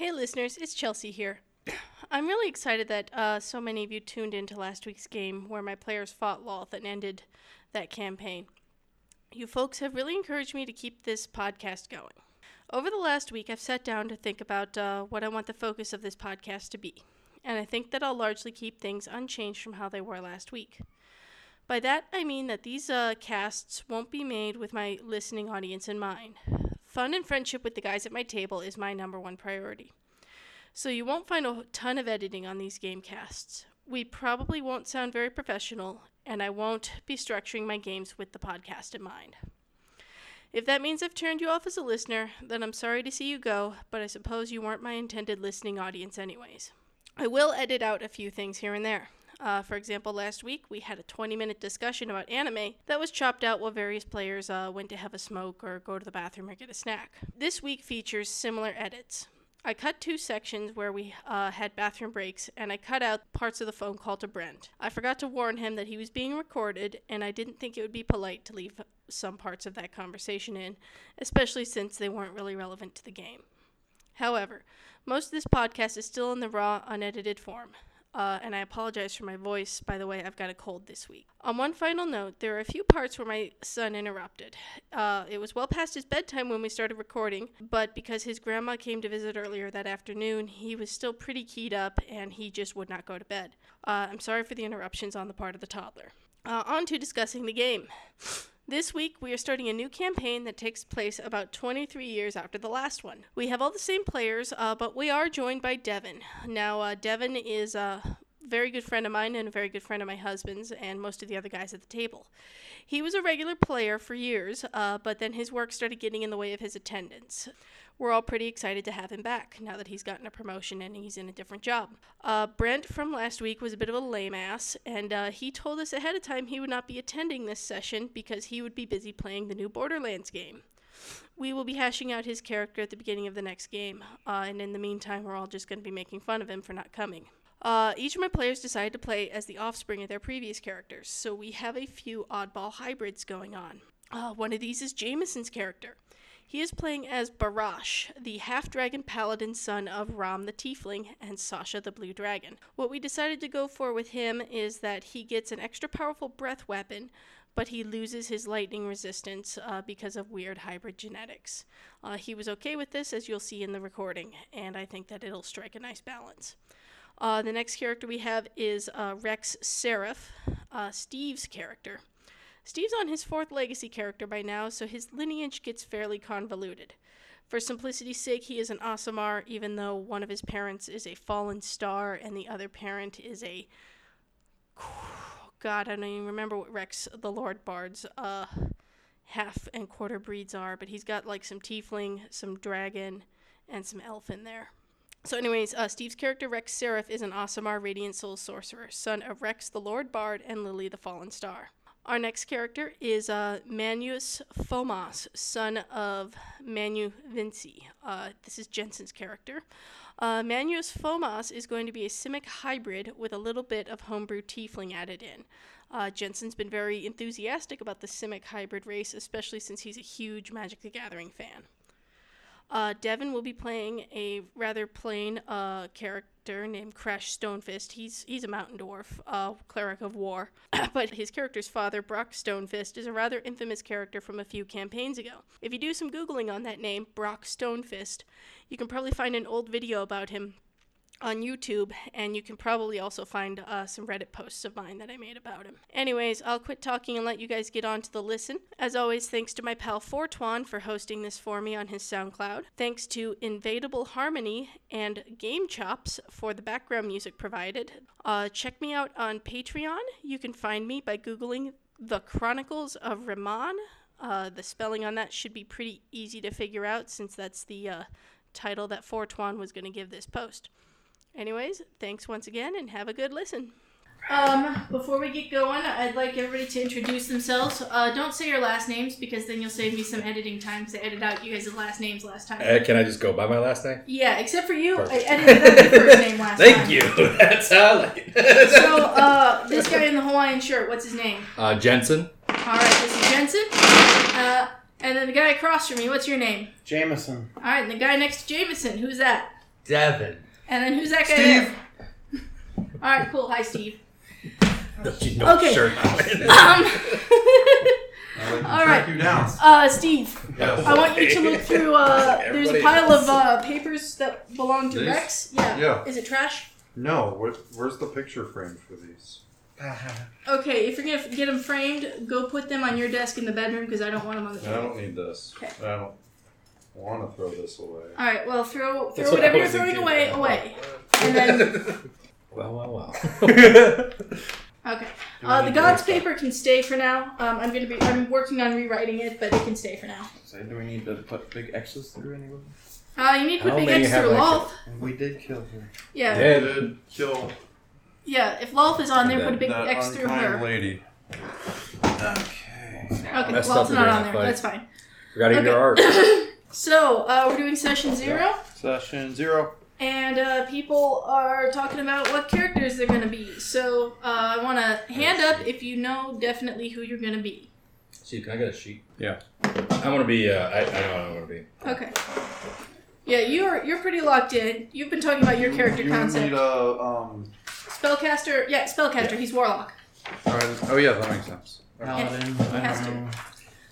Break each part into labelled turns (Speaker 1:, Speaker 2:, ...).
Speaker 1: listeners, it's Chelsea here. I'm really excited that uh, so many of you tuned into last week's game where my players fought Loth and ended that campaign. You folks have really encouraged me to keep this podcast going. Over the last week, I've sat down to think about uh, what I want the focus of this podcast to be, and I think that I'll largely keep things unchanged from how they were last week. By that, I mean that these uh, casts won't be made with my listening audience in mind. Fun and friendship with the guys at my table is my number one priority. So you won't find a ton of editing on these game casts. We probably won't sound very professional, and I won't be structuring my games with the podcast in mind. If that means I've turned you off as a listener, then I'm sorry to see you go, but I suppose you weren't my intended listening audience, anyways. I will edit out a few things here and there. Uh, for example, last week we had a 20 minute discussion about anime that was chopped out while various players uh, went to have a smoke or go to the bathroom or get a snack. This week features similar edits. I cut two sections where we uh, had bathroom breaks, and I cut out parts of the phone call to Brent. I forgot to warn him that he was being recorded, and I didn't think it would be polite to leave some parts of that conversation in, especially since they weren't really relevant to the game. However, most of this podcast is still in the raw, unedited form. Uh, and I apologize for my voice. By the way, I've got a cold this week. On one final note, there are a few parts where my son interrupted. Uh, it was well past his bedtime when we started recording, but because his grandma came to visit earlier that afternoon, he was still pretty keyed up and he just would not go to bed. Uh, I'm sorry for the interruptions on the part of the toddler. uh, on to discussing the game. This week, we are starting a new campaign that takes place about 23 years after the last one. We have all the same players, uh, but we are joined by Devin. Now, uh, Devin is a very good friend of mine and a very good friend of my husband's and most of the other guys at the table. He was a regular player for years, uh, but then his work started getting in the way of his attendance. We're all pretty excited to have him back now that he's gotten a promotion and he's in a different job. Uh, Brent from last week was a bit of a lame ass, and uh, he told us ahead of time he would not be attending this session because he would be busy playing the new Borderlands game. We will be hashing out his character at the beginning of the next game, uh, and in the meantime, we're all just going to be making fun of him for not coming. Uh, each of my players decided to play as the offspring of their previous characters, so we have a few oddball hybrids going on. Uh, one of these is Jameson's character. He is playing as Barash, the half dragon paladin son of Ram the Tiefling and Sasha the Blue Dragon. What we decided to go for with him is that he gets an extra powerful breath weapon, but he loses his lightning resistance uh, because of weird hybrid genetics. Uh, he was okay with this, as you'll see in the recording, and I think that it'll strike a nice balance. Uh, the next character we have is uh, Rex Seraph, uh, Steve's character. Steve's on his fourth legacy character by now, so his lineage gets fairly convoluted. For simplicity's sake, he is an Asamar, even though one of his parents is a fallen star and the other parent is a. God, I don't even remember what Rex the Lord Bard's uh, half and quarter breeds are, but he's got like some tiefling, some dragon, and some elf in there. So, anyways, uh, Steve's character Rex Seraph is an Asamar Radiant Soul Sorcerer, son of Rex the Lord Bard and Lily the Fallen Star. Our next character is uh, Manus Fomas, son of Manu Vinci. Uh, this is Jensen's character. Uh, Manus Fomas is going to be a Simic hybrid with a little bit of homebrew tiefling added in. Uh, Jensen's been very enthusiastic about the Simic hybrid race, especially since he's a huge Magic the Gathering fan. Uh, Devin will be playing a rather plain uh, character named Crash Stonefist. He's he's a mountain dwarf, uh, cleric of war, but his character's father, Brock Stonefist, is a rather infamous character from a few campaigns ago. If you do some googling on that name, Brock Stonefist, you can probably find an old video about him on YouTube, and you can probably also find uh, some Reddit posts of mine that I made about him. Anyways, I'll quit talking and let you guys get on to the listen. As always, thanks to my pal Fortwan for hosting this for me on his SoundCloud. Thanks to Invadable Harmony and Game Chops for the background music provided. Uh, check me out on Patreon. You can find me by Googling The Chronicles of Rahman. Uh, the spelling on that should be pretty easy to figure out since that's the uh, title that Fortwan was going to give this post. Anyways, thanks once again and have a good listen. Um, before we get going, I'd like everybody to introduce themselves. Uh, don't say your last names because then you'll save me some editing time because I edited out you guys' last names last time.
Speaker 2: Uh, can I just go by my last name?
Speaker 1: yeah, except for you,
Speaker 2: Perfect.
Speaker 1: I edited out your first name last
Speaker 2: Thank
Speaker 1: time.
Speaker 2: you. That's how I like
Speaker 1: So,
Speaker 2: it.
Speaker 1: uh, this guy in the Hawaiian shirt, what's his name?
Speaker 2: uh, Jensen.
Speaker 1: All right, this is Jensen. Uh, and then the guy across from me, what's your name?
Speaker 3: Jameson.
Speaker 1: All right, and the guy next to Jameson, who's that?
Speaker 2: Devin.
Speaker 1: And then who's that guy?
Speaker 2: Steve.
Speaker 1: All right, cool. Hi, Steve.
Speaker 2: Don't you know
Speaker 1: Okay.
Speaker 2: shirt?
Speaker 1: Um,
Speaker 4: All
Speaker 1: All right.
Speaker 4: You down.
Speaker 1: uh, Steve,
Speaker 4: Yes.
Speaker 1: I want you to look through. Uh, there's a
Speaker 2: Everybody
Speaker 1: pile
Speaker 2: else.
Speaker 1: of uh, papers that belong to
Speaker 4: These?
Speaker 1: Rex. Yeah.
Speaker 4: Yeah.
Speaker 1: Is it trash?
Speaker 4: No, where, where's the picture frame for these?
Speaker 1: Okay, if you're gonna f- get them framed, go put them on your desk in the bedroom because I don't want them on the
Speaker 4: I
Speaker 1: table.
Speaker 4: don't need this.
Speaker 1: Okay.
Speaker 4: I don't want to throw this away.
Speaker 1: All right. Well, throw throw
Speaker 2: That's what
Speaker 1: whatever
Speaker 2: I
Speaker 1: you're
Speaker 2: was
Speaker 1: throwing
Speaker 2: thinking.
Speaker 1: away away. And then uh,
Speaker 2: Well, well, well.
Speaker 1: okay. Uh, the God's paper can stay for now. Um, I'm gonna be I'm working on rewriting it, but it can stay for now.
Speaker 3: So do we need to put big X's through any of them?
Speaker 1: Uh, you need to put
Speaker 2: I don't
Speaker 1: big
Speaker 2: think
Speaker 1: X
Speaker 2: you have
Speaker 1: through
Speaker 2: that
Speaker 1: Lolth.
Speaker 3: And we did kill her.
Speaker 1: Yeah. yeah.
Speaker 4: I
Speaker 2: yeah,
Speaker 4: did kill
Speaker 1: If Lolth is on there, put a big
Speaker 4: that
Speaker 1: X through
Speaker 4: unkind
Speaker 1: her.
Speaker 4: lady.
Speaker 3: Okay.
Speaker 1: Okay, Lolth's
Speaker 2: Messed
Speaker 1: not
Speaker 2: up again,
Speaker 1: on there.
Speaker 2: but-
Speaker 1: That's fine.
Speaker 2: we gotta
Speaker 1: Okay.
Speaker 2: get your art.
Speaker 1: So uh, we're doing session zero,
Speaker 4: Session zero.
Speaker 1: and uh, people are talking about what characters they're gonna be. So uh, I want to hand up if you know definitely who you're gonna be.
Speaker 2: Steve, can I get a sheet?
Speaker 3: Yeah.
Speaker 2: I want to be. Uh, I, I know what I want to be.
Speaker 1: Okay. Yeah, you're you're pretty locked in. You've been talking about your character
Speaker 4: you
Speaker 1: concept.
Speaker 4: Need a, um,
Speaker 1: Spellcaster, yeah, spellcaster. He's warlock.
Speaker 4: all right, oh, yeah, that makes sense.
Speaker 3: Paladin. I
Speaker 1: Has to.
Speaker 3: don't know.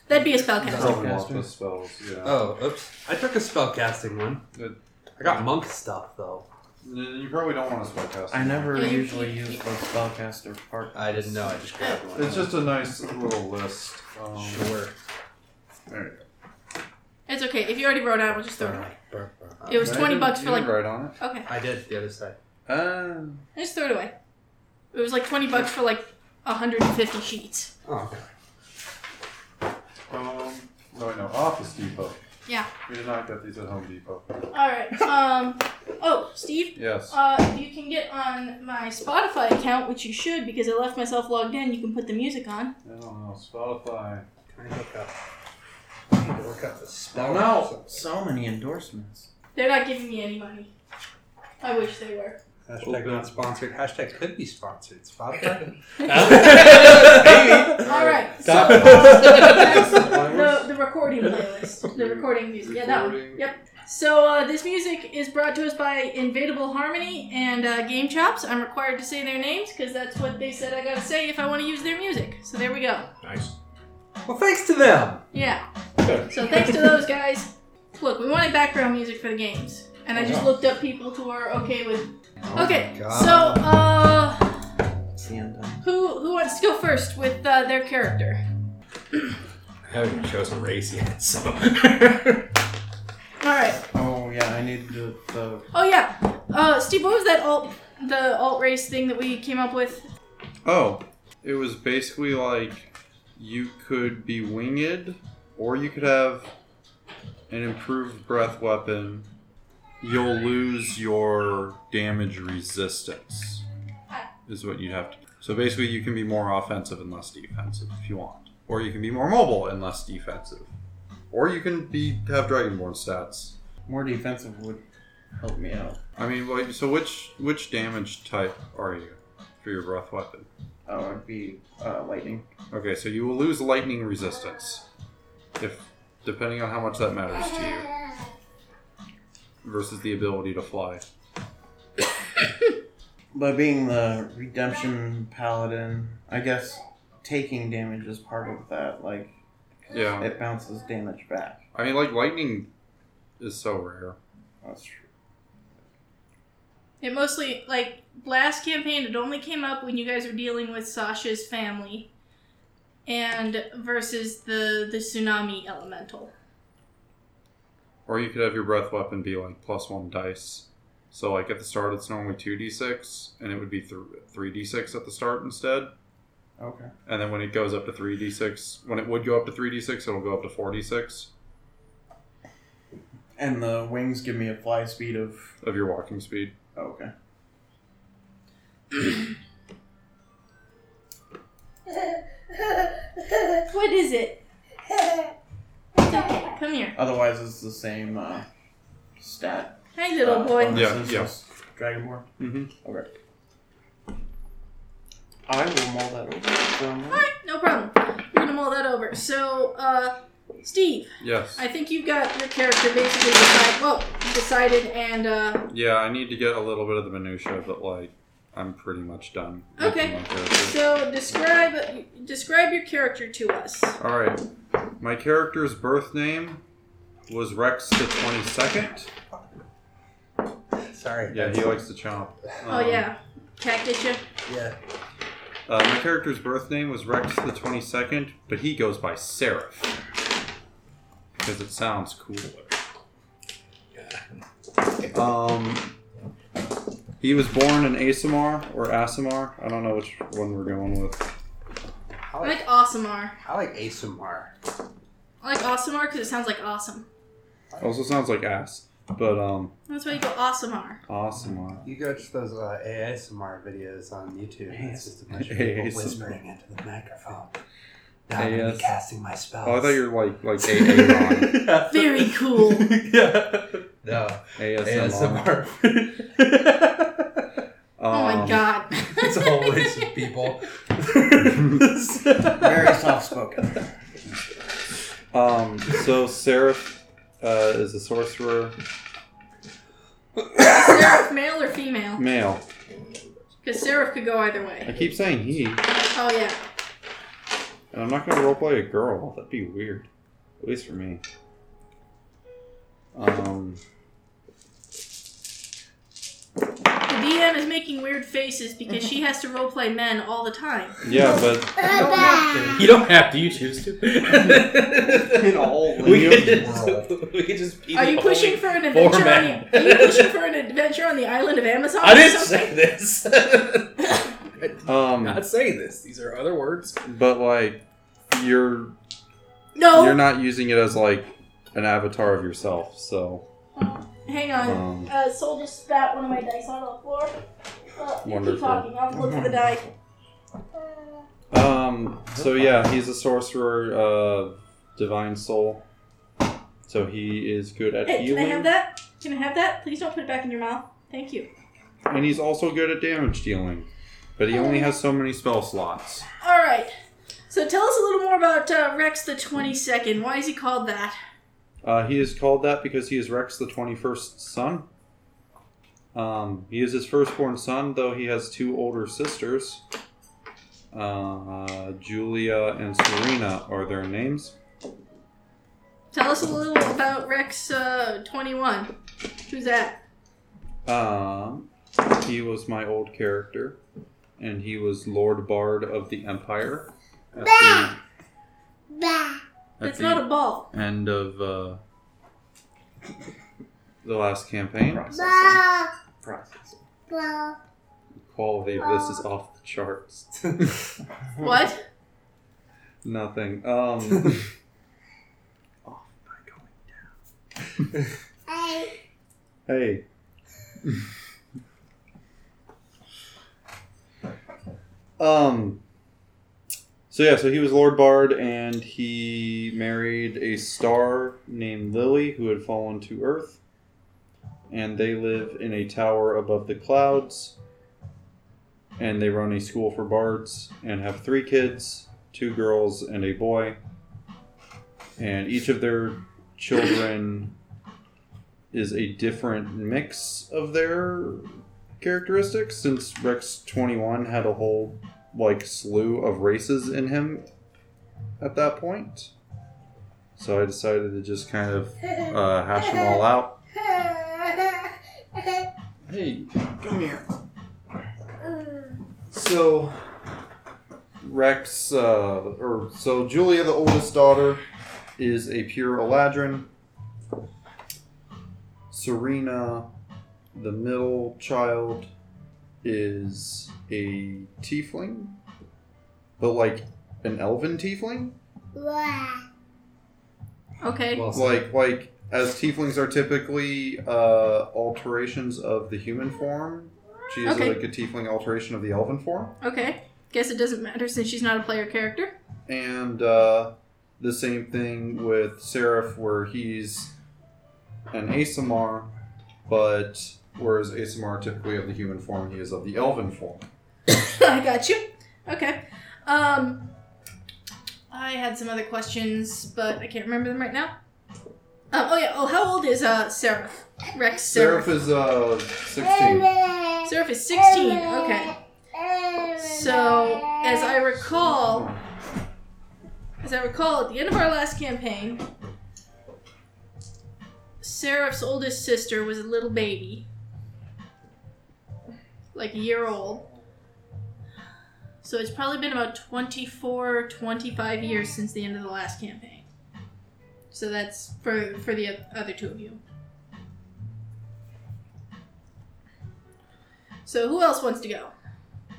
Speaker 1: That'd be a
Speaker 4: I
Speaker 1: spellcaster.
Speaker 4: probably want
Speaker 3: Spellcaster.
Speaker 4: the spells. Yeah.
Speaker 3: Oh, oops. I took a spellcasting one.
Speaker 4: Good.
Speaker 3: I got monk stuff though.
Speaker 4: you probably don't want a spellcast.
Speaker 3: I never
Speaker 1: Yeah, you-
Speaker 3: usually
Speaker 1: you-
Speaker 3: use the spellcaster part. I didn't know. I just grabbed one.
Speaker 4: It's just a nice little list. Um,
Speaker 3: sure.
Speaker 4: There you go.
Speaker 1: It's okay. If you already wrote out, we'll just throw it away. It was
Speaker 4: I
Speaker 1: twenty
Speaker 4: didn't-
Speaker 1: bucks
Speaker 4: you
Speaker 1: for like.
Speaker 4: didn't write on it.
Speaker 1: Okay,
Speaker 3: I did the other side.
Speaker 4: Uh,
Speaker 1: I just threw it away. It was like twenty bucks for like hundred and fifty sheets.
Speaker 3: Oh, okay.
Speaker 4: um, no, no, Office Depot.
Speaker 1: Yeah.
Speaker 4: We did not get these at Home Depot.
Speaker 1: All right. Um. Oh, Steve.
Speaker 4: Yes.
Speaker 1: Uh, you can get on my Spotify account, which you should because I left myself logged in. You can put the music on.
Speaker 4: I don't know. Spotify.
Speaker 3: Can I hook up?
Speaker 2: Work out this.
Speaker 3: Oh no! So many endorsements.
Speaker 1: They're not giving me any money. I wish they were.
Speaker 3: Hashtag
Speaker 4: Open.
Speaker 3: not sponsored. Hashtag could be sponsored. Spotify.
Speaker 2: Maybe.
Speaker 1: All right. So
Speaker 2: Stop.
Speaker 1: that's the, the recording playlist. The recording music. Yeah, that one.
Speaker 4: Recording.
Speaker 1: Yep. So uh, this music is brought to us by Invadable Harmony and uh, Game Chops. I'm required to say their names because that's what they said I gotta say if I want to use their music. So there we go.
Speaker 2: nice.
Speaker 3: well, thanks to them.
Speaker 1: Yeah.
Speaker 2: Good.
Speaker 1: So thanks to those guys. Look, we wanted background music for the games, and I just
Speaker 2: Yeah.
Speaker 1: looked up people who are okay with.
Speaker 3: Oh
Speaker 1: Okay,
Speaker 3: my
Speaker 1: so
Speaker 3: God.
Speaker 1: uh,
Speaker 3: It's the end of-
Speaker 1: who who wants to go first with uh, their character?
Speaker 2: I haven't even chosen race yet, so.
Speaker 1: All right.
Speaker 3: Oh yeah, I need the, the
Speaker 1: Oh yeah. Uh, Steve, what was that alt the alt race thing that we came up with?
Speaker 4: Oh, it was basically like you could be winged, or you could have an improved breath weapon. You'll lose your damage resistance, is what you'd have to. So basically, you can be more offensive and less defensive if you want, or you can be more mobile and less defensive, or you can be have dragonborn stats.
Speaker 3: more defensive would help me out.
Speaker 4: I mean, wait, so which which damage type are you for your breath weapon?
Speaker 3: Oh, it'd be uh, lightning.
Speaker 4: Okay, so you will lose lightning resistance, if depending on how much that matters to you, versus the ability to fly.
Speaker 3: But being the redemption paladin, I guess taking damage is part of that. Like
Speaker 4: Yeah,
Speaker 3: it bounces damage back.
Speaker 4: I mean, like lightning is so rare.
Speaker 3: That's true.
Speaker 1: It mostly like last campaign. It only came up when you guys were dealing with Sasha's family, and versus the the tsunami elemental.
Speaker 4: Or you could have your breath weapon be like plus one dice. So like at the start, it's normally two d six, and it would be three d six at the start instead.
Speaker 3: Okay.
Speaker 4: And then when it goes up to three d six, when it would go up to three d six, it'll go up to four d six
Speaker 3: And the wings give me a fly speed of.
Speaker 4: of your walking speed.
Speaker 3: Okay.
Speaker 1: What is it? It's okay. Come here.
Speaker 3: Otherwise, it's the same uh, stat.
Speaker 1: Hi, little
Speaker 3: uh,
Speaker 1: boy.
Speaker 3: bonuses
Speaker 4: Yeah, yeah.
Speaker 3: as Dragonborn.
Speaker 4: Mm-hmm.
Speaker 3: I will mull that over.
Speaker 1: Alright, no problem. We're gonna mull that over. So, uh, Steve,
Speaker 4: Yes.
Speaker 1: I think you've got your character basically decided. Well, decided, and uh,
Speaker 4: yeah, I need to get a little bit of the minutia, but like, I'm pretty much done. with
Speaker 1: Okay.
Speaker 4: my character.
Speaker 1: so describe describe your character to us.
Speaker 4: All right. My character's birth name was Rex the twenty second.
Speaker 5: Sorry.
Speaker 4: Yeah, he likes to chomp.
Speaker 1: oh
Speaker 4: Um,
Speaker 1: yeah, cactus you.
Speaker 5: Yeah.
Speaker 4: Uh, my character's birth name was Rex the 22nd, but he goes by Seraph. Because it sounds cooler. Um, he was born in Asimar, or Asimar. I don't know which one we're going with.
Speaker 5: I
Speaker 1: I like
Speaker 5: like,
Speaker 1: Awesomear.
Speaker 5: I like ASMR.
Speaker 1: I like Awesomear because it sounds like awesome.
Speaker 4: Also sounds like ass, but um,
Speaker 1: That's why you go Awesomear.
Speaker 4: Asimar.
Speaker 5: You watch those uh, ASMR videos on YouTube. and It's just a bunch of
Speaker 4: ASMR.
Speaker 5: people whispering into the microphone. Now I'm gonna
Speaker 4: AS.
Speaker 5: be casting my spells.
Speaker 4: Oh, I thought you were like like AARON.
Speaker 1: Very cool.
Speaker 5: yeah. No.
Speaker 4: ASMR.
Speaker 5: ASMR.
Speaker 1: oh my
Speaker 4: Um,
Speaker 1: god.
Speaker 5: it's a whole race of people.
Speaker 3: Very soft spoken.
Speaker 4: Um, so Seraph uh, is a sorcerer,
Speaker 1: Seraph, male or female?
Speaker 4: male.
Speaker 1: Because Seraph could go either way.
Speaker 4: I keep saying he, and
Speaker 1: Oh yeah.
Speaker 4: I'm not going to roleplay a girl. That'd be weird. At least for me. Um,
Speaker 1: The DM is making weird faces because she has to roleplay men all the time.
Speaker 4: yeah, but
Speaker 2: You don't have to. You choose to.
Speaker 3: In all
Speaker 2: we,
Speaker 3: language.
Speaker 2: could just, we could just be
Speaker 1: Are
Speaker 2: the
Speaker 1: you
Speaker 2: only-
Speaker 1: pushing for an adventure? On,
Speaker 2: format.
Speaker 1: are you pushing for an adventure on the island of Amazon?
Speaker 2: I
Speaker 1: or
Speaker 2: didn't
Speaker 1: something?
Speaker 2: say this. I did
Speaker 4: um,
Speaker 2: not say this. These are other words.
Speaker 4: but like you're
Speaker 1: No.
Speaker 4: you're not using it as like an avatar of yourself. So
Speaker 1: Hang on.
Speaker 4: um,
Speaker 1: Uh, Soul just spat one of my dice onto the floor. Uh, you
Speaker 4: Wonderful.
Speaker 1: keep talking. I'll look for the die.
Speaker 4: Um. So yeah, he's a sorcerer of divine soul. So he is good at
Speaker 1: Hey, can I have
Speaker 4: healing,
Speaker 1: that? Can I have that? Please don't put it back in your mouth. Thank you.
Speaker 4: and he's also good at damage dealing. But he
Speaker 1: Oh.
Speaker 4: only has so many spell slots.
Speaker 1: All right. So tell us a little more about uh, Rex the 22nd. Why is he called that?
Speaker 4: Uh, he is called that because he is Rex the twenty-first son. Um, he is his firstborn son, though he has two older sisters. Uh, Julia and Serena are their names.
Speaker 1: Tell us a little about Rex uh, 21. Who's that?
Speaker 4: Um, he was my old character, and he was Lord Bard of the Empire. At the, at
Speaker 1: That's
Speaker 4: the
Speaker 1: not a ball.
Speaker 4: end of uh, the last campaign.
Speaker 3: Processing. Processing.
Speaker 4: Quality of this is off the charts.
Speaker 1: What?
Speaker 4: Nothing. Um, hey. um. So yeah, so he was Lord Bard, and he married a star named Lily, who had fallen to Earth, and they live in a tower above the clouds. And they run a school for bards and have three kids, two girls and a boy. And each of their children is a different mix of their characteristics since Rex 21 had a whole like slew of races in him at that point. So I decided to just kind of uh, hash them all out. Hey, come here. So Rex, uh, or so Julia, the oldest daughter, is a pure Eladrin. Serena, the middle child, is a tiefling, but like an elven tiefling,
Speaker 1: Okay.
Speaker 5: Well,
Speaker 4: like
Speaker 5: like,
Speaker 4: like as tieflings are typically uh, alterations of the human form. She is
Speaker 1: Okay.
Speaker 4: like a tiefling alteration of the elven form.
Speaker 1: Okay. Guess it doesn't matter since she's not a player character.
Speaker 4: and uh, the same thing with Seraph, where he's an Asimar, but whereas Asimar typically of the human form, he is of the elven form.
Speaker 1: I got you. Okay. Um. Uh, I had some other questions, but I can't remember them right now. Um, oh yeah. Oh, how old is uh Seraph? Rex
Speaker 6: Seraph
Speaker 1: Seraph.
Speaker 6: is uh 16.
Speaker 1: Seraph is sixteen. Okay. So as I recall, as I recall, at the end of our last campaign, Seraph's oldest sister was a little baby, like a year old. So it's probably been about 24, 25 years since the end of the last campaign. So that's for for the oth- other two of you. So who else wants to go?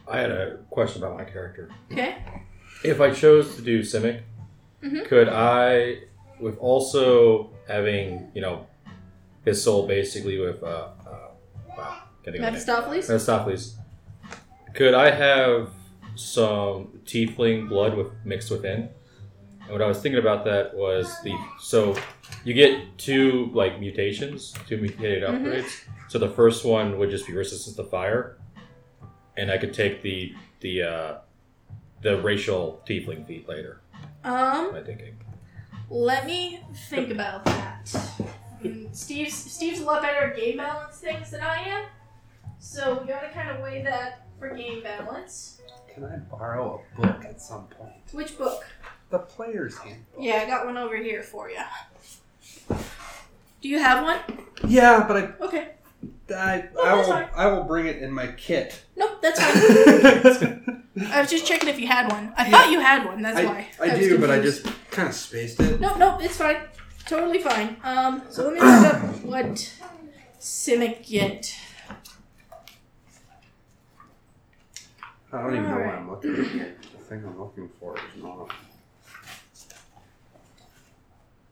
Speaker 2: I had a question about my character.
Speaker 1: Okay.
Speaker 2: If I chose to do Simic,
Speaker 1: Mhm.
Speaker 2: could I, with also having, you know, his soul basically with, uh, uh wow, can't think of the name.
Speaker 1: Mephistopheles?
Speaker 2: Mephistopheles, Uh, could I have some tiefling blood with mixed within? And what I was thinking about that was the so you get two like mutations, two mutated
Speaker 1: Mhm.
Speaker 2: upgrades. So the first one would just be resistance to fire, and I could take the the uh, the racial tiefling feat later.
Speaker 1: Um,
Speaker 2: Am I thinking?
Speaker 1: let me think about that. Mm, Steve's Steve's a lot better at game balance things than I am, so we gotta kind of weigh that for game balance.
Speaker 5: Can I borrow a book at some point?
Speaker 1: Which book?
Speaker 5: The player's handbook.
Speaker 1: Yeah, I got one over here for you. Do you have one?
Speaker 5: Yeah, but
Speaker 1: Okay.
Speaker 5: I, I,
Speaker 1: No,
Speaker 5: I
Speaker 1: Oh, that's
Speaker 5: will,
Speaker 1: fine.
Speaker 5: I will bring it in my kit.
Speaker 1: Nope, that's fine.
Speaker 5: I,
Speaker 1: I was just checking if you had one. I thought you had one. That's why.
Speaker 5: I
Speaker 1: was
Speaker 5: do, but I
Speaker 1: confused.
Speaker 5: just kind of spaced it.
Speaker 1: Nope, nope, it's fine. Totally fine. Um, so let me look up what Simic get.
Speaker 5: I don't even know what
Speaker 1: Alright.
Speaker 5: I'm looking for. The thing I'm looking for is not.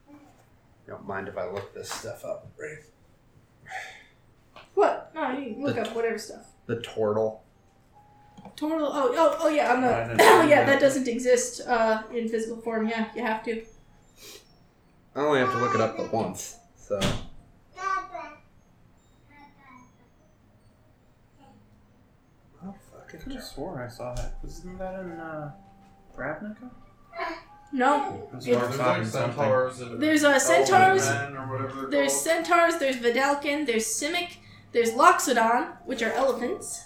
Speaker 5: You don't mind if I look this stuff up, right?
Speaker 1: What? No, you can look
Speaker 5: The-
Speaker 1: up whatever stuff.
Speaker 5: The turtle.
Speaker 1: Total. Oh, oh, oh yeah. I'm
Speaker 3: I
Speaker 1: not.
Speaker 3: didn't
Speaker 1: Oh
Speaker 3: see
Speaker 1: yeah,
Speaker 3: that.
Speaker 1: that doesn't exist uh, in physical form. Yeah, you have to.
Speaker 5: I only have to look it up but once, so.
Speaker 3: I could have swore I saw that. Wasn't that in uh, Ravnica?
Speaker 1: No,
Speaker 3: I
Speaker 1: Yeah.
Speaker 3: swore I
Speaker 6: There's
Speaker 3: saw it
Speaker 6: like
Speaker 3: in something.
Speaker 6: centaurs and
Speaker 1: There's, uh,
Speaker 6: elven
Speaker 1: centaurs.
Speaker 6: men or whatever they're
Speaker 1: there's
Speaker 6: called.
Speaker 1: centaurs. There's Vidalcan. There's Simic. There's Loxodon, which are elephants.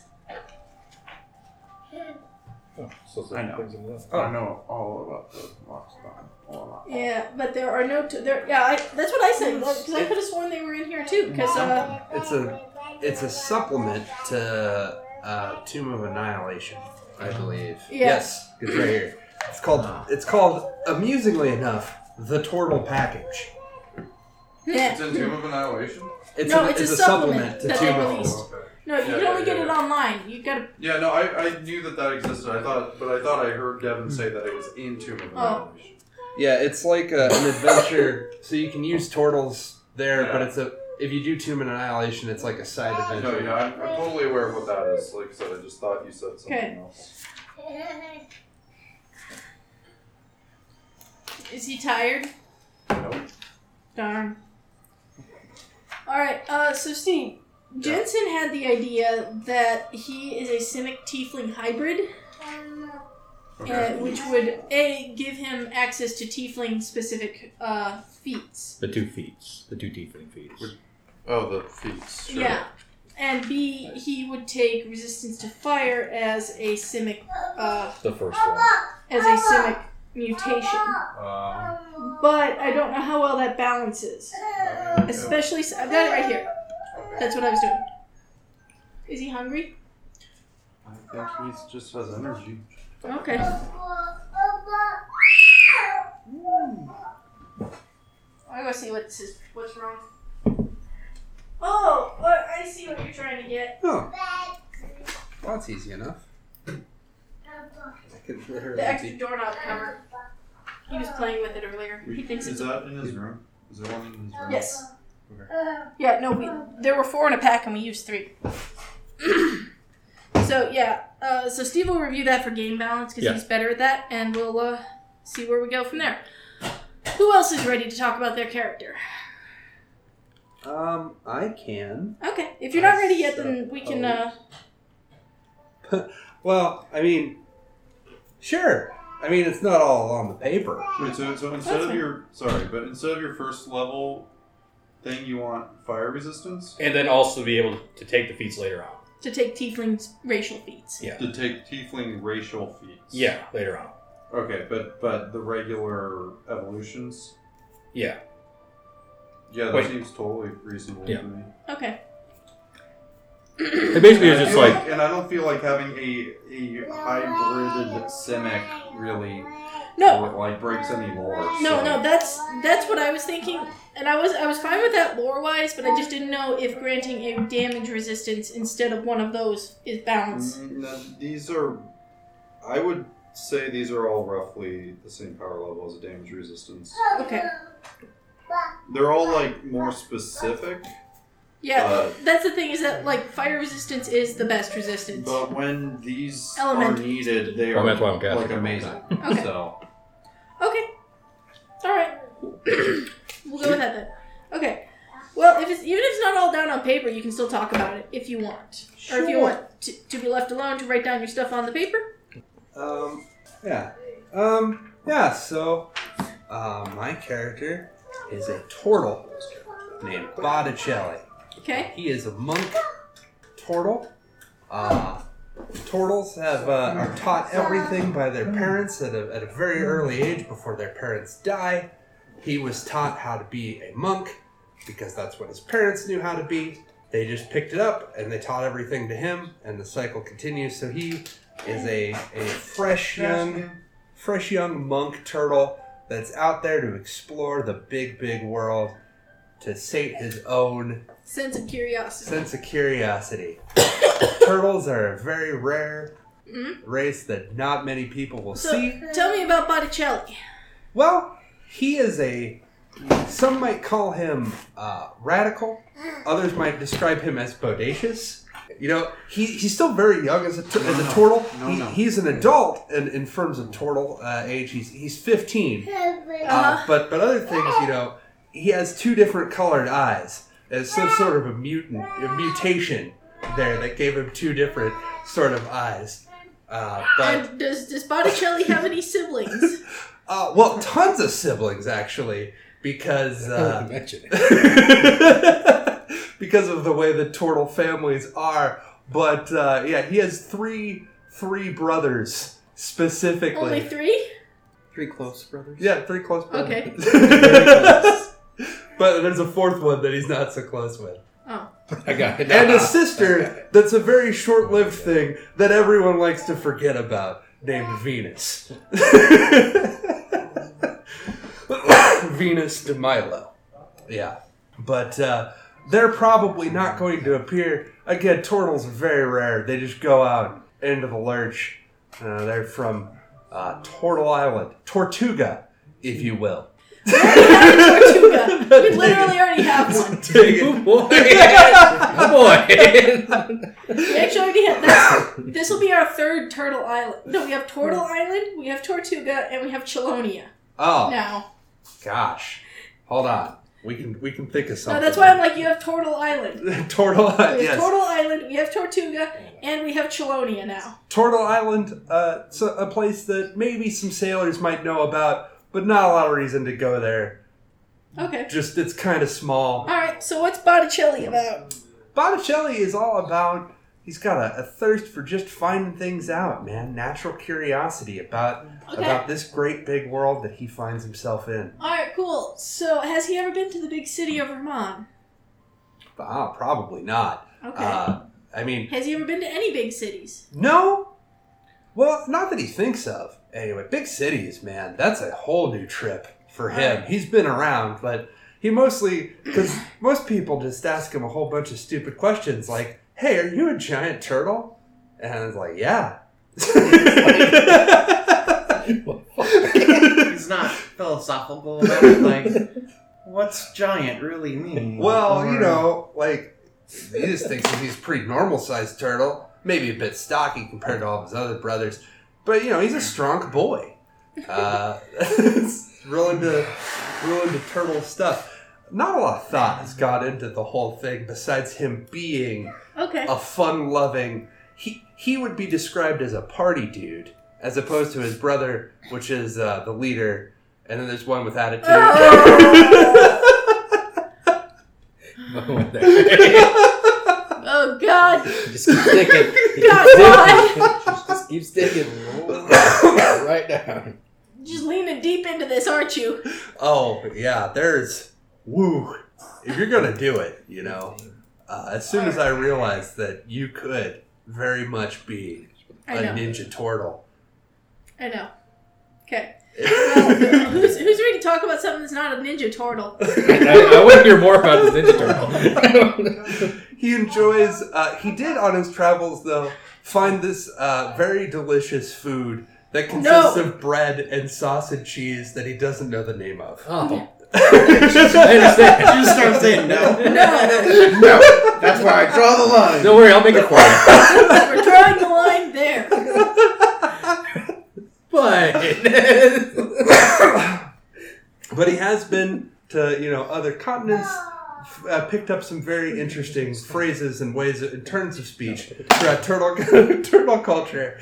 Speaker 2: Oh, so it's
Speaker 3: I know.
Speaker 2: things in the-
Speaker 3: I know all about the Loxodon. All about
Speaker 1: Yeah, but there are no. T- there. Yeah, I, that's what I said.
Speaker 6: Hmm.
Speaker 1: Because I could have sworn they were in here too. Because uh,
Speaker 5: It's a it's a supplement to uh, Tomb of Annihilation, I believe.
Speaker 1: Yeah.
Speaker 5: Yes, it's right here. It's called it's called amusingly enough the Turtle Package.
Speaker 1: yeah.
Speaker 6: It's in Tomb of Annihilation.
Speaker 5: It's
Speaker 1: No,
Speaker 5: a,
Speaker 1: it's a supplement
Speaker 5: to
Speaker 1: that
Speaker 5: Tomb
Speaker 1: they
Speaker 5: of
Speaker 1: released.
Speaker 6: Oh, okay.
Speaker 1: No, you
Speaker 6: Yeah,
Speaker 1: can
Speaker 6: yeah,
Speaker 1: only get
Speaker 6: yeah,
Speaker 1: it
Speaker 6: yeah.
Speaker 1: online. You gotta.
Speaker 6: Yeah, no, I, I knew that that existed. I thought, but I thought I heard Devin say that it was in Tomb of
Speaker 1: Oh.
Speaker 6: Annihilation.
Speaker 5: Yeah, it's like a, an adventure. so you can use turtles there, but
Speaker 6: Yeah.
Speaker 5: it's a if you do Tomb of Annihilation, it's like a side
Speaker 6: No,
Speaker 1: Oh,
Speaker 5: adventure.
Speaker 6: yeah, I'm, I'm totally aware of what that is. Like I said, I just thought you said something
Speaker 1: Okay.
Speaker 6: else.
Speaker 1: Is he tired?
Speaker 6: Nope.
Speaker 1: Darn. All right. Uh, so Steve Jensen had the idea that he is a Simic Tiefling hybrid, uh, which would a give him access to Tiefling specific uh, feats.
Speaker 2: The two feats, the two tiefling feats.
Speaker 6: Oh, the feats. Sure.
Speaker 1: Yeah. And B, he would take resistance to fire as a Simic, uh,
Speaker 2: The first one.
Speaker 1: as a Simic mutation.
Speaker 6: Um,
Speaker 1: But I don't know how well that balances.
Speaker 6: I mean, okay.
Speaker 1: Especially, s- I've got it right here. That's what I was doing. Is he hungry?
Speaker 6: I think he just has energy.
Speaker 1: Okay. I go see what's what's wrong. Oh, I I see what you're trying to get.
Speaker 5: Oh, well, that's easy enough. I could literally
Speaker 1: The extra
Speaker 5: be-
Speaker 1: doorknob cover. He was playing with it earlier. He thinks
Speaker 6: Is
Speaker 1: it's.
Speaker 6: that in his room? Is there one in his room?
Speaker 1: Yes. Yeah. No. We there were four in a pack and we used three. so yeah. Uh, so Steve will review that for game balance because
Speaker 2: Yeah.
Speaker 1: he's better at that, and we'll uh, see where we go from there. Who else is ready to talk about their character?
Speaker 5: Um, I can.
Speaker 1: Okay. If you're not
Speaker 5: I
Speaker 1: ready yet, then we can. Uh,
Speaker 5: Well, I mean, sure. I mean, it's not all on the paper.
Speaker 6: Wait, so, so instead
Speaker 7: That's
Speaker 6: of
Speaker 7: fine.
Speaker 6: your sorry, but instead of your first level thing, you want fire resistance
Speaker 2: and then also be able to take the feats later on.
Speaker 1: to take tiefling's racial feats.
Speaker 2: Yeah,
Speaker 6: to take tiefling racial feats.
Speaker 2: yeah, later on.
Speaker 6: Okay, but but the regular evolutions.
Speaker 2: Yeah,
Speaker 6: Yeah, that
Speaker 2: Wait.
Speaker 6: seems totally reasonable
Speaker 2: Yeah.
Speaker 6: to me.
Speaker 1: Okay.
Speaker 2: it basically is
Speaker 6: And I
Speaker 2: just
Speaker 6: feel
Speaker 2: like
Speaker 6: and I don't feel like having a a hybrided simic really
Speaker 1: No,
Speaker 6: like breaks any lore.
Speaker 1: no,
Speaker 6: so-
Speaker 1: no. That's that's what I was thinking, and I was I was fine with that lore wise, but I just didn't know if granting a damage resistance instead of one of those is balance.
Speaker 4: Mm-hmm.
Speaker 6: Mm, no, These are, I would say these are all roughly the same power level as a damage resistance.
Speaker 1: Okay.
Speaker 6: They're all like more specific,
Speaker 1: Yeah,
Speaker 6: Uh,
Speaker 1: that's the thing is that like fire resistance is the best resistance.
Speaker 6: but when these
Speaker 1: Elemental.
Speaker 6: are needed, they
Speaker 2: Well,
Speaker 6: are
Speaker 2: that's why I'm guessing.
Speaker 6: like amazing.
Speaker 1: Okay.
Speaker 6: So
Speaker 1: Okay. All right. we'll go with that then. Okay. Well, if it's even if it's not all down on paper, you can still talk about it if you want, or if you
Speaker 5: Sure.
Speaker 1: want to, to be left alone to write down your stuff on the paper.
Speaker 5: Um, yeah. Um, yeah, so uh, my character is a turtle named Botticelli.
Speaker 1: Okay.
Speaker 5: He is a monk turtle. Uh, turtles have uh, are taught everything by their parents at a, at a very early age before their parents die. He was taught how to be a monk because that's what his parents knew how to be. They just picked it up and they taught everything to him, and the cycle continues. So he is a, a fresh young fresh young monk turtle that's out there to explore the big big world to sate his own
Speaker 1: Sense of curiosity.
Speaker 5: sense of curiosity. Turtles are a very rare
Speaker 1: Mhm.
Speaker 5: race that not many people will
Speaker 1: So,
Speaker 5: see.
Speaker 1: tell me about Botticelli.
Speaker 5: Well, he is a. Some might call him uh, radical. Others might describe him as bodacious. You know, he, he's still very young as a, tu-
Speaker 6: No,
Speaker 5: as a
Speaker 6: no.
Speaker 5: turtle.
Speaker 6: No,
Speaker 5: he,
Speaker 6: no.
Speaker 5: He's an adult in, in terms of turtle uh, age. He's, he's 15.
Speaker 1: Uh-huh.
Speaker 5: Uh, but but other things, you know, he has two different colored eyes. There's some sort of a mutant, a mutation there that gave him two different sort of eyes. Uh, but
Speaker 1: And does does Botticelli have any siblings?
Speaker 5: uh, well, tons of siblings actually, because uh,
Speaker 8: mention it.
Speaker 5: because of the way the turtle families are. But uh, yeah, he has three three brothers specifically.
Speaker 1: Only three.
Speaker 3: Three close brothers.
Speaker 5: Yeah, three close brothers.
Speaker 1: Okay.
Speaker 5: but there's a fourth one that he's not so close with.
Speaker 1: Oh.
Speaker 8: I got it.
Speaker 5: And a sister that's a very short lived thing that everyone likes to forget about, named Venus. Venus de Milo. Yeah. But uh, they're probably not going to appear. Again, turtles are very rare. They just go out into the lurch. Uh, they're from uh, Turtle Island, Tortuga, if you will.
Speaker 1: Tortuga. We literally already have one.
Speaker 5: Take it.
Speaker 8: boy. Oh, boy.
Speaker 1: We actually already have that's This will be our third Turtle Island. No, we have Turtle Island, we have Tortuga, and we have Chelonia
Speaker 5: Oh.
Speaker 1: now.
Speaker 5: Gosh, hold on. We can we can think of
Speaker 1: No,
Speaker 5: something.
Speaker 1: that's why I'm like, you have Turtle Island.
Speaker 5: Turtle Island.
Speaker 1: We have
Speaker 5: Yes, Turtle,
Speaker 1: Turtle Island, we have Tortuga, and we have Chelonia now.
Speaker 5: Island. Uh, it's a, a place that maybe some sailors might know about, but not a lot of reason to go there.
Speaker 1: Okay.
Speaker 5: Just it's kind of small.
Speaker 1: Alright, so what's Botticelli about?
Speaker 5: Botticelli is all about. He's got a, a thirst for just finding things out, man. Natural curiosity about
Speaker 1: Okay.
Speaker 5: about this great big world that he finds himself in.
Speaker 1: Alright, cool. So has he ever been to the big city of Vermont?
Speaker 5: Ah, probably not.
Speaker 1: Okay.
Speaker 5: Uh, I mean,
Speaker 1: has he ever been to any big cities?
Speaker 5: No. Well, not that he thinks of. Anyway, big cities, man, that's a whole new trip for him. He's been around, but he mostly, because most people just ask him a whole bunch of stupid questions like, hey, are you a giant turtle? And I was like, yeah.
Speaker 3: He's not philosophical about it. Like, what's giant really mean?
Speaker 5: well, you
Speaker 3: Or-
Speaker 5: know, like, he just thinks that he's a pretty normal sized turtle, maybe a bit stocky compared to all of his other brothers, but, you know, he's a strong boy. Uh, real into real into turtle stuff. Not a lot of thought has gone into the whole thing besides him being
Speaker 1: Okay.
Speaker 5: Oh. a fun loving. He he would be described as a party dude as opposed to his brother, which is uh, the leader, and then there's one with attitude.
Speaker 1: Oh God!
Speaker 8: Just keep sticking.
Speaker 1: God, why?
Speaker 8: Just keep sticking. right down.
Speaker 1: Just leaning deep into this, aren't you?
Speaker 5: oh yeah, there's woo. If you're gonna do it, you know. Uh, as soon as I realized that you could very much be a
Speaker 1: I know.
Speaker 5: ninja turtle.
Speaker 1: I know. Okay. Oh, who's, who's ready to talk about something that's not a ninja turtle?
Speaker 2: I, I want to hear more about this Ninja Turtle.
Speaker 5: he enjoys uh, he did on his travels though find this uh, very delicious food that consists of bread and sausage cheese that he doesn't know the name of
Speaker 8: Oh,
Speaker 2: I understand.
Speaker 3: Just start saying no.
Speaker 1: No,
Speaker 8: no. That's where I draw the line.
Speaker 2: Don't worry, I'll make it for you.
Speaker 1: we're drawing the line there.
Speaker 8: But
Speaker 5: but he has been to you know other continents f- uh, picked up some very interesting phrases and ways and turns of speech throughout turtle turtle culture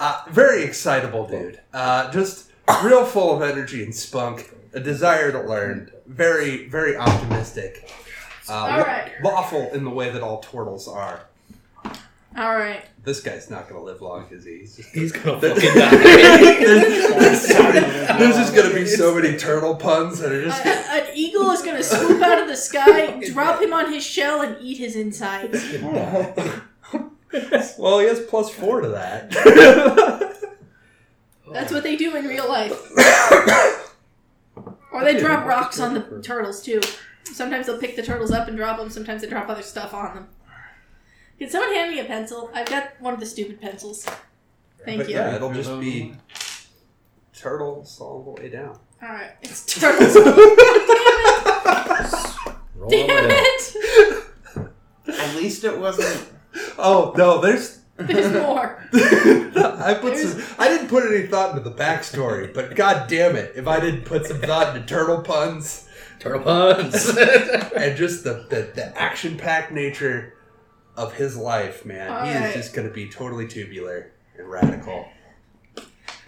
Speaker 5: uh, very excitable dude uh, just real full of energy and spunk a desire to learn very very optimistic uh,
Speaker 1: All right.
Speaker 5: lawful in the way that all turtles are
Speaker 1: All right.
Speaker 5: this guy's not going to live long is he He's just
Speaker 2: He's gonna fucking die.
Speaker 5: there's, there's just going to be so many turtle puns that are
Speaker 1: A-
Speaker 5: just
Speaker 1: a- Uh, an eagle is gonna swoop out of the sky, drop him on his shell, and eat his insides.
Speaker 5: well, he has plus four to that.
Speaker 1: That's what they do in real life. Or they drop rocks on the turtles too. Sometimes they'll pick the turtles up and drop them. Sometimes they drop other stuff on them. Can someone hand me a pencil? I've got one of the stupid pencils. Thank
Speaker 5: but
Speaker 1: you.
Speaker 5: yeah, it'll just be turtles all the way down.
Speaker 1: All right, it's turtles.
Speaker 5: Oh,
Speaker 1: Damn
Speaker 2: Roll it
Speaker 1: it!
Speaker 3: At least it wasn't.
Speaker 5: Oh no, there's.
Speaker 1: There's more.
Speaker 5: I put some. I didn't put any thought into the backstory, but god damn it, if I didn't put some thought into turtle puns
Speaker 2: Turtle puns.
Speaker 5: and just the the, the action packed nature of his life, man, he
Speaker 1: Alright.
Speaker 5: is just going to be totally tubular and radical.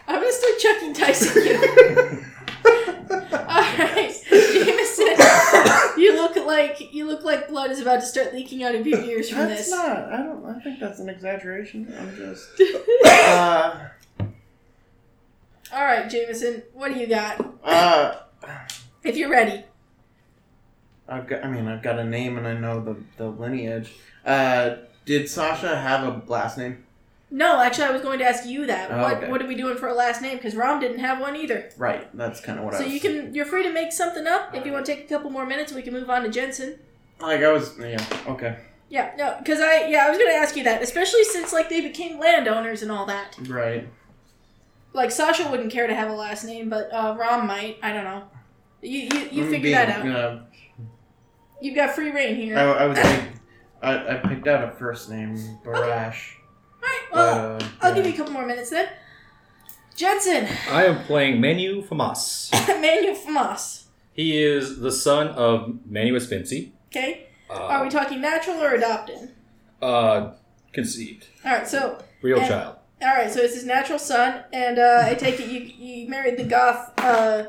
Speaker 1: I'm gonna start chucking dice at you. Alright, Jameson, you look like you look like blood is about to start leaking out of your ears from
Speaker 3: That's
Speaker 1: this.
Speaker 3: not. I don't. I think that's an exaggeration. I'm just. Uh,
Speaker 1: Alright, Jameson, what do you got?
Speaker 3: uh,
Speaker 1: If you're ready.
Speaker 3: I've got. I mean, I've got a name and I know the the lineage. Uh, did Sasha have a last name?
Speaker 1: No, actually, I was going to ask you that.
Speaker 3: Oh,
Speaker 1: what
Speaker 3: okay.
Speaker 1: What are we doing for a last name? Because Rom didn't have one either.
Speaker 3: Right. That's kind of what I
Speaker 1: so
Speaker 3: was.
Speaker 1: you can you're free to make something up. If you want to take a couple more minutes, we can move on to Jensen.
Speaker 3: Like I was. Yeah. Okay.
Speaker 1: Yeah, no, because I yeah I was going to ask you that, especially since like they became landowners and all that.
Speaker 3: Right.
Speaker 1: Like Sasha wouldn't care to have a last name, but uh, Rom might. I don't know. You you, you
Speaker 3: Mm,
Speaker 1: figure
Speaker 3: being,
Speaker 1: that out.
Speaker 3: uh,
Speaker 1: You've got free reign here.
Speaker 3: I,
Speaker 1: All
Speaker 3: I was. Like, I, I picked out a first name, Barash.
Speaker 1: right, well,
Speaker 3: but, uh,
Speaker 1: I'll
Speaker 3: yeah.
Speaker 1: give you a couple more minutes then. Jensen,
Speaker 2: I am playing Menu Famas.
Speaker 1: Manu Famas.
Speaker 2: He is the son of Manu Espinci.
Speaker 1: Okay, are
Speaker 2: Uh,
Speaker 1: we talking natural or adopted?
Speaker 2: uh, conceived.
Speaker 1: All right, so
Speaker 2: Real
Speaker 1: And-
Speaker 2: child.
Speaker 1: All right, so it's his natural son, and uh, I take it you you married the goth. Uh,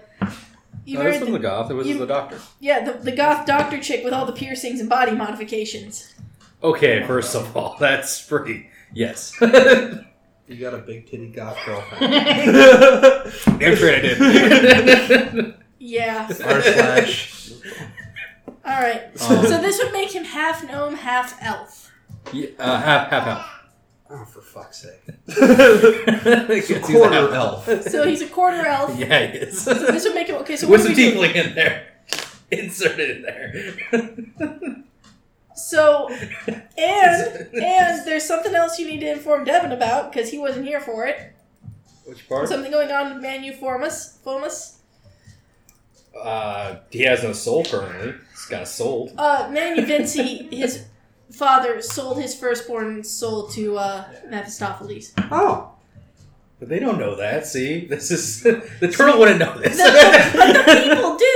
Speaker 1: you
Speaker 2: No, this
Speaker 1: married
Speaker 2: wasn't
Speaker 1: the,
Speaker 2: the goth, it was
Speaker 1: you-
Speaker 2: the doctor.
Speaker 1: yeah the, the goth doctor chick with all the piercings and body modifications.
Speaker 2: Okay, first of all, that's free. Yes.
Speaker 5: You got a big titty goth girlfriend.
Speaker 2: Damn straight I did. Um,
Speaker 1: Yeah.
Speaker 5: R slash.
Speaker 1: All right.
Speaker 2: Um,
Speaker 1: so this would make him half gnome, half elf.
Speaker 2: yeah, uh, half, half
Speaker 5: Oh, for fuck's sake.
Speaker 2: elf. He's a half
Speaker 5: Quarter elf.
Speaker 1: So he's a quarter elf.
Speaker 2: Yeah, he is.
Speaker 1: This would make him okay. So what do
Speaker 2: With some
Speaker 1: we do?
Speaker 2: tiefling in there. Inserted in there.
Speaker 1: So and and there's something else you need to inform Devin about because he wasn't here for it.
Speaker 2: Which part?
Speaker 1: Something going on with Manu Formus. Formus.
Speaker 2: Uh, he has no soul currently. He's got sold.
Speaker 1: Uh, Manu Vinci, his father, sold his firstborn soul to uh, Mephistopheles.
Speaker 5: Oh.
Speaker 2: But they don't know that, see? This is. The turtle wouldn't know this.
Speaker 1: No, but the people do!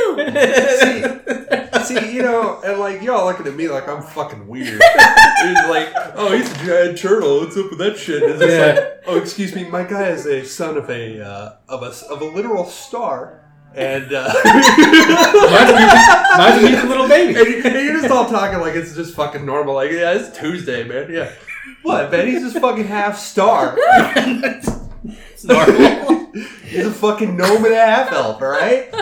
Speaker 5: See, See, you know, and like y'all looking at me like I'm fucking weird. He's like, oh, he's a giant turtle. What's up with that shit? And it's
Speaker 2: Yeah.
Speaker 5: like, oh, excuse me, my guy is a son of a uh, of a of a literal star, and uh,
Speaker 2: Mine's a cute little baby.
Speaker 5: and you- and you're just all talking like it's just fucking normal. Like, yeah, it's Tuesday, man. Yeah, what, man? He's just fucking half star. He's a fucking gnome and a half elf, all right?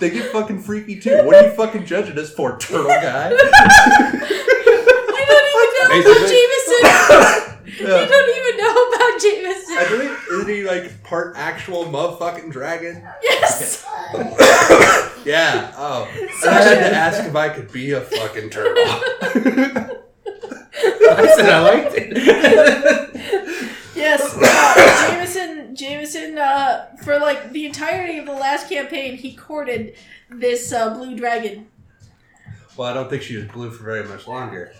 Speaker 5: They get fucking freaky too. What are you fucking judging us for, turtle guy?
Speaker 1: I don't even know about Jameson. I
Speaker 2: Basically.
Speaker 5: Yeah.
Speaker 1: don't even know about
Speaker 5: I
Speaker 1: Jameson.
Speaker 5: believe isn't he like part actual motherfucking dragon?
Speaker 1: Yes.
Speaker 5: Yeah. Oh, I had to ask if I could be a fucking turtle.
Speaker 2: I said I liked it.
Speaker 1: Yes, uh, Jameson. Jameson. Uh, for like the entirety of the last campaign, he courted this uh, blue dragon.
Speaker 5: Well, I don't think she was blue for very much longer.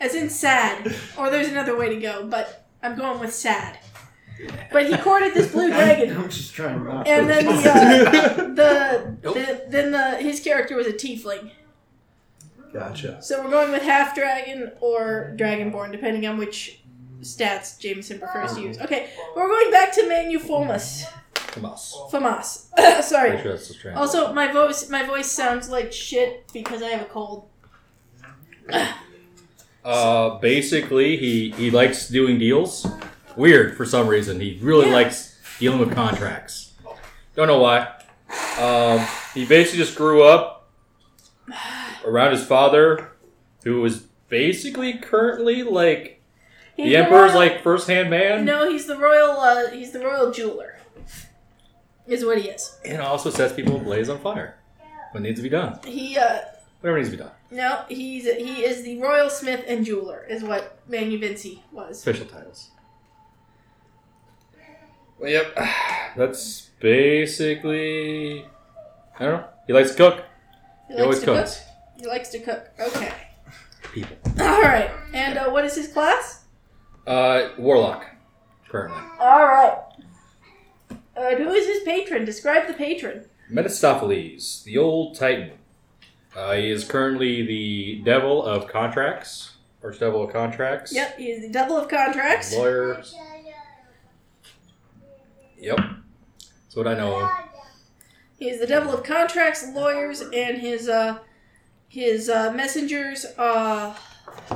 Speaker 1: As in sad. Or there's another way to go, but I'm going with sad. But he courted this blue dragon,
Speaker 3: I'm just trying not to.
Speaker 1: and then the, uh, the, the then the his character was a tiefling.
Speaker 5: Gotcha.
Speaker 1: So we're going with half dragon or dragonborn, depending on which stats Jameson prefers to use. Okay, we're going back to Manuformus.
Speaker 2: Come on.
Speaker 1: Famas. Sorry.
Speaker 2: Pretty sure that's the strand.
Speaker 1: Also, my voice my voice sounds like shit because I have a cold.
Speaker 2: Uh, basically, he he likes doing deals. Weird for some reason. He really
Speaker 1: Yeah.
Speaker 2: likes dealing with contracts. Don't know why. Um, he basically just grew up around his father, who was basically currently like
Speaker 1: He's
Speaker 2: the emperor's
Speaker 1: royal-
Speaker 2: like first hand man,
Speaker 1: No, he's the royal. Uh, he's the royal jeweler. Is what he is.
Speaker 2: and also sets people ablaze on fire when needs to be done.
Speaker 1: He uh
Speaker 2: Whatever needs to be done.
Speaker 1: no, he's he is the royal smith and jeweler. Is what Manu Vinci was.
Speaker 2: Official titles.
Speaker 8: Well, yep.
Speaker 2: That's basically. I don't know. He likes to cook.
Speaker 1: He
Speaker 2: He always
Speaker 1: likes to cook.
Speaker 2: cooks.
Speaker 1: He likes to cook. Okay.
Speaker 2: People.
Speaker 1: All right. And uh, what is his class?
Speaker 2: Uh, warlock. Currently.
Speaker 1: All right. And Uh, who is his patron? Describe the patron.
Speaker 2: Metastopheles, the old titan. Uh, he is currently the devil of contracts, archdevil of contracts.
Speaker 1: Yep, he is the devil of contracts.
Speaker 2: Lawyer. Yep. That's what I know of.
Speaker 1: He's the devil of contracts, lawyers, and his uh, his uh, messengers. Uh,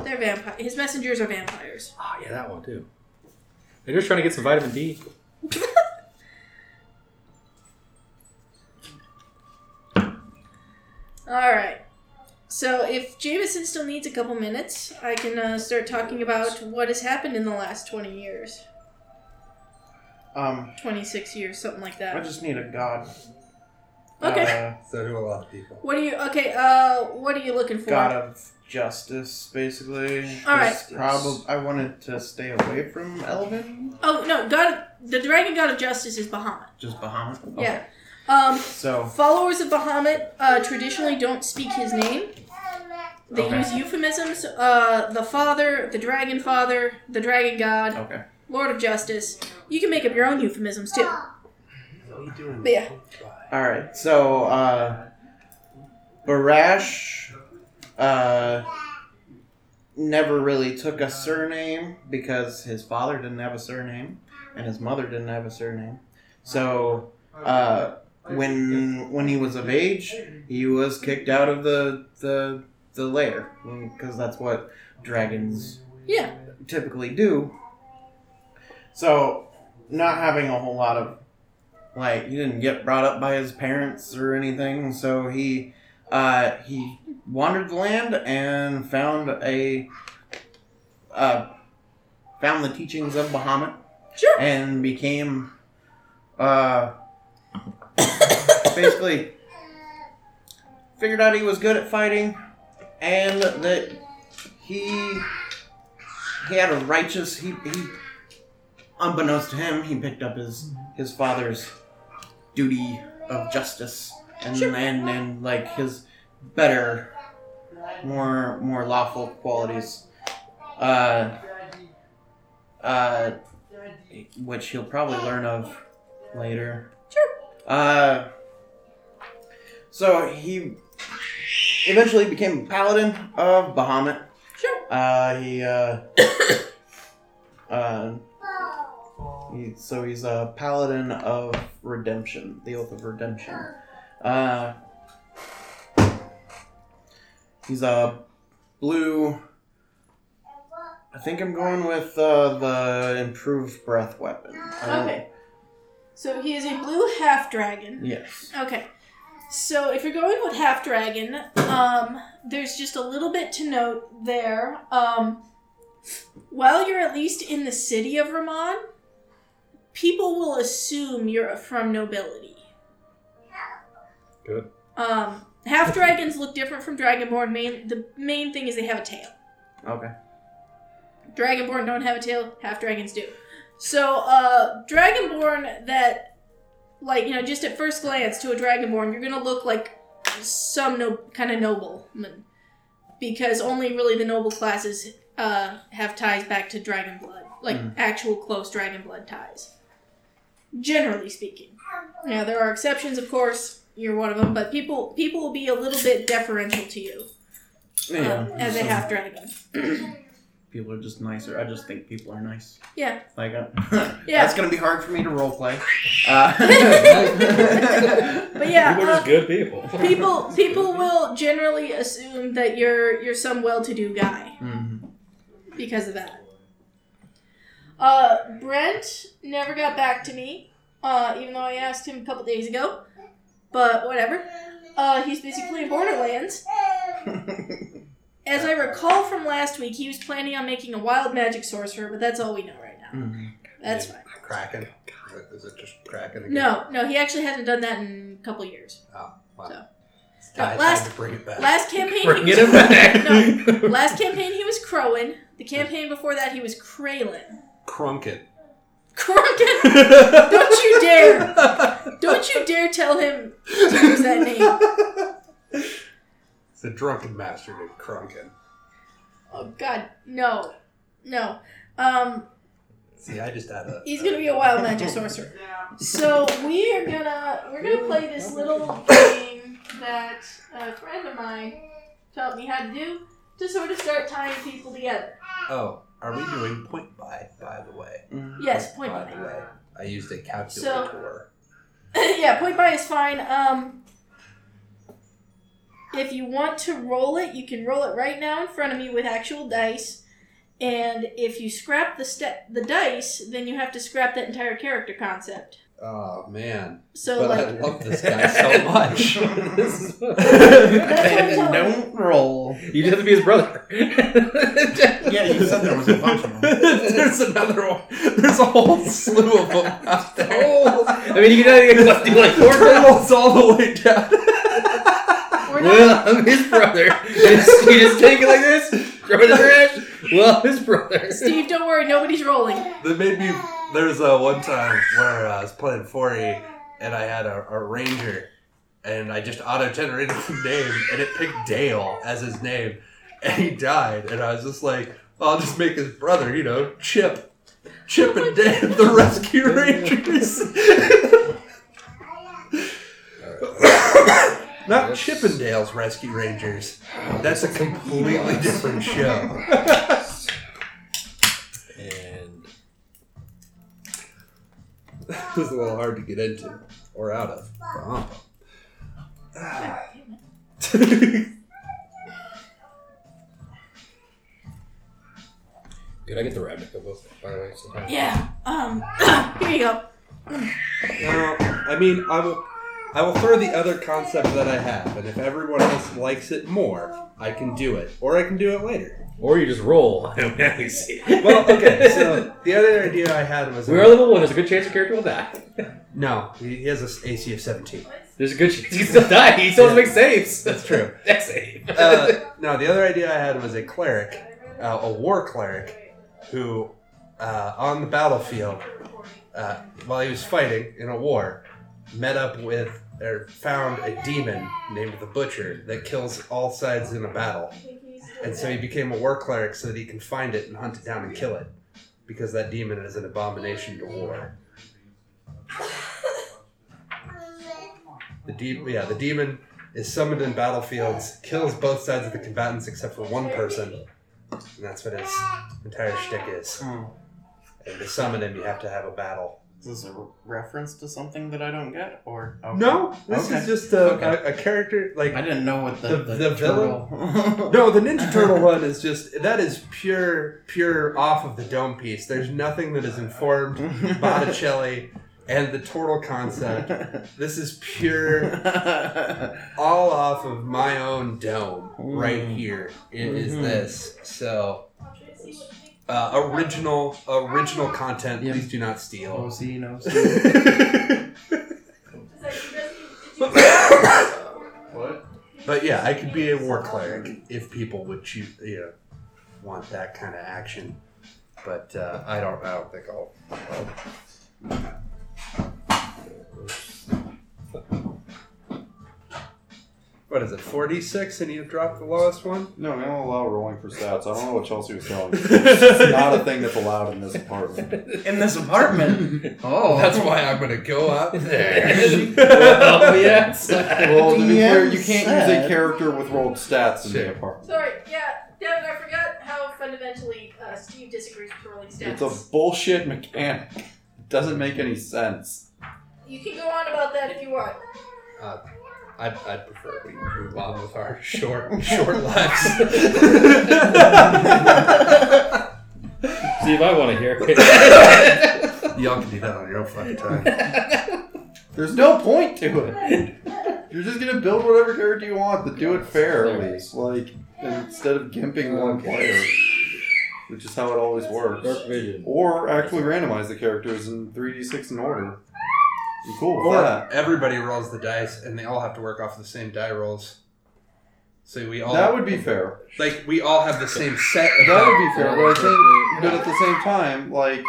Speaker 1: they're vampire. His messengers are vampires.
Speaker 2: Ah, yeah, that one too. They're just trying to get some vitamin D.
Speaker 1: All right. So if Jameson still needs a couple minutes, I can uh, start talking about what has happened in the last twenty years,
Speaker 3: Um,
Speaker 1: twenty six years, something like
Speaker 3: I
Speaker 1: that.
Speaker 3: just need a god.
Speaker 1: Okay.
Speaker 3: Uh,
Speaker 5: So do a lot of people.
Speaker 1: What are you? Okay. Uh, what are you looking for?
Speaker 3: god of justice, basically.
Speaker 1: All right.
Speaker 3: Probably, I wanted to stay away from Elvin.
Speaker 1: Oh no, God! of- The Dragon God of Justice is Bahamut.
Speaker 3: Just Bahamut. Okay.
Speaker 1: Yeah. Um,
Speaker 3: So,
Speaker 1: Followers of Bahamut uh, traditionally don't speak his name. They
Speaker 3: Okay.
Speaker 1: use euphemisms. Uh, the Father, the Dragon Father, the Dragon God,
Speaker 3: okay.
Speaker 1: Lord of Justice. You can make up your own euphemisms too. But yeah,
Speaker 3: All right. So, uh, Barash, uh, never really took a surname because his father didn't have a surname and his mother didn't have a surname. So, uh, when when he was of age, he was kicked out of the the the lair because that's what dragons
Speaker 1: yeah.
Speaker 3: typically do. So, not having a whole lot of, like, he didn't get brought up by his parents or anything. So he, uh, he wandered the land and found a, uh, found the teachings of Bahamut
Speaker 1: Sure.
Speaker 3: and became, uh, basically figured out he was good at fighting and that he he had a righteous he, he unbeknownst to him he picked up his his father's duty of justice and
Speaker 1: Sure.
Speaker 3: and, and like his better more more lawful qualities uh uh which he'll probably learn of later
Speaker 1: Sure.
Speaker 3: Uh, so he eventually became paladin of Bahamut.
Speaker 1: Sure.
Speaker 3: Uh, he uh, uh, he, so he's a paladin of redemption, the oath of redemption. Uh, he's a blue. I think I'm going with uh, the improved breath weapon. I don't-
Speaker 1: Okay. So he is a blue half dragon.
Speaker 3: Yes.
Speaker 1: Okay. So if you're going with half dragon, um, there's just a little bit to note there. Um, while you're at least in the city of Ramon, people will assume you're from nobility.
Speaker 2: Good.
Speaker 1: Um, half dragons look different from dragonborn. Main the main thing is they have a tail.
Speaker 3: Okay.
Speaker 1: Dragonborn don't have a tail, half dragons do. So, uh, Dragonborn that, like, you know, just at first glance to a Dragonborn, you're gonna look like some no- kind of nobleman. Because only really the noble classes uh, have ties back to dragon blood, like
Speaker 3: Mm.
Speaker 1: actual close dragon blood ties. Generally speaking. Now, there are exceptions, of course. You're one of them, but people people will be a little bit deferential to you uh,
Speaker 3: Yeah.
Speaker 1: as a
Speaker 3: so
Speaker 1: half dragon.
Speaker 3: People are just nicer. I just think people are nice.
Speaker 1: Yeah.
Speaker 3: Like, uh,
Speaker 1: Yeah.
Speaker 3: that's gonna be hard for me to roleplay. Uh,
Speaker 1: But yeah,
Speaker 2: People are
Speaker 1: uh,
Speaker 2: just good people.
Speaker 1: people people will generally assume that you're you're some well-to-do guy
Speaker 3: Mhm.
Speaker 1: because of that. Uh, Brent never got back to me, uh, even though I asked him a couple days ago. But whatever. Uh, he's busy playing Borderlands. As I recall from last week, he was planning on making a wild magic sorcerer, but that's all we know right now.
Speaker 3: Mhm.
Speaker 1: That's fine.
Speaker 8: Kraken. Is it- Is it just Kraken again?
Speaker 1: No, no, he actually hasn't done that in a couple years.
Speaker 5: It's time-
Speaker 1: last-
Speaker 5: time to bring it back.
Speaker 1: Last campaign,
Speaker 2: Bring
Speaker 1: he was
Speaker 2: it back.
Speaker 1: Last campaign he was Crowan. The campaign before that he was Kralin.
Speaker 5: Crunkin.
Speaker 1: Krunkin! Don't you dare! Don't you dare tell him to use that name.
Speaker 5: The drunken master named Crunkin.
Speaker 1: Oh god, no. No. Um,
Speaker 5: See, I just had a.
Speaker 1: he's gonna be a wild magic sorcerer. So we are gonna we're gonna play this little game that a friend of mine taught me how to do to sort of start tying people together.
Speaker 5: Oh, are we doing point buy? By the way.
Speaker 3: Mhm.
Speaker 1: Yes, point
Speaker 5: by
Speaker 1: blank.
Speaker 5: the way, I used a calculator.
Speaker 1: yeah, point buy is fine. Um, if you want to roll it, you can roll it right now in front of me with actual dice. And if you scrap the step the dice, then you have to scrap that entire character concept.
Speaker 5: Oh man,
Speaker 1: So
Speaker 5: but I
Speaker 1: like
Speaker 5: love this guy so much. This is-
Speaker 1: That's what I'm telling
Speaker 3: Don't roll.
Speaker 2: you just have to be his brother.
Speaker 3: Yeah, you said there was a bunch of them.
Speaker 5: There's another one. There's a whole slew of them out there.
Speaker 2: I mean, you can only do like four
Speaker 5: Turtles all the way down.
Speaker 1: we're not,
Speaker 2: Well, I'm his brother. You just, you just take it like this, throw it in the trash. Well, I'm his brother.
Speaker 1: Steve, don't worry, nobody's rolling.
Speaker 5: They made me. There's uh, one time where uh, I was playing 4E and I had a, a ranger, and I just auto-generated the name, and it picked Dale as his name, and he died, and I was just like, I'll just make his brother, you know, Chip, Chip and Dale, the Rescue Rangers. Not Chip and Dale's Rescue Rangers. That's a completely different show. and it was a little hard to get into or out of.
Speaker 2: Dude, I get the rabbit cover, by the way. Sometimes.
Speaker 1: Yeah. Um. here you go.
Speaker 5: No, I mean, I will, I will throw the other concept that I have, and if everyone else likes it more, I can do it, or I can do it later.
Speaker 2: Or you just roll. I don't really see it.
Speaker 5: Well, okay. So the other idea I had was
Speaker 2: we are level one. There's a good chance your character will die.
Speaker 5: no, he he has an AC of seventeen.
Speaker 2: There's a good chance he can still die. He still has to make saves.
Speaker 5: That's true.
Speaker 2: That's safe.
Speaker 5: uh, no, the other idea I had was a cleric, uh, a war cleric, who uh, on the battlefield, uh, while he was fighting in a war, met up with or found a demon named the Butcher that kills all sides in a battle. And so he became a war cleric so that he can find it and hunt it down and kill it, because that demon is an abomination to war. The de- yeah, the demon is summoned in battlefields, kills both sides of the combatants except for one person, and that's what his entire shtick is.
Speaker 3: Hmm.
Speaker 5: And to summon him, you have to have a battle.
Speaker 3: Is this a reference to something that I don't get, or okay.
Speaker 5: No, this
Speaker 3: Okay.
Speaker 5: is just a,
Speaker 3: Okay.
Speaker 5: a, a character like
Speaker 3: I didn't know what the
Speaker 5: The-
Speaker 3: the,
Speaker 5: the villain?
Speaker 3: turtle-
Speaker 5: No, the Ninja Turtle one is just that is pure, pure off of the dome piece. There's nothing that is informed Botticelli and the turtle concept. This is pure, all off of my own dome right
Speaker 3: Mm.
Speaker 5: here. It is
Speaker 3: Mhm.
Speaker 5: this so uh, original, original content.
Speaker 3: Yeah.
Speaker 5: Please do not steal.
Speaker 3: Oh, see, no, see.
Speaker 5: but
Speaker 4: What?
Speaker 5: yeah, I could be a war cleric if people would choose, you know, want that kind of action. But uh, I don't. I don't think I'll. What is it? Forty six, and you dropped the lowest one.
Speaker 4: No, we don't allow rolling for stats. I don't know what Chelsea was telling you. It's
Speaker 5: Not
Speaker 4: not a thing that's allowed in this apartment.
Speaker 3: in this apartment. Oh,
Speaker 2: That's why I'm gonna go up there.
Speaker 3: oh yes.
Speaker 4: Well, to be
Speaker 3: Yeah,
Speaker 4: clear, you can't use a
Speaker 3: sad.
Speaker 4: character with rolled stats in the
Speaker 2: Sure.
Speaker 4: apartment.
Speaker 1: Sorry, yeah, Devin, I forgot how fundamentally uh, Steve disagrees with rolling stats.
Speaker 4: It's a bullshit mechanic. It doesn't make any sense.
Speaker 1: You can go on about that if you want.
Speaker 2: I'd, I'd prefer we move on with our short, short lives.
Speaker 9: See if I want to hear it.
Speaker 5: Y'all can do that on your own fucking time.
Speaker 4: There's no point to it. You're just gonna build whatever character you want, but do it fairly. Like instead of gimping one player, which is how it always works.
Speaker 9: Dark vision.
Speaker 4: Or actually randomize the characters in 3d6 in order. Be cool with that.
Speaker 5: Or uh, everybody rolls the dice, and they all have to work off the same die rolls. So we all
Speaker 4: That would be fair.
Speaker 5: like we all have the same set. Of
Speaker 4: That would be fair, but I think, but at the same time, like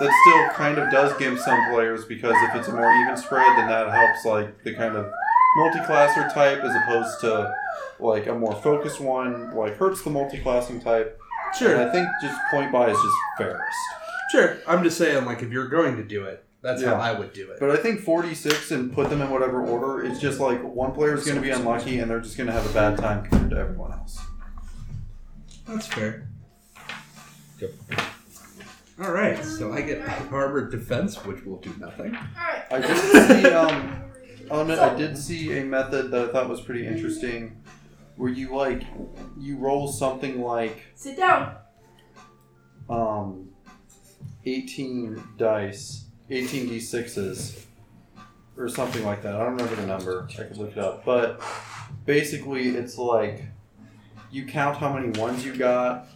Speaker 4: that still kind of does gimp some players because if it's a more even spread, then that helps like the kind of multi-classer type as opposed to like a more focused one, like hurts the multi-classing type.
Speaker 5: Sure.
Speaker 4: And I think just point buy is just fairest.
Speaker 5: Sure, I'm just saying, like, if you're going to do it, that's
Speaker 4: Yeah.
Speaker 5: how I would do it.
Speaker 4: But I think 46 and put them in whatever order is just like one player is going to be unlucky and they're just going to have a bad time compared to everyone else.
Speaker 5: that's fair.
Speaker 9: Yep.
Speaker 5: All right, so I get armored defense, which will do nothing.
Speaker 1: Alright.
Speaker 4: I did see. Um, I'll admit, I did see a method that I thought was pretty interesting, where you like you roll something like
Speaker 1: Sit down.
Speaker 4: um, eighteen dice, eighteen d sixes, or something like that. I don't remember the number. I could look it up, but basically, it's like you count how many ones you got.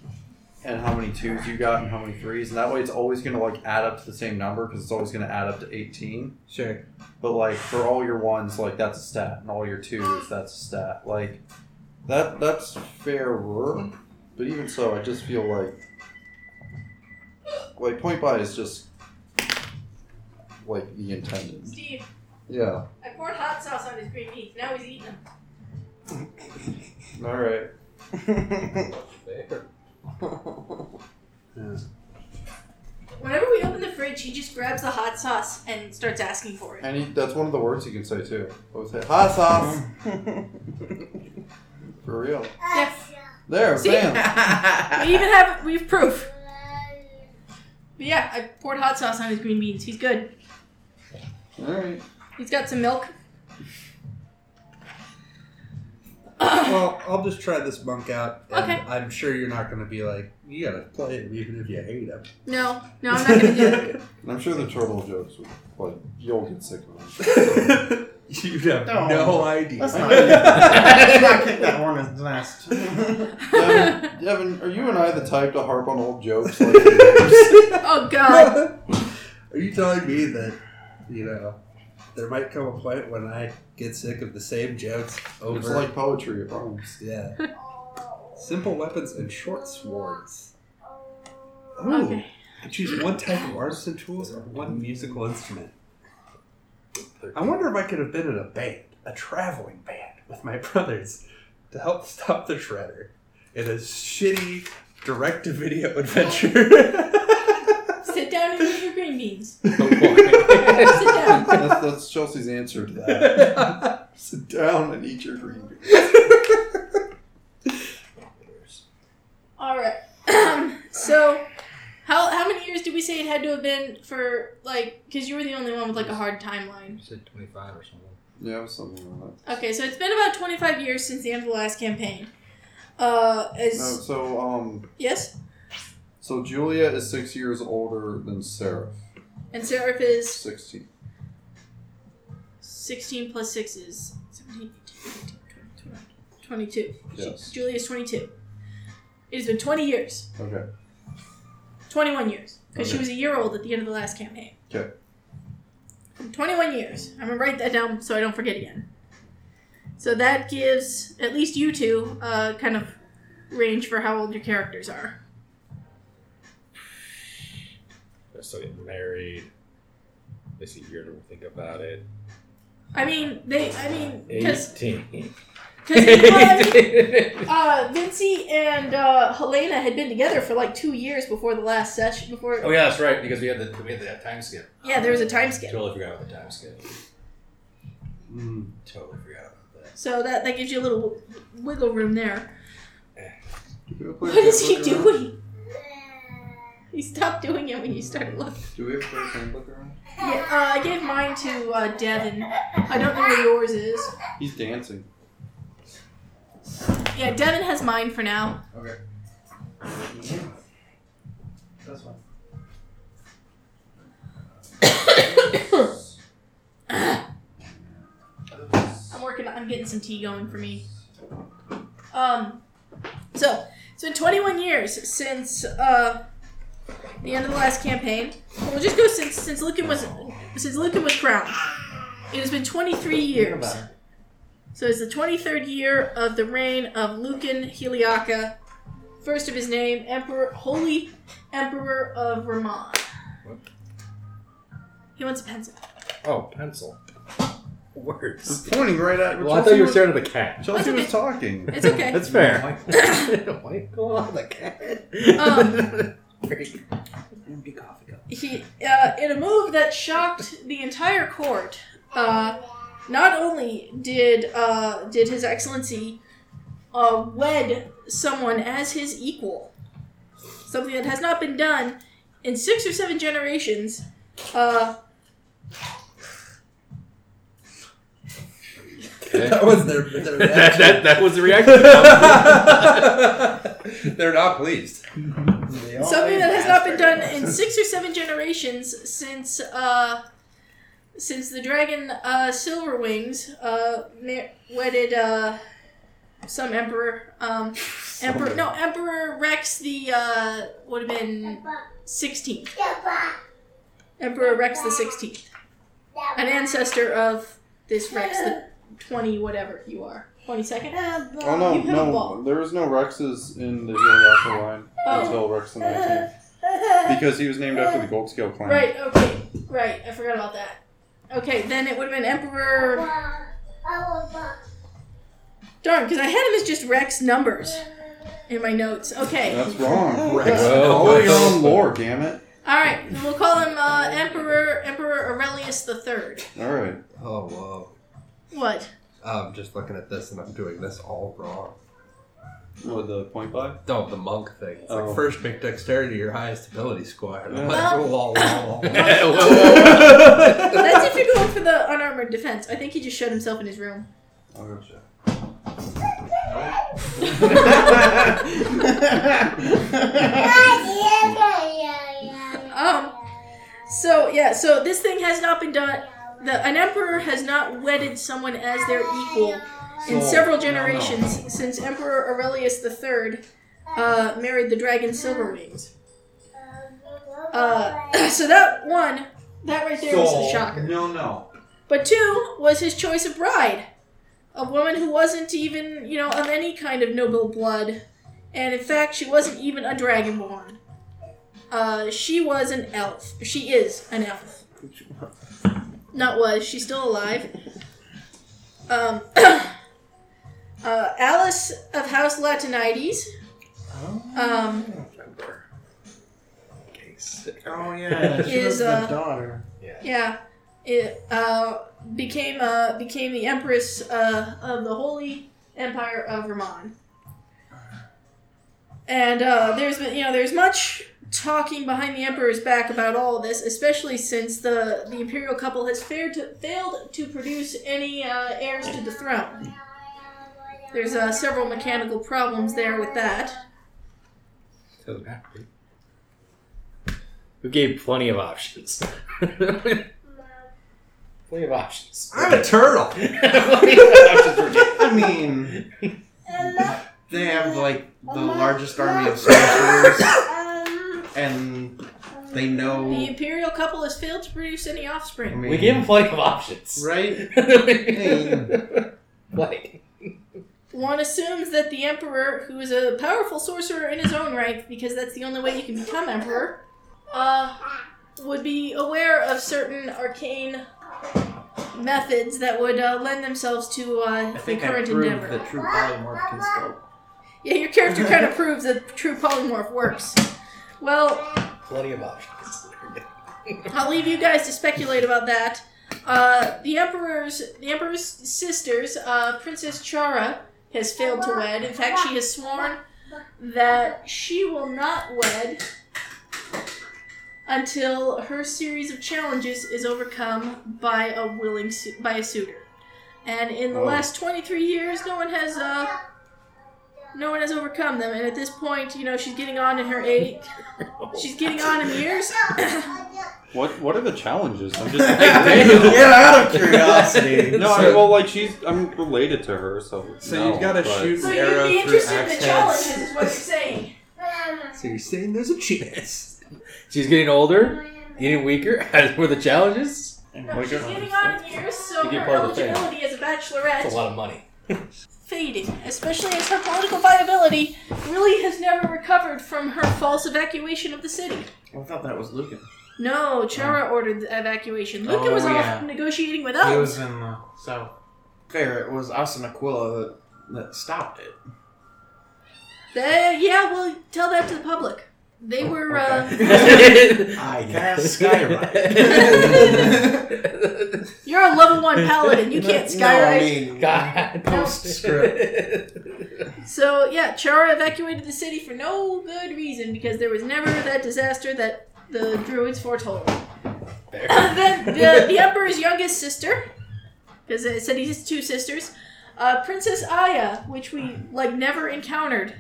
Speaker 4: And how many twos you got, and how many threes, and that way it's always going to like add up to the same number because it's always going to add up to eighteen.
Speaker 5: Sure.
Speaker 4: But like for all your ones, like that's a stat, and all your twos, that's a stat. Like that that's fairer. But even so, I just feel like like point buy is just like the intended.
Speaker 1: Steve,
Speaker 4: Yeah.
Speaker 1: I poured hot sauce on his green peas. Now he's eating them.
Speaker 4: All right.
Speaker 5: Uh,
Speaker 1: Whenever we open the fridge, he just grabs the hot sauce and starts asking for it.
Speaker 4: And he, that's one of the words you can say too. Always say hot sauce for real.
Speaker 1: Yes.
Speaker 4: There,
Speaker 1: See?
Speaker 4: bam.
Speaker 1: We even have we have proof. But yeah, I poured hot sauce on his green beans. He's good.
Speaker 4: All right.
Speaker 1: He's got some milk.
Speaker 5: well, I'll just try this monk out, and
Speaker 1: Okay.
Speaker 5: I'm sure you're not going to be like, you got to play him even if you hate him.
Speaker 1: No, no, I'm not gonna do it.
Speaker 4: And I'm sure the turtle jokes would like you'll get sick of them.
Speaker 5: you have
Speaker 3: No.
Speaker 5: no idea.
Speaker 3: Let's not, let's not kick that hornet's nest.
Speaker 4: Devin, Devin, are you and I the type to harp on old jokes like?
Speaker 1: Oh god.
Speaker 5: Are you telling me that, you know, there might come a point when I get sick of the same jokes over?
Speaker 4: It's like poetry, I promise.
Speaker 5: yeah. Simple weapons and short swords. Ooh.
Speaker 1: Okay.
Speaker 5: I choose one type of artisan tools or one musical instrument. I wonder if I could have been in a band, a traveling band, with my brothers to help stop the shredder in a shitty direct to video adventure.
Speaker 1: Sit down and eat your green beans.
Speaker 9: Oh, boy.
Speaker 1: Sit down.
Speaker 4: That's, that's Chelsea's answer to that.
Speaker 6: Sit down and eat your green beer.
Speaker 1: All right. so, how how many years did we say it had to have been for like? Because you were the only one with like a hard timeline.
Speaker 2: You said 25 or something.
Speaker 6: Yeah, it was something like that.
Speaker 1: Okay, so it's been about twenty five years since the end of the last campaign. Uh,
Speaker 6: No,
Speaker 1: is
Speaker 6: so um,
Speaker 1: yes,
Speaker 6: so Julia is six years older than Seraph.
Speaker 1: and Seraph is
Speaker 6: Sixteen.
Speaker 1: sixteen plus six is 17, 18, 20, 22.
Speaker 6: Yes.
Speaker 1: Julie is twenty two. It has been twenty years.
Speaker 6: Okay.
Speaker 1: 21 years because she
Speaker 6: Okay.
Speaker 1: was a year old at the end of the last campaign.
Speaker 6: Okay.
Speaker 1: 21 years. I'm gonna write that down so I don't forget again. So that gives at least you two uh, kind of range for how old your characters are.
Speaker 2: So get married. This a year to think about it.
Speaker 1: I mean, they. I mean, because
Speaker 2: Eighteen.
Speaker 1: uh, Vinci and uh, Helena had been together for like two years before the last session. Before
Speaker 8: Oh yeah, that's right. Because we had the we had that time skip.
Speaker 1: yeah, there was a time skip.
Speaker 8: Totally forgot about the time skip.
Speaker 6: Mm.
Speaker 8: Totally forgot about that.
Speaker 1: So that that gives you a little wiggle room there.
Speaker 6: Do we have a
Speaker 1: What
Speaker 6: place
Speaker 1: is
Speaker 6: to
Speaker 1: he
Speaker 6: look around?
Speaker 1: doing? He stopped doing it when you started looking.
Speaker 6: Do we have a place to look around?
Speaker 1: Yeah, uh, I gave mine to uh, Devin. I don't know where yours is.
Speaker 6: He's dancing.
Speaker 1: Yeah, Devin has mine for now.
Speaker 6: Okay.
Speaker 3: That's fine.
Speaker 1: I'm working. I'm getting some tea going for me. Um, so it's been 21 years since uh the end of the last campaign. We'll just go since since Lucan was since Lucan was crowned. It has been 23 years. So it's the 23rd year of the reign of Lucan Heliaca, first of his name, Emperor, Holy Emperor of Ramon.
Speaker 2: What?
Speaker 1: He wants a pencil.
Speaker 2: Oh, pencil. Words.
Speaker 6: He's pointing right at.
Speaker 2: Well, I thought you were staring at the cat.
Speaker 6: Chelsea
Speaker 1: That's
Speaker 6: was talking.
Speaker 1: It's okay.
Speaker 2: That's fair. Michael on the cat.
Speaker 1: Um.
Speaker 3: Empty coffee cup.
Speaker 1: he uh, in a move that shocked the entire court uh, not only did uh, did his excellency uh, wed someone as his equal something that has not been done in six or seven generations uh,
Speaker 5: That was their, their
Speaker 2: that, that, that was the reaction.
Speaker 5: They're not pleased.
Speaker 3: They all
Speaker 1: something
Speaker 3: need
Speaker 1: that has not been done
Speaker 3: aspirin.
Speaker 1: in six or seven generations since uh, since the dragon uh, Silverwings uh, ma- wedded uh, some emperor um, emperor no emperor Rex the uh, would have been sixteenth emperor Rex the sixteenth an ancestor of this Rex the twenty whatever you are twenty second
Speaker 6: Oh no,
Speaker 1: You have a ball.
Speaker 6: no, there was no Rexes in the Heliopter line
Speaker 1: Oh.
Speaker 6: until Rex the 19th. Because he was named after the Gold Scale clan.
Speaker 1: right okay right I forgot about that okay then it would have been emperor. Darn, because I had him as just Rex numbers in my notes. Okay.
Speaker 6: That's wrong.
Speaker 5: Rex.
Speaker 6: Follow your own lore, damn it.
Speaker 1: All right. We'll call him uh, Emperor Emperor Aurelius the Third.
Speaker 6: All right.
Speaker 5: Oh whoa.
Speaker 1: What?
Speaker 5: I'm just looking at this and I'm doing this all wrong.
Speaker 6: What the point by?
Speaker 5: No, the monk thing. It's
Speaker 6: Oh.
Speaker 5: like first make dexterity your highest ability score. And I'm
Speaker 1: Yeah.
Speaker 5: like, whoa, whoa, whoa, whoa.
Speaker 6: Oh,
Speaker 1: That's if you're going for the unarmored defense. I think he just shut himself in his room. So yeah. So this thing has not been done. The, an emperor has not wedded someone as their equal in
Speaker 6: So,
Speaker 1: several
Speaker 6: no, no.
Speaker 1: generations since Emperor Aurelius the Third uh, married the dragon Silverwings. Uh, so that one, that right there was a shocker.
Speaker 6: No, no.
Speaker 1: But two was his choice of bride, a woman who wasn't even, you know, of any kind of noble blood, and in fact, she wasn't even a dragonborn. Uh, she was an elf. She is an elf. Not was. She's still alive. Um, uh, Alice of House Latinides. Um,
Speaker 3: Oh yeah, she
Speaker 1: Is,
Speaker 3: was the
Speaker 1: uh,
Speaker 3: daughter.
Speaker 1: yeah, it uh, became uh, became the empress uh, of the Holy Empire of Vermont. And uh, there's been you know there's much talking behind the emperor's back about all of this, especially since the the imperial couple has failed to, failed to produce any uh, heirs to the throne. There's uh, several mechanical problems there with that.
Speaker 2: Doesn't matter. We gave plenty of options. plenty of options.
Speaker 5: I'm a turtle.
Speaker 2: plenty of options were given.
Speaker 3: I mean, they have like the largest army of sorcerers, and they
Speaker 1: The
Speaker 3: know.
Speaker 1: imperial couple has failed to produce any
Speaker 3: I
Speaker 1: offspring.
Speaker 3: mean,
Speaker 2: We gave him plenty of options.
Speaker 3: right.
Speaker 2: Plenty.
Speaker 1: One assumes that the emperor, who is a powerful sorcerer in his own right, because that's the only way you can become emperor, uh, would be aware of certain arcane methods that would uh, lend themselves to uh,
Speaker 3: I
Speaker 1: the
Speaker 3: think I
Speaker 1: current
Speaker 3: proved
Speaker 1: endeavor.
Speaker 3: that true polymorph can scope.
Speaker 1: Yeah, your character kind of proves that true polymorph works. Well,
Speaker 2: Plenty of options.
Speaker 1: I'll leave you guys to speculate about that. Uh, the emperor's the emperor's sisters, uh, Princess Chara, has failed to wed. In fact, she has sworn that she will not wed until her series of challenges is overcome by a willing su- by a suitor. And in the
Speaker 2: Oh.
Speaker 1: last 23 years, no one has uh, no one has overcome them. And at this point, you know she's getting on in her age. She's getting on in years.
Speaker 6: What What are the challenges? I'm
Speaker 3: Get
Speaker 6: just.
Speaker 3: out of curiosity.
Speaker 6: no, I, well, like she's. I'm related to her, so.
Speaker 5: So
Speaker 6: no,
Speaker 5: you've got to
Speaker 6: but-
Speaker 5: shoot
Speaker 1: So
Speaker 5: an
Speaker 1: you'd
Speaker 5: arrow
Speaker 1: be
Speaker 5: through
Speaker 1: interested in
Speaker 5: axe
Speaker 1: the
Speaker 5: heads.
Speaker 1: challenges, is what you're saying.
Speaker 5: So you're saying there's a chance.
Speaker 2: She's getting older, getting weaker. As were the challenges.
Speaker 1: No, she's getting on in years, so
Speaker 2: Oh You get
Speaker 1: her
Speaker 2: part of the family.
Speaker 1: eligibility as a
Speaker 2: That's a
Speaker 1: bachelorette
Speaker 2: lot of money.
Speaker 1: fading, especially as her political viability really has never recovered from her false evacuation of the city.
Speaker 3: I thought that was Lucan.
Speaker 1: No,
Speaker 2: Oh.
Speaker 1: Chara ordered the evacuation. Luca
Speaker 3: Oh,
Speaker 1: was off
Speaker 3: yeah.
Speaker 1: negotiating with
Speaker 3: He
Speaker 1: us.
Speaker 3: was in the south. Fair. It was us and Aquila that that stopped it.
Speaker 1: They- yeah, well, tell that to the public. They were, uh,
Speaker 3: I cast
Speaker 2: Skyrocket.
Speaker 1: you're a level one paladin. You can't skyride.
Speaker 3: No, I mean,
Speaker 2: God.
Speaker 1: So yeah, Chara evacuated the city for no good reason because there was never that disaster that the druids foretold. then the, the emperor's youngest sister, because it said he has two sisters, uh, Princess Aya, which we like never encountered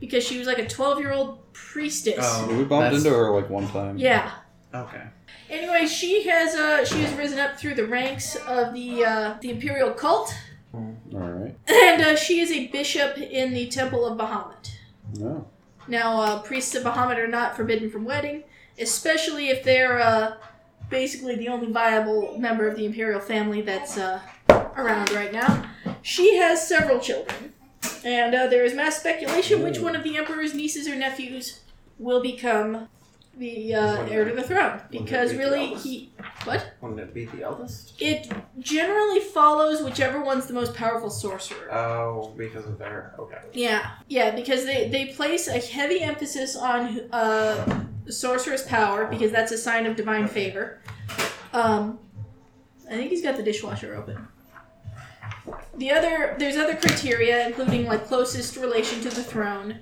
Speaker 1: because she was like a twelve-year-old priestess.
Speaker 3: Oh.
Speaker 6: We bumped
Speaker 3: That's-
Speaker 6: into her like one time.
Speaker 1: Yeah.
Speaker 3: okay.
Speaker 1: Anyway, she has uh, she has risen up through the ranks of the uh, the imperial cult,
Speaker 6: All right.
Speaker 1: and uh, she is a bishop in the temple of Bahamut.
Speaker 6: No.
Speaker 1: Now, uh, priests of Bahamut are not forbidden from wedding, especially if they're uh, basically the only viable member of the imperial family that's uh, around right now. She has several children, and uh, there is mass speculation which one of the emperor's nieces or nephews will become the uh, heir to the throne. Because really, he
Speaker 3: Wouldn't it be the eldest?
Speaker 1: it generally follows whichever one's the most powerful sorcerer.
Speaker 3: Oh, because of their okay.
Speaker 1: Yeah, yeah, because they they place a heavy emphasis on uh, sorceress power because that's a sign of divine favor. Um, I think he's got the dishwasher open. The other there's other criteria including like closest relation to the throne,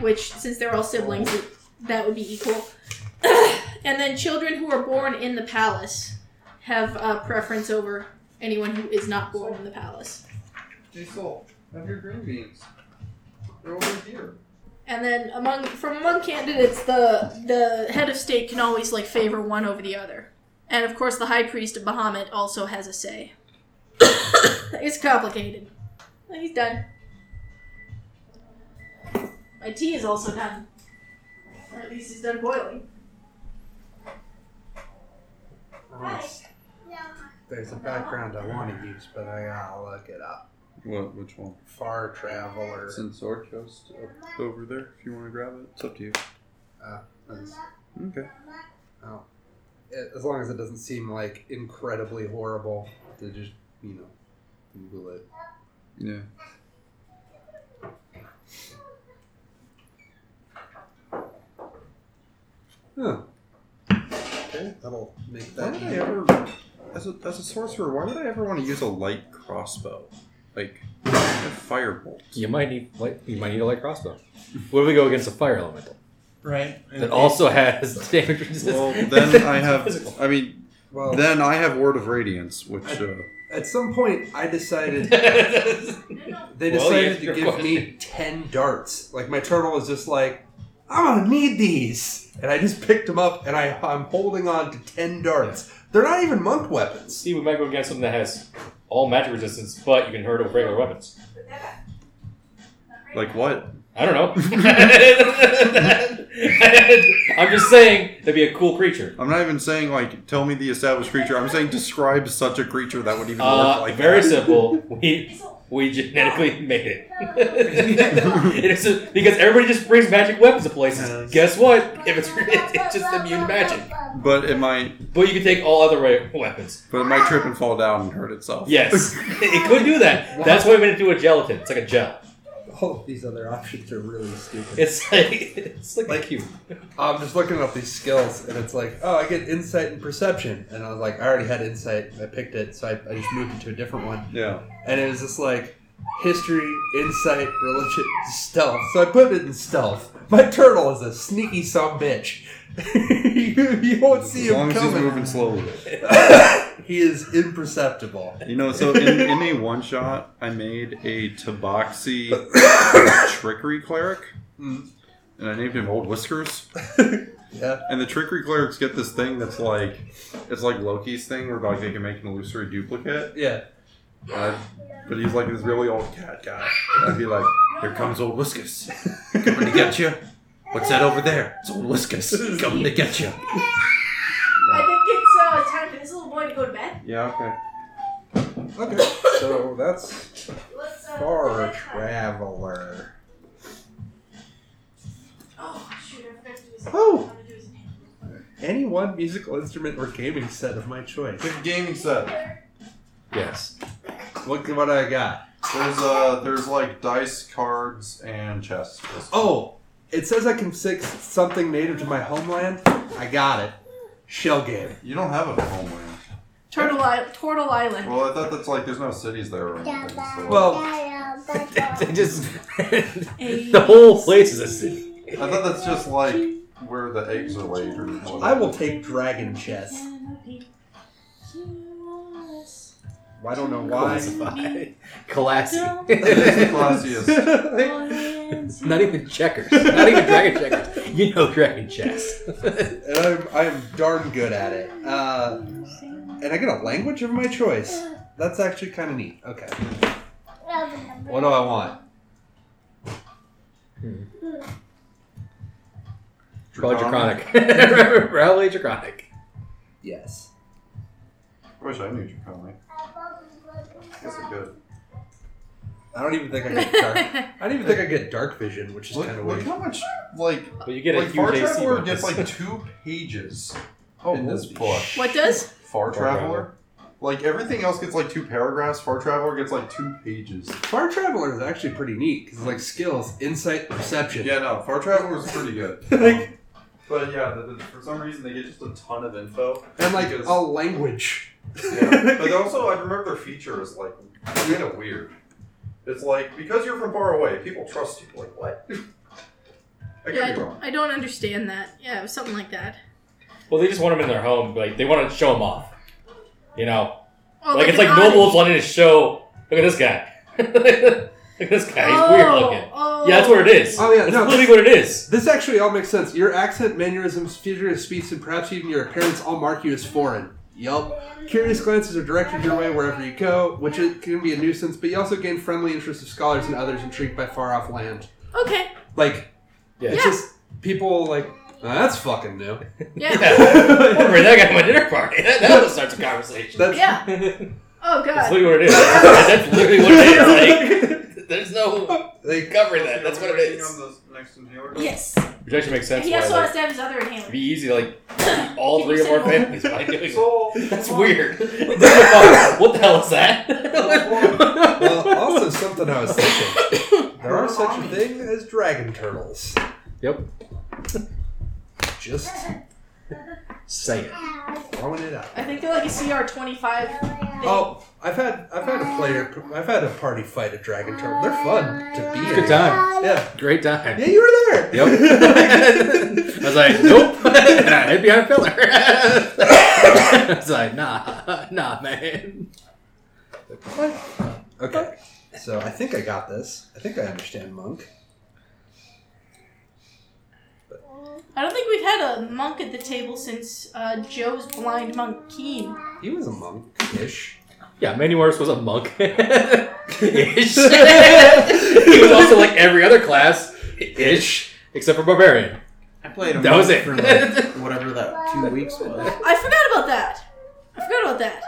Speaker 1: which since they're all siblings, it, that would be equal. and then children who are born in the palace have a preference over anyone who is not born in the palace.
Speaker 6: Hey, Soul, have your green beans. They're over here.
Speaker 1: And then among from among candidates, the the head of state can always like favor one over the other. And of course, the high priest of Bahamut also has a say. it's complicated. Well, He's done. My tea is also done, or at least it's done boiling.
Speaker 5: There's a background I want to use, but I gotta look it up.
Speaker 6: What? Which one?
Speaker 5: Far Traveler.
Speaker 6: It's in Sword Coast up over there. If you want to grab it, it's up to you.
Speaker 5: is-
Speaker 6: Okay.
Speaker 5: As long as it doesn't seem like incredibly horrible to just, you know, Google it.
Speaker 6: Yeah.
Speaker 5: Huh. Okay, that'll make
Speaker 6: Why
Speaker 5: that.
Speaker 6: did I
Speaker 5: easier.
Speaker 6: ever
Speaker 4: as a, as a sorcerer, why would I ever want to use a light crossbow? Like a firebolt.
Speaker 2: You might need light, you might need a light crossbow. What do we go against a fire elemental
Speaker 3: Right. And
Speaker 2: that also has damage resistance?
Speaker 4: Well, then I have.
Speaker 2: Physical.
Speaker 4: I mean,
Speaker 5: Well,
Speaker 4: then I have Word of Radiance, which
Speaker 5: I-
Speaker 4: uh,
Speaker 5: at some point, I decided they
Speaker 2: Well, you
Speaker 5: decided
Speaker 2: answered
Speaker 5: to
Speaker 2: your
Speaker 5: give me ten darts. Like my turtle was just like, I'm gonna need these, and I just picked them up, and I I'm holding on to ten darts. They're not even monk weapons.
Speaker 2: See, we might go against something that has all magic resistance, but you can hurt it with regular weapons.
Speaker 4: like what?
Speaker 2: I don't know. I'm just saying that'd be a cool creature.
Speaker 4: I'm not even saying like tell me the established creature. I'm saying describe such a creature that would even
Speaker 2: Uh,
Speaker 4: work like
Speaker 2: very
Speaker 4: that.
Speaker 2: simple. We we genetically made it. It is a- because everybody just brings magic weapons to places.
Speaker 3: Yes.
Speaker 2: Guess what? If it's it's just immune magic,
Speaker 4: But it might,
Speaker 2: but you can take all other we- weapons.
Speaker 4: but it might trip and fall down and hurt itself.
Speaker 2: Yes, it could do that. That's why we made it do a gelatin. It's like a gel.
Speaker 5: All of these other options are really stupid.
Speaker 2: It's like it's like,
Speaker 5: Like-
Speaker 2: a cube.
Speaker 5: I'm just looking up these skills, and it's like, oh, I get insight and perception, and I was like, I already had insight, I picked it, so I, I just moved into a different one.
Speaker 4: Yeah.
Speaker 5: and it was just like history, insight, religion, stealth. So I put it in stealth. My turtle is a sneaky some bitch. you, you won't see
Speaker 4: As long
Speaker 5: him
Speaker 4: as he's moving
Speaker 5: coming.
Speaker 4: slowly.
Speaker 5: he is imperceptible.
Speaker 4: You know, so in, in a one shot, I made a Tabaxi trickery cleric, Hmm.
Speaker 5: Mm.
Speaker 4: and I named him Old Whiskers.
Speaker 5: Yeah.
Speaker 4: And the trickery clerics get this thing that's like, it's like Loki's thing where like they can make an illusory duplicate.
Speaker 5: Yeah.
Speaker 4: Uh, but he's like this really old cat guy. And I'd be like, here comes Old Whiskers, coming to get you. What's that over there? It's Old Whiskers coming to get you.
Speaker 1: I think it's uh, time for this little boy to go to bed.
Speaker 4: Yeah. Okay.
Speaker 5: Okay. So that's
Speaker 1: Let's, uh,
Speaker 5: Far Traveler.
Speaker 1: Oh, shoot, I forgot to do his
Speaker 5: Oh.
Speaker 1: I forgot to do his name.
Speaker 5: Any one musical instrument or gaming set of my choice.
Speaker 4: The gaming set.
Speaker 2: Yes.
Speaker 5: Look at what I got.
Speaker 4: There's uh, there's like dice, cards, and chess.
Speaker 5: Oh, it says I can fix something native to my homeland. I got it. Shell game.
Speaker 4: You don't have a homeland.
Speaker 1: Turtle, I- Turtle Island.
Speaker 4: Well, I thought that's like there's no cities there. Or anything, so-
Speaker 5: Well,
Speaker 6: um,
Speaker 2: It just the whole place is a city.
Speaker 4: I thought that's just like where the eggs are laid. Or whatever.
Speaker 5: I will take dragon chess. I don't know why.
Speaker 2: Classify. Classy.
Speaker 4: It's the classiest.
Speaker 2: Not even checkers. Not even dragon checkers. You know dragon chess.
Speaker 5: And I'm, I'm darn good at it. Uh, and I get a language of my choice. That's actually kind of neat. Okay. What do I want?
Speaker 2: Probably draconic. Probably draconic.
Speaker 5: Yes.
Speaker 4: I wish I knew draconic. I guess I could.
Speaker 5: I don't even think I get dark. I don't even think I get dark vision, which is
Speaker 4: Look,
Speaker 5: kind of
Speaker 4: look
Speaker 5: weird.
Speaker 4: how much like
Speaker 2: But you get a
Speaker 4: like Far
Speaker 2: huge AC
Speaker 4: Traveler
Speaker 2: bonus.
Speaker 4: gets like two pages
Speaker 5: Oh,
Speaker 4: in this
Speaker 5: holy
Speaker 4: book.
Speaker 1: What does?
Speaker 4: Far Traveler.
Speaker 2: Traveler.
Speaker 4: Like everything else gets like two paragraphs. Far Traveler gets like two pages.
Speaker 5: Far Traveler is actually pretty neat because like skills, insight, perception.
Speaker 4: Yeah, no, Far Traveler is pretty good.
Speaker 5: Like-
Speaker 4: but yeah, the, the, for some reason they get just a ton of info.
Speaker 5: And like
Speaker 4: Because-
Speaker 5: a language.
Speaker 4: Yeah. But also, I remember their feature is like kind of weird. It's like because you're from far away, people trust you. Like what? I could
Speaker 1: Yeah,
Speaker 4: be wrong.
Speaker 1: I, I don't understand that. Yeah, it was something like that.
Speaker 2: Well, they just want them in their home. Like they want to show them off. You know,
Speaker 1: Oh,
Speaker 2: like, it's
Speaker 1: an
Speaker 2: like
Speaker 1: oddity.
Speaker 2: nobles wanting to show. Look at this guy. look at this guy. He's
Speaker 1: oh,
Speaker 2: weird looking.
Speaker 1: Oh.
Speaker 2: Yeah, that's what it is.
Speaker 5: Oh, yeah,
Speaker 2: that's
Speaker 5: no,
Speaker 2: literally what it is.
Speaker 5: This actually all makes sense. Your accent, mannerisms, figure of speech, and perhaps even your appearance all mark you as foreign. Yup. Curious glances are directed your way wherever you go, which it can be a nuisance, but you also gain friendly interest of scholars and others intrigued by far off land.
Speaker 1: oh. Okay.
Speaker 5: Like,
Speaker 2: Yeah.
Speaker 5: it's just people like, "Oh, that's fucking new.
Speaker 1: Yeah.
Speaker 2: Yeah. Don't bring that guy to my dinner party. That, that starts a conversation.
Speaker 5: That's,
Speaker 1: Yeah. Oh
Speaker 2: That's
Speaker 1: god.
Speaker 2: literally what it is. That's literally what it is. Like, there's no
Speaker 5: like,
Speaker 2: covering that. That's what it
Speaker 4: On
Speaker 2: is.
Speaker 4: the next inhaler?
Speaker 1: Yes.
Speaker 2: Which actually makes sense.
Speaker 1: he
Speaker 2: why,
Speaker 1: also
Speaker 2: like,
Speaker 1: has to have his other inhaler.
Speaker 2: it'd be easy to like keep all
Speaker 1: Can you
Speaker 2: three of
Speaker 1: say
Speaker 2: our
Speaker 1: that?
Speaker 2: families by doing that.
Speaker 4: So
Speaker 2: That's weird. what the hell is that?
Speaker 5: well, also something I was thinking. There are such a thing as dragon turtles.
Speaker 2: Yep.
Speaker 5: Just Say it. Throwing it out.
Speaker 1: I think they're like a CR twenty five.
Speaker 5: Oh, I've had I've had a player I've had a party fight at Dragon Turtle. They're fun to be.
Speaker 2: Good
Speaker 5: in.
Speaker 2: time.
Speaker 5: Yeah.
Speaker 2: Great time.
Speaker 5: Yeah, you were there.
Speaker 2: Yep. I was like, nope. and I hid behind a pillar. I was like, nah, nah, man.
Speaker 5: Okay. So I think I got this. I think I understand monk.
Speaker 1: I don't think we've had a monk at the table since uh, Joe's blind monk Keen.
Speaker 5: He was a monk-ish.
Speaker 2: Yeah, Manny Morris was a monk. Ish. he was also like every other class. Ish. Except for barbarian.
Speaker 3: I played a
Speaker 2: That was
Speaker 3: monk
Speaker 2: it.
Speaker 3: for like whatever that two weeks was.
Speaker 1: I forgot about that. I forgot about that.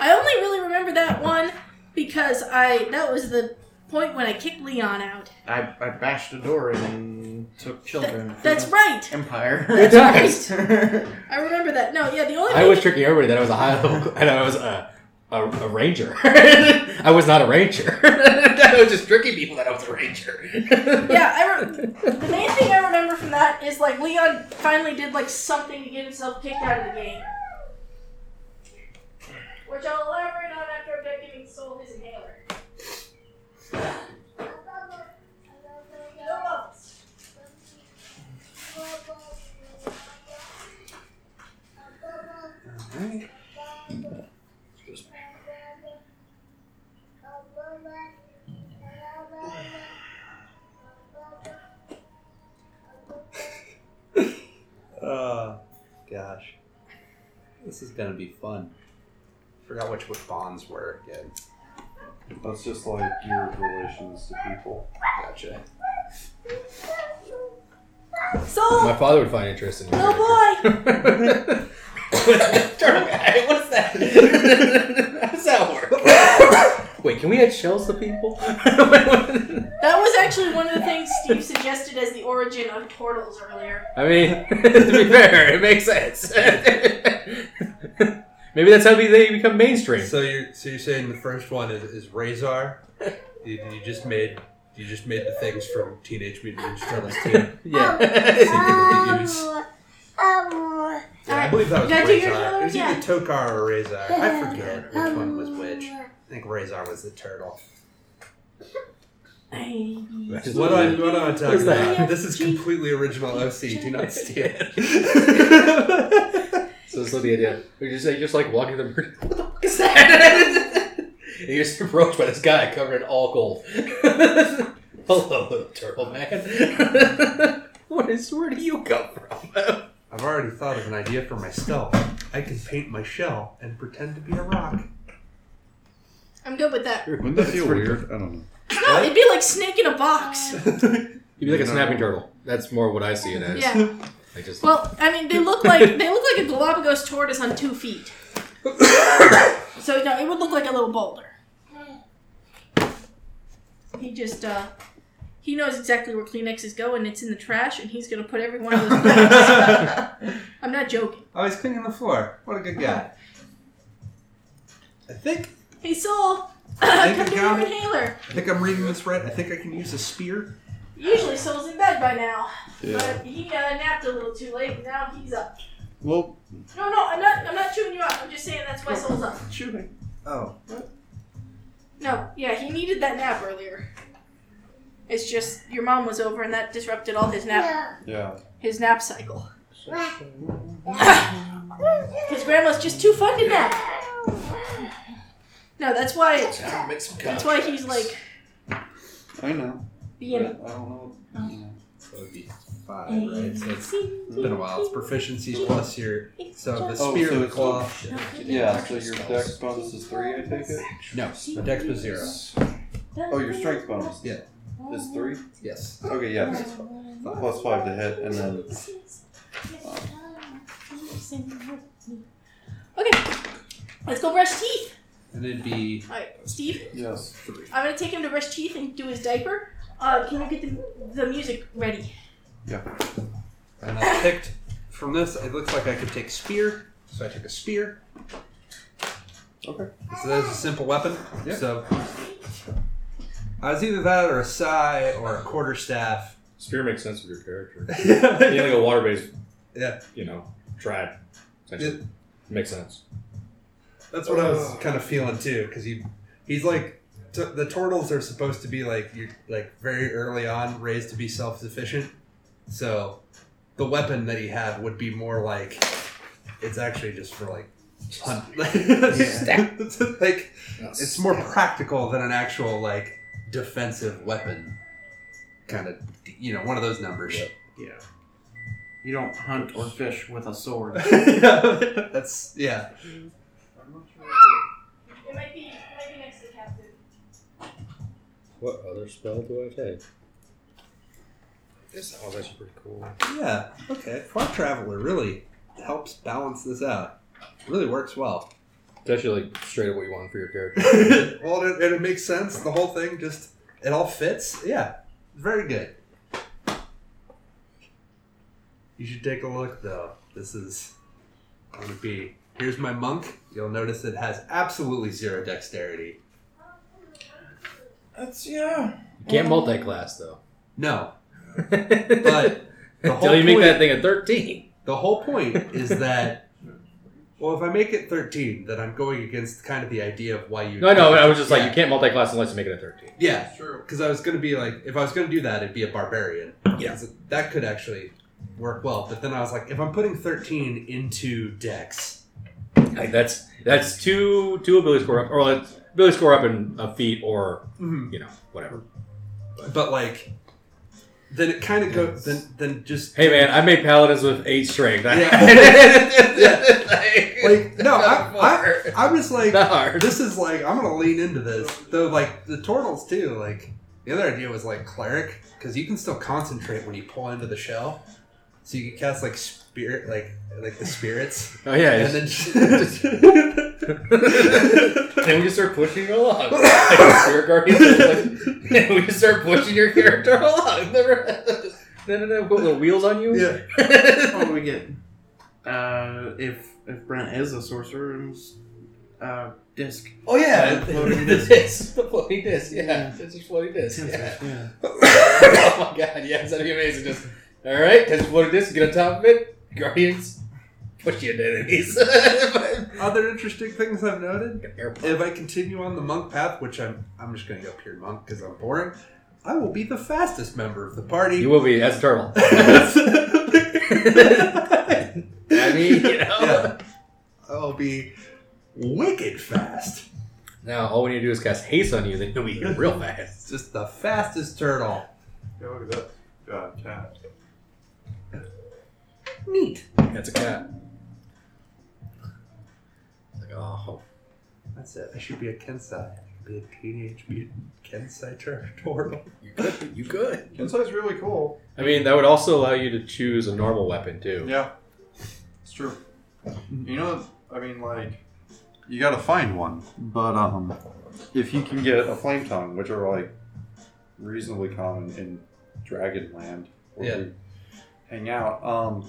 Speaker 1: I only really remember that one because I that was the point when I kicked Leon out.
Speaker 3: I, I bashed a door in and took children. from
Speaker 1: That's
Speaker 3: the
Speaker 1: right.
Speaker 3: Empire.
Speaker 2: Good times.
Speaker 1: I remember that. No, yeah, the only
Speaker 2: I was tricking everybody that I was a high level and I was a, a, a ranger. I was not a ranger. I was just tricking people that I was a ranger.
Speaker 1: yeah, I re- the main thing I remember from that is like Leon finally did like something to get himself kicked out of the game, which I'll elaborate on after I've done giving Soul his inhaler. No bubbles.
Speaker 5: Oh, gosh. This is gonna be fun. Forgot which what bonds were again.
Speaker 6: That's just like your relations to people.
Speaker 5: Gotcha.
Speaker 1: Soul,
Speaker 2: My father would find interest in
Speaker 1: little boy.
Speaker 2: Turtle guy, what is that? How does that work? Wait, can we add shells to people? I
Speaker 1: That was actually one of the things Steve suggested as the origin of turtles earlier.
Speaker 2: mean, to be fair, it makes sense. Maybe that's how we- they become mainstream.
Speaker 5: So you're so you're saying the first one is, is Razor? you, you just made you just made the things from Teenage Mutant Ninja Turtles too.
Speaker 2: Yeah.
Speaker 5: Yeah, I believe that was
Speaker 1: Yeah, do
Speaker 5: Razor.
Speaker 1: your
Speaker 5: It was
Speaker 1: yeah. Um,
Speaker 5: either Tokar or Razor. I forget which one was which. I think Razor was the turtle. What am I, what am I talking
Speaker 2: What's that?
Speaker 5: about? This is completely original OC. Do not steal.
Speaker 2: so it's not the idea. You're just, you're just like walking the bird. What the fuck is that? and you're just approached by this guy covered in all gold. Hello, little turtle man. what is where do you come from?
Speaker 5: I've already thought of an idea for myself. I can paint my shell and pretend to be a rock.
Speaker 1: I'm good with that.
Speaker 6: Wouldn't that feel weird? I don't know.
Speaker 1: No, it'd be like snake in a box.
Speaker 2: You'd be like a
Speaker 6: No.
Speaker 2: snapping turtle. That's more what I see it as.
Speaker 1: Yeah.
Speaker 2: Like just
Speaker 1: Well, I mean, they look like they look like a Galapagos tortoise on two feet. so no, it would look like a little boulder. He just uh, he knows exactly where Kleenexes go, and it's in the trash, and he's gonna put every one of those. back. I'm not joking.
Speaker 5: Oh, he's cleaning the floor. What a good guy. I think
Speaker 1: Hey, Soul,
Speaker 5: I
Speaker 1: come
Speaker 5: think
Speaker 1: to
Speaker 5: I
Speaker 1: your
Speaker 5: got it.
Speaker 1: inhaler.
Speaker 5: I think I'm reading this right. I think I can use a spear.
Speaker 1: Usually, Soul's in bed by now,
Speaker 6: Yeah.
Speaker 1: but he uh, napped a little too late, and now he's up.
Speaker 6: Well,
Speaker 1: No, no, I'm not. I'm not chewing you up. I'm just saying that's why Soul's up.
Speaker 5: Shooting. Oh.
Speaker 1: No, yeah, he needed that nap earlier. It's just your mom was over and that disrupted all his nap
Speaker 4: um,
Speaker 6: yeah.
Speaker 1: his nap cycle. His grandma's just too fun to nap. No, that's why
Speaker 2: make some
Speaker 1: that's why he's like
Speaker 6: I know. but
Speaker 1: being
Speaker 6: I don't know.
Speaker 5: That would be five, right? So it's been a while. It's proficiency plus your. So the
Speaker 6: Oh,
Speaker 5: spear
Speaker 6: so
Speaker 5: and the
Speaker 6: it's
Speaker 5: claw.
Speaker 6: Yeah, so your dex bonus is three, I take it?
Speaker 5: No, the dex was zero.
Speaker 6: Oh, your strength bonus
Speaker 5: Yeah.
Speaker 6: is three?
Speaker 5: Yes.
Speaker 6: Okay, yeah. that's fine. Plus five to hit, and then.
Speaker 1: Okay. Let's go brush teeth.
Speaker 5: And it'd be
Speaker 1: Alright, Steve,
Speaker 6: Yes.
Speaker 1: I'm gonna take him to brush teeth and do his diaper. Uh, can you get the, the music ready?
Speaker 5: And I picked from this, it looks like I could take spear. So I took a spear.
Speaker 6: Okay.
Speaker 5: So that's a simple weapon.
Speaker 6: Yeah.
Speaker 5: So I was either that or a sai or a quarter staff.
Speaker 2: Spear makes sense with your character.
Speaker 5: yeah.
Speaker 2: Being like a water based
Speaker 5: Yeah.
Speaker 2: you know, tribe. Essentially. Makes sense.
Speaker 5: That's what I was kind of feeling too, because he, he's like, t- the turtles are supposed to be like you're like very early on raised to be self sufficient, so the weapon that he had would be more like, it's actually just for like, hunt. like it's more practical than an actual like defensive weapon, kind of you know one of those numbers.
Speaker 3: Yeah. You don't hunt or fish with a sword.
Speaker 5: That's yeah.
Speaker 1: It might be, might be next to captain.
Speaker 2: What other spell do I take? This sounds actually pretty cool.
Speaker 5: Yeah. Okay. Far Traveler really helps balance this out. Really works well.
Speaker 2: It's actually like straight up what you want for your character.
Speaker 5: well, and it, and it makes sense. The whole thing just it all fits. Yeah. Very good. You should take a look though. This is going to be. Here's my monk. You'll notice it has absolutely zero dexterity.
Speaker 3: That's yeah.
Speaker 2: You can't multi-class though.
Speaker 5: No.
Speaker 2: but
Speaker 5: the whole
Speaker 2: until you make
Speaker 5: point-
Speaker 2: that thing a thirteen,
Speaker 5: The whole point is that. Well, if I make it 13, then I'm going against kind of the idea of why you.
Speaker 2: no, no. I was just like,
Speaker 5: Yeah.
Speaker 2: you can't multi-class unless you make it a thirteen.
Speaker 5: Yeah, because I was gonna be like, if I was gonna do that, it'd be a barbarian. Yeah, that could actually work well. But then I was like, if I'm putting thirteen into Dex,
Speaker 2: Like that's that's two two ability score up, or let's ability score up in a feat, or you know whatever.
Speaker 5: but like, then it kind of goes. Then then just
Speaker 2: Hey man, I made paladins with eight strength.
Speaker 5: like no, I, I I'm just like
Speaker 2: Not hard.
Speaker 5: this is like I'm gonna lean into this though. Like the turtles too. Like the other idea was like cleric because you can still concentrate when you pull into the shell, so you can cast like spirit like like the spirits
Speaker 2: Oh yeah.
Speaker 5: and
Speaker 2: just-
Speaker 5: then
Speaker 2: Then we just start pushing along. Like, Spirit Guardians, like, then we just start pushing your character along. Never, no, no, no. Put little wheels on you.
Speaker 5: Yeah.
Speaker 3: What do we get? Uh, if if Brent is a sorcerer, it's, uh, disc.
Speaker 2: oh yeah.
Speaker 3: Floating
Speaker 2: the
Speaker 3: disc.
Speaker 2: disc. The floating disc. Yeah. It's just floating disc. Yeah.
Speaker 3: Yeah.
Speaker 2: oh my god. Yeah. That'd be amazing. Just all right. Just floating disc. Get on top of it. Guardians. Push your enemies.
Speaker 5: Other interesting things I've noted:
Speaker 2: Airport.
Speaker 5: if I continue on the monk path, which I'm, I'm just going to go pure monk because I'm boring. I will be the fastest member of the party.
Speaker 2: You will be as a turtle. I mean, you know.
Speaker 5: yeah, I'll be wicked fast.
Speaker 2: Now all we need to do is cast haste on you. Then you'll be real fast.
Speaker 5: It's just the fastest turtle.
Speaker 4: Yeah, look at that uh, cat.
Speaker 5: Neat.
Speaker 2: That's a cat. Like, oh,
Speaker 5: That's it. I should be a kensai. I could be a teenage mutant kensai tur- turtle.
Speaker 2: you good? You good?
Speaker 4: Kensai's really cool.
Speaker 2: I mean, that would also allow you to choose a normal weapon too.
Speaker 4: Yeah, it's true. You know, I mean, like, you gotta find one, but um, if you can get a flame tongue, which are like reasonably common in Dragonland, where
Speaker 5: Yeah.
Speaker 4: we hang out. Um,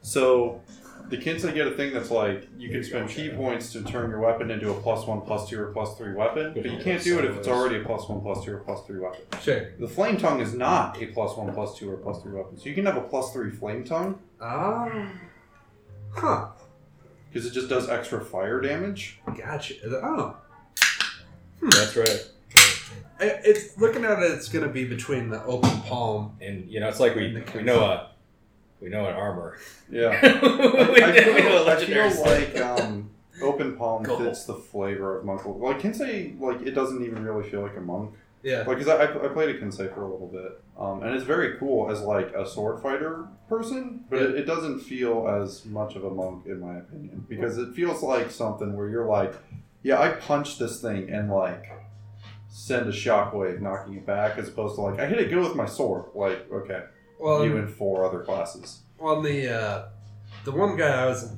Speaker 4: so the Kinsei get a thing that's like you can spend key points to turn your weapon into a plus one, plus two, or plus three weapon, but you can't do it if it's already a plus one, plus two, or plus three weapon.
Speaker 5: Sure.
Speaker 4: The flame tongue is not a plus one, plus two, or plus three weapon. So you can have a plus three flame tongue
Speaker 5: Ah. Huh.
Speaker 4: because it just does extra fire damage.
Speaker 5: Gotcha. Oh.
Speaker 2: That's right.
Speaker 5: It- It's looking at it. It's going to be between the open palm.
Speaker 2: And you know, it's like we, we know a we know an armor.
Speaker 4: Yeah.
Speaker 2: we, know,
Speaker 4: I, I
Speaker 2: we know a
Speaker 4: feel, I
Speaker 2: legendary.
Speaker 4: feel
Speaker 2: stuff.
Speaker 4: like um, open palm
Speaker 2: Cool.
Speaker 4: fits the flavor of monk. Like Kinsei, like it doesn't even really feel like a monk.
Speaker 5: Yeah.
Speaker 4: Like, 'cause I, I, I played a Kinsei for a little bit, um, and it's very cool as like a sword fighter person, but it, it doesn't feel as much of a monk in my opinion because it feels like something where you're like, yeah, I punch this thing and like send a shockwave knocking it back, as opposed to like I hit it good with my sword. Like, okay,
Speaker 5: Well,
Speaker 4: you and four other classes.
Speaker 5: on the uh, the one guy I was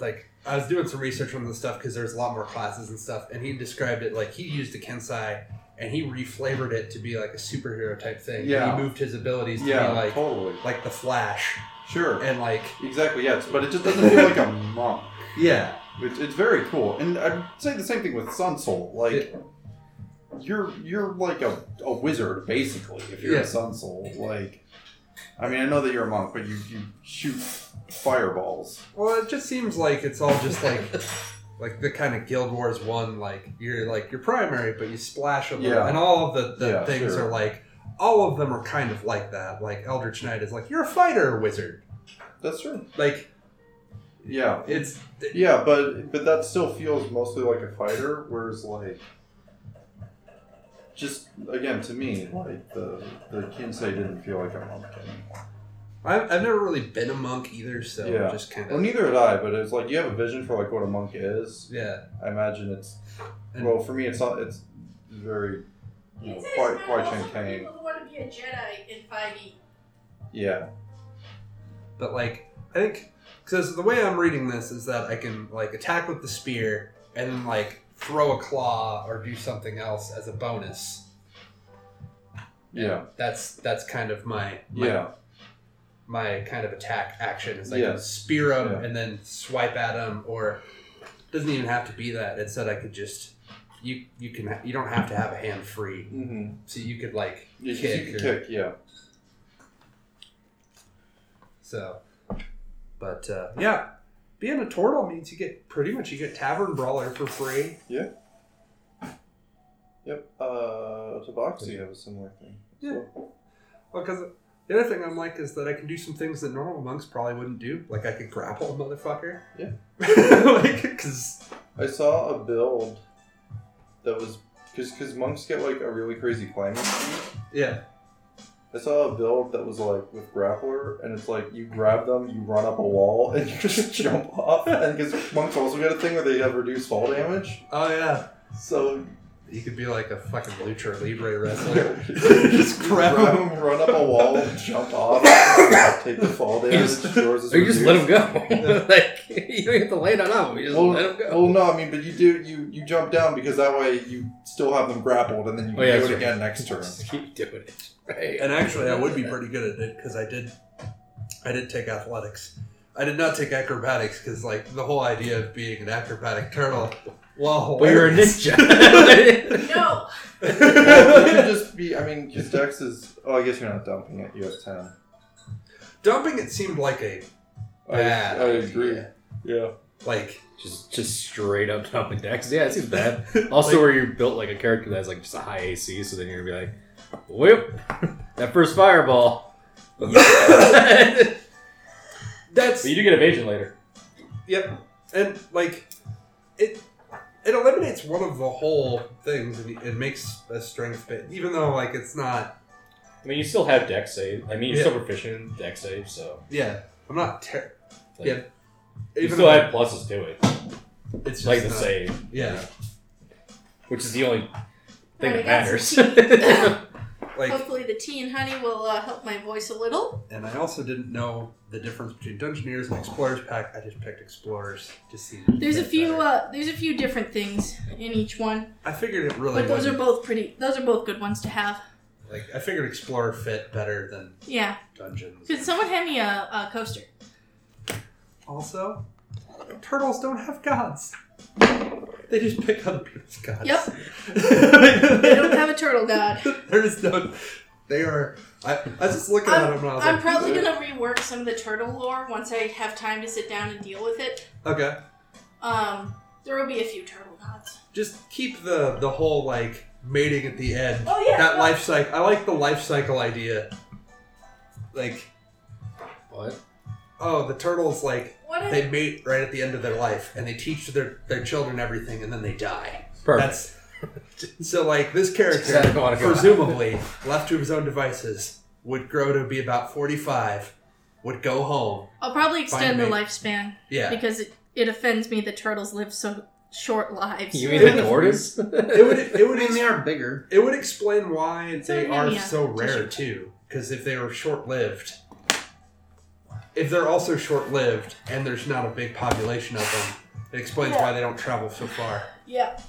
Speaker 5: like I was doing some research on the stuff because there's a lot more classes and stuff, and he described it like he used a kensai and he reflavored it to be like a superhero type thing.
Speaker 4: Yeah.
Speaker 5: He moved his abilities to
Speaker 4: Yeah,
Speaker 5: be like
Speaker 4: totally.
Speaker 5: like the Flash
Speaker 4: Sure.
Speaker 5: and like
Speaker 4: Exactly, yes, but it just doesn't feel like a monk.
Speaker 5: yeah
Speaker 4: It's, it's very cool, and I'd say the same thing with Sun Soul. Like, you're you're like a, a wizard basically if you're
Speaker 5: Yeah.
Speaker 4: a Sun Soul. Like, I mean, I know that you're a monk, but you, you shoot fireballs.
Speaker 5: Well, it just seems like it's all just like like the kind of Guild Wars one. Like you're like your primary, but you splash them,
Speaker 4: Yeah.
Speaker 5: and all of the, the
Speaker 4: Yeah,
Speaker 5: things
Speaker 4: sure.
Speaker 5: are like all of them are kind of like that. Like Eldritch Knight is like you're a fighter wizard.
Speaker 4: That's true.
Speaker 5: Like
Speaker 4: Yeah.
Speaker 5: it's
Speaker 4: Yeah, but but that still feels mostly like a fighter, whereas like just again to me, like the the Kinsei didn't feel like a monk anymore.
Speaker 5: I've, I've never really been a monk either, so
Speaker 4: Yeah.
Speaker 5: just kind
Speaker 4: Well,
Speaker 5: of
Speaker 4: neither had I, but it's like you have a vision for like what a monk is.
Speaker 5: yeah.
Speaker 4: I imagine it's
Speaker 5: And-
Speaker 4: well for me it's not it's very you know, quite quite champagne.
Speaker 1: People who want to be a Jedi in E. 5e.
Speaker 4: Yeah.
Speaker 5: But like I think because the way I'm reading this is that I can like attack with the spear and then like throw a claw or do something else as a bonus.
Speaker 4: Yeah.
Speaker 5: That's that's kind of my my
Speaker 4: Yeah.
Speaker 5: my kind of attack action is I
Speaker 4: Yeah.
Speaker 5: can spear them
Speaker 4: Yeah.
Speaker 5: and then swipe at them, or doesn't even have to be that. It said I could just you you can you don't have to have a hand free,
Speaker 4: Mm-hmm.
Speaker 5: so you could like
Speaker 4: You,
Speaker 5: kick.
Speaker 4: can
Speaker 5: or-
Speaker 4: kick, yeah.
Speaker 5: So, but uh, yeah, being a turtle means you get pretty much you get tavern brawler for free.
Speaker 4: Yep. Uh Tabaxi have a similar thing.
Speaker 5: Yeah. Because the other thing I'm like is that I can do some things that normal monks probably wouldn't do. Like I could grapple a motherfucker.
Speaker 4: Yeah.
Speaker 5: like because
Speaker 4: I saw a build that was because because monks get like a really crazy climbing speed.
Speaker 5: yeah
Speaker 4: I saw a build that was like with grappler, and it's like you grab them, you run up a wall, and you just jump off. And because monks also got a thing where they have reduced fall damage,
Speaker 5: oh yeah
Speaker 4: so
Speaker 5: you could be like a fucking lucha libre wrestler.
Speaker 4: just
Speaker 5: grab
Speaker 4: run up a wall, jump off, take the fall
Speaker 10: You
Speaker 4: damage.
Speaker 10: just-
Speaker 4: yours is
Speaker 10: Or you just let him
Speaker 4: reduced.
Speaker 10: go. like you don't have to lay down on him. You just
Speaker 4: Well,
Speaker 10: let him go.
Speaker 4: well, no, I mean, but you do you you jump down because that way you still have them grappled, and then you
Speaker 10: Oh,
Speaker 4: can
Speaker 10: yeah,
Speaker 4: do it
Speaker 10: that's right.
Speaker 4: again next turn.
Speaker 10: Just keep doing it. Right.
Speaker 5: And actually, I would be pretty good at it because I did I did take athletics. I did not take acrobatics because like the whole idea of being an acrobatic turtle. Well,
Speaker 10: Well, you're a ninja.
Speaker 1: No!
Speaker 4: Well, you could just be. I mean, because Dex is. Oh, I guess you're not dumping it. You have ten.
Speaker 5: Dumping it seemed like a
Speaker 4: I,
Speaker 5: Bad
Speaker 4: I agree.
Speaker 10: idea.
Speaker 4: Yeah.
Speaker 5: like
Speaker 2: Just just straight up dumping decks. Yeah, it seems bad. Also, where you built like a character that has like just a high AC, so then you're gonna be like, whip that first fireball. but
Speaker 5: that's
Speaker 2: you do get evasion later.
Speaker 5: Yep, and like it, it eliminates one of the whole things, and it makes a strength bit. Even though like it's not,
Speaker 2: I mean, you still have dex save. I mean, you're
Speaker 5: Yeah.
Speaker 2: still proficient in dex save, so
Speaker 5: yeah, I'm not ter-
Speaker 2: like,
Speaker 5: Yeah,
Speaker 2: you
Speaker 5: even
Speaker 2: still
Speaker 5: though
Speaker 2: have pluses to it.
Speaker 5: it's
Speaker 2: like the
Speaker 5: just not-
Speaker 2: save,
Speaker 5: Yeah,
Speaker 2: which is the only thing
Speaker 1: Alright,
Speaker 2: that
Speaker 1: I got
Speaker 2: matters.
Speaker 1: some
Speaker 5: like,
Speaker 1: Hopefully, the tea and honey will uh, help my voice a little.
Speaker 5: and I also didn't know the difference between Dungeoneers and Explorers pack. I just picked Explorers to see.
Speaker 1: There's a few. Uh, there's a few different things in each one,
Speaker 5: I figured it really.
Speaker 1: but those are
Speaker 5: wasn't-
Speaker 1: both pretty. Those are both good ones to have.
Speaker 5: like I figured Explorer fit better than
Speaker 1: Yeah.
Speaker 5: Dungeons.
Speaker 1: Could someone hand me a, a coaster?
Speaker 5: Also, turtles don't have gods. They just pick other people's gods.
Speaker 1: Yep.
Speaker 5: they
Speaker 1: I don't have a turtle god.
Speaker 5: There is no. They are. I, I was just looking at them and I was
Speaker 1: I'm
Speaker 5: like,
Speaker 1: probably gonna rework some of the turtle lore once I have time to sit down and deal with it.
Speaker 5: okay.
Speaker 1: Um, there will be a few turtle gods.
Speaker 5: Just keep the the whole like mating at the end.
Speaker 1: Oh, yeah,
Speaker 5: That
Speaker 1: no.
Speaker 5: life cycle. I like the life cycle idea. Like,
Speaker 10: what?
Speaker 5: oh, the turtles like
Speaker 1: What?
Speaker 5: they
Speaker 1: If,
Speaker 5: mate right at the end of their life and they teach their their children everything and then they die.
Speaker 2: Perfect.
Speaker 5: That's. So like this character.
Speaker 10: I don't want to go.
Speaker 5: presumably left to his own devices would grow to be about 45 would go home
Speaker 1: I'll probably extend the
Speaker 5: Fine, mate.
Speaker 1: lifespan
Speaker 5: yeah
Speaker 1: because it, it offends me that turtles live so short lives.
Speaker 2: You mean the tortoise?
Speaker 5: it would it
Speaker 3: I
Speaker 5: would
Speaker 3: mean,
Speaker 5: ex-
Speaker 3: they are bigger.
Speaker 5: it would explain why they
Speaker 1: an
Speaker 5: are
Speaker 1: anemia.
Speaker 5: so rare too because if they were short-lived if they're also short-lived and there's not a big population of them it explains why they don't travel so far
Speaker 1: Yeah,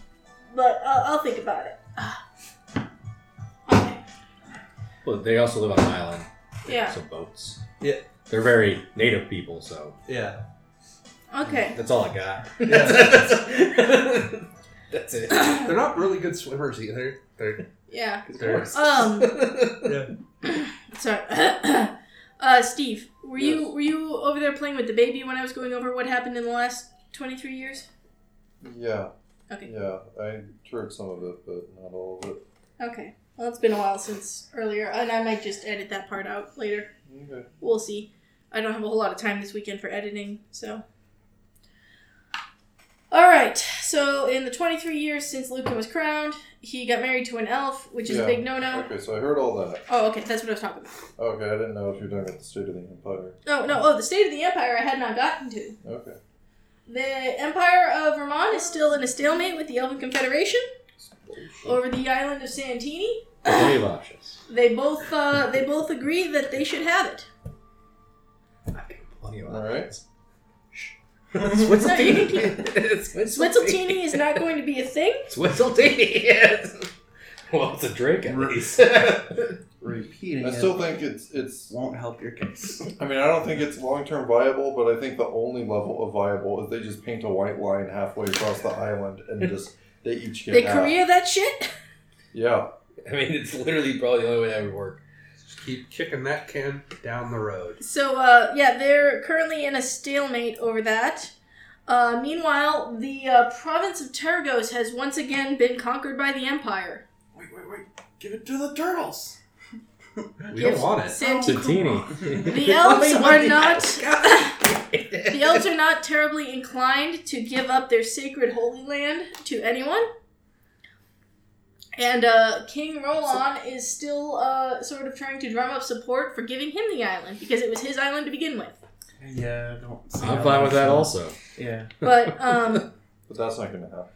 Speaker 1: but I'll, I'll think about it. Okay.
Speaker 2: well, they also live on an island,
Speaker 1: Yeah.
Speaker 2: so boats.
Speaker 5: Yeah.
Speaker 2: They're very native people, so
Speaker 5: yeah
Speaker 1: Okay.
Speaker 2: that's all I got.
Speaker 5: yeah
Speaker 10: That's it.
Speaker 5: they're not really good swimmers either they're,
Speaker 1: Yeah.
Speaker 5: they're
Speaker 1: Um.
Speaker 5: Yeah.
Speaker 1: Sorry. Uh, Steve, were you
Speaker 6: Yes.
Speaker 1: were you over there playing with the baby when I was going over what happened in the last twenty three years?
Speaker 6: Yeah.
Speaker 1: Okay.
Speaker 6: Yeah, I heard some of it, but not all of it.
Speaker 1: Okay. Well, it's been a while since earlier, and I might just edit that part out later.
Speaker 6: Okay.
Speaker 1: We'll see. I don't have a whole lot of time this weekend for editing, so. All right. So in the twenty three years since Lucan was crowned, he got married to an elf, which is
Speaker 6: Yeah.
Speaker 1: a big no no.
Speaker 6: Okay, so I heard all that.
Speaker 1: Oh, okay. That's what I was talking about.
Speaker 6: Okay, I didn't know if you were talking about the State of the Empire.
Speaker 1: No, no. Oh, the state of the empire I had not gotten to.
Speaker 6: Okay.
Speaker 1: The Empire of Vermont is still in a stalemate with the Elven Confederation over the island of Santini.
Speaker 2: Plenty of options.
Speaker 1: They both uh, they both agree that they should have it.
Speaker 8: Plenty of
Speaker 6: All right.
Speaker 1: No, you can keep-
Speaker 8: it's
Speaker 1: Switzertini is not going to be a thing.
Speaker 8: Switzertini. well, it's a drink at
Speaker 6: Right.
Speaker 8: least.
Speaker 3: Repeating
Speaker 6: I
Speaker 3: it
Speaker 6: still think it's it's.
Speaker 3: won't help your case.
Speaker 6: I mean, I don't think it's long term viable, but I think the only level of viable is they just paint a white line halfway across the island and just they each get
Speaker 1: They
Speaker 6: half.
Speaker 1: Korea that shit.
Speaker 6: Yeah.
Speaker 8: I mean, it's literally probably the only way that would work.
Speaker 5: Just keep kicking that can down the road.
Speaker 1: So uh, yeah, they're currently in a stalemate over that. Uh, meanwhile, the uh, province of Tergos has once again been conquered by the Empire.
Speaker 3: Wait, wait, wait. Give it to the turtles.
Speaker 5: We don't want it.
Speaker 1: Santini.
Speaker 2: Satini.
Speaker 1: The elves are not.
Speaker 8: the
Speaker 1: The elves are not terribly inclined to give up their sacred holy land to anyone. And uh, King Roland is still uh, sort of trying to drum up support for giving him the island because it was his island to begin with.
Speaker 3: Yeah, I don't. See
Speaker 2: I'm
Speaker 3: how
Speaker 2: fine with that
Speaker 3: that's-
Speaker 2: also.
Speaker 3: Yeah.
Speaker 1: But um,
Speaker 6: But that's not going to happen.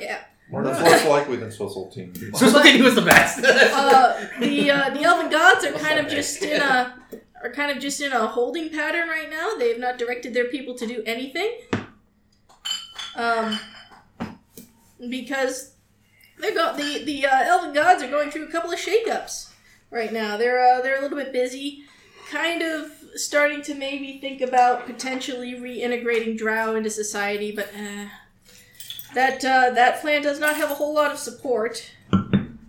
Speaker 1: yeah,
Speaker 6: That's less likely than Swiss old team.
Speaker 8: Switzertini was the best.
Speaker 1: uh, the uh, the elven gods are kind of just in a are kind of just in a holding pattern right now. They have not directed their people to do anything. Um, because they're go- the the uh, elven gods are going through a couple of shakeups right now. They're uh, they're a little bit busy, kind of starting to maybe think about potentially reintegrating Drow into society, but eh. that uh, that plan does not have a whole lot of support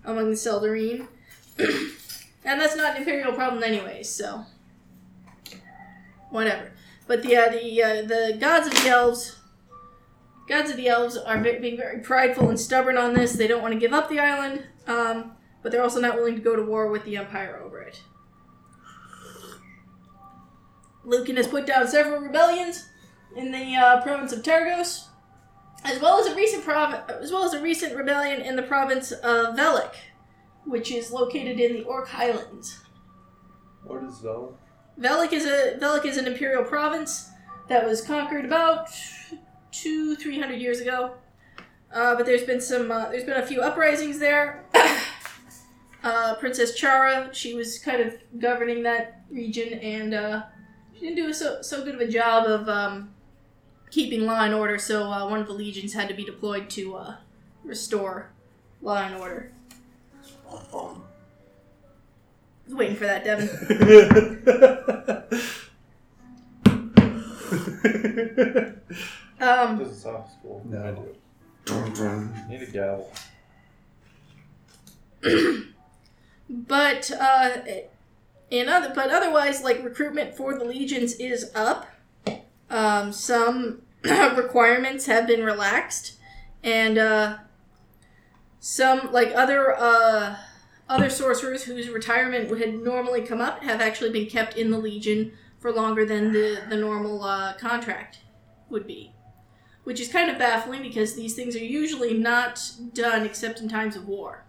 Speaker 1: among the Seldarine. and that's not an imperial problem anyway, so whatever. But the uh, the uh, the gods of the elves, gods of the elves are ve- being very prideful and stubborn on this. They don't want to give up the island, um, but they're also not willing to go to war with the empire over it. Lucan has put down several rebellions in the uh, province of Targos, as well as a recent prov- as well as a recent rebellion in the province of Velik, which is located in the Orc Highlands.
Speaker 6: What is that?
Speaker 1: Velik is a Velik is an imperial province that was conquered about two three hundred years ago. Uh, but there's been some uh, there's been a few uprisings there. uh, Princess Chara she was kind of governing that region and uh, she didn't do a so so good of a job of um, keeping law and order. So uh, one of the legions had to be deployed to uh, restore law and order. I was waiting for that, Devin. Um,
Speaker 6: Doesn't sound cool.
Speaker 5: No.
Speaker 6: I do. Need a gavel.
Speaker 1: But uh, in other, but otherwise, like recruitment for the legions is up. Um, some requirements have been relaxed, and uh, some like other uh, other sorcerers whose retirement had normally come up have actually been kept in the legion for longer than the the normal uh, contract would be, which is kind of baffling because these things are usually not done except in times of war.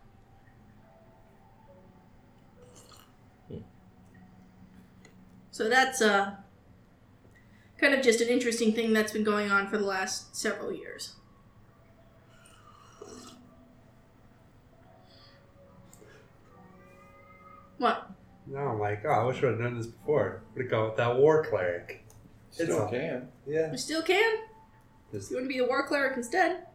Speaker 1: So that's uh, kind of just an interesting thing that's been going on for the last several years. What?
Speaker 5: No, I'm like, oh, I wish I would have known this before. Would have gone with that war cleric.
Speaker 6: Still
Speaker 5: It's a-
Speaker 6: can.
Speaker 5: Yeah.
Speaker 1: You still can?
Speaker 5: This-
Speaker 1: You want to be a war cleric instead?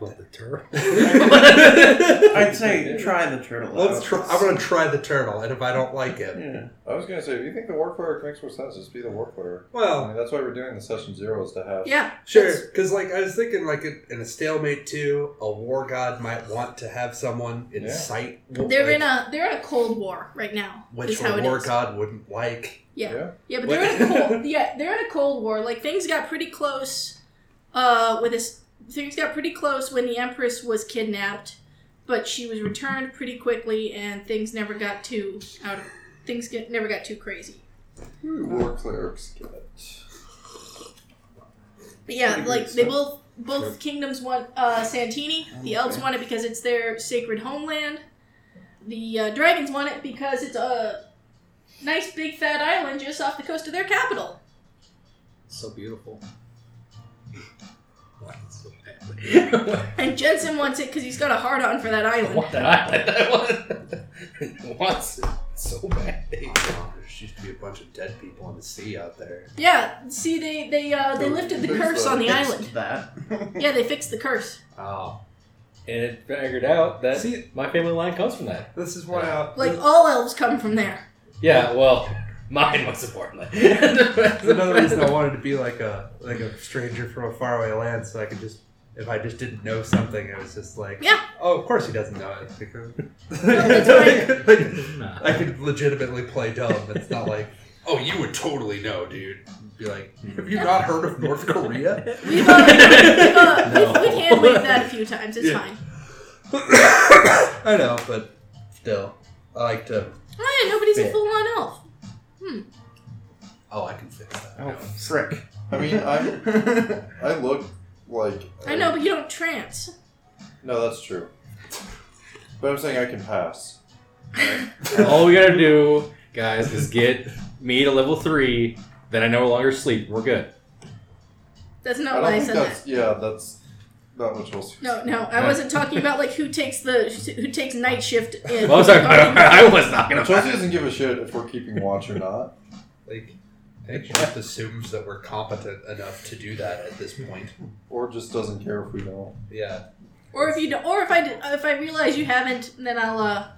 Speaker 11: love the turtle.
Speaker 3: I'd say try the turtle.
Speaker 5: Let's
Speaker 3: out.
Speaker 5: try. I'm gonna try the turtle, and if I don't like it,
Speaker 3: Yeah.
Speaker 4: I was gonna say, if you think the warp player makes more sense, just be the warp player. I
Speaker 5: well,
Speaker 4: mean, that's why we're doing the session zero is to
Speaker 5: Uh,
Speaker 4: have.
Speaker 1: Yeah.
Speaker 5: sure. Because like I was thinking, like in in a stalemate two, a war god might want to have someone in
Speaker 4: Yeah.
Speaker 5: sight.
Speaker 1: They're
Speaker 5: like,
Speaker 1: in a they're in a cold war right now.
Speaker 5: which
Speaker 1: is how
Speaker 5: a
Speaker 1: it
Speaker 5: war
Speaker 1: is.
Speaker 5: god wouldn't like.
Speaker 1: Yeah.
Speaker 4: Yeah.
Speaker 1: Yeah, but they're in a cold yeah, they're in a cold war. Like things got pretty close uh with this things got pretty close when the Empress was kidnapped, but she was returned pretty quickly and things never got too out of things get never got too crazy.
Speaker 4: Ooh, war clerics get
Speaker 1: But yeah,
Speaker 4: Pretty
Speaker 1: like
Speaker 4: good
Speaker 1: they
Speaker 4: stuff.
Speaker 1: both both kingdoms want uh, Santini. The elves want it because it's their sacred homeland. The uh, dragons want it because it's a nice big fat island just off the coast of their capital.
Speaker 11: so beautiful. Why is it so bad?
Speaker 1: And Jensen wants it because he's got a hard on for that
Speaker 11: I
Speaker 1: island.
Speaker 11: want that island. I want it. wants it so bad.
Speaker 5: There used to be a bunch of dead people in the sea out there.
Speaker 1: Yeah, see, they they uh, they lifted the
Speaker 4: Fix
Speaker 1: curse
Speaker 4: that.
Speaker 1: on the
Speaker 3: Fixed
Speaker 1: island.
Speaker 3: That.
Speaker 1: Yeah, they fixed the curse.
Speaker 11: Oh,
Speaker 2: And it figured out that
Speaker 5: See-
Speaker 2: my family line comes from that.
Speaker 5: This is why I,
Speaker 1: Like all elves come from there.
Speaker 2: Yeah, well, mine was importantly.
Speaker 5: That's another reason I wanted to be like a like a stranger from a faraway land, so I could just if I just didn't know something, it was just like,
Speaker 1: Yeah.
Speaker 5: oh, of course he doesn't know it because
Speaker 1: that's
Speaker 5: Like, I could legitimately play dumb. It's not like, oh, you would totally know, dude. Be like, have you not heard of North Korea?
Speaker 1: We've uh, we've, uh,
Speaker 2: No.
Speaker 1: we've, we've hand waved that a few times. It's
Speaker 5: Yeah.
Speaker 1: fine.
Speaker 5: I know, but still, I like to.
Speaker 1: Oh, yeah, nobody's a
Speaker 5: Yeah.
Speaker 1: full on elf.
Speaker 5: Oh, I can fix that.
Speaker 3: oh, frick.
Speaker 4: I mean, I I look like.
Speaker 1: I know, but you don't trance.
Speaker 4: No, that's true. But I'm saying I can pass.
Speaker 2: All we gotta do, guys, is get me to level three. Then I no longer sleep. We're good.
Speaker 1: That's
Speaker 4: I
Speaker 1: not
Speaker 4: don't
Speaker 1: why I
Speaker 4: think
Speaker 1: said
Speaker 4: that's.
Speaker 1: that.
Speaker 4: Yeah, that's not what you'll
Speaker 1: No, no, I wasn't talking about like who takes the who takes night shift in.
Speaker 2: Well, Oh, I was like, I was not gonna.
Speaker 4: Chelsea doesn't give a shit if we're keeping watch or not.
Speaker 5: Like, I think she just assumes that we're competent enough to do that at this point.
Speaker 4: Or just doesn't care if we don't.
Speaker 5: Yeah,
Speaker 1: or if you don't, or if I did, if I realize you haven't, then I'll uh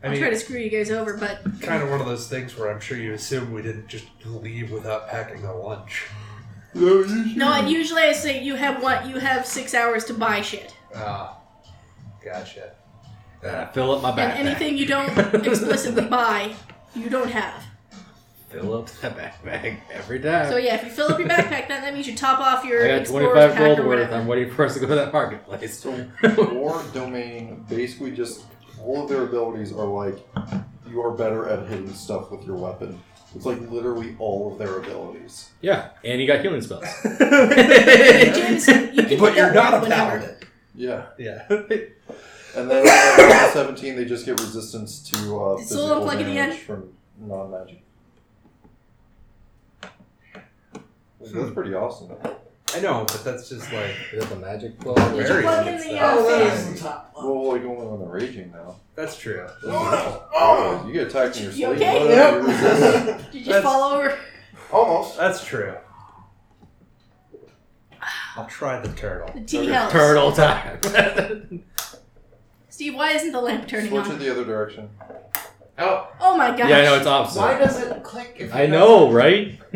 Speaker 5: I
Speaker 1: I'll
Speaker 5: mean,
Speaker 1: try to screw you guys over. But
Speaker 5: kind of one of those things where I'm sure you assume we didn't just leave without packing a lunch.
Speaker 1: no, and usually I say you have what you have six hours to buy shit,
Speaker 5: Ah, gotcha.
Speaker 2: Uh, fill up my backpack.
Speaker 1: and anything you don't explicitly buy, you don't have.
Speaker 2: Fill up that backpack every time.
Speaker 1: So yeah, if you fill up your backpack, then that means you top off your
Speaker 2: I got
Speaker 1: explorer's
Speaker 2: 25
Speaker 1: pack
Speaker 2: gold
Speaker 1: or
Speaker 2: worth.
Speaker 1: whatever.
Speaker 2: I'm waiting for us to go to that marketplace.
Speaker 4: So, war domain basically just all of their abilities are like you are better at hitting stuff with your weapon. It's like literally all of their abilities.
Speaker 2: Yeah, and you got healing spells.
Speaker 1: Jameson, you can
Speaker 5: but
Speaker 1: pick
Speaker 5: you're
Speaker 1: up
Speaker 5: not
Speaker 1: one
Speaker 5: a
Speaker 1: whenever.
Speaker 5: paladin.
Speaker 4: Yeah,
Speaker 5: Yeah.
Speaker 4: and then at level seventeen, they just get resistance to uh,
Speaker 1: Did Soul
Speaker 4: physical
Speaker 1: unplug it
Speaker 4: damage
Speaker 1: again?
Speaker 4: from non-magic. That's pretty awesome.
Speaker 5: I know, but that's just like
Speaker 2: Is it the magic
Speaker 1: Did
Speaker 2: glove?
Speaker 1: you
Speaker 5: Very
Speaker 1: plug in
Speaker 5: good
Speaker 1: the
Speaker 5: stuff.
Speaker 1: uh,
Speaker 5: Oh, that
Speaker 1: fan?
Speaker 5: is-
Speaker 4: Well, like only when they're raging now.
Speaker 5: that's true.
Speaker 4: Oh, you get attacked in your
Speaker 1: You
Speaker 4: sleep.
Speaker 1: okay?
Speaker 4: but
Speaker 3: Yep.
Speaker 4: you resist.
Speaker 1: Did you
Speaker 5: That's-
Speaker 1: fall over?
Speaker 4: Almost.
Speaker 5: That's true. I'll try the turtle.
Speaker 1: The tea helps.
Speaker 2: Turtle time.
Speaker 1: Steve, why isn't the lamp turning
Speaker 4: Switch it
Speaker 1: on?
Speaker 4: the other direction.
Speaker 3: Oh,
Speaker 1: Oh my gosh.
Speaker 2: Yeah, I know it's opposite.
Speaker 3: why does it click? If
Speaker 2: I know, right?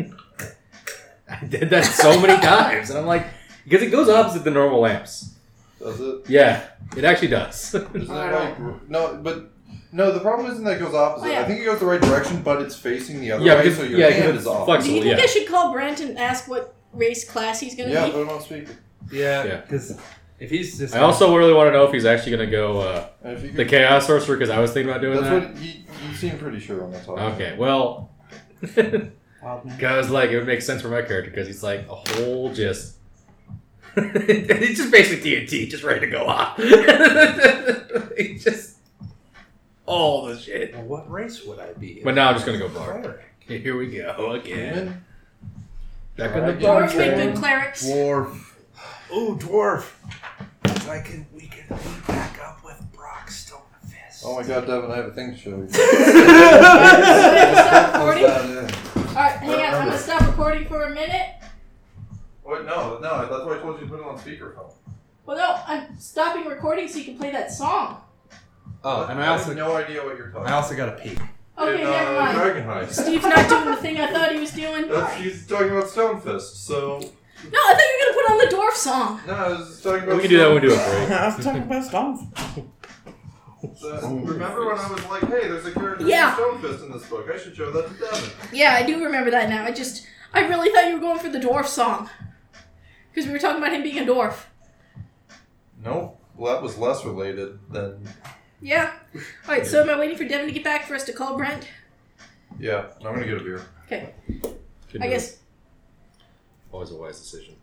Speaker 2: I did that so many times, and I'm like, because it goes opposite the normal lamps.
Speaker 4: Does it?
Speaker 2: Yeah, it actually does.
Speaker 4: Isn't
Speaker 3: I
Speaker 4: that like no? But no, the problem isn't that it goes opposite.
Speaker 1: Oh, yeah.
Speaker 4: I think it goes the right direction, but it's facing the other
Speaker 2: Yeah,
Speaker 4: way,
Speaker 2: because-
Speaker 4: so your
Speaker 2: yeah,
Speaker 4: hand
Speaker 2: because
Speaker 4: is
Speaker 2: it's
Speaker 4: off.
Speaker 2: flexible.
Speaker 1: Do you think
Speaker 2: Yeah.
Speaker 1: I should call Brent and ask what race class he's going to
Speaker 4: Yeah,
Speaker 1: be?
Speaker 4: put it on speaker.
Speaker 5: Yeah,
Speaker 2: Yeah.
Speaker 5: because if he's just,
Speaker 2: I also really want to know if he's actually gonna go uh,
Speaker 4: And if you
Speaker 2: the
Speaker 4: could,
Speaker 2: chaos sorcerer because I was thinking about doing
Speaker 4: that's
Speaker 2: that.
Speaker 4: what you, you seem pretty sure on that topic.
Speaker 2: Okay, well,
Speaker 3: Wild man.
Speaker 2: because like it would make sense for my character because he's like a whole just. he's just basically TNT, just ready to go off. he's just all the shit.
Speaker 5: Well, what race would I be?
Speaker 2: But now I'm just gonna go bark.
Speaker 5: Cleric.
Speaker 2: Here we go again.
Speaker 4: Human?
Speaker 2: Back on the
Speaker 4: Alright,
Speaker 2: bar.
Speaker 1: Dwarves make good clerics.
Speaker 5: Dwarf. Oh, dwarf. I can. We can meet back up with Brock Stonefist.
Speaker 4: Oh my god, Devin, I have a thing to show you.
Speaker 1: stop
Speaker 4: What's
Speaker 1: recording?
Speaker 4: that in?
Speaker 1: Alright, hang on. I'm going to stop recording for a minute.
Speaker 4: Wait, no, no, that's why I told you to put it on speakerphone.
Speaker 1: Well, no, I'm stopping recording so you can play that song.
Speaker 5: Oh, and I
Speaker 6: have
Speaker 5: also
Speaker 6: no idea what you're
Speaker 5: I
Speaker 6: talking.
Speaker 5: also got a pee.
Speaker 1: Okay,
Speaker 6: In, uh,
Speaker 1: never mind.
Speaker 6: Dragon Heist.
Speaker 1: Steve's not doing the thing I thought he was doing. No,
Speaker 6: That's, he's talking about Stone Fist. So
Speaker 1: I thought you were gonna put on the dwarf song.
Speaker 6: no, I was just talking about.
Speaker 2: We can do that when we do
Speaker 3: I
Speaker 2: it, break.
Speaker 3: was talking about Stomp.
Speaker 6: So, remember when I was like, "Hey, there's a character
Speaker 1: Yeah.
Speaker 6: named Stonefist in this book. I should show that to Devin."
Speaker 1: Yeah, I do remember that now. I just, I really thought you were going for the dwarf song, because we were talking about him being a dwarf.
Speaker 6: No, well, that was less related than.
Speaker 1: Yeah. All right. So am I waiting for Devin to get back for us to call Brent?
Speaker 6: Yeah, I'm gonna get a beer.
Speaker 1: Okay.
Speaker 2: Could
Speaker 1: I
Speaker 2: do it.
Speaker 1: guess.
Speaker 2: Always a wise decision.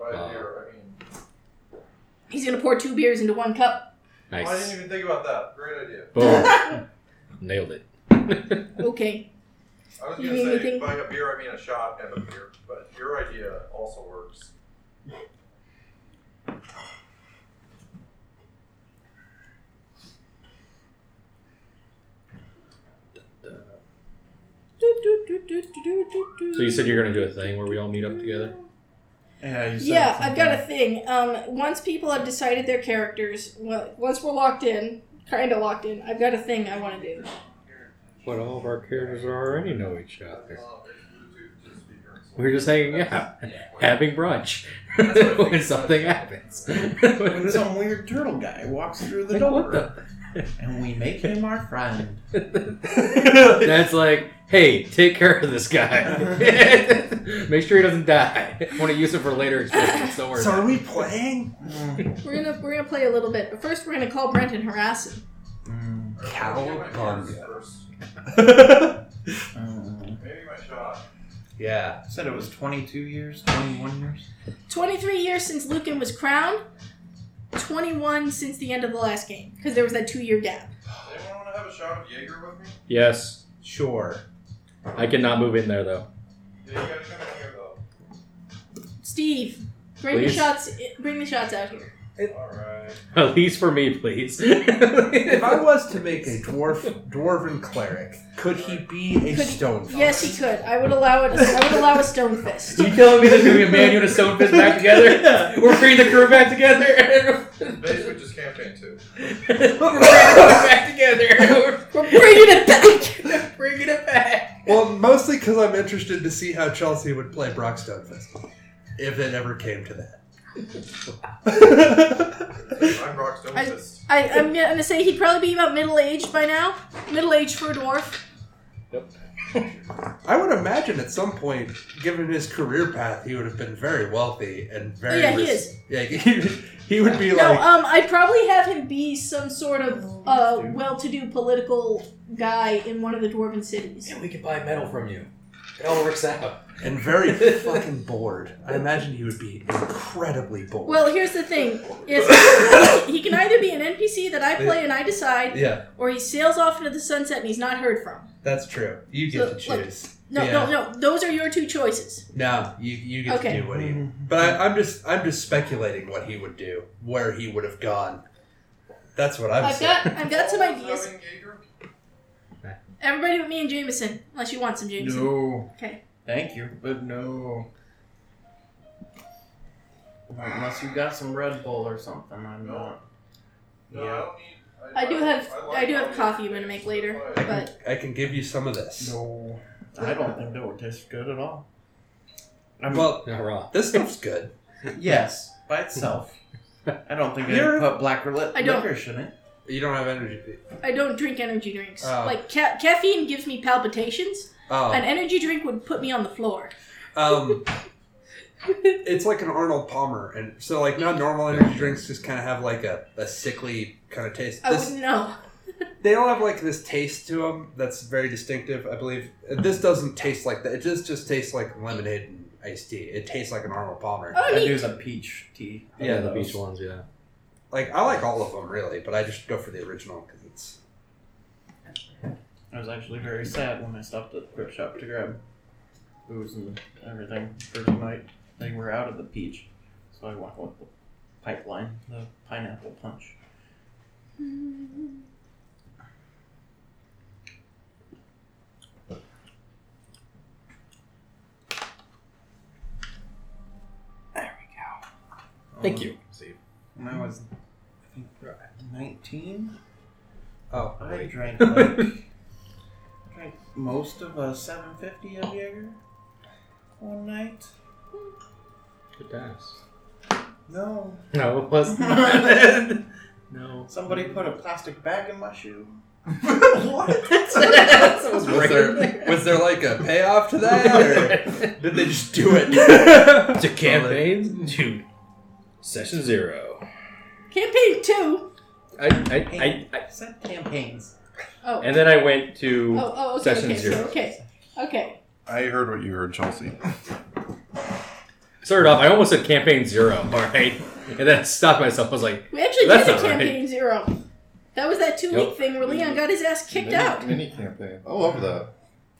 Speaker 6: By
Speaker 2: Uh,
Speaker 6: beer, I mean.
Speaker 1: He's gonna pour two beers into one cup.
Speaker 6: Well, I didn't
Speaker 2: Nice.
Speaker 6: even think about that. Great idea.
Speaker 2: Boom. Nailed it.
Speaker 1: Okay.
Speaker 6: I was
Speaker 1: You
Speaker 6: gonna
Speaker 1: mean
Speaker 6: say
Speaker 1: anything?
Speaker 6: by a beer I mean a shot and a beer, but your idea also works.
Speaker 2: So you said you're gonna do a thing where we all meet up together.
Speaker 3: Yeah, you said
Speaker 1: Yeah, I've got a
Speaker 3: something.
Speaker 1: thing. Um, once people have decided their characters, well, once we're locked in, kind of locked in, I've got a thing I want to do.
Speaker 2: But all of our characters already know each other.
Speaker 6: Uh, Bluetooth to speaker.
Speaker 2: We're just hanging out, having brunch
Speaker 6: That's what I
Speaker 2: when
Speaker 6: think.
Speaker 2: something happens.
Speaker 3: When some weird turtle guy walks through the
Speaker 2: Like,
Speaker 3: door,
Speaker 2: what the-
Speaker 3: and we make him our friend.
Speaker 2: That's like, hey, take care of this guy. Make sure he doesn't die. want to use it for later experiments. Don't worry.
Speaker 5: So are
Speaker 2: about
Speaker 5: we playing?
Speaker 3: Mm,
Speaker 1: We're gonna we're gonna play a little bit, but first we're gonna call Brent and harass him.
Speaker 3: Mm,
Speaker 6: Alright, let me get my
Speaker 5: Cow
Speaker 6: beers first.
Speaker 3: mm.
Speaker 6: Maybe my shot.
Speaker 8: Yeah.
Speaker 3: Said it was 22 years, 21 years.
Speaker 1: 23 years since Lucan was crowned, 21 since the end of the last game, because there was that two year gap.
Speaker 6: Anyone want to have a shot of Jaeger with me?
Speaker 2: it. Yes,
Speaker 5: Sure.
Speaker 2: I cannot move in there though.
Speaker 6: Yeah, you gotta come in here though.
Speaker 1: Steve, bring the
Speaker 2: Please?
Speaker 1: shots. Bring the shots out here.
Speaker 6: Alright.
Speaker 2: At least for me, please.
Speaker 5: If I was to make a dwarf dwarven cleric, could he be a
Speaker 1: Could he-
Speaker 5: stone?
Speaker 1: Yes, he could. I would allow it. I would allow a stone fist.
Speaker 2: you telling me there's gonna be a man and a stone fist back together? We're bringing the crew back together.
Speaker 6: Basically, just campaign two.
Speaker 2: We're bringing the crew back together.
Speaker 1: We're bringing it back.
Speaker 2: We're bringing it back.
Speaker 5: Well, mostly because I'm interested to see how Chelsea would play Brock Stonefist, if it ever came to that.
Speaker 6: I'm Brock Stonefist.
Speaker 1: I, I'm gonna say he'd probably be about middle aged by now. Middle aged for a dwarf.
Speaker 5: I would imagine at some point, given his career path, he would have been very wealthy and very.
Speaker 1: Oh, yeah, he
Speaker 5: res-
Speaker 1: is.
Speaker 5: Yeah, he, he would be
Speaker 1: No,
Speaker 5: like.
Speaker 1: um, I'd probably have him be some sort of uh, well to do political guy in one of the dwarven cities.
Speaker 8: Yeah, we could buy metal from you. It all works out.
Speaker 5: and very fucking bored. I imagine he would be incredibly bored.
Speaker 1: Well, here's the thing: if he can either be an NPC that I play and I decide,
Speaker 5: yeah,
Speaker 1: or he sails off into the sunset and he's not heard from.
Speaker 5: that's true. You
Speaker 1: So,
Speaker 5: get to
Speaker 1: look,
Speaker 5: choose.
Speaker 1: No,
Speaker 5: yeah.
Speaker 1: no, no. Those are your two choices.
Speaker 5: No, you you get
Speaker 1: Okay.
Speaker 5: to do what he.
Speaker 3: Mm-hmm.
Speaker 5: But I, I'm just I'm just speculating what he would do, where he would have gone. That's what I'm
Speaker 1: I've
Speaker 5: saying.
Speaker 1: got, I've got some ideas.
Speaker 6: Having Jaeger?
Speaker 1: Everybody but me and Jameson, unless you want some Jameson.
Speaker 3: No.
Speaker 1: Okay.
Speaker 3: Thank you, but no. Unless you got some Red Bull or something, I'm not.
Speaker 6: No, I don't need.
Speaker 1: I do have,
Speaker 6: like
Speaker 1: I do have
Speaker 6: coffee.
Speaker 1: coffee I'm gonna make later, but
Speaker 5: I can give you some of this.
Speaker 3: No. I don't think that would taste good at all. I mean,
Speaker 5: Well,
Speaker 2: Hurrah.
Speaker 5: this stuff's good.
Speaker 3: yes, by itself. I don't think
Speaker 5: You're-
Speaker 3: I'd put black or
Speaker 1: I
Speaker 3: li-
Speaker 1: don't.
Speaker 3: licorice in it.
Speaker 5: You don't have energy.
Speaker 1: I don't drink energy drinks.
Speaker 5: Oh.
Speaker 1: Like ca- caffeine gives me palpitations. An
Speaker 5: Oh,
Speaker 1: energy drink would put me on the floor.
Speaker 5: um, it's like an Arnold Palmer, and so like not normal energy drinks just kind of have like a, a sickly kind of taste.
Speaker 1: I
Speaker 5: This-
Speaker 1: wouldn't know.
Speaker 5: they don't have like this taste to them that's very distinctive. I believe this doesn't taste like that. It just just tastes like lemonade and iced tea. It tastes like an Arnold Palmer.
Speaker 1: Oh,
Speaker 3: I
Speaker 1: neat.
Speaker 3: do the peach tea.
Speaker 2: Yeah, the
Speaker 3: Those.
Speaker 2: beach ones. Yeah.
Speaker 5: Like I like all of them really, but I just go for the original because it's
Speaker 3: I was actually very sad when I stopped at the thrift shop to grab booze and everything for tonight. They were out of the peach, so I went with the pipeline, the pineapple punch. There we go.
Speaker 2: Thank you.
Speaker 8: Steve.
Speaker 3: When I was, I think, 19,
Speaker 5: Oh,
Speaker 3: I drank like, drank most of a 750 of Jaeger one night.
Speaker 2: Good times.
Speaker 3: No.
Speaker 8: No, it was not. no.
Speaker 3: Somebody put a plastic bag in my shoe.
Speaker 5: was, there, was there like a payoff to that, or did they just do it?
Speaker 2: To campaigns, dude. Session zero.
Speaker 1: Campaign two.
Speaker 2: I, I, I, I,
Speaker 3: said campaigns.
Speaker 1: Oh.
Speaker 2: and then I went to
Speaker 1: oh, oh, okay,
Speaker 2: session
Speaker 1: okay,
Speaker 2: zero.
Speaker 1: So, okay. Okay.
Speaker 6: I heard what you heard, Chelsea.
Speaker 2: started off. I almost said campaign zero. All right, and then I stopped myself. I was like,
Speaker 1: We actually
Speaker 2: That's
Speaker 1: did a
Speaker 2: not right.
Speaker 1: campaign zero. That was that two week
Speaker 2: Nope.
Speaker 1: thing where Leon got his ass kicked
Speaker 4: mini,
Speaker 1: out.
Speaker 4: Mini campaign. I love that.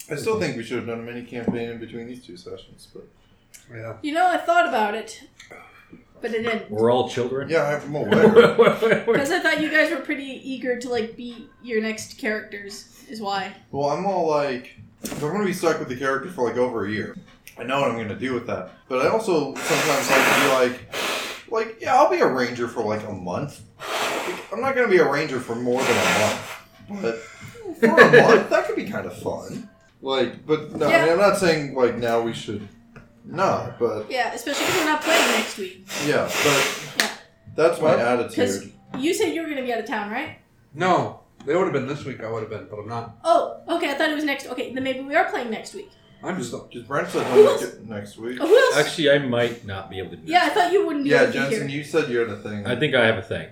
Speaker 4: I still think we should have done a mini campaign in between these two sessions, but
Speaker 5: yeah.
Speaker 1: You know, I thought about it, but it didn't.
Speaker 2: "We're all children."
Speaker 4: yeah, I'm aware.
Speaker 2: Yeah.
Speaker 1: Because I thought you guys were pretty eager to like be your next characters, is why.
Speaker 4: well, I'm all like, if I'm gonna be stuck with the character for like over a year. I know what I'm gonna do with that, but I also sometimes like to be like, like yeah, I'll be a ranger for like a month. Like, I'm not gonna be a ranger for more than a month, but for a month that could be kind of fun. Like, but no, I mean, I'm not saying like now we should. No, but
Speaker 1: Yeah, especially because we're not playing next week.
Speaker 4: yeah,
Speaker 1: Yeah.
Speaker 4: but that's my
Speaker 5: Well,
Speaker 1: Because
Speaker 4: attitude.
Speaker 1: you said you were going to be out of town, right?
Speaker 5: No, they would have been this week. I would have been, but I'm not.
Speaker 1: Oh, okay. I thought it was next. Okay, then maybe we are playing next week.
Speaker 5: I'm just.
Speaker 4: Because Brent said
Speaker 1: Who
Speaker 4: when
Speaker 1: else?
Speaker 4: we get next week.
Speaker 1: Oh, who else?
Speaker 2: Actually, I might not be able to do.
Speaker 1: yeah, I thought you wouldn't be
Speaker 4: Yeah,
Speaker 1: able to
Speaker 4: Jensen,
Speaker 1: be
Speaker 4: you said you had a thing.
Speaker 2: that. I think I have a thing.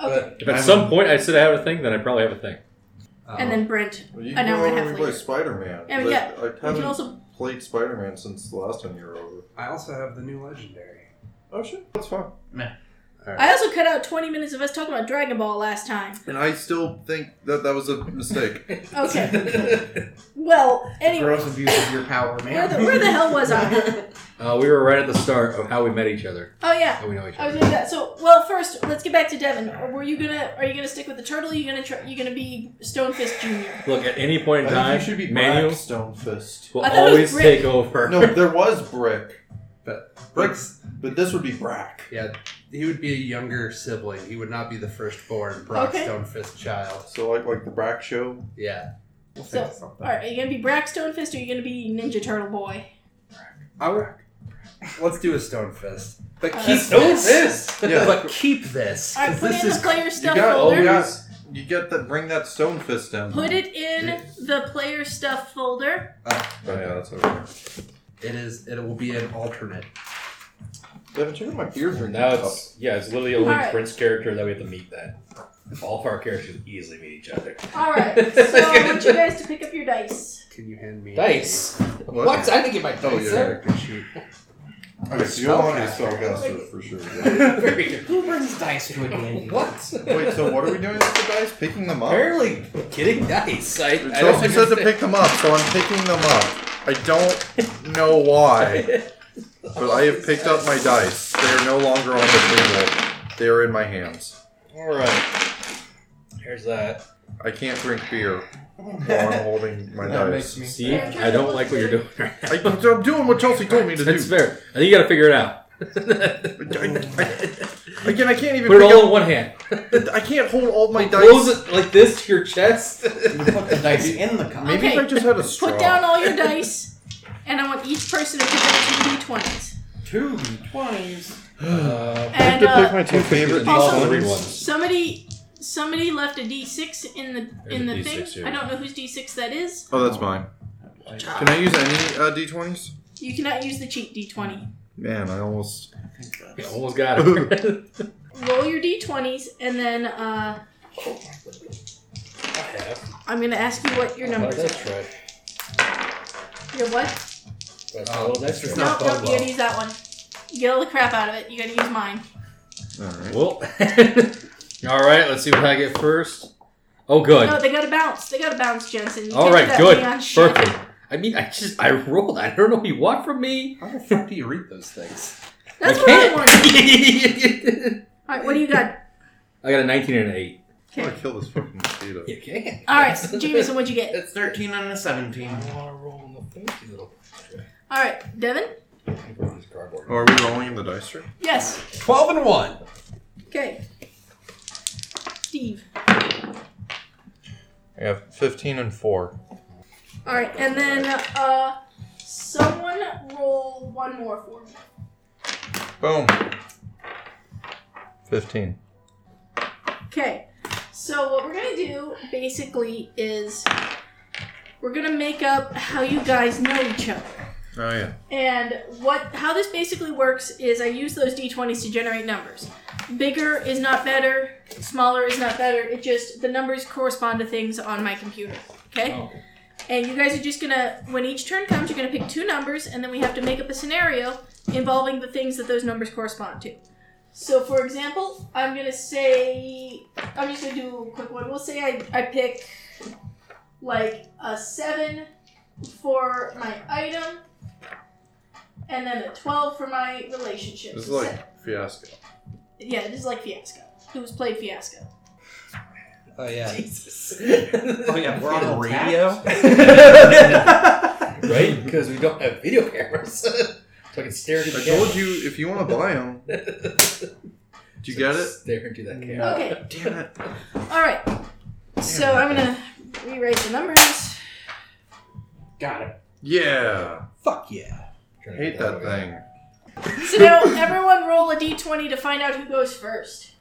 Speaker 1: here. Okay.
Speaker 2: If at
Speaker 6: I'm-
Speaker 2: some point I said I have a thing, then I probably have a thing.
Speaker 5: Uh,
Speaker 1: and then Brent.
Speaker 4: Well, you
Speaker 1: An hour and
Speaker 4: go
Speaker 1: a
Speaker 4: over
Speaker 1: half
Speaker 4: and play
Speaker 1: later.
Speaker 4: Spider Man.
Speaker 1: Oh, yeah.
Speaker 4: I
Speaker 1: We
Speaker 4: haven't
Speaker 1: can also.
Speaker 4: played Spider Man since the last time you were over.
Speaker 5: I also have the new legendary.
Speaker 4: Oh shit, that's fine.
Speaker 1: I also cut out 20 minutes of us talking about Dragon Ball last time.
Speaker 4: And I still think that that was a mistake.
Speaker 1: Okay. Well, anyway,
Speaker 3: Gross abuse of your power,
Speaker 1: where
Speaker 3: man.
Speaker 1: the, where the hell was I?
Speaker 2: Uh, we were right at the start of how we met each other.
Speaker 1: Oh yeah,
Speaker 2: How we know each
Speaker 1: I was
Speaker 2: other.
Speaker 1: gonna do that. So, well, first, let's get back to Devin. Were you gonna? Are you gonna stick with the turtle? Are you gonna? Try, you gonna be Stonefist Junior?
Speaker 2: Look, at any point
Speaker 4: I
Speaker 2: in
Speaker 4: think
Speaker 2: time,
Speaker 4: you should be
Speaker 2: Manu
Speaker 4: Black Stone Fist.
Speaker 2: will
Speaker 1: I thought it was
Speaker 2: always
Speaker 1: Rick.
Speaker 2: take over.
Speaker 4: No, there was Brick,
Speaker 5: Bricks.
Speaker 4: but this would be Brack.
Speaker 5: Yeah, he would be a younger sibling. He would not be the firstborn Brock
Speaker 1: Okay.
Speaker 5: Stonefist child.
Speaker 4: So like like the Brack show.
Speaker 5: Yeah,
Speaker 4: We'll
Speaker 1: So-
Speaker 4: think of something.
Speaker 1: All right, are you gonna be Brack Stonefist or are you gonna be Ninja Turtle Boy?
Speaker 5: I would. Let's do a Stonefist, but
Speaker 1: Uh,
Speaker 5: keep this.
Speaker 4: Yeah.
Speaker 5: but keep this.
Speaker 1: All right,
Speaker 5: 'cause
Speaker 1: put
Speaker 5: this
Speaker 1: it in the
Speaker 5: is
Speaker 1: player
Speaker 4: You
Speaker 1: stuff
Speaker 4: got
Speaker 1: folder.
Speaker 4: always. You get that. Bring that Stone Fist down.
Speaker 1: Put it in the player stuff folder.
Speaker 4: Oh yeah, that's over.
Speaker 5: It is. It will be an alternate.
Speaker 4: Devin, check out my beard ring.
Speaker 2: Now it's Oh. yeah, it's literally only
Speaker 1: Alright.
Speaker 2: Prince character that we have to meet. That all of our characters easily meet each other.
Speaker 1: All right, so I want you guys to pick up your dice.
Speaker 5: Can you hand me
Speaker 8: Dice.
Speaker 4: What?
Speaker 8: What? I didn't get my
Speaker 4: Oh,
Speaker 8: dice.
Speaker 4: yeah.
Speaker 8: sir.
Speaker 5: Character sheet.
Speaker 4: Okay, so you'll want to spellcaster for sure. yeah.
Speaker 8: Very good.
Speaker 3: Who brings dice to a game?
Speaker 8: What?
Speaker 4: Wait, so what are we doing with the dice? Picking them up?
Speaker 8: Barely getting dice. I, I don't
Speaker 4: Chelsea said to
Speaker 8: understand.
Speaker 4: pick them up, so I'm picking them up. I don't know why, but I have picked up my dice. They are no longer on the table. They are in my hands.
Speaker 8: All right. Here's that.
Speaker 4: I can't drink beer while I'm holding my
Speaker 3: That
Speaker 4: dice.
Speaker 3: makes me
Speaker 2: See, I don't like what you're doing right now.
Speaker 4: I, am doing what Chelsea told me to
Speaker 2: That's
Speaker 4: do.
Speaker 2: fair. I think you got to figure it out.
Speaker 4: I, I- again, I can't even
Speaker 2: Put it
Speaker 4: pick
Speaker 2: all in
Speaker 4: up,
Speaker 2: one hand.
Speaker 4: I can't hold all my dice.
Speaker 2: Close it like this to your chest.
Speaker 3: You put the dice in the cup.
Speaker 4: Maybe if I just had a straw.
Speaker 1: Put down all your dice, and I want each person to pick up two d20s.
Speaker 3: Two twenties.
Speaker 2: Uh,
Speaker 4: I have
Speaker 1: And
Speaker 4: to pick
Speaker 1: uh,
Speaker 4: my two favorite
Speaker 1: also-
Speaker 4: D20s.
Speaker 2: three ones.
Speaker 1: somebody, somebody left a d6 in the
Speaker 2: There's
Speaker 1: in
Speaker 2: a
Speaker 1: the thing.
Speaker 2: D6 here.
Speaker 1: I don't know whose d6 that is.
Speaker 4: Oh, that's mine. Can I use any uh, D20s?
Speaker 1: You cannot use the cheat d20.
Speaker 4: Man, I almost.
Speaker 2: yeah,
Speaker 8: Oh,
Speaker 2: almost got it.
Speaker 1: Roll your d20s, and then uh,
Speaker 4: Oh,
Speaker 1: I'm going to ask you what your
Speaker 4: Oh,
Speaker 1: numbers are.
Speaker 2: Oh, right.
Speaker 1: Your what?
Speaker 2: That's
Speaker 5: Oh,
Speaker 2: well, that's
Speaker 5: it's
Speaker 2: right.
Speaker 1: No,
Speaker 5: not
Speaker 1: no, you
Speaker 5: Pueblo.
Speaker 1: gotta use that one. You get all the crap out of it. You gotta use mine.
Speaker 4: Alright.
Speaker 2: Well, all right. Let's see what I get first. Oh, good.
Speaker 1: No, they gotta bounce. They gotta bounce, Jensen. You can't
Speaker 2: All
Speaker 1: do
Speaker 2: right,
Speaker 1: that
Speaker 2: good,
Speaker 1: neon shit.
Speaker 2: perfect. I mean, I just I rolled. I don't know what you want from me.
Speaker 5: How the fuck do you read those things?
Speaker 1: That's
Speaker 2: I
Speaker 1: what I want.
Speaker 2: can't.
Speaker 1: All right, what do you got?
Speaker 2: I got a 19 and an 8.
Speaker 4: I want to kill this fucking mosquito.
Speaker 8: You can.
Speaker 1: All right, Jameson, what'd you get?
Speaker 3: It's thirteen and a seventeen.
Speaker 8: I want to roll in the fancy little.
Speaker 1: All right, Devin.
Speaker 2: These cardboard.
Speaker 6: Oh, are we rolling in the dice room?
Speaker 1: Yes.
Speaker 5: 12 and 1.
Speaker 1: Okay. Steve.
Speaker 6: I have 15 and 4.
Speaker 1: All right, and then uh, someone roll one more for me.
Speaker 6: Boom. 15.
Speaker 1: Okay. So what we're gonna do basically is we're gonna make up how you guys know each other.
Speaker 6: Oh, yeah.
Speaker 1: And what how this basically works is I use those d20s to generate numbers. Bigger is not better, smaller is not better. It just the numbers correspond to things on my computer. Okay? And you guys are just gonna when each turn comes, you're gonna pick two numbers, and then we have to make up a scenario involving the things that those numbers correspond to. So for example, I'm gonna say I'm just gonna do a quick one. We'll say I, I pick like a seven for my item and then a 12 for my relationship.
Speaker 6: This is like fiasco.
Speaker 1: yeah, this is like Fiasco. Who's played Fiasco?
Speaker 8: Oh yeah.
Speaker 3: Jesus.
Speaker 8: Oh yeah, we're on the
Speaker 3: Feel
Speaker 8: radio.
Speaker 2: Right?
Speaker 8: Because we don't have video cameras, so I can stare into
Speaker 6: I
Speaker 8: the camera.
Speaker 6: told you if you want to buy them. Do you get it?
Speaker 8: Stare into that camera.
Speaker 5: Uh,
Speaker 1: Okay,
Speaker 6: Damn it.
Speaker 1: all right. So I'm gonna rewrite the numbers.
Speaker 5: Got it.
Speaker 6: Yeah.
Speaker 5: Fuck yeah.
Speaker 8: Turn it
Speaker 6: Hate that
Speaker 8: way.
Speaker 6: thing.
Speaker 1: So now everyone roll a d20 to find out who goes first.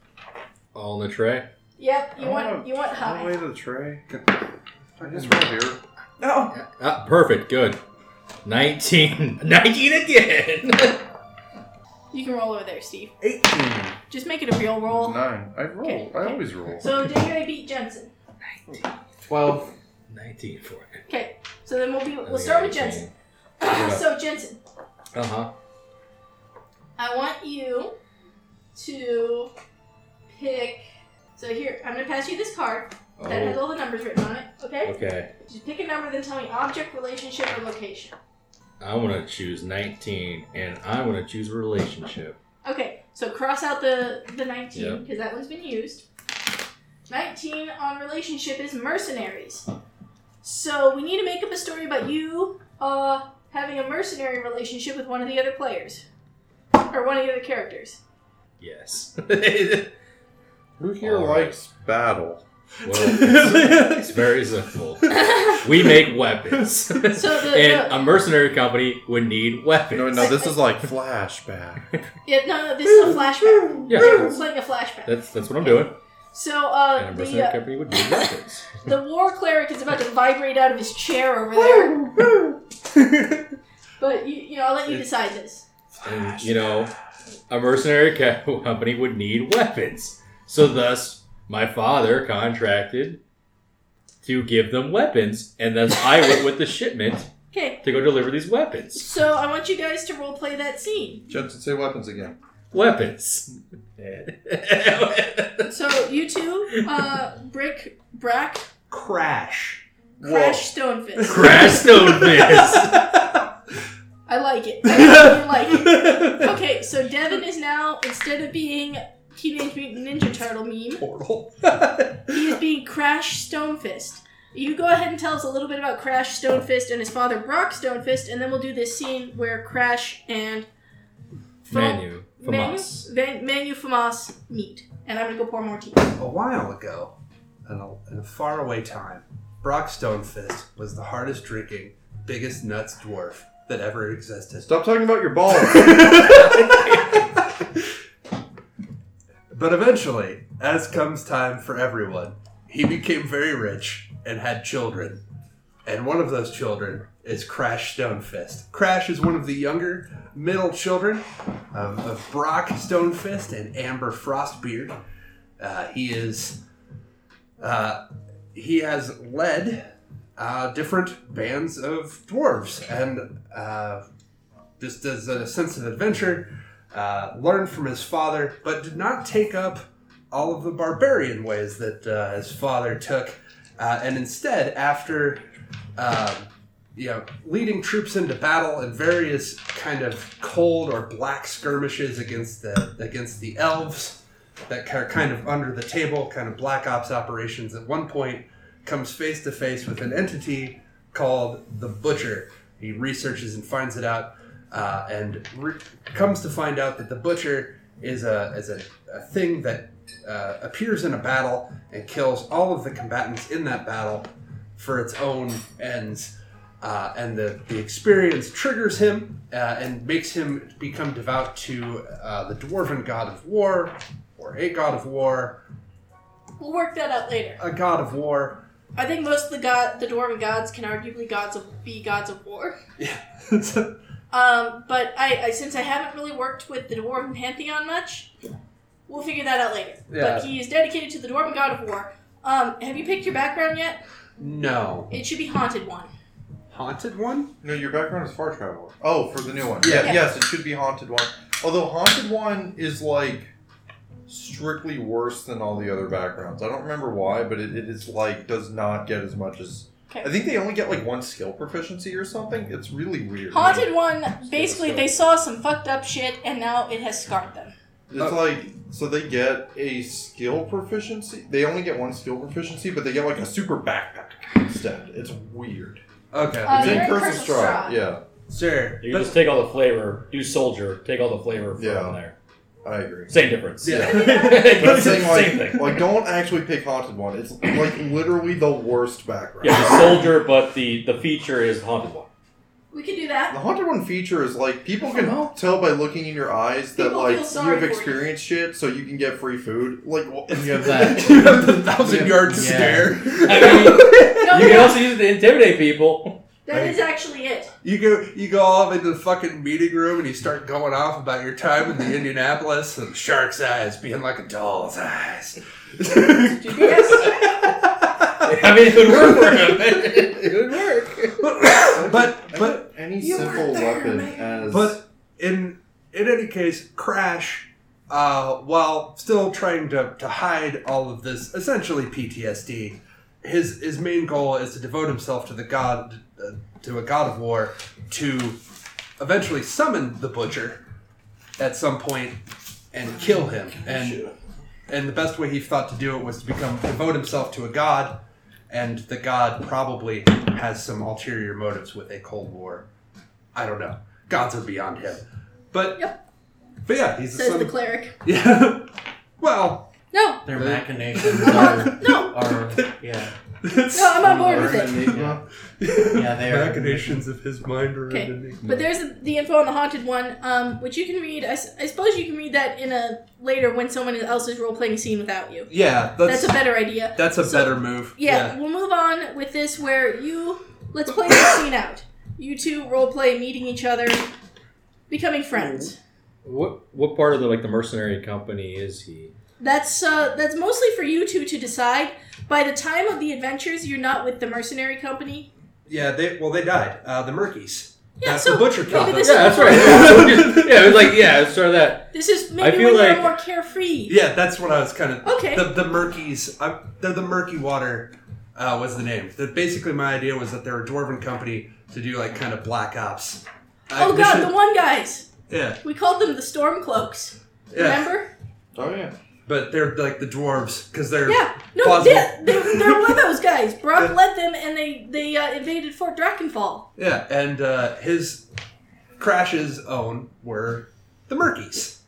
Speaker 2: All in the tray.
Speaker 1: Yep, you
Speaker 6: I
Speaker 1: want
Speaker 6: wanna-
Speaker 1: you want
Speaker 6: All the way
Speaker 1: high.
Speaker 6: to the tray. I guess we're here.
Speaker 1: Oh,
Speaker 3: No.
Speaker 2: Ah, perfect. Good. 19. 19 again.
Speaker 1: You can roll over there, Steve.
Speaker 5: 18.
Speaker 1: Just make it a real roll.
Speaker 6: Nine. I roll.
Speaker 1: Okay,
Speaker 6: I
Speaker 1: okay.
Speaker 6: always roll.
Speaker 1: So did I beat Jensen?
Speaker 3: 12.
Speaker 2: 19 for it.
Speaker 1: Okay. So then we'll be we'll start with Jensen. so Jensen,
Speaker 2: Uh huh.
Speaker 1: I want you to pick. So here, I'm gonna pass you this card that has
Speaker 2: Oh,
Speaker 1: all the numbers written on it. Okay.
Speaker 2: okay.
Speaker 1: Just pick a number, then tell me object, relationship, or location.
Speaker 2: I want to choose 19 and I want to choose relationship.
Speaker 1: Okay, so cross out the, the 19,
Speaker 2: Yep.
Speaker 1: because that one's been used. 19 on relationship is mercenaries. So we need to make up a story about you uh, having a mercenary relationship with one of the other players, or one of the other characters.
Speaker 2: Yes.
Speaker 6: Who here
Speaker 2: All right.
Speaker 6: likes battle?
Speaker 2: Well, it's very simple. We make weapons.
Speaker 1: So the,
Speaker 2: and
Speaker 1: the
Speaker 2: a mercenary company would need weapons.
Speaker 6: No, no, this is like flashback.
Speaker 1: yeah, no, no, this is a flashback.
Speaker 2: Yeah.
Speaker 1: It's like a flashback.
Speaker 2: That's that's what I'm doing.
Speaker 1: So uh,
Speaker 2: And a
Speaker 1: the
Speaker 2: mercenary
Speaker 1: uh,
Speaker 2: company would need weapons.
Speaker 1: the war cleric is about to vibrate out of his chair over there. But you, you know, I'll let you decide this.
Speaker 2: And, you know, a mercenary co- company would need weapons. So thus, my father contracted to give them weapons, and thus I went with the shipment
Speaker 1: Okay,
Speaker 2: to go deliver these weapons.
Speaker 1: So I want you guys to roleplay that scene.
Speaker 6: Jensen, say weapons again.
Speaker 2: Weapons.
Speaker 1: So you two, uh, Brick, Brack,
Speaker 5: Crash.
Speaker 1: Crash, Stonefist.
Speaker 2: Crash stone fist.
Speaker 1: I like it. I like it. Okay, so Devin is now instead of being Teenage Mutant Ninja Turtle meme,
Speaker 5: Portal.
Speaker 1: he is being Crash Stonefist. You go ahead and tell us a little bit about Crash Stonefist and his father Brock Stonefist, and then we'll do this scene where Crash and
Speaker 2: Menu. From
Speaker 1: Manu,
Speaker 2: us.
Speaker 1: Van, Manu Famas meet. And I'm gonna go pour more tea.
Speaker 5: A while ago, in a, in a faraway time, Brock Stonefist was the hardest drinking, biggest nuts dwarf that ever existed.
Speaker 6: Stop talking about your balls.
Speaker 5: But eventually, as comes time for everyone, he became very rich and had children. And one of those children is Crash Stonefist. Crash is one of the younger middle children of, of Brock Stonefist and Amber Frostbeard. Uh, he is. Uh, he has led uh, different bands of dwarves and uh, just as a sense of adventure uh, learned from his father, but did not take up all of the barbarian ways that uh, his father took. Uh, and instead, after um, you know, leading troops into battle in various kind of cold or black skirmishes against the against the elves that are kind of under the table, kind of black ops operations, at one point comes face to face with an entity called the Butcher. He researches and finds it out uh, and re- comes to find out that the butcher is a is a, a thing that uh, appears in a battle and kills all of the combatants in that battle for its own ends. Uh, and the, the experience triggers him uh, and makes him become devout to uh, the dwarven god of war, or a god of war,
Speaker 1: We'll work that out later.
Speaker 5: a god of war.
Speaker 1: I think most of the god, the dwarven gods, can arguably gods of be gods of war.
Speaker 5: So,
Speaker 1: Um, but I, I since I haven't really worked with the dwarven pantheon much, we'll figure that out later.
Speaker 5: Yeah.
Speaker 1: But he is dedicated to the dwarven god of war. Um, have you picked your background yet?
Speaker 5: no.
Speaker 1: It should be haunted one.
Speaker 5: Haunted one?
Speaker 4: No, your background is far traveler. Oh, for the new one.
Speaker 5: Yeah.
Speaker 4: Yeah. Yes, it should be haunted one. Although haunted one is like strictly worse than all the other backgrounds. I don't remember why, but it, it is like does not get as much as.
Speaker 1: Okay.
Speaker 4: I think they only get like one skill proficiency or something. It's really weird.
Speaker 1: Haunted one. Basically, they saw some fucked up shit, and now it has scarred them.
Speaker 4: It's like so they get a skill proficiency. They only get one skill proficiency, but they get like a super backpack instead. It's weird.
Speaker 5: Okay.
Speaker 1: Uh,
Speaker 4: It's in
Speaker 1: you're in
Speaker 4: cursive
Speaker 1: Cursive
Speaker 4: stride.
Speaker 1: Stride.
Speaker 4: Yeah,
Speaker 5: sure.
Speaker 2: You can
Speaker 5: But-
Speaker 2: just take all the flavor, do soldier, take all the flavor from
Speaker 4: Yeah.
Speaker 2: there.
Speaker 4: I agree.
Speaker 2: Same difference.
Speaker 5: yeah.
Speaker 4: But I'm
Speaker 2: It's the
Speaker 4: saying like,
Speaker 2: same thing.
Speaker 4: like don't actually pick haunted one. It's like literally the worst background.
Speaker 2: Yeah, the soldier, but the, the feature is haunted one.
Speaker 1: We could do that.
Speaker 4: The haunted one feature is like people can
Speaker 1: Uh-huh.
Speaker 4: tell by looking in your eyes that
Speaker 1: People
Speaker 4: like
Speaker 1: feel
Speaker 4: you
Speaker 1: sorry
Speaker 4: have
Speaker 1: for you.
Speaker 4: experienced shit, so you can get free food. Like wh- and you have
Speaker 3: That-
Speaker 5: you have the thousand yard
Speaker 3: Yeah.
Speaker 5: stare.
Speaker 2: I mean,
Speaker 1: No,
Speaker 2: you can
Speaker 1: no,
Speaker 2: also use it to intimidate people.
Speaker 1: that is actually it.
Speaker 5: You go, you go off into the fucking meeting room and you start going off about your time in the Indianapolis and shark's eyes being like a doll's eyes.
Speaker 1: Yes.
Speaker 2: I mean, it would work for him.
Speaker 3: it would work.
Speaker 5: but but
Speaker 4: any
Speaker 3: You weren't
Speaker 4: simple
Speaker 3: there,
Speaker 4: weapon
Speaker 3: man.
Speaker 4: as
Speaker 5: But in in any case, Crash, uh, while still trying to, to hide all of this essentially PTSD, his his main goal is to devote himself to the god uh, to a god of war to eventually summon the butcher at some point and kill him and and the best way he thought to do it was to become devote himself to a god and the god probably has some ulterior motives with a cold war i don't know gods are beyond him but but yeah he's the
Speaker 1: Says
Speaker 5: son
Speaker 1: the
Speaker 5: of-
Speaker 1: cleric.
Speaker 5: yeah well
Speaker 1: No,
Speaker 3: Their
Speaker 5: Really?
Speaker 3: machinations
Speaker 1: on.
Speaker 3: are,
Speaker 1: No.
Speaker 3: are yeah,
Speaker 1: no, I'm on board with it.
Speaker 3: yeah, yeah. They are
Speaker 5: machinations of his mind are
Speaker 1: Okay.
Speaker 5: underneath
Speaker 1: But there's the info on the haunted one, um, which you can read. I, s- I suppose you can read that in a later when someone else is role playing a scene without you.
Speaker 5: yeah
Speaker 1: That's
Speaker 5: that's
Speaker 1: a better idea.
Speaker 5: that's a better move
Speaker 1: Yeah, we'll move on with this where you let's play the scene out. You two role play meeting each other, becoming friends.
Speaker 2: What what part of the like the mercenary company is he?
Speaker 1: That's uh, that's mostly for you two to decide. By the time of the adventures, you're not with the mercenary company.
Speaker 5: yeah they well they died uh, the murkies
Speaker 1: Yeah,
Speaker 5: that's
Speaker 1: so
Speaker 5: the butcher
Speaker 1: maybe
Speaker 5: company.
Speaker 1: this
Speaker 2: Yeah, that's right. yeah, it was like yeah, it was sort of that.
Speaker 1: This is
Speaker 2: I
Speaker 1: maybe
Speaker 2: feel
Speaker 1: when you're
Speaker 2: like-
Speaker 1: more carefree.
Speaker 5: Yeah, that's what I was kind of.
Speaker 1: Okay.
Speaker 5: The, the murkies. I, they're the murky water. Uh, was the name? That basically my idea was that they're a dwarven company to do like kind of black ops. I-
Speaker 1: Oh
Speaker 5: they
Speaker 1: god,
Speaker 5: should-
Speaker 1: the one guys.
Speaker 5: yeah,
Speaker 1: We called them the Stormcloaks.
Speaker 5: yeah.
Speaker 1: Remember?
Speaker 4: oh yeah,
Speaker 5: But they're like the dwarves because they're
Speaker 1: Yeah, no,
Speaker 5: plausible.
Speaker 1: they, they, they're one of those guys. Brock led them, and they they uh, invaded Fort Drakenfall.
Speaker 5: yeah. And uh, his Crash's own were the murkies.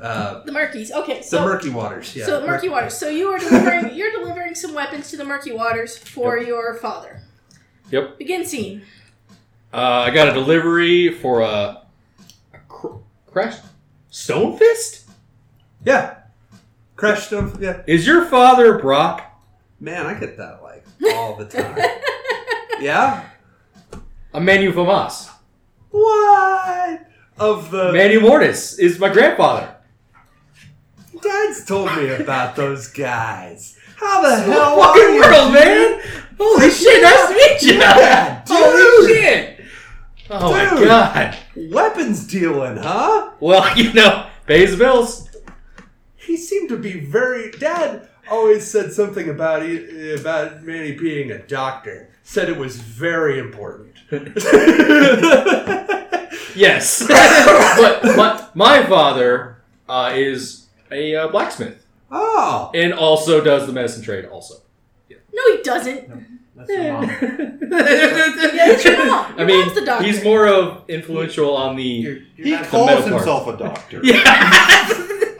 Speaker 5: Uh,
Speaker 1: The Murkies. Okay,
Speaker 5: the
Speaker 1: so
Speaker 5: murky waters. Yeah.
Speaker 1: so Murky Waters. So you are delivering you're delivering some weapons to the Murky Waters for your father.
Speaker 2: Yep.
Speaker 1: Begin scene.
Speaker 2: Uh, I got a delivery for a, a cr- crash stone fist.
Speaker 5: Yeah. Crash stone. Yeah.
Speaker 2: Is your father Brock?
Speaker 5: Man, I get that like all the time. yeah.
Speaker 2: A Manu Famas.
Speaker 5: What? Of the
Speaker 2: Manu Mortis is my grandfather.
Speaker 5: dad's told me about those guys. How the hell
Speaker 2: Fucking
Speaker 5: are you?
Speaker 2: world, man! Holy shit! Nice to meet you.
Speaker 5: Yeah, dude.
Speaker 2: Holy shit! Oh my
Speaker 5: Dude.
Speaker 2: god!
Speaker 5: Weapons dealing, huh?
Speaker 2: Well, you know, pays the bills.
Speaker 5: He seemed to be very. Dad always said something about he, about Manny being a doctor. Said it was very important.
Speaker 2: Yes, but, but my father uh, is a uh, blacksmith
Speaker 5: oh,
Speaker 2: and also does the medicine trade. Also,
Speaker 1: No, he doesn't.
Speaker 3: That's your mom.
Speaker 1: Yeah, that's your mom.
Speaker 2: I mean,
Speaker 1: mom's the doctor.
Speaker 2: he's more of influential on the.
Speaker 3: You're, you're
Speaker 4: He
Speaker 3: not-
Speaker 2: called-
Speaker 4: calls
Speaker 2: metal part.
Speaker 4: himself a doctor,
Speaker 2: Yeah.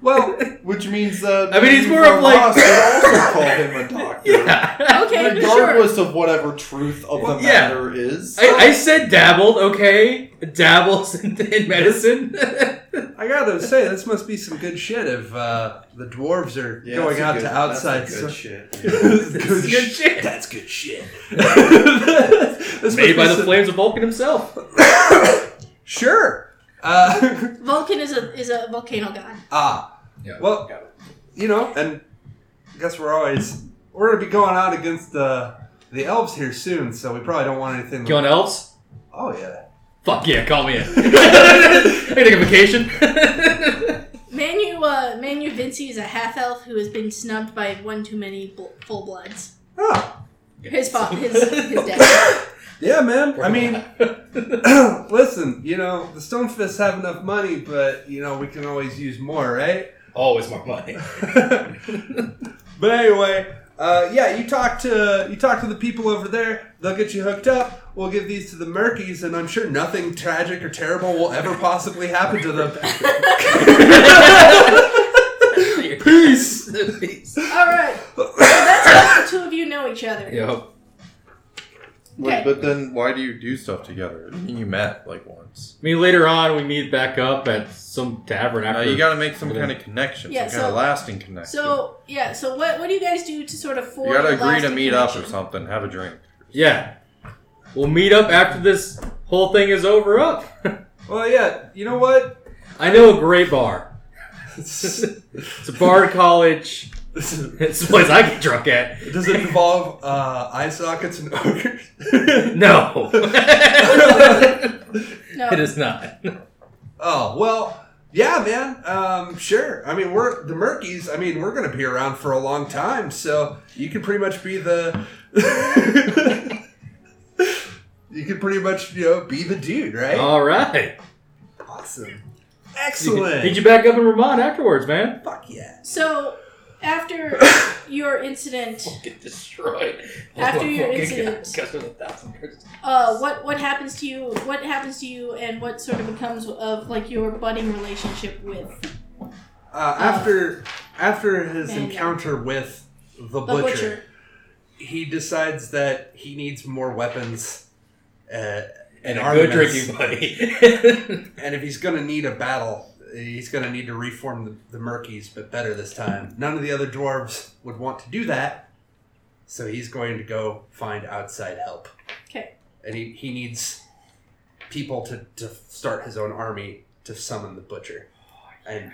Speaker 5: Well,
Speaker 4: which means that
Speaker 2: I mean, he's more of like-
Speaker 4: Ross would also call him a doctor,
Speaker 2: yeah.
Speaker 1: okay, sure.
Speaker 4: regardless of whatever truth of the
Speaker 2: Well, yeah.
Speaker 4: matter is.
Speaker 2: I, I said dabbled, okay? Dabbles in, in medicine.
Speaker 5: I gotta say, this must be some good shit if uh, the dwarves are
Speaker 4: Yeah,
Speaker 5: going
Speaker 4: that's a
Speaker 5: out
Speaker 4: good-
Speaker 5: to outside.
Speaker 4: That's a good shit.
Speaker 5: good,
Speaker 2: This is good
Speaker 5: sh-
Speaker 2: shit.
Speaker 5: That's good shit. This must be
Speaker 2: Made by the
Speaker 5: some-
Speaker 2: flames of Vulcan himself.
Speaker 5: Sure. Uh,
Speaker 1: Vulcan is a is a volcano god.
Speaker 5: ah.
Speaker 2: Yeah.
Speaker 5: Well, you know, and I guess we're always we're gonna be going out against the the elves here soon, so we probably don't want anything.
Speaker 2: You want elves?
Speaker 5: oh yeah.
Speaker 2: Fuck yeah, call me in. I can take a vacation.
Speaker 1: Manu uh, Manu Vinci is a half elf who has been snubbed by one too many bl- full bloods.
Speaker 5: Oh
Speaker 1: His father, his his dad.
Speaker 5: yeah, man. I mean, listen, you know, the Stonefists have enough money, but you know, we can always use more, right?
Speaker 8: Always more money.
Speaker 5: but anyway, uh, yeah, you talk to you talk to the people over there. They'll get you hooked up. We'll give these to the Murkies, and I'm sure nothing tragic or terrible will ever possibly happen to them. Peace.
Speaker 2: Peace.
Speaker 1: All right, so that's how the two of you know each other.
Speaker 2: Yo,
Speaker 6: Wait,
Speaker 1: Okay.
Speaker 6: but then why do you do stuff together? I mean, you met like once.
Speaker 2: I mean, later on we meet back up at some tavern
Speaker 6: Now
Speaker 2: after.
Speaker 6: Uh, you got to make some
Speaker 2: Okay.
Speaker 6: kind of connection,
Speaker 1: Yeah,
Speaker 6: some kind
Speaker 1: so-
Speaker 6: of lasting connection.
Speaker 1: So yeah, so what what do you guys do to sort of form?
Speaker 6: you got
Speaker 1: a
Speaker 6: to agree to
Speaker 1: lasting
Speaker 6: meet up or
Speaker 1: connection?
Speaker 6: something, have a drink.
Speaker 2: yeah, we'll meet up after this whole thing is over. Up.
Speaker 5: Well, yeah, you know what?
Speaker 2: I know a great bar.
Speaker 5: Does
Speaker 2: It's a bar at college. It's the place I get drunk at.
Speaker 5: it involve uh, eye sockets and ogres?
Speaker 2: No,
Speaker 1: No.
Speaker 2: it is not.
Speaker 5: Oh well, yeah, man. Um, sure. I mean, we're the Murkies. I mean, we're gonna be around for a long time, so you can pretty much be the. you can pretty much you know be the dude, right?
Speaker 8: Oh.
Speaker 2: All right.
Speaker 5: awesome.
Speaker 2: You can-
Speaker 5: Excellent.
Speaker 2: Meet you back up in Vermont afterwards, man.
Speaker 5: Fuck yeah.
Speaker 1: So after your incident,
Speaker 8: Get destroyed.
Speaker 1: After
Speaker 8: Fucking
Speaker 1: your
Speaker 8: guy,
Speaker 1: incident.
Speaker 8: guys with a thousand curses.
Speaker 1: uh, what what happens to you? What happens to you, and what sort of becomes of like your budding relationship with
Speaker 5: Uh, after after his
Speaker 1: Bang.
Speaker 5: encounter with
Speaker 1: the
Speaker 5: the, butcher,
Speaker 1: butcher?
Speaker 5: he decides that he needs more weapons. Uh,
Speaker 8: And a
Speaker 5: armaments.
Speaker 8: good drinking buddy.
Speaker 5: And if he's going to need a battle, he's going to need to reform the, the Murkies, but better this time. None of the other dwarves would want to do that, so he's going to go find outside help.
Speaker 1: Okay.
Speaker 5: And he, he needs people to, to start his own army to summon the butcher.
Speaker 1: Oh,
Speaker 5: And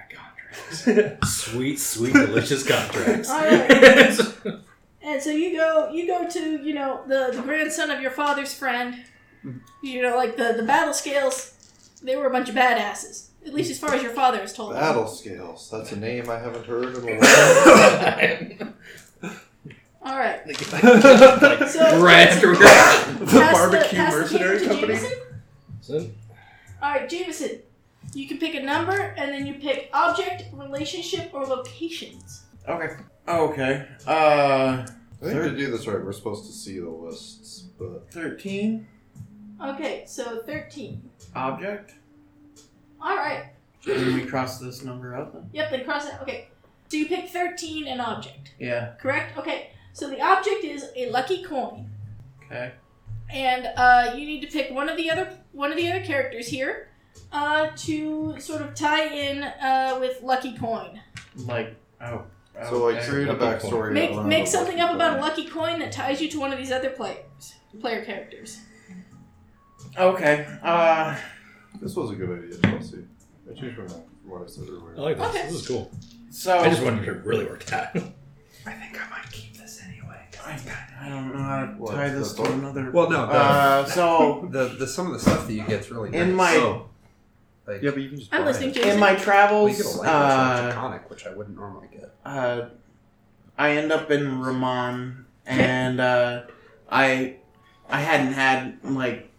Speaker 2: Sweet, sweet, delicious contracts.
Speaker 1: All right. And so you go, you go to, you know, the, the grandson of your father's friend.
Speaker 5: Mm-hmm.
Speaker 1: You know, like the, the battle scales, they were a bunch of badasses. At least as far as your father is told.
Speaker 4: Battle scales. That's a name I haven't heard in a while.
Speaker 1: All right.
Speaker 5: the
Speaker 1: So
Speaker 2: right after
Speaker 1: pass
Speaker 5: barbecue
Speaker 1: pass
Speaker 5: mercenary
Speaker 1: paper to
Speaker 5: company.
Speaker 1: Jameson. All right, Jameson. You can pick a number, and then you pick object, relationship, or locations.
Speaker 3: Okay. Okay. Uh,
Speaker 4: I think to do this right, we're supposed to see the lists, but
Speaker 3: thirteen
Speaker 1: Okay, so thirteen.
Speaker 3: object.
Speaker 1: All right.
Speaker 3: Did we cross this number out then?
Speaker 1: Yep, then cross it. Okay. So you pick thirteen an object,
Speaker 3: Yeah.
Speaker 1: correct? Okay. So the object is a lucky coin.
Speaker 3: Okay.
Speaker 1: and uh, you need to pick one of the other one of the other characters here uh, to sort of tie in uh, with Lucky Coin.
Speaker 3: Like oh.
Speaker 4: so like
Speaker 3: okay.
Speaker 4: create a backstory.
Speaker 1: Make
Speaker 4: around
Speaker 1: make
Speaker 4: the
Speaker 1: something up
Speaker 4: lucky
Speaker 1: about a
Speaker 4: coin.
Speaker 1: Lucky Coin that ties you to one of these other players player characters.
Speaker 3: Okay. Uh,
Speaker 4: This was a good idea, Chelsea. I choose my mind from what I said earlier.
Speaker 2: I
Speaker 6: Oh.
Speaker 2: like this.
Speaker 1: Okay.
Speaker 2: This is cool.
Speaker 3: so
Speaker 2: I just wanted to really work out.
Speaker 5: I think I might keep this anyway.
Speaker 3: I don't know how to
Speaker 4: What,
Speaker 3: tie this
Speaker 4: the
Speaker 3: to
Speaker 4: book?
Speaker 3: another.
Speaker 5: Well, no,
Speaker 3: Uh, so
Speaker 5: the, the some of the stuff that you get's really
Speaker 3: In
Speaker 5: nice.
Speaker 3: my-
Speaker 2: Oh,
Speaker 5: So, like,
Speaker 6: Yeah, but you can just.
Speaker 1: I'm
Speaker 6: buy
Speaker 1: listening
Speaker 6: it.
Speaker 1: to
Speaker 3: in my
Speaker 5: we get a
Speaker 3: travels,
Speaker 5: light
Speaker 3: uh,
Speaker 5: iconic, which I wouldn't normally get.
Speaker 3: uh, I end up in Ramon, and uh, I I hadn't had like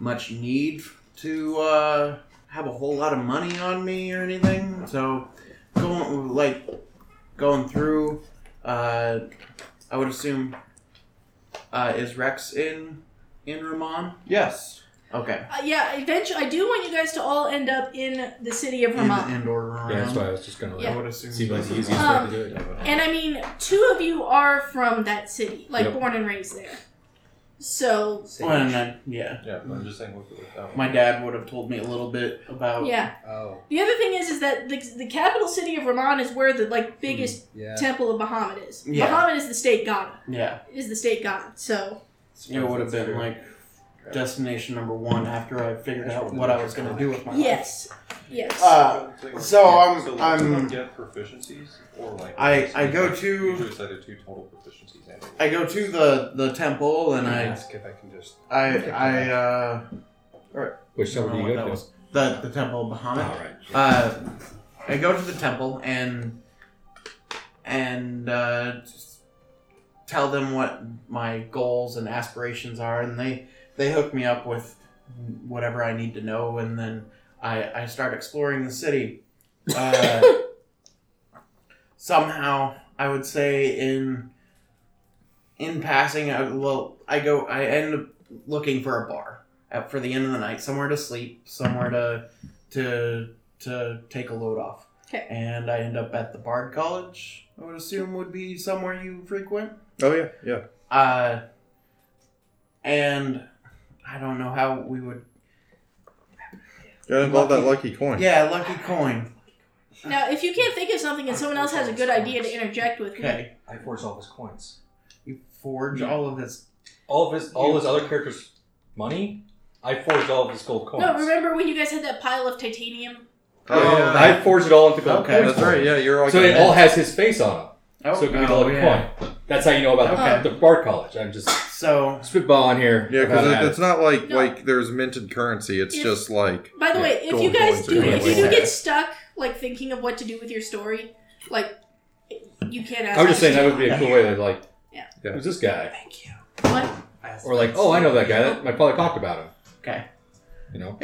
Speaker 3: much need to uh, have a whole lot of money on me or anything. So going like going through, uh, I would assume uh, is Rex in in Ramon?
Speaker 6: Yes.
Speaker 3: Okay.
Speaker 1: Uh, yeah, eventually, I do want you guys to all end up in the city of
Speaker 3: In the
Speaker 1: Vermont.
Speaker 3: indoor Ramon.
Speaker 2: Yeah, that's why I was just gonna like
Speaker 1: Yeah.
Speaker 3: I would assume.
Speaker 2: seem like the easiest
Speaker 1: Um,
Speaker 2: way to do it.
Speaker 1: And I mean, two of you are from that city, like
Speaker 2: Yep.
Speaker 1: born and raised there. So,
Speaker 3: Well, and I, yeah.
Speaker 6: Yeah, but I'm just saying, look at that one.
Speaker 3: My dad would have told me a little bit about.
Speaker 1: yeah.
Speaker 8: Oh,
Speaker 1: The other thing is, is that the, the capital city of Vermont is where the like biggest
Speaker 8: yeah.
Speaker 1: temple of Bahamut is.
Speaker 3: Yeah.
Speaker 1: Bahamut is the state god.
Speaker 3: Yeah.
Speaker 1: Is the state god. So,
Speaker 3: It would have been like destination number one after I figured out what I was going to do with my life.
Speaker 1: yes, yes.
Speaker 3: Uh, so I'm-
Speaker 6: So
Speaker 3: I'm-
Speaker 6: don't get proficiencies or like.
Speaker 3: I, I go
Speaker 6: Usually
Speaker 3: to
Speaker 6: it's either two total proficiencies and.
Speaker 3: I go to the, the temple and I
Speaker 8: ask if I can just.
Speaker 3: I I uh,
Speaker 2: Which
Speaker 3: don't
Speaker 2: number
Speaker 3: know
Speaker 2: do
Speaker 3: what
Speaker 2: you
Speaker 3: that
Speaker 2: go to?
Speaker 3: was. The the temple of Bahamut.
Speaker 2: right.
Speaker 3: Uh, I go to the temple and and uh, just tell them what my goals and aspirations are, and they they hook me up with whatever I need to know, and then I I start exploring the city. Uh, somehow, I would say in in passing, I, well, I go I end up looking for a bar at, for the end of the night, somewhere to sleep, somewhere to to to take a load off.
Speaker 1: 'Kay.
Speaker 3: And I end up at the Bard College, I would assume would be somewhere you frequent.
Speaker 4: Oh yeah, yeah.
Speaker 3: Uh, and I don't know how we would.
Speaker 4: Gotta involve that
Speaker 3: Lucky.
Speaker 4: lucky coin.
Speaker 3: Yeah, lucky coin.
Speaker 1: now, if you can't think of something and someone else has a good idea to interject with,
Speaker 3: Okay.
Speaker 8: I forged all of his coins.
Speaker 3: You forge all of this.
Speaker 2: All of his, all his other characters' money. I forged all of his gold coins.
Speaker 1: no, remember when you guys had that pile of titanium?
Speaker 2: Oh,
Speaker 6: yeah.
Speaker 2: I forged it all into gold
Speaker 3: Okay,
Speaker 2: coins.
Speaker 6: That's right. Yeah, you're all.
Speaker 2: So it all has his face on it.
Speaker 3: Oh,
Speaker 2: so it can be
Speaker 3: oh,
Speaker 2: all
Speaker 3: yeah.
Speaker 2: coin. That's how you know about
Speaker 3: Okay.
Speaker 2: the, the Bard College. I'm just
Speaker 3: So
Speaker 2: spitballing here.
Speaker 4: Yeah,
Speaker 2: about
Speaker 4: because it,
Speaker 2: that.
Speaker 4: it's not like
Speaker 1: No.
Speaker 4: like there's minted currency. It's
Speaker 1: If-
Speaker 4: just like
Speaker 1: By the
Speaker 4: Yeah,
Speaker 1: way, if
Speaker 4: gold
Speaker 1: you guys
Speaker 4: coins
Speaker 1: do, if
Speaker 4: are
Speaker 1: you
Speaker 3: really
Speaker 1: do
Speaker 3: rare.
Speaker 1: get stuck like thinking of what to do with your story, like you can't ask.
Speaker 2: I was just saying that would be a cool way to like.
Speaker 1: Yeah.
Speaker 2: Yeah. Who's this guy?
Speaker 1: What?
Speaker 2: Or like, oh, I know that guy. That my father talked about him.
Speaker 3: okay,
Speaker 2: You know.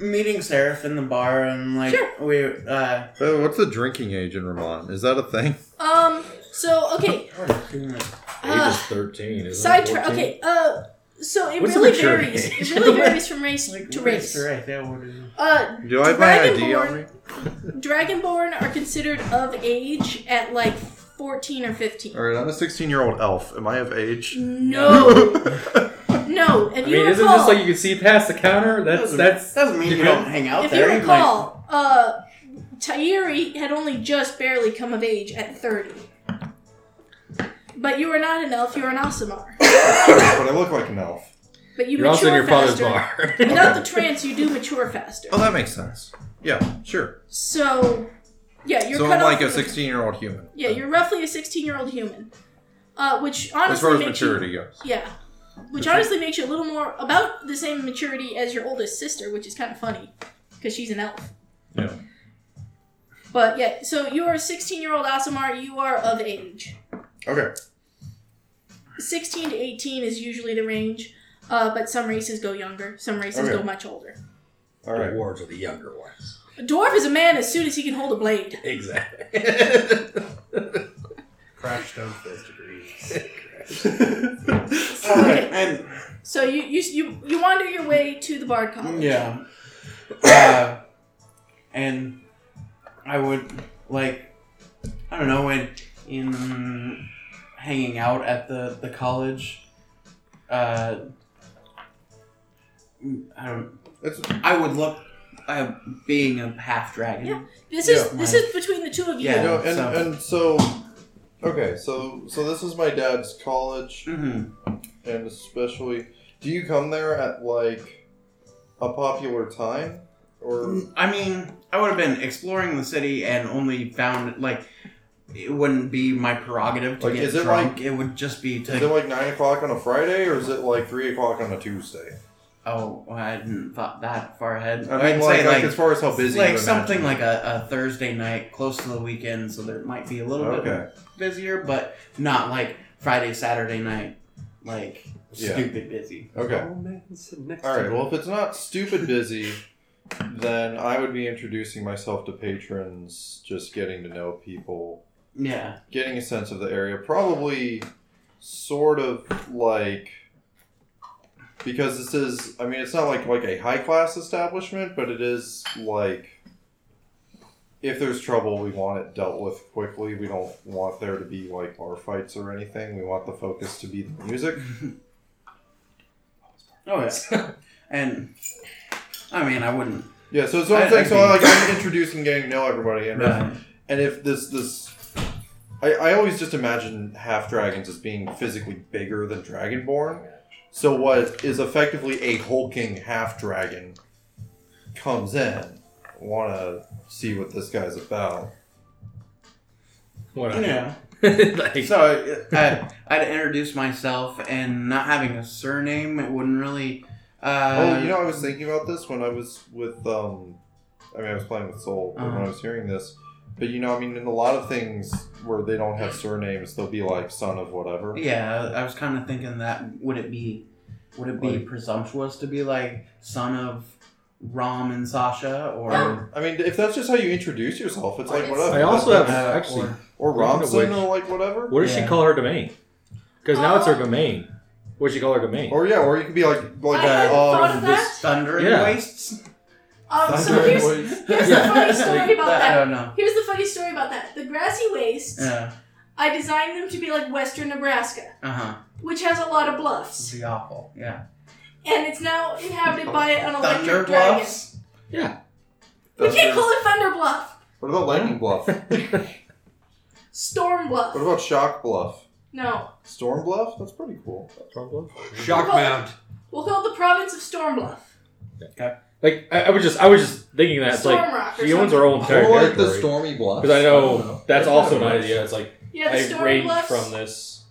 Speaker 3: meeting Seraph in the bar and like
Speaker 1: Sure.
Speaker 3: we uh
Speaker 4: Uh, what's the drinking age in Vermont? Is that a thing?
Speaker 1: Um. So okay.
Speaker 3: oh,
Speaker 2: Age
Speaker 1: Uh,
Speaker 2: is thirteen. Isn't
Speaker 1: Side
Speaker 2: it?
Speaker 1: track.
Speaker 2: 14?
Speaker 1: Okay. Uh. So it
Speaker 2: What's the
Speaker 1: really
Speaker 2: maturity
Speaker 1: varies.
Speaker 2: age?
Speaker 1: It really varies from race to race.
Speaker 3: Right, that would
Speaker 1: Uh,
Speaker 4: Do I have my ID
Speaker 1: Dragonborn-
Speaker 4: on me?
Speaker 1: Dragonborn are considered of age at like fourteen or fifteen.
Speaker 4: All right, I'm a 16 year old elf. Am I of age?
Speaker 1: No, no. If
Speaker 2: I
Speaker 1: you
Speaker 2: mean, isn't
Speaker 1: recall,
Speaker 2: this like you can see past the counter? That's
Speaker 3: doesn't,
Speaker 2: that's
Speaker 3: doesn't mean
Speaker 2: you
Speaker 3: you,
Speaker 2: know,
Speaker 3: don't hang out
Speaker 1: if
Speaker 3: there.
Speaker 1: you
Speaker 3: might-
Speaker 1: recall, uh, Tairi had only just barely come of age at 30. But you are not an elf, you are an Osimar.
Speaker 4: but I look like an elf.
Speaker 1: But you
Speaker 2: you're also
Speaker 1: mature
Speaker 2: in your father's
Speaker 1: faster.
Speaker 2: bar.
Speaker 1: Without the trance, you do mature faster.
Speaker 4: Oh, that makes sense. Yeah, sure.
Speaker 1: So, yeah, you're
Speaker 4: so
Speaker 1: cut
Speaker 4: I'm
Speaker 1: off
Speaker 4: like a
Speaker 1: from the-
Speaker 4: 16 year old human.
Speaker 1: Yeah, you're roughly a 16 year old human. Uh, which honestly
Speaker 4: as far as
Speaker 1: makes
Speaker 4: maturity goes.
Speaker 1: You, yeah. Which honestly makes you a little more about the same maturity as your oldest sister, which is kind of funny because she's an elf.
Speaker 4: Yeah.
Speaker 1: But yeah, so you are a 16 year old Asimar, you are of age.
Speaker 4: Okay.
Speaker 1: 16 to 18 is usually the range, uh, but some races go younger, some races
Speaker 4: Okay.
Speaker 1: go much older.
Speaker 4: All right.
Speaker 2: Dwarves are the younger ones.
Speaker 1: A dwarf is a man as soon as he can hold a blade.
Speaker 2: Exactly.
Speaker 8: Crash down first degrees.
Speaker 3: All right, and
Speaker 1: So you you, you, you wander your way to the Bard College.
Speaker 3: Yeah. Uh, and I would like I don't know when in hanging out at the the college. Uh, I don't.
Speaker 4: It's,
Speaker 3: I would look. Uh, being a half dragon.
Speaker 1: Yeah. This is
Speaker 3: Yeah.
Speaker 1: this is between the two of you.
Speaker 3: Yeah.
Speaker 4: you know, and,
Speaker 3: so-
Speaker 4: and so. Okay, so so this is my dad's college,
Speaker 3: hmm
Speaker 4: and especially. Do you come there at like a popular time? Or.
Speaker 3: I mean, I would have been exploring the city and only found like it wouldn't be my prerogative to
Speaker 4: Like,
Speaker 3: get
Speaker 4: is it
Speaker 3: drunk. it would just be to
Speaker 4: Is it like 9 o'clock on a Friday, or is it like 3 o'clock on a Tuesday?
Speaker 3: Oh, well, I hadn't thought that far ahead.
Speaker 4: I mean,
Speaker 3: would
Speaker 4: like,
Speaker 3: say,
Speaker 4: like, as far as how busy
Speaker 3: like
Speaker 4: you
Speaker 3: something
Speaker 4: imagine.
Speaker 3: like a, a Thursday night, close to the weekend, so there might be a little
Speaker 4: Okay.
Speaker 3: bit busier, but not like Friday, Saturday night, like
Speaker 4: Yeah.
Speaker 3: stupid busy.
Speaker 4: Okay.
Speaker 5: Oh man, sitting next
Speaker 4: All
Speaker 5: to
Speaker 4: right. Well, if it's not stupid busy, then I would be introducing myself to patrons, just getting to know people,
Speaker 3: Yeah,
Speaker 4: getting a sense of the area. Probably, sort of like because this is I mean it's not like like a high class establishment, but it is like if there's trouble, we want it dealt with quickly. We don't want there to be like bar fights or anything. We want the focus to be the music.
Speaker 3: Oh yeah. and I mean, I wouldn't.
Speaker 4: Yeah, so so I'm
Speaker 3: I-
Speaker 4: saying
Speaker 3: I
Speaker 4: so I, like
Speaker 3: think-
Speaker 4: I'm introducing getting to know everybody and
Speaker 3: Right.
Speaker 4: and if this this I, I always just imagine half dragons as being physically bigger than dragonborn. So what is effectively a hulking half dragon comes in. Wanna see what this guy's about.
Speaker 2: What
Speaker 3: You know,
Speaker 2: like,
Speaker 3: so I, I'd introduce myself, and not having a surname, it wouldn't really. Uh,
Speaker 4: oh, you know, I was thinking about this when I was with, um, I mean, I was playing with Soul but when I
Speaker 3: Uh-huh.
Speaker 4: was hearing this. But you know, I mean, in a lot of things where they don't have surnames, they'll be like son of whatever.
Speaker 3: Yeah, I was kind of thinking that would it be would it be
Speaker 4: Like-
Speaker 3: presumptuous to be like son of Ram and Sasha or
Speaker 4: I mean, if that's just how you introduce yourself, it's like
Speaker 1: It's-
Speaker 4: whatever.
Speaker 2: I also have
Speaker 3: Uh,
Speaker 2: actually.
Speaker 3: or-
Speaker 4: or
Speaker 2: Speaking
Speaker 4: Robson
Speaker 2: of which-
Speaker 4: or like whatever.
Speaker 2: What does she
Speaker 3: Yeah.
Speaker 2: call her domain? Because now it's her
Speaker 1: Uh,
Speaker 2: domain. What does she call her domain?
Speaker 4: Or yeah, or you could be like like
Speaker 1: I hadn't thought
Speaker 4: um,
Speaker 1: of
Speaker 3: this
Speaker 1: that.
Speaker 3: thunder in
Speaker 2: Yeah.
Speaker 3: the wastes?
Speaker 1: Um, so here's, here's the
Speaker 2: Yeah.
Speaker 1: funny story about
Speaker 3: I
Speaker 1: that.
Speaker 3: don't know.
Speaker 1: Here's the funny story about that. The grassy wastes,
Speaker 3: Yeah.
Speaker 1: I designed them to be like western Nebraska,
Speaker 3: Uh huh.
Speaker 1: which has a lot of bluffs.
Speaker 3: It'd be awful. Yeah.
Speaker 1: And it's now inhabited by an
Speaker 3: Thunder
Speaker 1: electric dragon.
Speaker 3: bluffs.
Speaker 1: We can't
Speaker 4: Thunder-
Speaker 1: call it Thunder Bluff.
Speaker 4: What about Lightning Bluff? what
Speaker 1: Storm Bluff.
Speaker 4: about Shock Bluff?
Speaker 1: No.
Speaker 4: Storm Bluff? That's pretty cool.
Speaker 12: Shock mount.
Speaker 1: We'll call it the province of Storm Bluff.
Speaker 2: Like I, I was just I was just thinking that it's
Speaker 1: Storm
Speaker 2: like
Speaker 1: Rock or
Speaker 2: she owns
Speaker 1: something.
Speaker 2: her own entire
Speaker 4: Or like the
Speaker 2: territory.
Speaker 4: Stormy Bluff.
Speaker 2: Because I know that's
Speaker 4: That's
Speaker 2: also an
Speaker 4: not
Speaker 2: idea. It's like
Speaker 1: Yeah, the
Speaker 2: I
Speaker 1: Storm
Speaker 2: rage
Speaker 1: Bluffs.
Speaker 2: from this.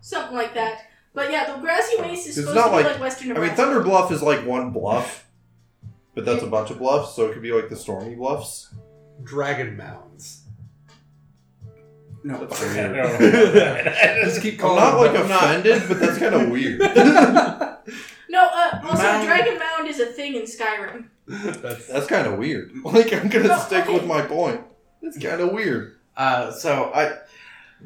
Speaker 1: Something like that. But yeah, the grassy waste is
Speaker 4: It's
Speaker 1: supposed
Speaker 4: not
Speaker 1: to be
Speaker 4: like-
Speaker 1: like, western
Speaker 4: I mean,
Speaker 1: Nebraska.
Speaker 4: Thunder Bluff is like one bluff, but that's a bunch of bluffs, so it could be like the Stormy Bluffs.
Speaker 5: Dragon mounds.
Speaker 3: No.
Speaker 4: That's
Speaker 2: I
Speaker 4: weird.
Speaker 2: don't know.
Speaker 5: Just keep
Speaker 4: I'm
Speaker 5: calling.
Speaker 4: not like
Speaker 5: them
Speaker 4: offended, Oh, but that's kind of weird.
Speaker 1: no, uh, also,
Speaker 3: Mound.
Speaker 1: Dragon Mound is a thing in Skyrim.
Speaker 4: That's kind of weird. Like I'm gonna
Speaker 1: No,
Speaker 4: stick
Speaker 1: okay.
Speaker 4: with my point. It's kind of weird.
Speaker 3: Uh, so I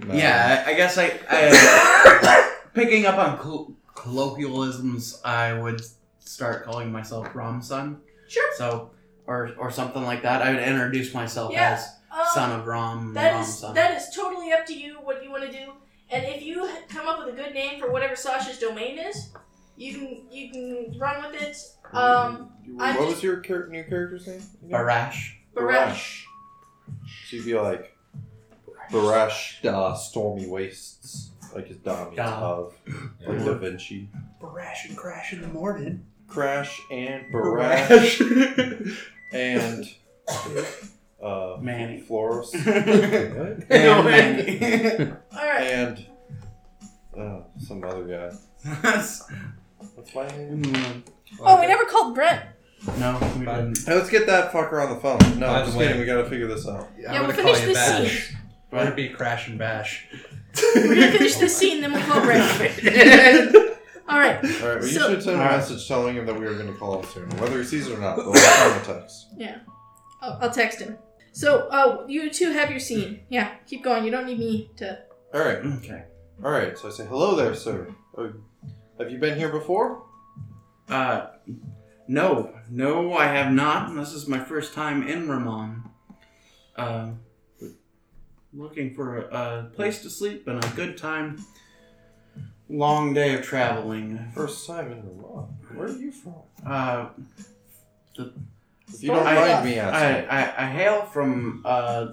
Speaker 4: No.
Speaker 3: yeah I, I guess I, I picking up on col- colloquialisms I would start calling myself Ram son.
Speaker 1: Sure.
Speaker 3: So or or something like that. I would introduce myself
Speaker 1: Yeah.
Speaker 3: as
Speaker 1: Um,
Speaker 3: son of Ram.
Speaker 1: That
Speaker 3: Ram
Speaker 1: is
Speaker 3: son.
Speaker 1: that is totally up to you what you want to do. And if you h- come up with a good name for whatever Sasha's domain is, you can you can run with it. Um, I
Speaker 4: what
Speaker 1: just-
Speaker 4: was your char- new character's name? again?
Speaker 3: Barash.
Speaker 1: Barash.
Speaker 4: She'd be like Barash da Stormy Wastes, like his da means
Speaker 3: Da.
Speaker 4: of, like Da Vinci.
Speaker 5: Barash and crash in the morning.
Speaker 4: Crash and Barash and uh,
Speaker 3: Manny.
Speaker 4: Floros
Speaker 3: And Manny.
Speaker 1: All right.
Speaker 4: and uh, some other guy. What's my name?
Speaker 1: Oh, we never called Brent.
Speaker 3: no, we didn't.
Speaker 4: Hey, let's get that fucker on the phone. No,
Speaker 12: By
Speaker 4: I'm
Speaker 12: the
Speaker 4: just
Speaker 12: way-
Speaker 4: kidding. We gotta figure this out.
Speaker 12: Yeah,
Speaker 1: Yeah,
Speaker 12: I'm
Speaker 1: we'll
Speaker 12: gonna call
Speaker 1: finish
Speaker 12: you
Speaker 1: this
Speaker 12: Bash. I'm gonna be Crash and Bash.
Speaker 1: We're gonna finish this scene, then we'll call Brent. All right.
Speaker 4: All right, well, you
Speaker 1: So-
Speaker 4: should send a
Speaker 3: All right.
Speaker 4: message telling him that we are going to call him soon, whether he sees it or not. They'll send him a text.
Speaker 1: I'll, Oh, I'll text him. So, uh, you two have your scene. Yeah, keep going. You don't need me to.
Speaker 4: All right,
Speaker 3: Okay.
Speaker 4: all right. So I say, "Hello there, sir. Uh, have you been here before?"
Speaker 3: Uh, no, no, I have not. This is my first time in Ramon. Uh, looking for a, a place to sleep and a good time. Long day of traveling.
Speaker 4: First time in Vermont. Where are you from?
Speaker 3: Uh,
Speaker 4: If you don't
Speaker 3: I-
Speaker 4: mind me
Speaker 3: I,
Speaker 4: asking,
Speaker 3: I, I hail from uh,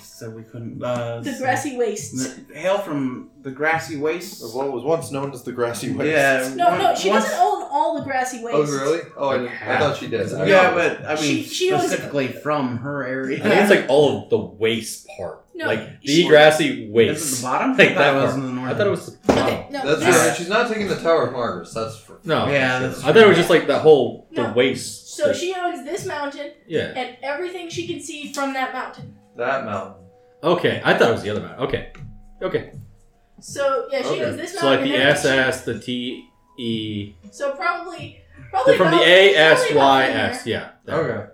Speaker 3: so we couldn't uh,
Speaker 1: The grassy wastes.
Speaker 3: hail from the grassy wastes.
Speaker 4: of what was once known as the grassy waste.
Speaker 3: Yeah.
Speaker 1: No,
Speaker 3: one-
Speaker 1: no, she
Speaker 3: once-
Speaker 1: doesn't own all the grassy wastes.
Speaker 4: Oh,
Speaker 2: I didn't- I thought
Speaker 4: she did.
Speaker 3: Yeah, but I
Speaker 1: She-
Speaker 3: mean
Speaker 1: she owns-
Speaker 3: specifically from her area.
Speaker 2: I think it's like all of the waste part,
Speaker 1: No,
Speaker 2: like the
Speaker 1: she-
Speaker 2: grassy
Speaker 3: Is it the
Speaker 2: waste.
Speaker 3: bottom?
Speaker 2: Like that
Speaker 3: it was
Speaker 2: part.
Speaker 3: in the north.
Speaker 2: I thought it was the
Speaker 1: Okay, no,
Speaker 4: That's
Speaker 1: this-
Speaker 4: She's not taking the Tower of Martyrs. That's for
Speaker 2: no.
Speaker 3: Yeah, that's
Speaker 2: I thought it was just like the whole the
Speaker 1: No.
Speaker 2: waste.
Speaker 1: So
Speaker 2: that-
Speaker 1: she owns this mountain
Speaker 2: yeah.
Speaker 1: and everything she can see from that mountain.
Speaker 4: that mountain.
Speaker 2: Okay, I thought it was the other one. Okay, okay.
Speaker 1: So yeah, she
Speaker 4: Okay.
Speaker 1: owns this
Speaker 2: So like
Speaker 1: mountain.
Speaker 2: the
Speaker 1: and
Speaker 2: S
Speaker 1: everything
Speaker 2: S, the T E,
Speaker 1: she- So probably,
Speaker 2: they're
Speaker 1: probably
Speaker 2: from the
Speaker 1: about-
Speaker 2: A S
Speaker 1: probably about
Speaker 2: Y
Speaker 1: from there.
Speaker 4: Oh,
Speaker 2: S. Yeah. that-
Speaker 4: Okay.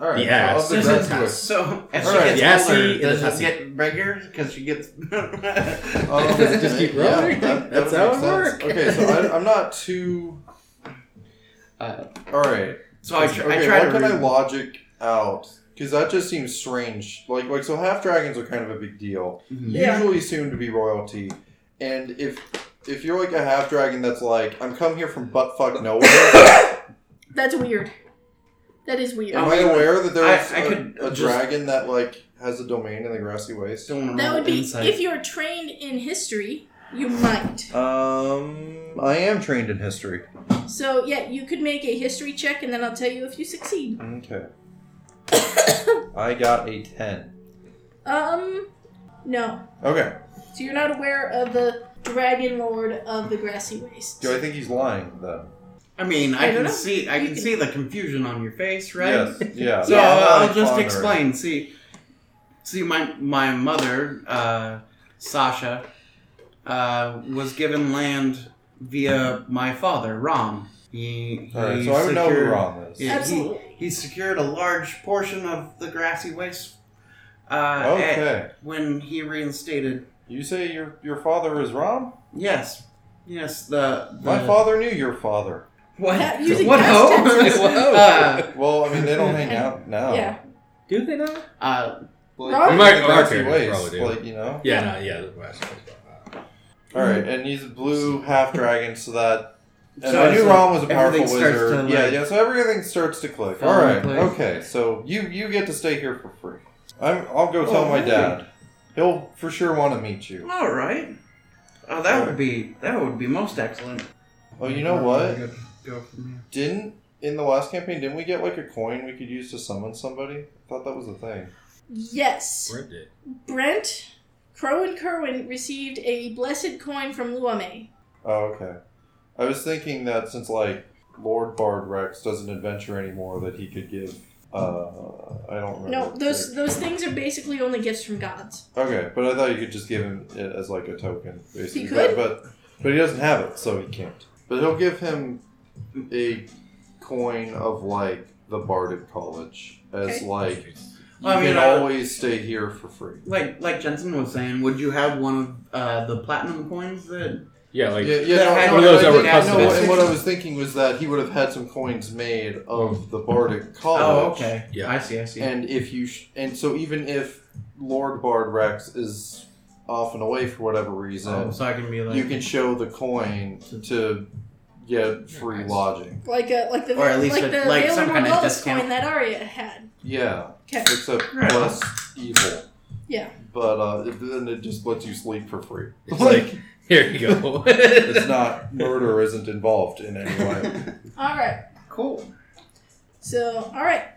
Speaker 4: All right.
Speaker 2: The ass.
Speaker 4: So, of the graduates,
Speaker 13: So
Speaker 3: As
Speaker 4: All
Speaker 3: she
Speaker 4: right,
Speaker 3: gets
Speaker 2: yeah, see,
Speaker 3: older,
Speaker 2: it
Speaker 3: does
Speaker 2: has to-
Speaker 3: it get bigger? Because she gets.
Speaker 4: Oh,
Speaker 2: Does it just keep
Speaker 4: yeah,
Speaker 2: growing?
Speaker 4: that- that
Speaker 2: That's how
Speaker 4: makes
Speaker 2: it
Speaker 4: sense.
Speaker 2: works.
Speaker 4: Okay, so I, I'm not too.
Speaker 3: Uh,
Speaker 4: All right.
Speaker 3: so I, tr-
Speaker 4: okay,
Speaker 3: I try
Speaker 4: how
Speaker 3: to.
Speaker 4: can I
Speaker 3: read-
Speaker 4: logic out? Because that just seems strange. Like, like so, half dragons are kind of a big deal.
Speaker 3: Mhm.
Speaker 1: Yeah.
Speaker 4: Usually assumed to be royalty, and if if you're like a half dragon that's like, I'm come here from buttfuck nowhere.
Speaker 1: That's weird. That is weird.
Speaker 4: am I aware that there's
Speaker 3: I- I
Speaker 4: a-
Speaker 3: could
Speaker 4: a
Speaker 3: just-
Speaker 4: dragon that like has a domain in the grassy waste?
Speaker 3: Still wanna
Speaker 1: that
Speaker 3: roll
Speaker 1: would be
Speaker 3: insight.
Speaker 1: if you're trained in history, you might.
Speaker 4: Um, I am trained in history.
Speaker 1: So yeah, you could make a history check, and then I'll tell you if you succeed.
Speaker 4: Okay. I got a ten.
Speaker 1: Um, no.
Speaker 4: Okay.
Speaker 1: So you're not aware of the dragon lord of the grassy waste.
Speaker 4: Do I think he's lying then?
Speaker 3: I mean,
Speaker 1: I
Speaker 3: I,
Speaker 1: don't
Speaker 3: can
Speaker 1: know.
Speaker 3: see. I
Speaker 1: You
Speaker 3: can,
Speaker 1: can-
Speaker 3: see the confusion on your face, right?
Speaker 4: Yes. Yeah.
Speaker 3: So uh,
Speaker 1: Yeah.
Speaker 3: I'll, I'll
Speaker 4: Like
Speaker 3: just
Speaker 4: Connor.
Speaker 3: explain. See, see, my my mother, uh, Sasha, uh, was given land via my father, Rom. He, he
Speaker 4: All right. So I would know who
Speaker 3: secured-
Speaker 4: Rom is.
Speaker 3: Yeah, he,
Speaker 1: Absolutely.
Speaker 3: he secured a large portion of the grassy waste. Uh, at-
Speaker 4: Okay.
Speaker 3: when he reinstated,
Speaker 4: You say your your father is Rom?
Speaker 3: yes, yes, the, the
Speaker 4: My father knew your father.
Speaker 3: What?
Speaker 1: Yeah, using
Speaker 3: what?
Speaker 1: past
Speaker 3: ho?
Speaker 1: tenses.
Speaker 3: Whoa. Uh,
Speaker 4: Well, I mean, they don't hang out now.
Speaker 1: Yeah.
Speaker 14: Do they not?
Speaker 3: uh,
Speaker 4: Like,
Speaker 1: Rom-
Speaker 4: in
Speaker 2: My-
Speaker 4: the
Speaker 2: our
Speaker 4: grassy
Speaker 2: characters
Speaker 4: waste,
Speaker 2: probably do.
Speaker 4: Like you know.
Speaker 2: Yeah, no, yeah. that's what I said.
Speaker 4: All right, and he's a blue half dragon, so that. And
Speaker 3: So
Speaker 4: I knew
Speaker 3: so
Speaker 4: Rom was a powerful
Speaker 3: everything starts
Speaker 4: wizard.
Speaker 3: to, like-
Speaker 4: yeah, yeah. So everything starts to click.
Speaker 3: Fall
Speaker 4: All right.
Speaker 3: into place.
Speaker 4: Okay. So you you get to stay here for free. I'm. I'll go tell
Speaker 3: Oh,
Speaker 4: my
Speaker 3: hey.
Speaker 4: dad. He'll for sure want to meet you.
Speaker 3: All right. Oh, that would be that would be most excellent.
Speaker 4: Oh, you know what?
Speaker 3: Go, go from here.
Speaker 4: Didn't in the last campaign? Didn't we get like a coin we could use to summon somebody? I thought that was a thing.
Speaker 1: Yes.
Speaker 2: Ripped it.
Speaker 1: Brent, Crow, and Kerwin received a blessed coin from Luame.
Speaker 4: Oh, okay. I was thinking that since like Lord Bard Rex doesn't adventure anymore, that he could give. Uh, I don't remember.
Speaker 1: No, those those things are basically only gifts from gods.
Speaker 4: Okay, but I thought you could just give him it as like a token, basically.
Speaker 1: He could.
Speaker 4: But, but but he doesn't have it, so he can't. But he'll give him a coin of like the Bardic College as
Speaker 1: Okay.
Speaker 4: like you
Speaker 3: I mean,
Speaker 4: can
Speaker 3: I-
Speaker 4: always stay here for free.
Speaker 3: Like like Jensen was saying, would you have one of uh, the platinum coins that?
Speaker 2: Yeah, like
Speaker 4: yeah, yeah,
Speaker 3: that
Speaker 4: no,
Speaker 3: had
Speaker 4: no,
Speaker 3: one of
Speaker 4: no,
Speaker 3: those that were
Speaker 4: no,
Speaker 3: custom
Speaker 4: no,
Speaker 3: fit.
Speaker 4: and what I was thinking was that he would have had some coins made of the Bardic College.
Speaker 3: Oh, okay.
Speaker 2: Yeah.
Speaker 3: I see. I see.
Speaker 4: And if you sh- and so even if Lord Bard Rex is off and away for whatever
Speaker 3: so,
Speaker 4: reason,
Speaker 3: so I can be like
Speaker 4: you can show the coin to get free
Speaker 2: Nice.
Speaker 4: lodging.
Speaker 1: Like a like the
Speaker 3: Or at least
Speaker 1: like
Speaker 3: a-
Speaker 1: the
Speaker 3: like
Speaker 1: Valor
Speaker 3: some kind of
Speaker 1: Morghulis
Speaker 3: discount.
Speaker 1: coin that Arya had.
Speaker 4: Yeah,
Speaker 1: Okay.
Speaker 4: except
Speaker 3: Right.
Speaker 4: less evil.
Speaker 1: Yeah.
Speaker 4: But uh, it- then it just lets you sleep for free.
Speaker 2: It's like here you go.
Speaker 4: it's not murder isn't involved in any way.
Speaker 1: All right.
Speaker 3: cool.
Speaker 1: So all right.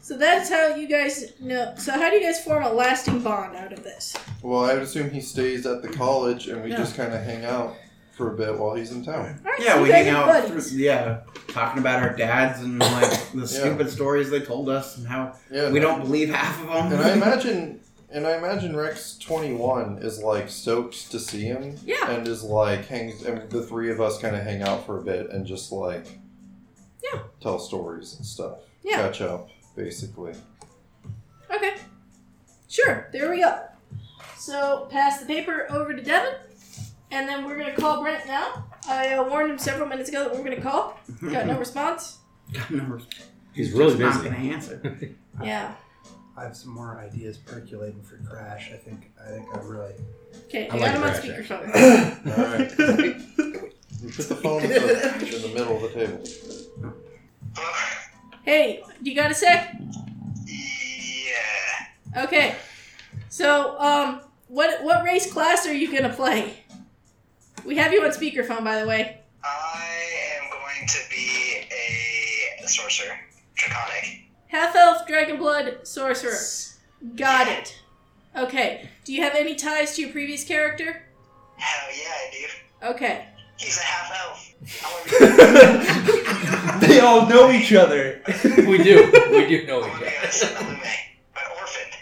Speaker 1: So that's how you guys know. So how do you guys form a lasting bond out of this?
Speaker 4: Well, I would assume he stays at the college, and we
Speaker 3: Yeah.
Speaker 4: just kind of hang out for a bit while he's in town.
Speaker 1: All right.
Speaker 3: Yeah,
Speaker 1: so you
Speaker 3: we
Speaker 1: guys
Speaker 3: hang
Speaker 1: are
Speaker 3: out. Through,
Speaker 1: buddies.
Speaker 3: yeah, talking about our dads and like the stupid stories they told us and how
Speaker 4: Yeah,
Speaker 3: we
Speaker 4: no.
Speaker 3: don't believe half of them.
Speaker 4: And I imagine, and I imagine Rex Twenty One is like stoked to see him,
Speaker 1: Yeah.
Speaker 4: and is like hangs. And the three of us kind of hang out for a bit and just like,
Speaker 1: Yeah.
Speaker 4: tell stories and stuff.
Speaker 1: Yeah.
Speaker 4: catch up basically.
Speaker 1: Okay. Sure. There we go. So pass the paper over to Devin, and then we're gonna call Brent now. I uh, warned him several minutes ago that we were gonna call. Got no response.
Speaker 3: no,
Speaker 2: He's really
Speaker 3: not
Speaker 2: busy.
Speaker 3: gonna answer.
Speaker 1: Yeah.
Speaker 5: I have some more ideas percolating for Crash. I think I think I'm really
Speaker 1: Okay.
Speaker 2: I
Speaker 1: I
Speaker 2: like
Speaker 1: got him on
Speaker 2: Crash,
Speaker 1: speakerphone.
Speaker 4: All right, we put the phone in the, in the middle of the table.
Speaker 1: hey, you got a sec?
Speaker 15: Yeah.
Speaker 1: Okay. So um, what what race class are you gonna play? We have you on speakerphone, by the way.
Speaker 15: I am going to be a sorcerer. Draconic.
Speaker 1: Half elf, dragon blood, sorcerer. Got it. Okay. Do you have any ties to your previous character?
Speaker 15: Hell yeah, I do.
Speaker 1: Okay.
Speaker 15: He's a half elf. I want to
Speaker 14: They all know each other.
Speaker 2: we do. We do know
Speaker 15: be, I wanna be a son of Lume, but orphaned.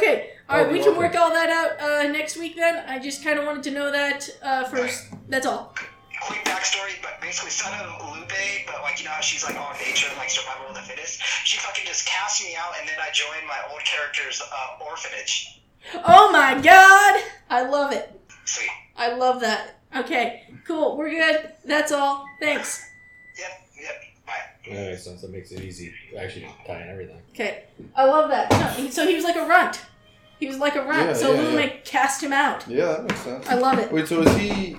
Speaker 1: Okay. All right,
Speaker 2: Oh,
Speaker 1: we
Speaker 2: you're
Speaker 1: can work all that out uh, next week then. I just kind of wanted to know that uh, first. That's all.
Speaker 15: quick backstory, but basically son of Lupe, but like you know how she's like all nature and like survival of the fittest. She fucking just cast me out, and then I joined my old character's uh, orphanage.
Speaker 1: Oh my god! I love it.
Speaker 15: Sweet.
Speaker 1: I love that. Okay, cool. We're good. That's all. Thanks.
Speaker 15: Yep. Yep. Bye.
Speaker 2: That makes sense. That makes it easy. Actually, tie in everything.
Speaker 1: Okay. I love that. No, he- so he was like a runt. He was like a runt.
Speaker 4: Yeah,
Speaker 1: so
Speaker 4: yeah,
Speaker 1: Lume cast him out.
Speaker 4: Yeah, that makes sense.
Speaker 1: I love it.
Speaker 4: Wait, so is he?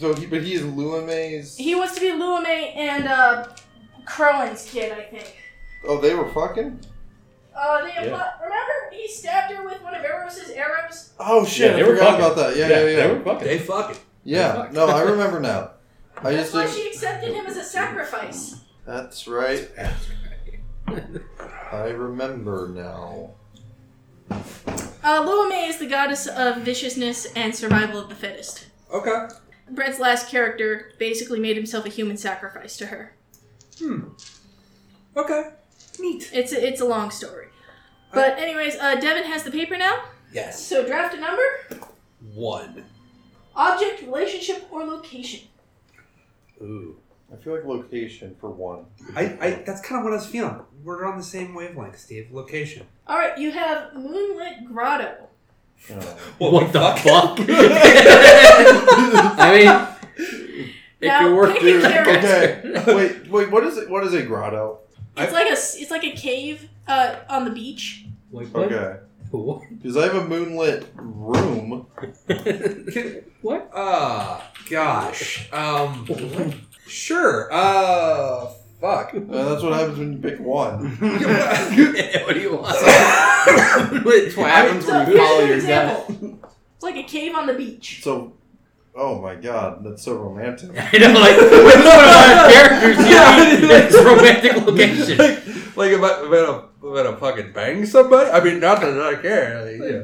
Speaker 4: So he, but he is Luame's.
Speaker 1: He was to be Lume and uh, Crowan's kid, I think.
Speaker 4: Oh, they were fucking.
Speaker 1: Uh, they
Speaker 2: Yeah.
Speaker 1: impl- remember he stabbed her with one of Eros's arrows.
Speaker 4: Oh shit!
Speaker 2: Yeah,
Speaker 4: I
Speaker 2: they were
Speaker 4: forgot
Speaker 2: fucking.
Speaker 4: about that. Yeah, yeah, yeah.
Speaker 2: They were fucking.
Speaker 8: They fucking.
Speaker 4: yeah. No, I remember now. I
Speaker 1: That's
Speaker 4: just
Speaker 1: why
Speaker 4: think
Speaker 1: she accepted him as a sacrifice.
Speaker 4: that's right. I remember now.
Speaker 1: Uh, Lume is the goddess of viciousness and survival of the fittest.
Speaker 5: Okay.
Speaker 1: Brett's last character basically made himself a human sacrifice to her.
Speaker 5: Okay.
Speaker 1: Neat. It's a, it's a long story. But anyways, uh, Devin has the paper now.
Speaker 5: Yes.
Speaker 1: So draft a number,
Speaker 5: One.
Speaker 1: object, relationship, or location.
Speaker 5: Ooh.
Speaker 4: I feel like location for one.
Speaker 5: I, I that's kind of what I was feeling. We're on the same wavelength, Steve. Location.
Speaker 1: All right, you have Moonlit Grotto.
Speaker 4: Uh,
Speaker 8: What, the fuck?
Speaker 2: I mean,
Speaker 1: Now,
Speaker 2: it could work.
Speaker 1: pick a
Speaker 2: dude.
Speaker 1: character.
Speaker 4: okay. Wait, wait. What is it? What is a grotto?
Speaker 1: It's like a s- it's like a cave uh, on the beach.
Speaker 8: Wait, what?
Speaker 4: Okay.
Speaker 8: What?
Speaker 4: Because I have a moonlit room.
Speaker 8: What?
Speaker 5: Ah, gosh. Um, sure. Uh, fuck.
Speaker 4: Uh, that's what happens when you pick one.
Speaker 8: what do you want? Wait,
Speaker 16: What happens
Speaker 1: So
Speaker 16: when
Speaker 1: here's
Speaker 16: you follow
Speaker 1: an
Speaker 16: your gut?
Speaker 1: example. It's like a cave on the beach.
Speaker 4: So, oh my god, that's so romantic.
Speaker 8: I know, like, which one of our characters you meet is romantic location?
Speaker 5: like, like if I if I don't- if I don't fucking bang somebody, I mean, not that I care. Like, yeah.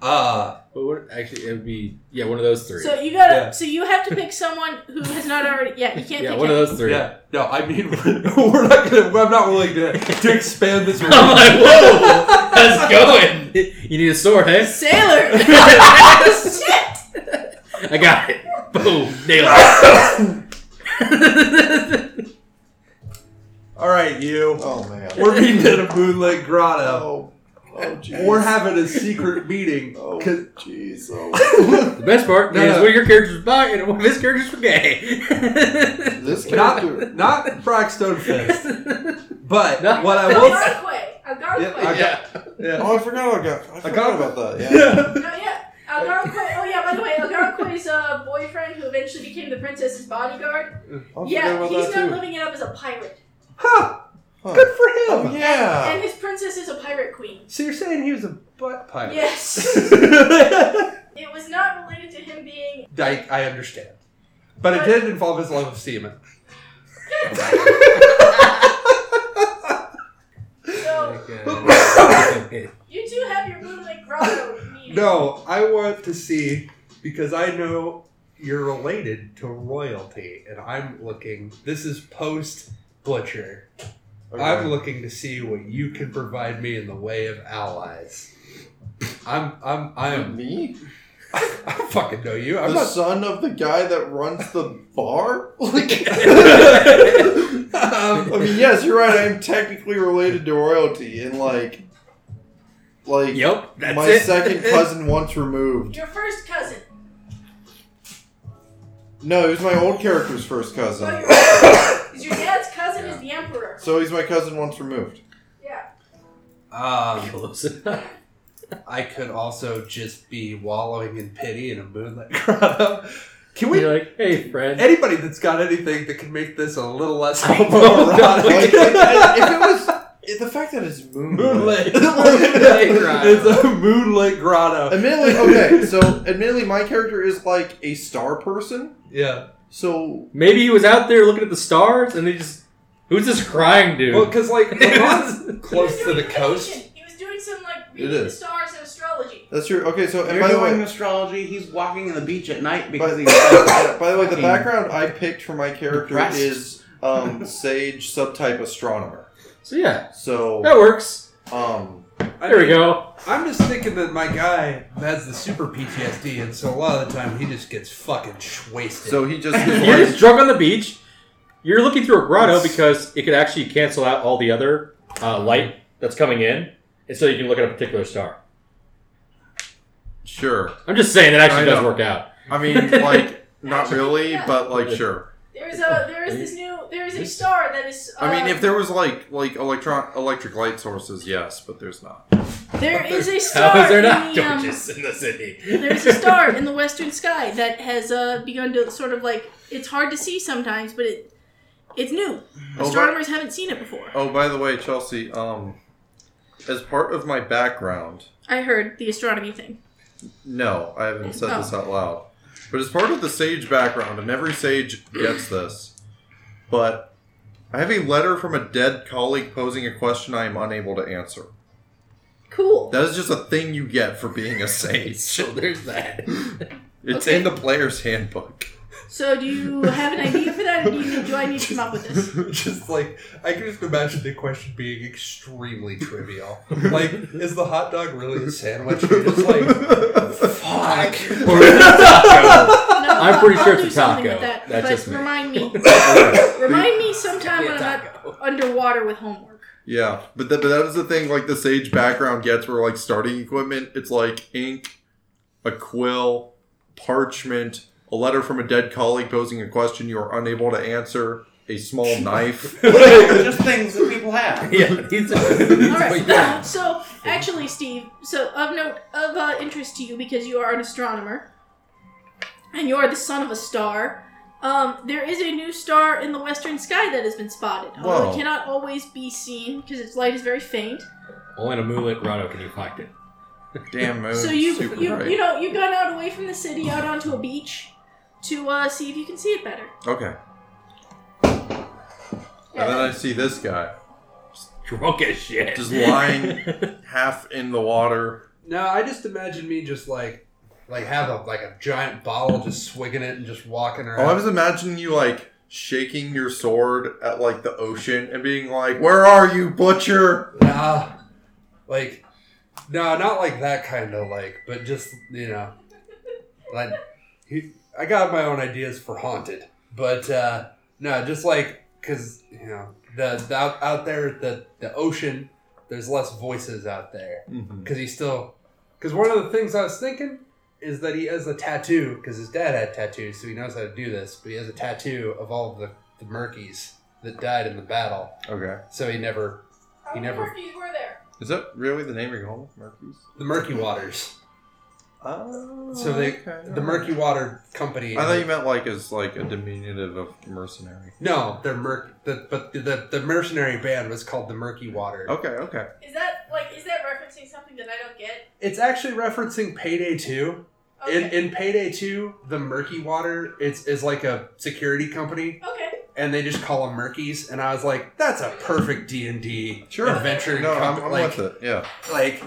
Speaker 5: Uh,
Speaker 2: But what- actually, it would be yeah, one of those three.
Speaker 1: So you gotta.
Speaker 5: Yeah.
Speaker 1: So you have to pick someone who has not already. Yeah, you can't
Speaker 2: yeah,
Speaker 1: pick.
Speaker 2: one of
Speaker 1: him.
Speaker 2: those three.
Speaker 5: yeah. No, I mean, we're, we're not gonna. I'm not willing to, to expand this.
Speaker 2: I'm like, whoa, that's going. You need a sword, hey?
Speaker 1: Sailor. Shit.
Speaker 2: I got it. Boom, nail it.
Speaker 5: All right, you.
Speaker 4: Oh man.
Speaker 5: We're meeting at a moonlit grotto.
Speaker 4: Oh, oh jeez.
Speaker 5: We're having a secret meeting
Speaker 4: Oh
Speaker 5: because
Speaker 4: jeez. Oh.
Speaker 2: the best part
Speaker 5: No,
Speaker 2: is
Speaker 5: no.
Speaker 2: one of your characters was black and one of his characters was gay.
Speaker 4: this character.
Speaker 5: not not Braxton Fist, but
Speaker 2: No.
Speaker 5: what I will. s-
Speaker 1: Algonquin. Algonquin.
Speaker 5: Yeah, I got- yeah.
Speaker 4: Oh, I forgot. I got. I forgot
Speaker 5: got
Speaker 4: about that. Yeah.
Speaker 5: Yeah.
Speaker 1: No, yeah. Algonquin. Oh yeah. By the way, Algonquin's uh, boyfriend, who eventually became the princess's bodyguard.
Speaker 4: I forgot
Speaker 1: yeah,
Speaker 4: about
Speaker 1: he's
Speaker 4: that
Speaker 1: not
Speaker 4: too.
Speaker 1: living it up as a pirate,
Speaker 5: Huh.
Speaker 4: Huh.
Speaker 5: Good for him.
Speaker 4: Oh yeah.
Speaker 1: and his princess is a pirate queen.
Speaker 5: So you're saying he was a butt pirate?
Speaker 1: Yes. It was not related to him being.
Speaker 5: I, I understand. But it did involve his love of semen.
Speaker 1: So you two have your moonlit grotto meeting.
Speaker 5: No, I want to see because I know you're related to royalty, and I'm looking. This is post butcher.
Speaker 4: Okay.
Speaker 5: I'm looking to see what you can provide me in the way of allies. I'm I'm I am
Speaker 4: Me?
Speaker 5: I don't fucking know you.
Speaker 4: the
Speaker 5: I'm not.
Speaker 4: son of the guy that runs the bar? Like,
Speaker 5: Um,
Speaker 4: I mean, yes, you're right. I'm technically related to royalty, and like, like
Speaker 2: yep, that's
Speaker 4: my
Speaker 2: it.
Speaker 4: second cousin once removed.
Speaker 1: Your first cousin.
Speaker 4: No, he was my old character's first
Speaker 1: So your,
Speaker 4: cousin.
Speaker 1: 'cause your dad's cousin is the emperor.
Speaker 4: Uh. So he's my cousin once removed.
Speaker 1: Yeah.
Speaker 5: um,
Speaker 2: Close enough.
Speaker 5: I could also just be wallowing in pity in a moonlit grotto. Can we?
Speaker 2: You're like, hey, friend.
Speaker 5: Anybody that's got anything that can make this a little less
Speaker 4: Like,
Speaker 5: homoerotic.
Speaker 4: if, if it was if the fact that it's moonlit.
Speaker 5: moonlit.
Speaker 2: Moonlit grotto.
Speaker 5: it's a moonlit grotto.
Speaker 4: Admittedly, okay. So, admittedly, my character is like a star person.
Speaker 5: Yeah.
Speaker 4: So,
Speaker 2: Maybe he was out there looking at the stars and they just. Who's this crying dude?
Speaker 5: Well, because like Vermont's
Speaker 1: He was
Speaker 5: close to
Speaker 1: doing
Speaker 5: the
Speaker 1: an
Speaker 5: coast.
Speaker 1: ancient- He was doing some like reading
Speaker 4: It
Speaker 1: the
Speaker 4: is.
Speaker 1: stars and astrology.
Speaker 4: that's your okay. So, and
Speaker 16: You're
Speaker 4: by the
Speaker 16: doing
Speaker 4: way,
Speaker 16: astrology. He's walking in the beach at night
Speaker 4: by,
Speaker 16: because he's
Speaker 4: yeah, by the way, the
Speaker 16: fucking
Speaker 4: background I picked for my character
Speaker 16: depressed.
Speaker 4: is um, sage subtype astronomer.
Speaker 2: so yeah,
Speaker 4: So,
Speaker 2: that works.
Speaker 4: um,
Speaker 17: I
Speaker 2: There we
Speaker 17: mean,
Speaker 2: go.
Speaker 17: I'm just thinking that my guy has the super PTSD, and so a lot of the time he just gets fucking sh- wasted.
Speaker 4: So he just
Speaker 2: You're just drunk on the beach. You're looking through a grotto because it could actually cancel out all the other uh, light that's coming in, and so you can look at a particular star.
Speaker 4: sure.
Speaker 2: I'm just saying that actually
Speaker 4: I
Speaker 2: does
Speaker 4: know.
Speaker 2: work out.
Speaker 4: I mean, like not really, but like sure.
Speaker 1: There's a there is this new there is a star that is. Uh,
Speaker 4: I mean, if there was like like electron electric light sources, yes, but there's not.
Speaker 1: there is a star
Speaker 2: How is there not
Speaker 1: in the, um,
Speaker 2: torches in the city?
Speaker 1: there's a star in the western sky that has uh, begun to sort of like it's hard to see sometimes, but it it's new.
Speaker 4: Oh,
Speaker 1: Astronomers haven't seen it before.
Speaker 4: Oh, by the way, Chelsea, um, as part of my background,
Speaker 1: I heard the astronomy thing.
Speaker 4: no, I haven't said
Speaker 1: Oh.
Speaker 4: this out loud, but as part of the sage background, and every sage gets this, but I have a letter from a dead colleague posing a question I am unable to answer.
Speaker 1: Cool.
Speaker 4: That is just a thing you get for being a sage.
Speaker 2: So there's that.
Speaker 4: It's in the player's handbook.
Speaker 1: So do you have an idea for that, or do you do I need to come up with this?
Speaker 5: just like I can just imagine the question being extremely trivial. Like, is the hot dog really a sandwich? You're just like, fuck.
Speaker 2: Or is it a taco?
Speaker 1: No,
Speaker 2: I'm pretty
Speaker 1: I'll
Speaker 2: sure
Speaker 1: do
Speaker 2: it's a
Speaker 1: something
Speaker 2: taco.
Speaker 1: With that,
Speaker 2: That's
Speaker 1: but
Speaker 2: just me.
Speaker 1: remind me. remind me sometime when I'm not underwater with homework.
Speaker 4: Yeah, but, that but that is the thing. Like the sage background gets where like starting equipment, it's like ink, a quill, parchment, a letter from a dead colleague posing a question you are unable to answer, a small knife.
Speaker 3: Just things that people have.
Speaker 2: yeah, these are-
Speaker 1: All
Speaker 2: these are-
Speaker 1: right. Um,
Speaker 2: yeah.
Speaker 1: So actually, Steve, so of note of uh, interest to you because you are an astronomer, and you are the son of a star. Um, there is a new star in the western sky that has been spotted, although
Speaker 4: Whoa.
Speaker 1: it cannot always be seen because its light is very faint.
Speaker 2: Only in a moonlit grotto can you find it.
Speaker 4: Damn moon.
Speaker 1: so you
Speaker 4: super
Speaker 1: you,
Speaker 4: bright.
Speaker 1: you know you got out away from the city, out onto a beach, to uh, see if you can see it better.
Speaker 4: Okay, and then I see this guy
Speaker 2: Drunk as shit.
Speaker 4: Just lying. half in the water.
Speaker 5: No, I just imagine me just like, like have a like a giant bottle, just swigging it and just walking
Speaker 4: Oh, I
Speaker 5: around.
Speaker 4: was imagining you like shaking your sword at like the ocean and being like, "Where are you, butcher?"
Speaker 5: nah, like, no, not like that kind of like, but just you know, like, he, I got my own ideas for haunted, but uh no, just like because you know the, the out, out there the the ocean, there's less voices out there.
Speaker 4: Mm-hmm.
Speaker 5: because he still because one of the things i was thinking is that he has a tattoo because his dad had tattoos so he knows how to do this but he has a tattoo of all the, the murkies that died in the battle
Speaker 4: Okay,
Speaker 5: so he never He never-
Speaker 1: Murphys were there.
Speaker 4: is that really the name you're going with, Murphy's?
Speaker 5: the murky waters
Speaker 4: Oh,
Speaker 5: So they- the murky water company
Speaker 4: I thought you meant like as like a diminutive of mercenary.
Speaker 5: no they're merc the, but the, the the mercenary band was called the murky water
Speaker 4: Okay, okay.
Speaker 1: Is that like is that referencing something that I don't get?
Speaker 5: it's actually referencing payday 2 in, in payday 2 the murky water it's is like a security company
Speaker 1: okay.
Speaker 5: and they just call them murkies and i was like that's a perfect d&d
Speaker 4: Sure.
Speaker 5: adventure
Speaker 4: No,
Speaker 5: comp-
Speaker 4: I'm, I'm
Speaker 5: like,
Speaker 4: with it. Yeah.
Speaker 5: like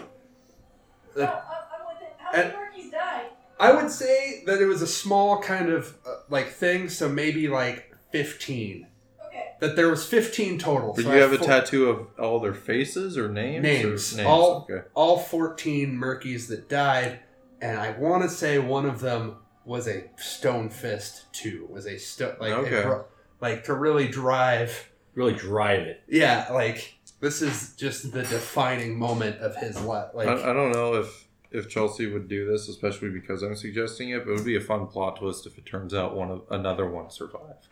Speaker 1: No,
Speaker 5: Uh,
Speaker 1: I'm, I'm with it. How
Speaker 5: and-
Speaker 1: many Murkies die?
Speaker 5: i would say that it was a small kind of uh, like thing so maybe like 15
Speaker 1: Okay.
Speaker 5: that there was 15 total
Speaker 4: Did
Speaker 5: so
Speaker 4: you
Speaker 5: I
Speaker 4: have a
Speaker 5: fo-
Speaker 4: tattoo of all their faces or names?
Speaker 5: Names.
Speaker 4: Or names.
Speaker 5: All-
Speaker 4: Okay.
Speaker 5: all 14 murkies that died and i want to say one of them was a stone fist too was a stone like a
Speaker 4: Okay.
Speaker 5: bro- like to really drive
Speaker 2: Really drive it.
Speaker 5: yeah like this is just the defining moment of his life like
Speaker 2: Uh,
Speaker 4: I, I don't know if if Chelsea would do this, especially because I'm suggesting it, but it would be a fun plot twist if it turns out one of another one survived.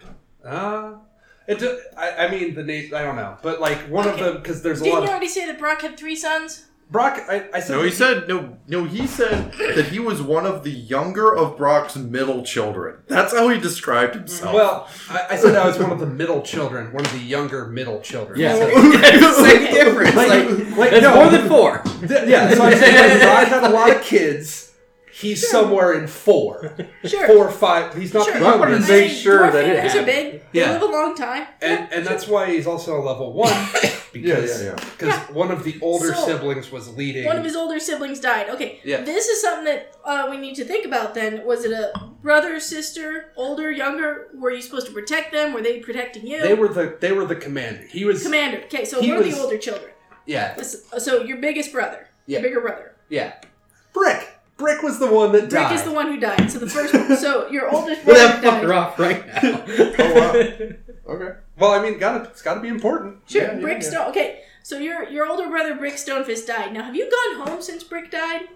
Speaker 5: Uh, it. do- I, I mean the name. I don't know, but like one
Speaker 1: Okay.
Speaker 5: of them because there's a
Speaker 1: Didn't you
Speaker 5: lot. Of,
Speaker 1: already say that Brock had three sons?
Speaker 5: Brock. I, I said.
Speaker 4: No, he said no. No, he said that he was one of the younger of Brock's middle children. That's how he described himself.
Speaker 5: Well, I, I said I was one of the middle children, one of the younger middle children.
Speaker 2: Yeah.
Speaker 5: So-
Speaker 2: Same difference.
Speaker 5: like, like
Speaker 2: That's
Speaker 5: no,
Speaker 2: more than four.
Speaker 5: th- yeah. So I'm saying like, God had a lot of kids. He's somewhere in four,
Speaker 1: Sure.
Speaker 5: four or five. He's not
Speaker 1: Sure.
Speaker 5: the
Speaker 2: Well, I wanna
Speaker 5: youngest.
Speaker 2: make sure that it
Speaker 1: Dwarf families are
Speaker 2: happened.
Speaker 1: big.
Speaker 5: Yeah.
Speaker 1: They live a long time.
Speaker 5: and and that's why he's also a level one because
Speaker 4: yeah.
Speaker 5: because one of the older
Speaker 1: So-
Speaker 5: siblings was leading.
Speaker 1: One of his older siblings died. Okay.
Speaker 5: Yeah.
Speaker 1: This is something that uh, we need to think about then. Was it a brother, sister, older, younger? Were you supposed to protect them? Were they protecting you?
Speaker 5: they were the they were the commander. He was
Speaker 1: Commander. Okay, so
Speaker 5: He
Speaker 1: one of
Speaker 5: was-
Speaker 1: the older children.
Speaker 5: yeah.
Speaker 1: This- So your biggest brother.
Speaker 5: Yeah.
Speaker 1: the bigger brother.
Speaker 5: Yeah. Brick. Brick was the one that
Speaker 1: Rick
Speaker 5: died.
Speaker 1: is the one who died. So the first, so your oldest brother
Speaker 2: Let that
Speaker 1: died.
Speaker 2: fucker off right
Speaker 4: Oh,
Speaker 2: now.
Speaker 4: Okay.
Speaker 5: well, I mean, gotta, it's got to be important.
Speaker 1: Sure,
Speaker 4: Yeah, yeah,
Speaker 1: Brickstone. Okay, so your your older brother Brick Stonefist died. Now, have you gone home since Brick died?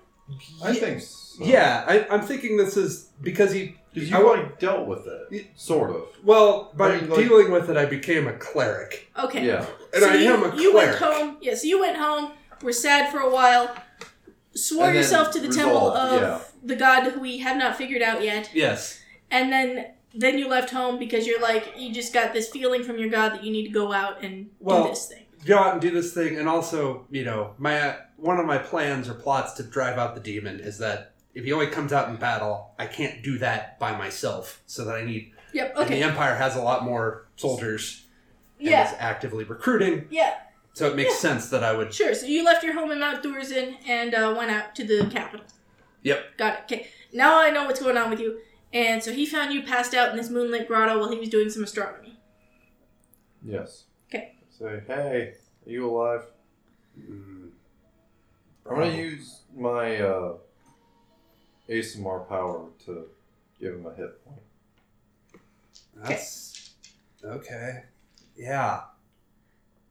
Speaker 4: I think so.
Speaker 5: Yeah, I, I'm thinking this is because he.
Speaker 4: Because
Speaker 5: I
Speaker 4: you
Speaker 5: wa-
Speaker 4: like dealt with it. Sort of.
Speaker 5: Well, by
Speaker 4: I mean, like-
Speaker 5: dealing with it, I became a cleric,
Speaker 1: Okay.
Speaker 4: Yeah.
Speaker 5: and I
Speaker 1: you,
Speaker 5: am a
Speaker 1: you went
Speaker 5: cleric.
Speaker 1: home. Yes, you went home. Were sad for a while. Swore
Speaker 4: And then
Speaker 1: yourself to the temple
Speaker 4: resolved,
Speaker 1: of
Speaker 4: yeah.
Speaker 1: the god who we have not figured out yet,
Speaker 5: yes.
Speaker 1: and then then you left home because you're like you just got this feeling from your god that you need to go out and
Speaker 5: Well,
Speaker 1: do this thing.
Speaker 5: Go out and do this thing, and also, you know, my one of my plans or plots to drive out the demon is that if he only comes out in battle, I can't do that by myself. So that I need.
Speaker 1: Yep.
Speaker 5: And the
Speaker 1: Okay.
Speaker 5: Empire has a lot more soldiers. And
Speaker 1: Yeah.
Speaker 5: Is actively recruiting,
Speaker 1: Yeah.
Speaker 5: so it makes sense that I would.
Speaker 1: Sure. So you left your home in Mount Thurzin and uh, went out to the capital.
Speaker 5: Yep.
Speaker 1: Got it. Okay. Now I know what's going on with you. And so he found you passed out in this moonlit grotto while he was doing some astronomy.
Speaker 4: Yes.
Speaker 1: 'Kay.
Speaker 4: Say, hey, are you alive? I'm
Speaker 5: Oh,
Speaker 4: gonna use my uh, ASMR power to give him a hit point.
Speaker 5: That's okay. Yeah.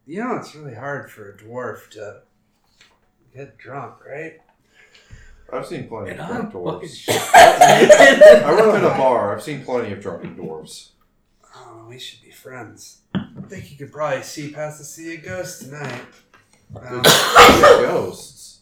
Speaker 5: You know, it's really hard for a dwarf to get drunk, right?
Speaker 4: I've seen plenty of drunk dwarves.
Speaker 5: oh,
Speaker 4: I work at a bar. I've seen plenty of drunken dwarves.
Speaker 5: Oh, we should be friends. I think you could probably see past the sea of ghosts tonight. Um,
Speaker 4: They're ghosts.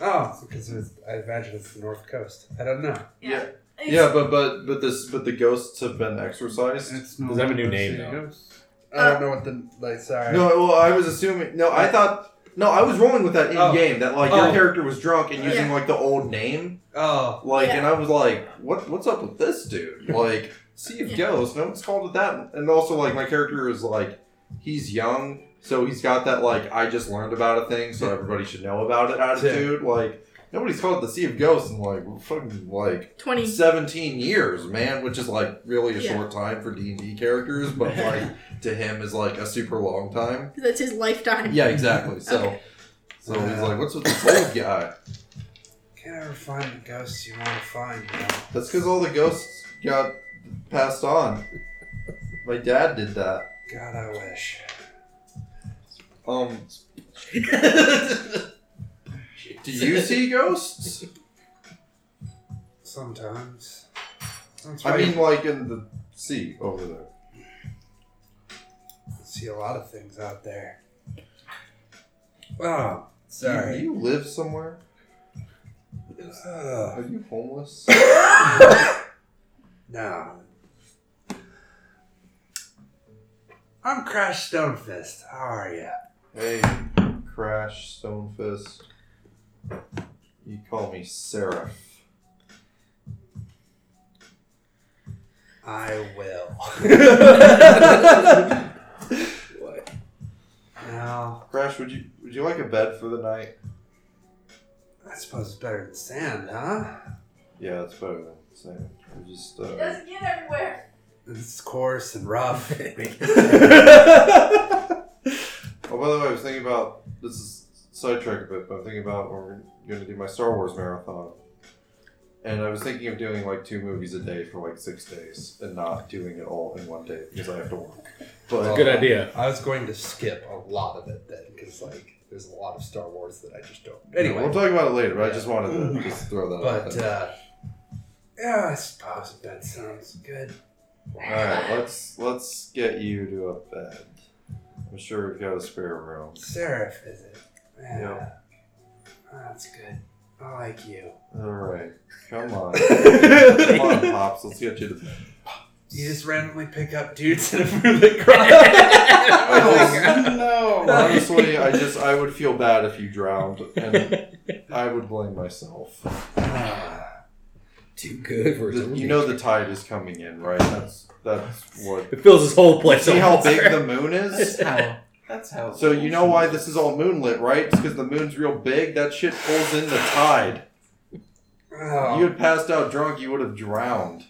Speaker 5: oh, because it was, I imagine it's the north coast. I don't know.
Speaker 4: Yeah. Yeah, but but but this but the ghosts have been exorcised.
Speaker 16: It's no
Speaker 2: Does that have a new
Speaker 16: longer
Speaker 2: name,
Speaker 16: sea
Speaker 2: though?
Speaker 16: ghost.
Speaker 5: I don't know what the like. Sorry.
Speaker 4: No, well, I was assuming. No, I thought. No, I was rolling with that in
Speaker 5: Oh.
Speaker 4: game. That like your
Speaker 5: Oh.
Speaker 4: character was drunk and using
Speaker 1: Yeah.
Speaker 4: like the old name.
Speaker 5: Oh,
Speaker 4: Like,
Speaker 1: Yeah.
Speaker 4: and I was like, what what's up with this dude? Like, Sea of Ghosts. No one's called it that. And also, like, my character is like, he's young, so he's got that like I just learned about a thing, so everybody should know about it attitude. Like, nobody's called it the Sea of Ghosts in like fucking like
Speaker 1: 20.
Speaker 4: 17 years, man, which is like really a
Speaker 1: Yeah.
Speaker 4: short time for D&D characters, but like to him is like a super long time.
Speaker 1: That's his lifetime.
Speaker 4: Yeah, exactly. So
Speaker 1: Okay.
Speaker 4: so he's like, what's with this old guy?
Speaker 5: can't ever find the ghosts you want to find. Now.
Speaker 4: That's because all the ghosts got passed on. My dad did that.
Speaker 5: God, I wish.
Speaker 4: Um, do you see ghosts?
Speaker 5: Sometimes. That's
Speaker 4: I
Speaker 5: why
Speaker 4: mean, like in the sea over there.
Speaker 5: you see a lot of things out there. Oh, sorry.
Speaker 4: Do you live somewhere?
Speaker 5: Ugh.
Speaker 4: Are you homeless?
Speaker 5: No. I'm Crash Stonefist. How are you?
Speaker 4: Hey, Crash, Stonefist. You call me Seraph.
Speaker 5: I will. no,
Speaker 4: Crash, would you would you like a bed for the night?
Speaker 5: I suppose it's better than sand, huh?
Speaker 4: Yeah, it's better than sand. I just
Speaker 1: It
Speaker 4: uh,
Speaker 1: doesn't get everywhere.
Speaker 5: It's coarse and rough.
Speaker 4: Oh, by the way, I was thinking about this is sidetrack a bit, but I'm thinking about when we're going to do my Star Wars marathon, and I was thinking of doing like two movies a day for like six days, and not doing it all in one day because I have to work. But
Speaker 2: Good idea.
Speaker 5: I was going to skip a lot of it then, because like there's a lot of Star Wars that I just don't.
Speaker 4: we'll
Speaker 5: Anyway,
Speaker 4: talk about it later. But I just wanted to just throw that out.
Speaker 5: but
Speaker 4: there.
Speaker 5: uh, yeah, I suppose that sounds good.
Speaker 4: All right, let's let's get you to a bed. I'm sure we've got a spare room.
Speaker 5: Seraph, is it?
Speaker 4: Yeah.
Speaker 5: That's good. I like you.
Speaker 4: All right, come on, come on, pops. Let's get you to bed.
Speaker 5: You just randomly pick up dudes in a moonlit
Speaker 4: Oh,
Speaker 5: Oh crowd.
Speaker 16: no.
Speaker 4: Honestly, I just I would feel bad if you drowned, and I would blame myself.
Speaker 2: Too good for
Speaker 4: The- you know the tide is coming in, right? That's that's what.
Speaker 2: it fills this whole place
Speaker 4: See
Speaker 2: up.
Speaker 4: how big the moon is.
Speaker 3: That's how. That's how.
Speaker 4: So you know why this is all moonlit, right? It's because the moon's real big. That shit pulls in the tide. If
Speaker 5: oh,
Speaker 4: you had passed out drunk, you would have drowned.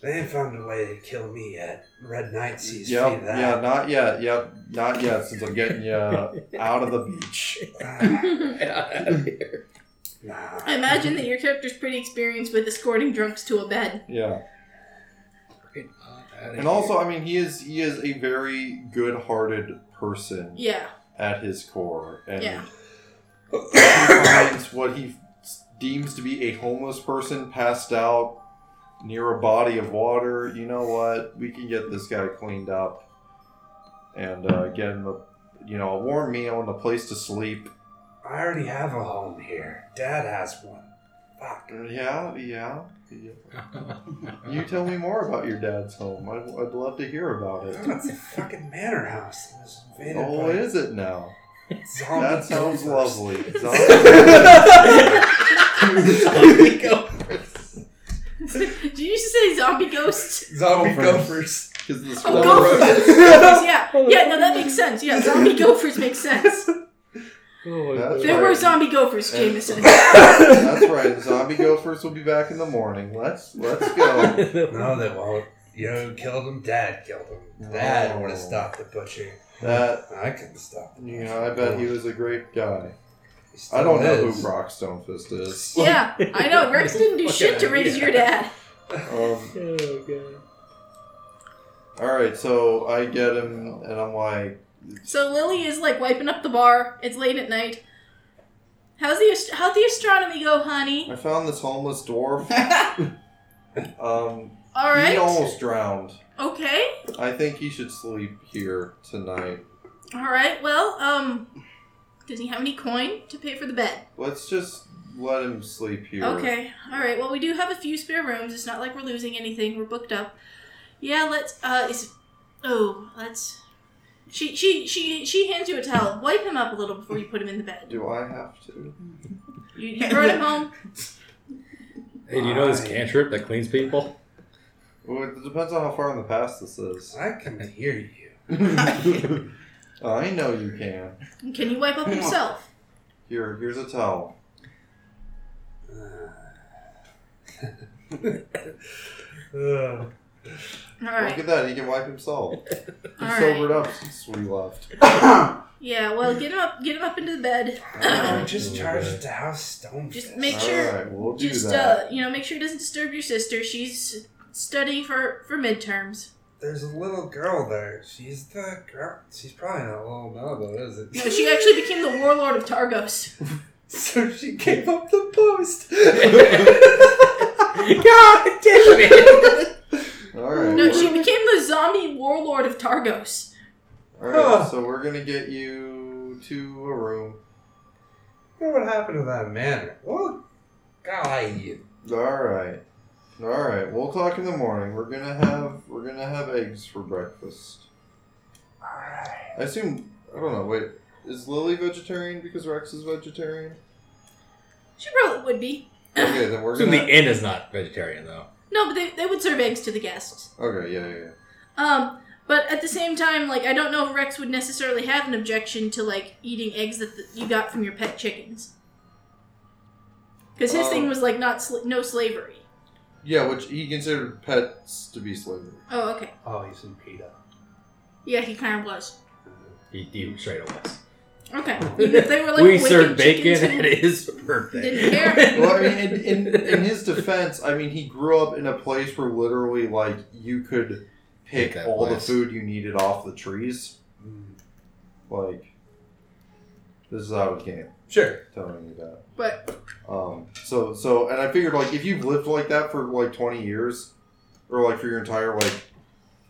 Speaker 5: They ain't found a way to kill me yet. Red Knight sees
Speaker 4: Yep,
Speaker 5: me
Speaker 4: yeah,
Speaker 5: that.
Speaker 4: not yet. Yep, not yet. Since I'm getting you out of the beach.
Speaker 5: Ah, Nah.
Speaker 1: I imagine that your character's pretty experienced with escorting drunks to a bed.
Speaker 4: Yeah,
Speaker 18: Get on outta
Speaker 4: and also, I mean, he is he is a very good-hearted person
Speaker 1: Yeah.
Speaker 4: at his core, and
Speaker 1: Yeah.
Speaker 4: he finds what he deems to be a homeless person passed out near a body of water. You know what? We can get this guy cleaned up and uh, get him a you know a warm meal and a place to sleep.
Speaker 5: I already have a home here. Dad has one. Fuck.
Speaker 4: Yeah, yeah. yeah.
Speaker 18: here.
Speaker 4: You tell me more about your dad's home. I'd, I'd love to hear about it.
Speaker 5: Oh, it's a fucking manor house. It was invaded
Speaker 4: Oh,
Speaker 5: by
Speaker 4: is it now?
Speaker 5: zombie
Speaker 4: That sounds
Speaker 5: gophers.
Speaker 4: lovely. Zombie-
Speaker 1: Did you just say zombie ghosts?
Speaker 18: Zombie
Speaker 4: Gophers.
Speaker 18: gophers.
Speaker 4: 'Cause this
Speaker 1: Oh,
Speaker 4: one
Speaker 1: gophers.
Speaker 4: road-
Speaker 1: yeah, yeah. No, that makes sense. Yeah, zombie gophers makes sense.
Speaker 4: That's
Speaker 1: There were
Speaker 4: right.
Speaker 1: zombie gophers, Jameson.
Speaker 4: That's right. The zombie gophers will be back in the morning. Let's let's go.
Speaker 5: No, they won't. You know who killed him? Dad killed him. Dad would have stopped the butcher.
Speaker 4: That
Speaker 5: I couldn't stop him.
Speaker 4: you know, I bet he was a great guy.
Speaker 5: He still
Speaker 4: I don't know
Speaker 5: is.
Speaker 4: who Brock Stonefist is.
Speaker 1: yeah, I know. Rex didn't do shit to raise your dad.
Speaker 4: Um, all right, so I get him, and I'm like,
Speaker 1: So Lily is like wiping up the bar. It's late at night. How's the ast- how'd the astronomy go, honey?
Speaker 4: I found this homeless dwarf. um,
Speaker 1: All
Speaker 4: he
Speaker 1: right.
Speaker 4: almost drowned.
Speaker 1: Okay.
Speaker 4: I think he should sleep here tonight.
Speaker 1: All right. Well, um, does he have any coin to pay for the bed?
Speaker 4: Let's just let him sleep here.
Speaker 1: Okay. All right. Well, we do have a few spare rooms. It's not like we're losing anything. We're booked up. Yeah. Let's. Uh. Is. Oh. Let's. She. She. She. She hands you a towel. Wipe him up a little before you put him in the bed.
Speaker 4: Do I have to?
Speaker 1: You, you brought him home.
Speaker 2: Hey, do you know this cantrip that cleans people?
Speaker 4: Well, it depends on how far in the past this is.
Speaker 5: I can hear you.
Speaker 4: Oh, I know you can.
Speaker 1: Can he wipe up himself?
Speaker 4: Here, here's a towel.
Speaker 5: Ugh.
Speaker 1: All
Speaker 4: Look
Speaker 1: right.
Speaker 4: at that. He can wipe himself. He's
Speaker 1: All right.
Speaker 4: sobered up since we left.
Speaker 1: Yeah. Well, get him up. Get him up into the bed.
Speaker 5: I just charged the house stone.
Speaker 1: Just
Speaker 5: fist.
Speaker 1: make
Speaker 4: All
Speaker 1: sure.
Speaker 4: right, we'll do
Speaker 1: Just
Speaker 4: that.
Speaker 1: uh, you know, make sure he doesn't disturb your sister. She's studying for for midterms.
Speaker 5: There's a little girl there. She's the girl. She's probably not little now, though, is
Speaker 1: No,
Speaker 5: it?
Speaker 1: she actually became the warlord of Targos.
Speaker 5: so she gave up the post.
Speaker 4: All right.
Speaker 1: uh, No,
Speaker 4: we're-
Speaker 1: she became the zombie warlord of Targos.
Speaker 4: All right.
Speaker 5: Huh.
Speaker 4: So we're gonna get you to a room.
Speaker 5: Look what happened to that manor. Well, golly, you.
Speaker 4: All right. All right. We'll talk in the morning. We're gonna have we're gonna have eggs for breakfast.
Speaker 5: Alright.
Speaker 4: I assume. I don't know. Wait. Is Lily vegetarian because Rex is vegetarian?
Speaker 1: She probably would be.
Speaker 4: Okay, then we're
Speaker 2: Assume the
Speaker 4: gonna.
Speaker 2: inn is not vegetarian though.
Speaker 1: No, but they, they would serve eggs to the guests.
Speaker 4: Okay. Yeah. Yeah. yeah.
Speaker 1: Um, but at the same time, like I don't know if Rex would necessarily have an objection to like eating eggs that th- you got from your pet chickens. Because his
Speaker 4: Oh.
Speaker 1: thing was like not sl- no slavery.
Speaker 4: Yeah, which he considered pets to be slavery.
Speaker 1: Oh, okay.
Speaker 5: Oh, he's in PETA.
Speaker 1: Yeah, he kind of was.
Speaker 2: He, he straight up was.
Speaker 1: Okay. If they were like
Speaker 2: we
Speaker 1: wicked
Speaker 2: served bacon
Speaker 1: chickens who-
Speaker 2: at his birthday.
Speaker 1: Didn't care.
Speaker 4: Well, I mean, in, in, in his defense, I mean, he grew up in a place where literally, like, you could pick
Speaker 2: Pick that
Speaker 4: all
Speaker 2: place. Mm.
Speaker 4: the food you needed off the trees. Like, this is how it came.
Speaker 5: Sure.
Speaker 4: Telling you that.
Speaker 1: But
Speaker 4: Um, so, so, and I figured, like, if you've lived like that for, like, 20 years, or, like, for your entire, like,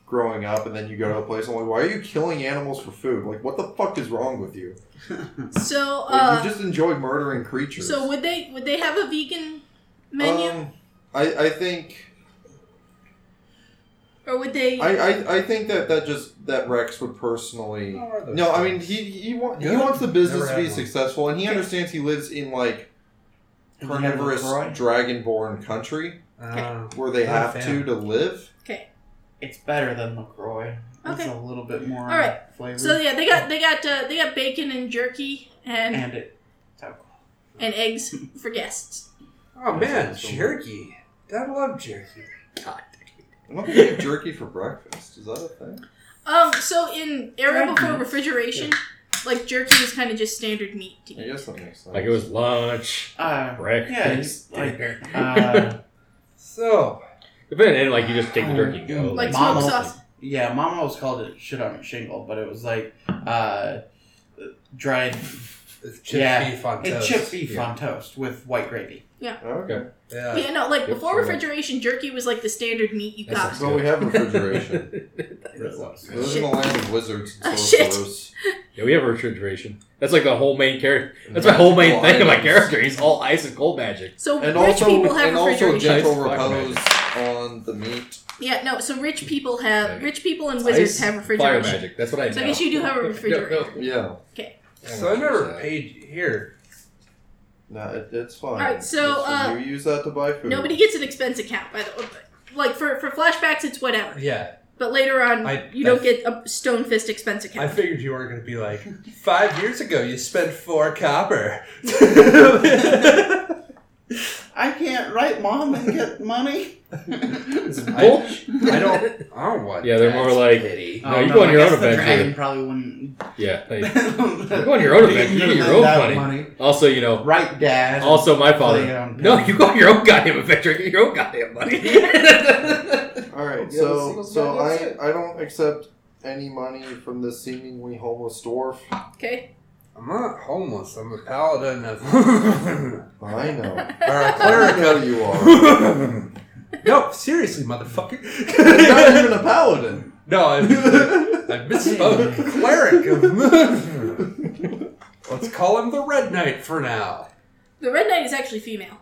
Speaker 4: growing up, and then you go to a place, I'm like, why are you killing animals for food? Like, what the fuck is wrong with you?
Speaker 1: so
Speaker 4: Like,
Speaker 1: uh,
Speaker 4: you just enjoy murdering creatures.
Speaker 1: so would they would they have a vegan menu
Speaker 4: Um, I, I think
Speaker 1: or would they?
Speaker 4: I, I, I think that that just that Rex would personally.
Speaker 2: Oh,
Speaker 4: No, I mean he he, wa- he
Speaker 5: Good.
Speaker 4: wants the business
Speaker 5: Never
Speaker 4: to be
Speaker 5: had one.
Speaker 4: successful, and he understands he lives in like carnivorous dragonborn country
Speaker 5: Uh,
Speaker 4: where they
Speaker 5: Not a
Speaker 4: have
Speaker 5: fan.
Speaker 4: to to live.
Speaker 1: okay.
Speaker 3: It's better than LaCroix. It's
Speaker 1: Okay.
Speaker 3: a little bit more
Speaker 1: All right.
Speaker 3: flavor.
Speaker 1: So yeah, they got they got uh, they got bacon and jerky and
Speaker 3: and it.
Speaker 1: and eggs for guests.
Speaker 5: oh man, jerky. I love jerky.
Speaker 4: What do you have jerky for breakfast? Is that a thing?
Speaker 1: Um, so in era before refrigeration, like jerky was kind of just standard meat to
Speaker 4: I
Speaker 1: eat.
Speaker 4: guess that makes sense.
Speaker 2: Like it was lunch,
Speaker 3: Uh,
Speaker 2: breakfast,
Speaker 3: yeah, you-
Speaker 2: dinner.
Speaker 3: uh,
Speaker 5: So,
Speaker 2: If it ended, like you just take the jerky and go.
Speaker 1: Like
Speaker 3: Mama.
Speaker 1: smoke sauce.
Speaker 3: yeah, Mom always called it shit on a shingle, but it was like uh, dried
Speaker 5: it's chip
Speaker 3: Yeah.
Speaker 5: beef on
Speaker 3: it's
Speaker 5: toast.
Speaker 3: chip beef on toast with white gravy.
Speaker 4: okay.
Speaker 5: Yeah.
Speaker 1: Yeah, no, like
Speaker 2: Yep,
Speaker 1: before
Speaker 2: sure.
Speaker 1: refrigeration, jerky was like the standard meat you got.
Speaker 4: Well, we have refrigeration.
Speaker 3: It was.
Speaker 4: we live in the land of wizards
Speaker 1: Ah,
Speaker 4: and
Speaker 1: shit.
Speaker 4: sorcerers.
Speaker 2: Yeah, we have refrigeration. That's like the whole main character. That's my whole main
Speaker 4: Magical
Speaker 2: thing of my
Speaker 4: items.
Speaker 2: character. He's all ice and cold magic.
Speaker 1: So
Speaker 4: And
Speaker 1: rich
Speaker 4: also,
Speaker 1: people have
Speaker 4: and also
Speaker 1: refrigeration.
Speaker 4: gentle
Speaker 2: Ice black
Speaker 4: repose on the meat.
Speaker 1: yeah, no, so rich people have
Speaker 2: Okay.
Speaker 1: rich people and wizards
Speaker 2: Ice,
Speaker 1: have
Speaker 2: Fire
Speaker 1: refrigeration.
Speaker 2: magic. That's what I.
Speaker 1: So I
Speaker 2: know.
Speaker 1: guess you do have a
Speaker 2: No, no.
Speaker 1: refrigerator.
Speaker 4: Yeah.
Speaker 5: So I never paid you here.
Speaker 4: No, it, it's fine.
Speaker 1: Alright, so,
Speaker 4: It's fine.
Speaker 1: uh,
Speaker 4: you use that to buy food.
Speaker 1: Nobody gets an expense account by the way. but, Like for, for flashbacks, it's whatever.
Speaker 5: Yeah.
Speaker 1: But later on,
Speaker 5: I-
Speaker 1: you
Speaker 5: I-
Speaker 1: don't get a stone fist expense
Speaker 5: I
Speaker 1: account.
Speaker 5: figured you weren't going to be like, five years ago you spent four copper. yeah.
Speaker 3: I can't write Mom and get money.
Speaker 5: I don't. I don't want.
Speaker 2: Yeah, they're
Speaker 5: that.
Speaker 2: more like.
Speaker 3: Pity.
Speaker 2: No, you go on your
Speaker 3: Oh, I
Speaker 2: own
Speaker 3: guess the
Speaker 2: adventure.
Speaker 3: dragon probably wouldn't.
Speaker 2: Yeah. like,
Speaker 3: you
Speaker 2: go on your own adventure. You get your own money. also, you know.
Speaker 3: Right, Dad.
Speaker 2: Also, my father.
Speaker 3: Play on
Speaker 2: No,
Speaker 3: pins.
Speaker 2: you go on your own goddamn adventure. Get your own goddamn money.
Speaker 19: Yeah,
Speaker 4: Alright,
Speaker 19: the
Speaker 4: so
Speaker 19: singles
Speaker 4: so
Speaker 19: guy,
Speaker 4: I,
Speaker 19: that's
Speaker 4: I don't accept any money from this seemingly homeless dwarf.
Speaker 1: Okay.
Speaker 5: I'm not homeless. I'm a paladin of.
Speaker 4: I know.
Speaker 5: or a
Speaker 4: I
Speaker 5: cleric.
Speaker 4: know you are.
Speaker 5: no, seriously, motherfucker.
Speaker 4: You're not even a paladin.
Speaker 5: no, I, I misspoke. cleric of. Let's call him the Red Knight for now.
Speaker 1: The Red Knight is actually female.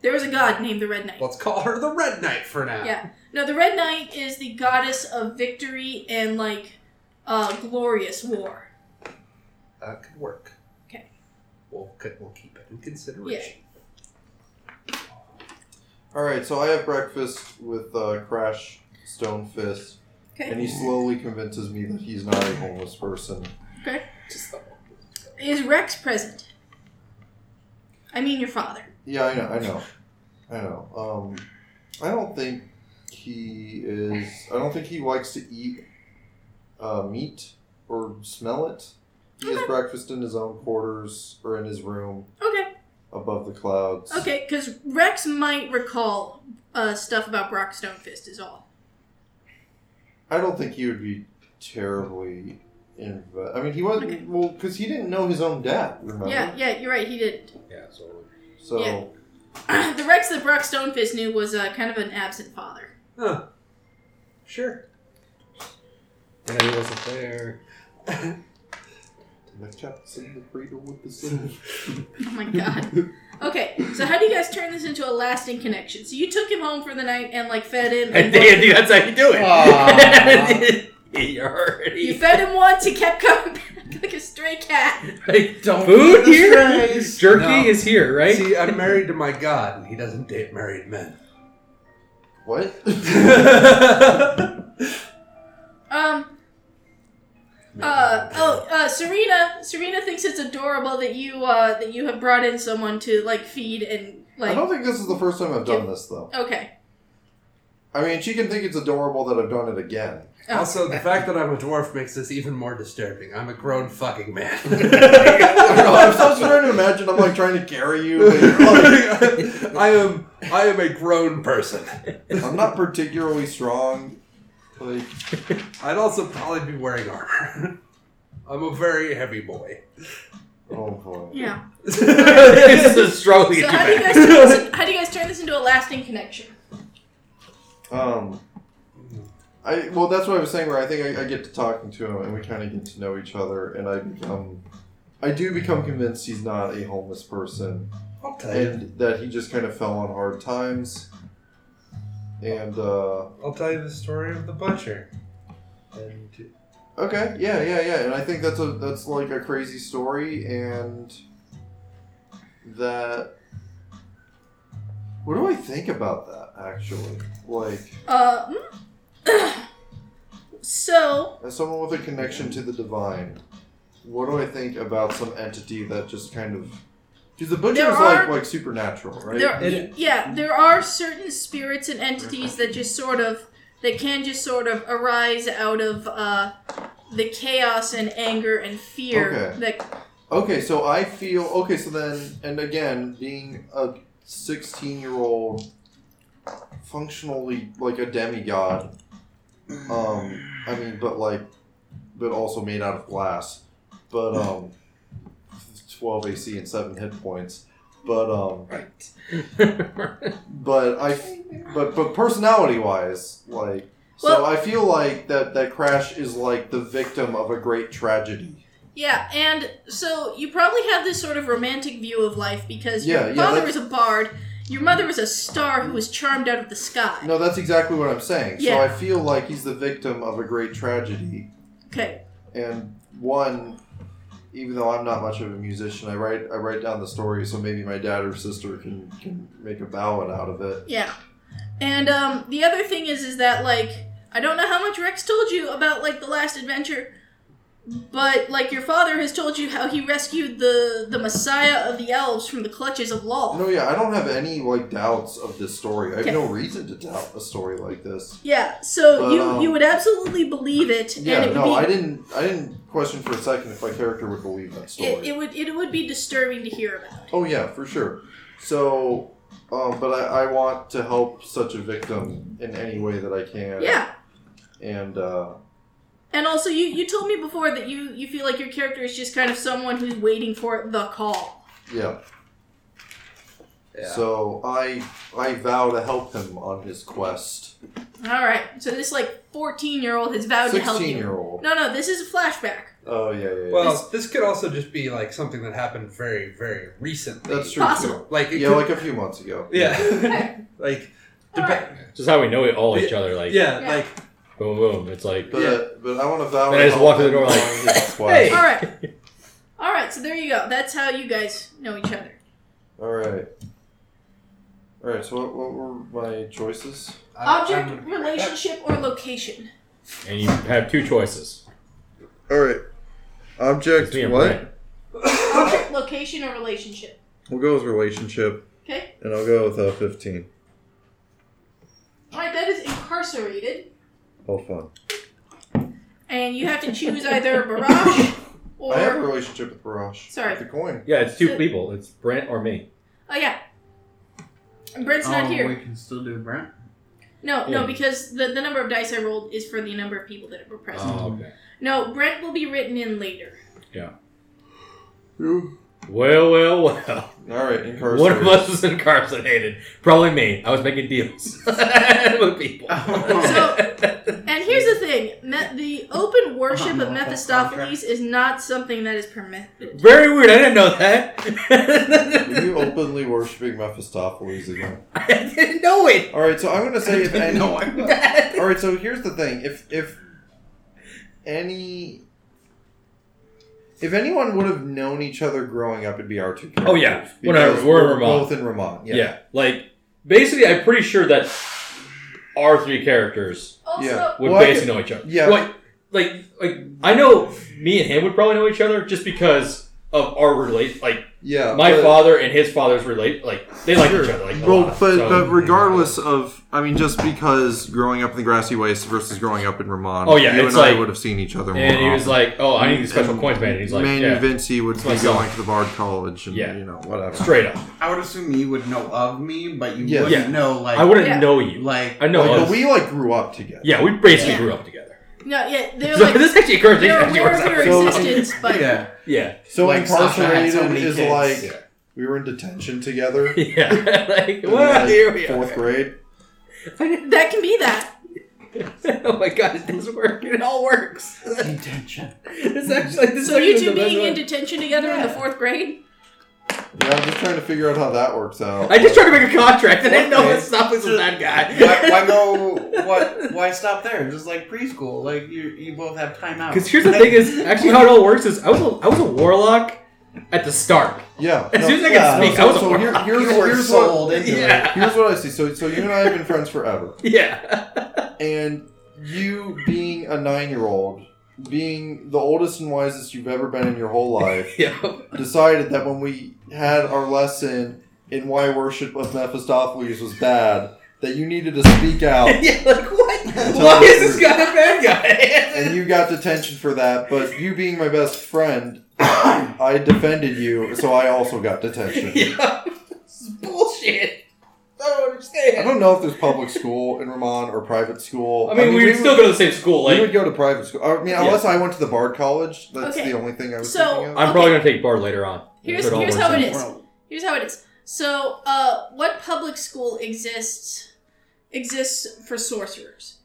Speaker 1: There is a god named the Red Knight.
Speaker 5: Let's call her the Red Knight for now.
Speaker 1: Yeah. No, the Red Knight is the goddess of victory and like uh, glorious war.
Speaker 5: That uh, could work.
Speaker 1: Okay.
Speaker 5: We'll, c- we'll keep it in consideration.
Speaker 4: Alright, so I have breakfast with uh, Crash Stone Fist, and
Speaker 1: Okay.
Speaker 4: he slowly convinces me that he's not a homeless person.
Speaker 1: Is Rex present? I mean your father.
Speaker 4: Yeah, I know, I know, I know. Um, I don't think he is. I don't think he likes to eat uh, meat or smell it. He has breakfast in his own quarters or in his room
Speaker 1: Okay.
Speaker 4: above the clouds.
Speaker 1: Okay, because Rex might recall uh, stuff about Brock Stonefist is all.
Speaker 4: I don't think he would be terribly. Inv- I mean, he wasn't
Speaker 1: Okay.
Speaker 4: well because he didn't know his own dad. Remember?
Speaker 1: Yeah, yeah, you're right. He didn't.
Speaker 2: yeah, so
Speaker 4: So
Speaker 1: Yeah. the Rex that Brock Stonefist knew was uh, kind of an absent father.
Speaker 5: Sure.
Speaker 2: yeah, he wasn't there.
Speaker 4: the cat's in the cradle with the silver.
Speaker 1: Oh my god. Okay, so how do you guys turn this into a lasting connection? So you took him home for the night and like fed him. And
Speaker 2: And yeah, dude, that's how you do
Speaker 3: Aw.
Speaker 2: it. You're
Speaker 1: You
Speaker 2: already
Speaker 1: fed him once, he kept coming back like a stray cat.
Speaker 2: like,
Speaker 3: Don't
Speaker 2: food
Speaker 3: feed the
Speaker 2: here.
Speaker 3: strays.
Speaker 2: Jerky
Speaker 5: No.
Speaker 2: is here, right?
Speaker 5: See, I'm married to my god, and he doesn't date married men.
Speaker 4: What?
Speaker 1: Um. Uh oh. Uh, Serena. Serena thinks it's adorable that you uh that you have brought in someone to like feed and
Speaker 4: I don't
Speaker 1: like.
Speaker 4: think this is the first time I've done this though.
Speaker 1: Okay.
Speaker 4: I mean, she can think it's adorable that I've done it again.
Speaker 1: Oh.
Speaker 5: Also, the fact that I'm a dwarf makes this even more disturbing. I'm a grown fucking man.
Speaker 4: I don't know, I'm so trying to imagine I'm like trying to carry you. but you're like-
Speaker 5: I am I am a grown person.
Speaker 4: I'm not particularly strong. Like
Speaker 5: I'd also probably be wearing armor. I'm a very heavy boy.
Speaker 4: oh boy.
Speaker 1: Yeah.
Speaker 2: this is strongly
Speaker 1: So
Speaker 2: too
Speaker 1: how do you
Speaker 2: bad.
Speaker 1: guys turn this, how do you guys turn this into a lasting connection?
Speaker 4: Um I well that's what I was saying where I think I, I get to talking to him and we kinda get to know each other and I become I do become convinced he's not a homeless person
Speaker 5: I'll tell you.
Speaker 4: and that he just kind of fell on hard times. And uh
Speaker 5: I'll tell you the story of the butcher. And
Speaker 4: Okay, yeah, yeah, yeah, and I think that's a that's like a crazy story, and that. What do I think about that? Actually, like
Speaker 1: Um. so
Speaker 4: as someone with a connection to the divine, what do I think about some entity that just kind of Because the butcher
Speaker 1: There
Speaker 4: is
Speaker 1: are-
Speaker 4: like like supernatural, right?
Speaker 1: There,
Speaker 5: It-
Speaker 1: yeah, there are certain spirits and entities that just sort of that can just sort of arise out of uh, the chaos and anger and fear
Speaker 4: Okay.
Speaker 1: that
Speaker 4: Okay, so I feel okay. So then, and again, being a sixteen-year-old, functionally like a demigod. Um, I mean, but like, but also made out of glass. But um, twelve AC and seven hit points. But um, but I, f- but but personality-wise, like, so
Speaker 1: Well-
Speaker 4: I feel like that that Crash is like the victim of a great tragedy.
Speaker 1: yeah, and so you probably have this sort of romantic view of life because
Speaker 4: Yeah,
Speaker 1: your
Speaker 4: yeah,
Speaker 1: father
Speaker 4: that's-
Speaker 1: was a bard, your mother was a star who was charmed out of the sky.
Speaker 4: No, that's exactly what I'm saying.
Speaker 1: Yeah.
Speaker 4: So I feel like he's the victim of a great tragedy.
Speaker 1: Okay,
Speaker 4: And one, even though I'm not much of a musician, I write I write down the story so maybe my dad or sister can, can make a ballad out of it.
Speaker 1: yeah, and um, the other thing is is that like I don't know how much Rex told you about like the last adventure. But like your father has told you how he rescued the the Messiah of the elves from the clutches of law.
Speaker 4: No, yeah, I don't have any like doubts of this story. I have
Speaker 1: Okay.
Speaker 4: no reason to doubt a story like this.
Speaker 1: Yeah, so
Speaker 4: But,
Speaker 1: you
Speaker 4: um,
Speaker 1: you would absolutely believe it, and
Speaker 4: Yeah,
Speaker 1: it would
Speaker 4: no,
Speaker 1: be
Speaker 4: I didn't I didn't question for a second if my character would believe that story.
Speaker 1: It, it would it would be disturbing to hear about.
Speaker 4: Oh yeah, for sure. So, um, but I, I want to help such a victim in any way that I can.
Speaker 1: Yeah,
Speaker 4: And uh,
Speaker 1: and also you you told me before that you you feel like your character is just kind of someone who's waiting for the call.
Speaker 4: yeah.
Speaker 5: Yeah.
Speaker 4: So I I vow to help him on his quest.
Speaker 1: All right, so this like fourteen year old has vowed to help
Speaker 4: Sixteen year
Speaker 1: you.
Speaker 4: old.
Speaker 1: No, no, this is a flashback.
Speaker 4: Oh yeah, yeah. yeah.
Speaker 5: Well, this could also just be like something that happened very, very recently.
Speaker 4: that's true
Speaker 1: possible.
Speaker 4: too.
Speaker 5: Like it
Speaker 4: Yeah,
Speaker 5: could,
Speaker 4: like a few months ago.
Speaker 5: yeah, like
Speaker 1: All right.
Speaker 5: dep-
Speaker 2: Just how we know it all each other. Like
Speaker 5: yeah,
Speaker 1: Yeah.
Speaker 5: like
Speaker 2: boom, boom. It's like
Speaker 4: But but I want to vow.
Speaker 2: And
Speaker 4: to
Speaker 2: I just
Speaker 4: help
Speaker 2: walk through the
Speaker 4: him
Speaker 2: door
Speaker 4: on
Speaker 2: like,
Speaker 4: his quest.
Speaker 5: "Hey!"
Speaker 1: All right, all right. So there you go. That's how you guys know each other.
Speaker 4: All right. All right. So what, what were my choices?
Speaker 5: Uh, I'm-
Speaker 1: Object,
Speaker 5: I'm-
Speaker 1: relationship, or location.
Speaker 2: and you have two choices.
Speaker 4: All right.
Speaker 2: It's
Speaker 4: Object.
Speaker 2: me and Brent.
Speaker 1: Object, location, or relationship.
Speaker 4: We'll go with relationship,
Speaker 1: Okay.
Speaker 4: and I'll go with uh, fifteen.
Speaker 1: All right. That is incarcerated,
Speaker 4: All fun.
Speaker 1: and you have to choose either barrage or
Speaker 4: I have a relationship with Barash.
Speaker 1: Sorry.
Speaker 4: With the coin.
Speaker 2: Yeah, it's two
Speaker 1: So-
Speaker 2: people. It's Brent or me.
Speaker 1: Oh yeah. And Brent's not
Speaker 16: Oh,
Speaker 1: here.
Speaker 16: We can still do Brent.
Speaker 1: No,
Speaker 2: Yeah.
Speaker 1: no, because the, the number of dice I rolled is for the number of people that were present.
Speaker 2: Oh, okay.
Speaker 1: No, Brent will be written in later.
Speaker 2: Well, well, well.
Speaker 4: All right, incarcerated.
Speaker 2: One of us was incarcerated. Probably me. I was making deals with people.
Speaker 1: So- And here's the thing: Me- the open worship of
Speaker 16: Oh,
Speaker 1: Mephistopheles is not something that is permitted.
Speaker 2: Very weird. I didn't know
Speaker 4: Are
Speaker 2: that.
Speaker 4: you openly worshiping Mephistopheles again?
Speaker 2: I didn't know it.
Speaker 4: All right, so I'm gonna say if any.
Speaker 16: No,
Speaker 4: All
Speaker 16: I'm not.
Speaker 2: I
Speaker 4: right, so here's the thing: if if any if anyone would have known each other growing up, it'd be our two. Characters
Speaker 2: Oh, yeah.
Speaker 4: Because
Speaker 2: Whatever, we're in Vermont.
Speaker 4: both in Vermont.
Speaker 2: yeah.
Speaker 4: Yeah.
Speaker 2: like basically, I'm pretty sure that our three characters
Speaker 1: Also,
Speaker 4: Yeah.
Speaker 2: would
Speaker 4: Well, I
Speaker 2: basically know each other.
Speaker 4: yeah.
Speaker 2: like, like, like I know me and him would probably know each other just because of our relate. Like
Speaker 4: yeah
Speaker 2: my
Speaker 4: but-
Speaker 2: father and his father's relate. Like they like each other. Like a
Speaker 4: Well,
Speaker 2: lot,
Speaker 4: but,
Speaker 2: so-
Speaker 4: but regardless of, I mean, just because growing up in the grassy waste versus growing up in Vermont,
Speaker 2: Oh, yeah,
Speaker 4: you
Speaker 2: it's
Speaker 4: and I
Speaker 2: like-
Speaker 4: would have seen each other.
Speaker 2: And
Speaker 4: more
Speaker 2: he was
Speaker 4: often.
Speaker 2: like, "Oh, I need these special
Speaker 4: And
Speaker 2: coins, man." And he's like,
Speaker 4: Manu
Speaker 2: "Yeah,
Speaker 4: Vinci would
Speaker 2: It's
Speaker 4: be
Speaker 2: my son.
Speaker 4: going to the Bard College, and
Speaker 2: Yeah.
Speaker 4: you know whatever.
Speaker 2: straight up.
Speaker 16: I would assume you would know of me, but you
Speaker 4: Yeah.
Speaker 16: wouldn't know like
Speaker 2: I wouldn't
Speaker 1: Yeah.
Speaker 2: know you.
Speaker 16: like
Speaker 2: I know.
Speaker 4: Like,
Speaker 2: us.
Speaker 4: but we like grew up together.
Speaker 2: yeah, we basically
Speaker 1: Yeah.
Speaker 2: grew up together.
Speaker 1: No, yeah, they're
Speaker 2: So
Speaker 1: like
Speaker 2: this actually occurs. to me
Speaker 1: they're
Speaker 2: actually
Speaker 1: aware
Speaker 2: works
Speaker 1: of
Speaker 2: out
Speaker 1: your
Speaker 2: pretty well.
Speaker 1: existence, but
Speaker 16: yeah.
Speaker 2: Yeah,
Speaker 4: So
Speaker 16: Like, Sasha had
Speaker 4: incarcerated
Speaker 16: so many
Speaker 4: is
Speaker 16: kids.
Speaker 4: like
Speaker 2: Yeah.
Speaker 4: we were in detention together.
Speaker 2: yeah. like,
Speaker 4: in,
Speaker 2: well,
Speaker 4: like,
Speaker 2: here we
Speaker 4: fourth grade.
Speaker 2: are.
Speaker 1: that can be that.
Speaker 2: oh my god, it does work. It all works.
Speaker 16: intention.
Speaker 2: It's actually this.
Speaker 1: So
Speaker 2: is
Speaker 1: you
Speaker 2: actually
Speaker 1: two
Speaker 2: the best
Speaker 1: being in
Speaker 2: one.
Speaker 1: detention together in the fourth grade.
Speaker 4: Yeah, I'm just trying to figure out how that works out.
Speaker 2: I just tried to make a contract, and I know
Speaker 16: Okay.
Speaker 2: it's not with that
Speaker 16: Why,
Speaker 2: guy.
Speaker 16: why go? Why, why stop there? Just like preschool, like you you both have time out.
Speaker 2: Because here's the thing: is actually how it all works is I was a, I was a warlock at the start.
Speaker 4: Yeah.
Speaker 2: As
Speaker 4: no,
Speaker 2: soon as I could
Speaker 16: yeah,
Speaker 2: speak,
Speaker 4: so-
Speaker 2: I was a
Speaker 4: so here-
Speaker 2: warlock.
Speaker 4: here's-
Speaker 16: you were
Speaker 4: here's what-
Speaker 16: sold into it.
Speaker 2: yeah,
Speaker 4: Here's what I see. So, so you and I have been friends forever,
Speaker 2: yeah.
Speaker 4: and you being a nine-year-old being the oldest and wisest you've ever been in your whole life,
Speaker 8: Yeah.
Speaker 4: decided that when we had our lesson in why worship of Mephistopheles was bad, that you needed to speak out,
Speaker 3: yeah, like what?
Speaker 4: Tell
Speaker 3: Why
Speaker 4: the
Speaker 3: is this
Speaker 4: truth.
Speaker 3: guy a bad guy?
Speaker 4: and you got detention for that. But you being my best friend, I defended you, so I also got detention.
Speaker 3: yeah, this is bullshit. I don't
Speaker 4: I
Speaker 3: understand.
Speaker 4: don't know if there's public school in Ramon or private school.
Speaker 2: I mean, we, would still go to the same school.
Speaker 4: we
Speaker 2: Like,
Speaker 4: would go to private school. I mean,
Speaker 2: Yeah.
Speaker 4: unless I went to the Bard College. That's
Speaker 1: Okay.
Speaker 4: the only thing I was
Speaker 1: So-
Speaker 4: thinking of.
Speaker 2: I'm probably gonna take Bard later on.
Speaker 1: Here's-
Speaker 2: If all
Speaker 1: here's
Speaker 2: works
Speaker 1: how it
Speaker 2: out.
Speaker 1: is. Here's how it is. So, uh, what public school exists exists for sorcerers?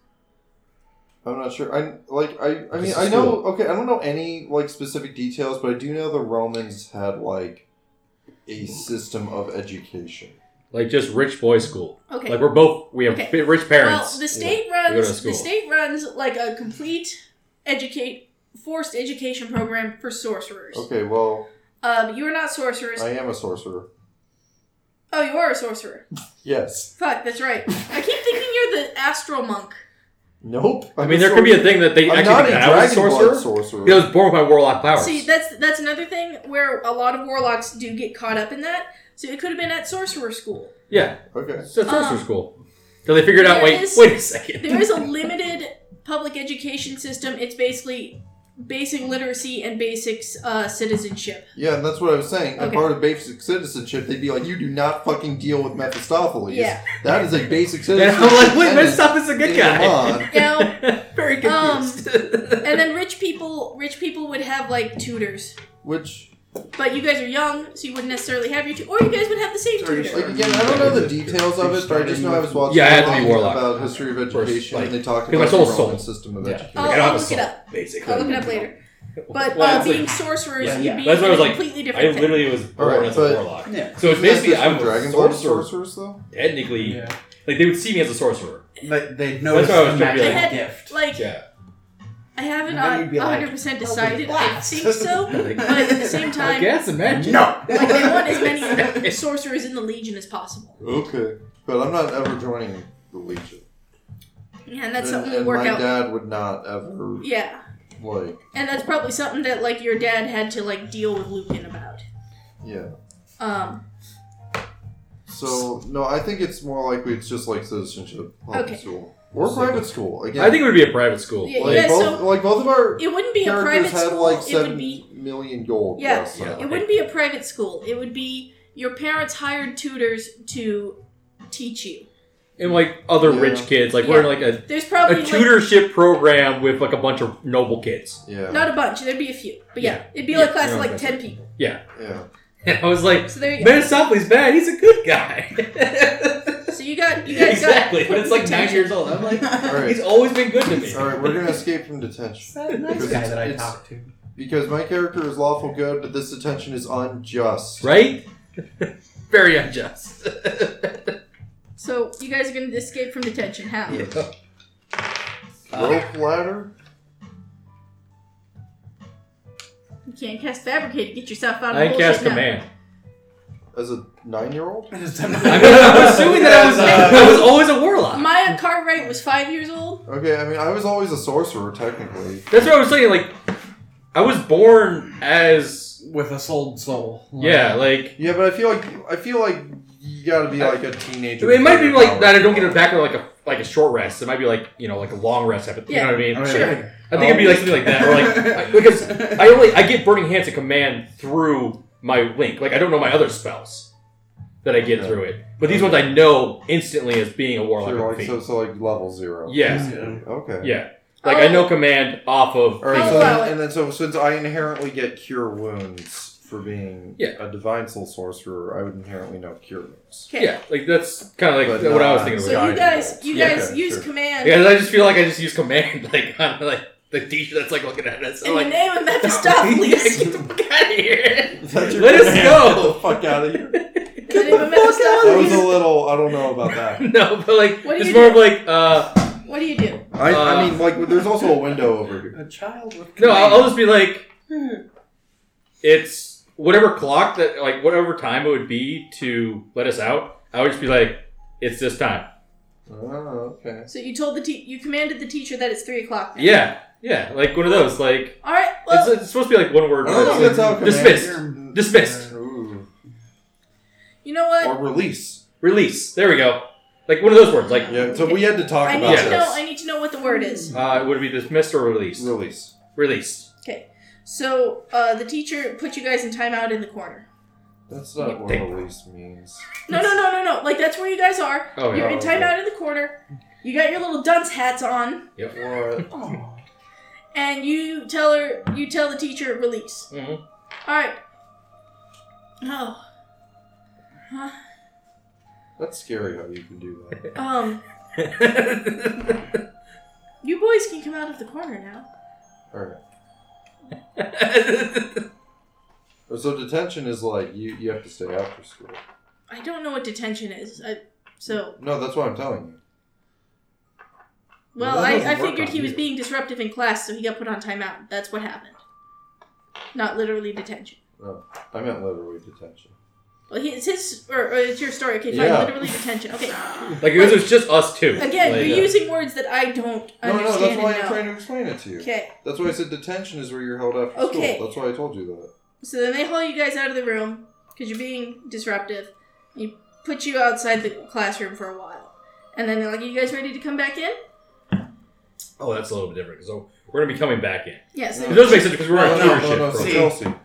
Speaker 4: I'm not sure. I like I. I mean,
Speaker 2: It's a
Speaker 4: I know.
Speaker 2: school.
Speaker 4: Okay, I don't know any like specific details, but I do know the Romans had like a system of education.
Speaker 2: Like just rich boy school.
Speaker 1: Okay.
Speaker 2: Like we're both we have
Speaker 1: Okay.
Speaker 2: bi- rich parents.
Speaker 1: Well, the state
Speaker 2: We go to
Speaker 1: runs the
Speaker 2: school.
Speaker 1: state runs like a complete educate forced education program for sorcerers.
Speaker 4: Okay, well,
Speaker 1: Um, you are not sorcerers.
Speaker 4: I am a sorcerer.
Speaker 1: oh, you are a sorcerer.
Speaker 4: Yes.
Speaker 1: Fuck, that's right. I keep thinking you're the astral monk.
Speaker 4: Nope.
Speaker 2: I mean, there could be a thing that they
Speaker 4: I'm
Speaker 2: actually
Speaker 4: not a
Speaker 2: think that I was a
Speaker 4: dragon
Speaker 2: sorcerer.
Speaker 4: blood sorcerer.
Speaker 2: He was born with my warlock powers.
Speaker 1: See, that's that's another thing where a lot of warlocks do get caught up in that. So it could have been at sorcerer school.
Speaker 2: yeah,
Speaker 4: Okay.
Speaker 2: it's a sorcerer
Speaker 1: Um,
Speaker 2: school. So they figured out.
Speaker 1: there
Speaker 2: Wait,
Speaker 1: is-
Speaker 2: wait a second.
Speaker 1: There is a limited public education system. It's basically basic literacy and basic uh, citizenship.
Speaker 4: Yeah, and that's what I was saying. And
Speaker 1: Okay.
Speaker 4: part of basic citizenship, they'd be like, "You do not fucking deal with Mephistopheles.
Speaker 1: Yeah.
Speaker 4: That is a basic
Speaker 2: and
Speaker 4: citizenship."
Speaker 2: I'm like, wait,
Speaker 4: that is
Speaker 2: Mephistopheles is a good
Speaker 4: in
Speaker 2: guy.
Speaker 4: Iran.
Speaker 1: Now,
Speaker 2: Very
Speaker 1: Um,
Speaker 2: confused.
Speaker 1: and then rich people rich people would have like tutors
Speaker 4: Which,
Speaker 1: but you guys are young so you wouldn't necessarily have your tu- or you guys would have the same
Speaker 3: Sorry,
Speaker 1: tutor
Speaker 4: like, again, I don't know the details of it, but I just know I was watching
Speaker 2: Yeah, I had to be
Speaker 4: something
Speaker 2: warlock.
Speaker 4: about history of education,
Speaker 2: like,
Speaker 4: and they talked
Speaker 2: because my
Speaker 4: about the Roman
Speaker 2: soul's soul.
Speaker 4: system of
Speaker 2: Yeah.
Speaker 4: education.
Speaker 1: I'll,
Speaker 2: I don't have
Speaker 1: I'll
Speaker 2: a
Speaker 1: look it
Speaker 2: soul,
Speaker 1: up
Speaker 2: basically.
Speaker 1: i'll look it up later but
Speaker 2: Well,
Speaker 1: uh,
Speaker 2: it's
Speaker 1: being
Speaker 2: like-
Speaker 1: sorcerers
Speaker 2: Yeah,
Speaker 1: you'd be
Speaker 2: that's what I was
Speaker 1: in a
Speaker 2: like,
Speaker 1: completely
Speaker 2: I
Speaker 1: different thing.
Speaker 2: literally was born
Speaker 4: Alright,
Speaker 2: as a
Speaker 4: but-
Speaker 2: warlock.
Speaker 3: Yeah.
Speaker 2: So it's
Speaker 4: Isn't that
Speaker 2: basically
Speaker 4: just for
Speaker 2: I'm a
Speaker 4: Dragon Blood
Speaker 2: sorcerer.
Speaker 4: sorcerers, though.
Speaker 2: Technically, like they would see me as a sorcerer.
Speaker 3: But they noticed
Speaker 2: what I was
Speaker 3: the
Speaker 2: trying to be
Speaker 1: like.
Speaker 3: magic gift.
Speaker 1: like
Speaker 2: Yeah.
Speaker 1: i haven't uh,
Speaker 3: And then you'd be
Speaker 1: a
Speaker 3: like,
Speaker 1: 100% decided i
Speaker 3: blast.
Speaker 1: think so but at the same
Speaker 2: I
Speaker 1: time
Speaker 2: guess imagine.
Speaker 3: No.
Speaker 1: like they want as many sorcerers in the legion as possible
Speaker 4: Okay, but I'm not ever joining the Legion.
Speaker 1: yeah and that's
Speaker 4: and,
Speaker 1: something we'll
Speaker 4: and
Speaker 1: work
Speaker 4: my
Speaker 1: out
Speaker 4: dad would not ever
Speaker 1: yeah
Speaker 4: like.
Speaker 1: and that's probably something that like your dad had to like deal with lucan about
Speaker 4: Yeah.
Speaker 1: um
Speaker 4: So no, I think it's more likely it's just like citizenship, public
Speaker 1: Okay.
Speaker 4: school, or private school. Again,
Speaker 2: I think it would be a private school.
Speaker 1: Yeah,
Speaker 4: like,
Speaker 1: yeah,
Speaker 4: both, like both of our
Speaker 1: It wouldn't be a private
Speaker 4: characters had
Speaker 1: school.
Speaker 4: like
Speaker 1: it
Speaker 4: seven
Speaker 1: would be
Speaker 4: million gold.
Speaker 1: Yeah.
Speaker 4: last time.
Speaker 1: it wouldn't be a private school. It would be your parents hired tutors to teach you.
Speaker 2: And like other
Speaker 4: Yeah.
Speaker 2: rich kids, like we're in like a,
Speaker 1: There's
Speaker 2: a
Speaker 1: probably
Speaker 2: tutorship program with like a bunch of noble kids.
Speaker 4: Yeah,
Speaker 1: like not a bunch. There'd be a few, but yeah,
Speaker 2: Yeah.
Speaker 1: it'd be
Speaker 2: Yeah,
Speaker 1: like a class of
Speaker 2: no,
Speaker 1: like
Speaker 2: that's
Speaker 1: ten people.
Speaker 4: yeah.
Speaker 2: And I was like,
Speaker 1: So there you go.
Speaker 2: Mephistopheles bad. He's a good guy.
Speaker 1: So you got you guys
Speaker 2: exactly,
Speaker 1: got
Speaker 2: but it's like nine
Speaker 1: detention.
Speaker 2: years old. I'm like,
Speaker 4: All right,
Speaker 2: he's always been good to me.
Speaker 4: all right. We're gonna escape from detention
Speaker 3: That nice
Speaker 4: Because
Speaker 3: guy
Speaker 4: it's-
Speaker 3: that I
Speaker 4: it's-
Speaker 3: talked to.
Speaker 4: because my character is lawful good, but this detention is unjust.
Speaker 2: Right? Very unjust.
Speaker 1: So you guys are gonna escape from detention. How?
Speaker 4: Rope ladder.
Speaker 1: You can't cast fabricate to get yourself out of
Speaker 2: I
Speaker 1: bullshit
Speaker 2: cast
Speaker 1: now.
Speaker 2: command.
Speaker 4: As a nine-year-old,
Speaker 2: I mean, I'm assuming that I was,
Speaker 3: Yes,
Speaker 2: I was always a warlock.
Speaker 1: Maya Cartwright was five years old.
Speaker 4: okay. I mean, I was always a sorcerer technically.
Speaker 2: That's what I was saying. Like, I was born as
Speaker 3: With a sold soul.
Speaker 2: yeah. Like,
Speaker 4: Yeah, but I feel like I feel like you gotta be like a teenager.
Speaker 2: it might be
Speaker 4: with
Speaker 2: like that. I don't get it back or like a like a short rest. It might be like you know like a long rest. Type of, You know what I mean?
Speaker 3: I mean,
Speaker 1: Sure.
Speaker 3: like,
Speaker 2: I think it'd be like something like that, or like I- because I only I get burning hands of command through my link. Like I don't know my other spells that I get through it, but these ones I know instantly as being a warlock.
Speaker 4: Sure,
Speaker 2: of
Speaker 4: like,
Speaker 2: the
Speaker 4: so,
Speaker 2: fiend.
Speaker 4: so like level zero.
Speaker 2: Yeah,
Speaker 4: Okay.
Speaker 2: yeah. Like I
Speaker 1: Oh.
Speaker 2: know command off of.
Speaker 4: All right.
Speaker 1: I'll
Speaker 4: So
Speaker 1: allow
Speaker 4: then,
Speaker 1: it.
Speaker 4: and then so since I inherently get cure wounds for being
Speaker 2: Yeah.
Speaker 4: a divine soul sorcerer, I would inherently know cure wounds.
Speaker 1: Okay.
Speaker 2: Yeah, like that's kind of like
Speaker 4: But uh,
Speaker 2: what I was
Speaker 4: not-
Speaker 2: thinking.
Speaker 1: So
Speaker 2: was
Speaker 1: you
Speaker 2: guiding.
Speaker 1: guys, you
Speaker 2: Yeah.
Speaker 1: guys
Speaker 4: Okay,
Speaker 1: use
Speaker 4: sure.
Speaker 1: command
Speaker 2: Yeah, I just feel like I just use command like on like the teacher that's like looking at us.
Speaker 1: in
Speaker 2: I'm like,
Speaker 1: the name of Mephistopheles.
Speaker 2: get the fuck out of here!
Speaker 4: That's your
Speaker 2: Let us
Speaker 4: command.
Speaker 2: go.
Speaker 4: Get the fuck out of here.
Speaker 1: In the name of
Speaker 4: That was a
Speaker 1: Mephistopheles.
Speaker 4: little. I don't know about that.
Speaker 2: no, but like
Speaker 1: What do
Speaker 2: it's
Speaker 1: you do?
Speaker 2: more of like uh
Speaker 1: What do you do?
Speaker 4: I,
Speaker 2: Uh,
Speaker 4: I mean, like, there's also a window over here.
Speaker 3: A child with
Speaker 2: no, I'll, I'll just be like
Speaker 1: Hmm.
Speaker 2: it's whatever clock that like whatever time it would be to let us out. I would just be like it's this time.
Speaker 4: Oh, okay.
Speaker 1: So you told the te- you commanded the teacher that it's three o'clock. then.
Speaker 2: Yeah, yeah, like one of those. Like
Speaker 1: All right. Well,
Speaker 2: it's, it's supposed to be like one word.
Speaker 4: I don't know if that's how
Speaker 2: Like, dismissed.
Speaker 4: commander-
Speaker 2: Dismissed.
Speaker 4: Ooh.
Speaker 1: you know what?
Speaker 4: Or release.
Speaker 2: Release. There we go. Like one of those words. Like
Speaker 4: Yeah, so we had to talk
Speaker 1: I
Speaker 4: about
Speaker 1: need
Speaker 2: Yeah.
Speaker 1: to
Speaker 4: this.
Speaker 1: know. I need to know what the word is.
Speaker 2: uh, would it be dismissed or released?
Speaker 4: Release.
Speaker 2: Released.
Speaker 1: Okay. So uh, the teacher put you guys in timeout in the corner.
Speaker 4: That's not what
Speaker 2: Damn.
Speaker 4: release means.
Speaker 1: No, no, no, no, no. Like that's where you guys are.
Speaker 2: Oh
Speaker 1: You're
Speaker 2: yeah.
Speaker 1: in timeout in the corner. You got your little dunce hats on,
Speaker 4: What?
Speaker 1: and you tell her. You tell the teacher release.
Speaker 4: Mm-hmm.
Speaker 2: Mhm.
Speaker 1: All right. Oh. Huh.
Speaker 4: That's scary how you can do that.
Speaker 1: Um. you boys can come out of the corner now.
Speaker 4: Alright. So detention is like you, you have to stay after school.
Speaker 1: I don't know what detention is. I, so,
Speaker 4: No, that's what I'm telling you.
Speaker 1: well,
Speaker 4: Well, that doesn't
Speaker 1: I, I
Speaker 4: work
Speaker 1: figured
Speaker 4: on
Speaker 1: he was
Speaker 4: you.
Speaker 1: being disruptive in class, so he got put on timeout. That's what happened. Not literally detention.
Speaker 4: I meant literally detention.
Speaker 1: Well, he, it's his, or, or it's your story. Okay, fine.
Speaker 4: Yeah.
Speaker 1: Literally detention. Okay.
Speaker 2: Like it was, it was just us two.
Speaker 1: Again,
Speaker 2: Like,
Speaker 1: you're
Speaker 2: uh,
Speaker 1: using words that I don't
Speaker 4: No, no, that's
Speaker 1: understand.
Speaker 4: why
Speaker 1: and
Speaker 4: I'm
Speaker 1: know.
Speaker 4: trying to explain it to you.
Speaker 1: Okay,
Speaker 4: That's why I said detention is where you're held after
Speaker 1: Okay.
Speaker 4: school. That's why I told you that.
Speaker 1: so then they haul you guys out of the room because you're being disruptive. You put you outside the classroom for a while, and then they're like, "You guys ready to come back in?"
Speaker 2: oh, that's a little bit different. So we're gonna be coming back in.
Speaker 1: Yes.
Speaker 2: It does make sense because we're on
Speaker 4: No, no,
Speaker 2: tutorship.
Speaker 4: no, no,
Speaker 2: program.
Speaker 4: so Chelsea.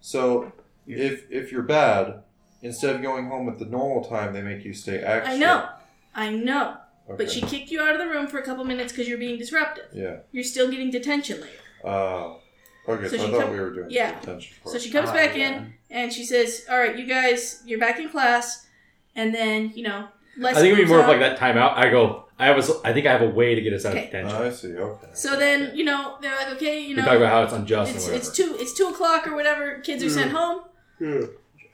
Speaker 4: So if if you're bad, instead of going home at the normal time, they make you stay extra.
Speaker 1: I know. I know.
Speaker 4: Okay.
Speaker 1: But she kicked you out of the room for a couple minutes because you're being disruptive.
Speaker 4: Yeah.
Speaker 1: You're still getting detention later.
Speaker 4: Uh, okay,
Speaker 1: So
Speaker 4: so, I
Speaker 1: she
Speaker 4: thought
Speaker 1: come-
Speaker 4: we were doing
Speaker 1: yeah.
Speaker 4: detention part.
Speaker 1: So she comes back in and she says, "All right, you guys, you're back in class." And then you know,
Speaker 2: I
Speaker 1: let's.
Speaker 2: think it'd be more of like that timeout. I go. I have. A, s- I think I have a way to get us out
Speaker 1: Okay.
Speaker 2: of detention.
Speaker 4: Ah, I see. Okay.
Speaker 1: So then you know they're like, "Okay, you
Speaker 2: we talk
Speaker 1: know,
Speaker 2: about how it's unjust
Speaker 1: it's
Speaker 2: and whatever.
Speaker 1: it's two it's two o'clock or whatever. Kids are sent home."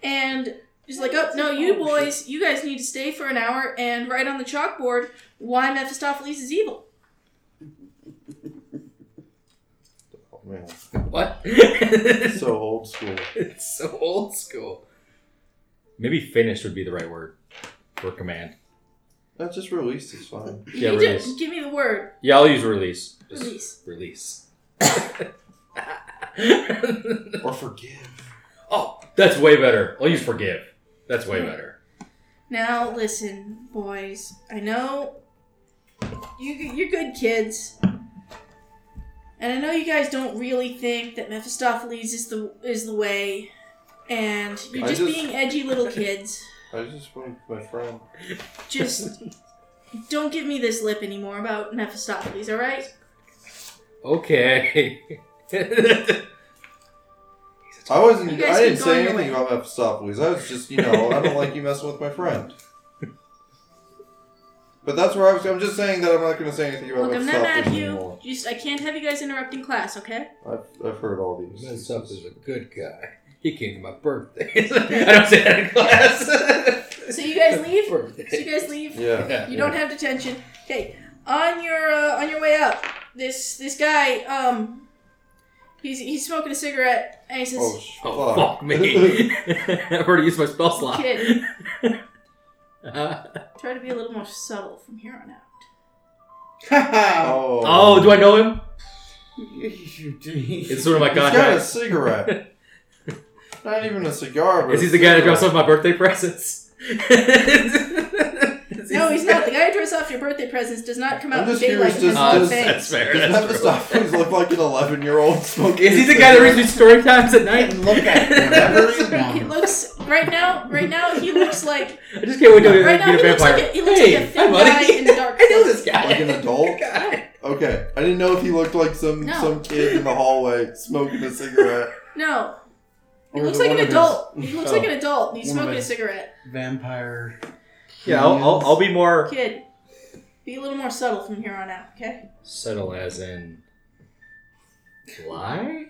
Speaker 1: And she's like, "Oh no, you boys, you guys need to stay for an hour and write on the chalkboard why Mephistopheles is evil."
Speaker 4: Oh, man.
Speaker 8: What?
Speaker 4: So old school.
Speaker 8: it's so old school.
Speaker 2: Maybe finished would be the right word for command.
Speaker 4: That just released is fine.
Speaker 1: You
Speaker 2: Yeah,
Speaker 1: need
Speaker 2: release.
Speaker 1: to give me the word
Speaker 2: Yeah, I'll use release.
Speaker 1: release.
Speaker 2: Just release.
Speaker 4: or forgive.
Speaker 2: Oh, that's way better. I'll use forgive. That's way better.
Speaker 1: Now listen, boys. I know you you're good kids, and I know you guys don't really think that Mephistopheles is the is the way, and you're
Speaker 4: I
Speaker 1: just,
Speaker 4: just-
Speaker 1: being edgy little kids.
Speaker 4: I just want my friend.
Speaker 1: Just don't give me this lip anymore about Mephistopheles. All right?
Speaker 2: Okay.
Speaker 4: I wasn't.
Speaker 1: You
Speaker 4: I
Speaker 1: guys
Speaker 4: didn't
Speaker 1: keep
Speaker 4: say
Speaker 1: going
Speaker 4: anything
Speaker 1: away.
Speaker 4: about Mephistopheles. I was just, you know, I don't like you messing with my friend. But that's where I was. I'm just saying that I'm not going to say anything about
Speaker 1: Look, I'm not
Speaker 4: Mephistopheles
Speaker 1: mad at you.
Speaker 4: anymore.
Speaker 1: Just I can't have you guys interrupting class. Okay?
Speaker 4: I've, I've heard all these.
Speaker 8: Mephistopheles is a good guy. He came to my birthday. I don't say that in class.
Speaker 1: So you guys leave. So you
Speaker 8: birthday.
Speaker 1: guys leave.
Speaker 4: Yeah.
Speaker 1: You don't have detention. Okay, on your uh, on your way up, this this guy um, he's he's smoking a cigarette and he says,
Speaker 4: Oh, sh-
Speaker 2: oh,
Speaker 4: fuck.
Speaker 2: fuck me. I've already used my spell slot.
Speaker 1: "Kid,
Speaker 2: Uh,
Speaker 1: try to be a little more subtle from here on out."
Speaker 4: Oh.
Speaker 2: oh, do I know him?
Speaker 16: You did.
Speaker 2: It's one of uh, my
Speaker 4: He's got a
Speaker 2: contacts.
Speaker 4: cigarette. not even a cigar. But
Speaker 2: Is
Speaker 4: a
Speaker 2: he the guy that drops off
Speaker 4: cigarette.
Speaker 2: my birthday presents?
Speaker 1: No, he's not. The guy who drops off your birthday presents does not come
Speaker 4: I'm
Speaker 1: out in
Speaker 4: just
Speaker 1: daylight. and
Speaker 4: curious, does-
Speaker 2: Uh,
Speaker 1: has
Speaker 2: that's,
Speaker 4: does-
Speaker 1: no
Speaker 2: that's
Speaker 1: fangs.
Speaker 2: fair.
Speaker 4: Does
Speaker 2: That's true.
Speaker 4: Mephistopheles look like an 11 year old smoking?
Speaker 2: Is he the
Speaker 4: a
Speaker 2: guy that reads
Speaker 4: cigarette?
Speaker 2: me story times at night?
Speaker 16: Look at whatever you
Speaker 1: He
Speaker 16: want.
Speaker 1: looks right now. Right now, he looks like
Speaker 2: I just can't wait till
Speaker 1: right
Speaker 2: I
Speaker 1: now
Speaker 2: get
Speaker 1: he
Speaker 2: a
Speaker 1: looks
Speaker 2: vampire.
Speaker 1: like a, he looks
Speaker 2: hey,
Speaker 1: like a thin
Speaker 2: hi, buddy.
Speaker 1: guy in the dark.
Speaker 2: I know this guy.
Speaker 4: Like an adult?
Speaker 2: guy.
Speaker 4: Okay, I didn't know if he looked like some
Speaker 1: No.
Speaker 4: some kid in the hallway smoking a cigarette.
Speaker 1: No, he
Speaker 16: Or
Speaker 1: looks
Speaker 16: the
Speaker 1: like an
Speaker 16: one of
Speaker 1: adult.
Speaker 16: his-
Speaker 1: He looks
Speaker 16: Oh.
Speaker 1: like an adult. and He's
Speaker 16: One of
Speaker 1: smoking a
Speaker 16: his-
Speaker 1: cigarette.
Speaker 16: Vampire.
Speaker 2: Yeah, I'll, I'll, I'll be more
Speaker 1: Kid, be a little more subtle from here on out. Okay.
Speaker 2: subtle, as in lie.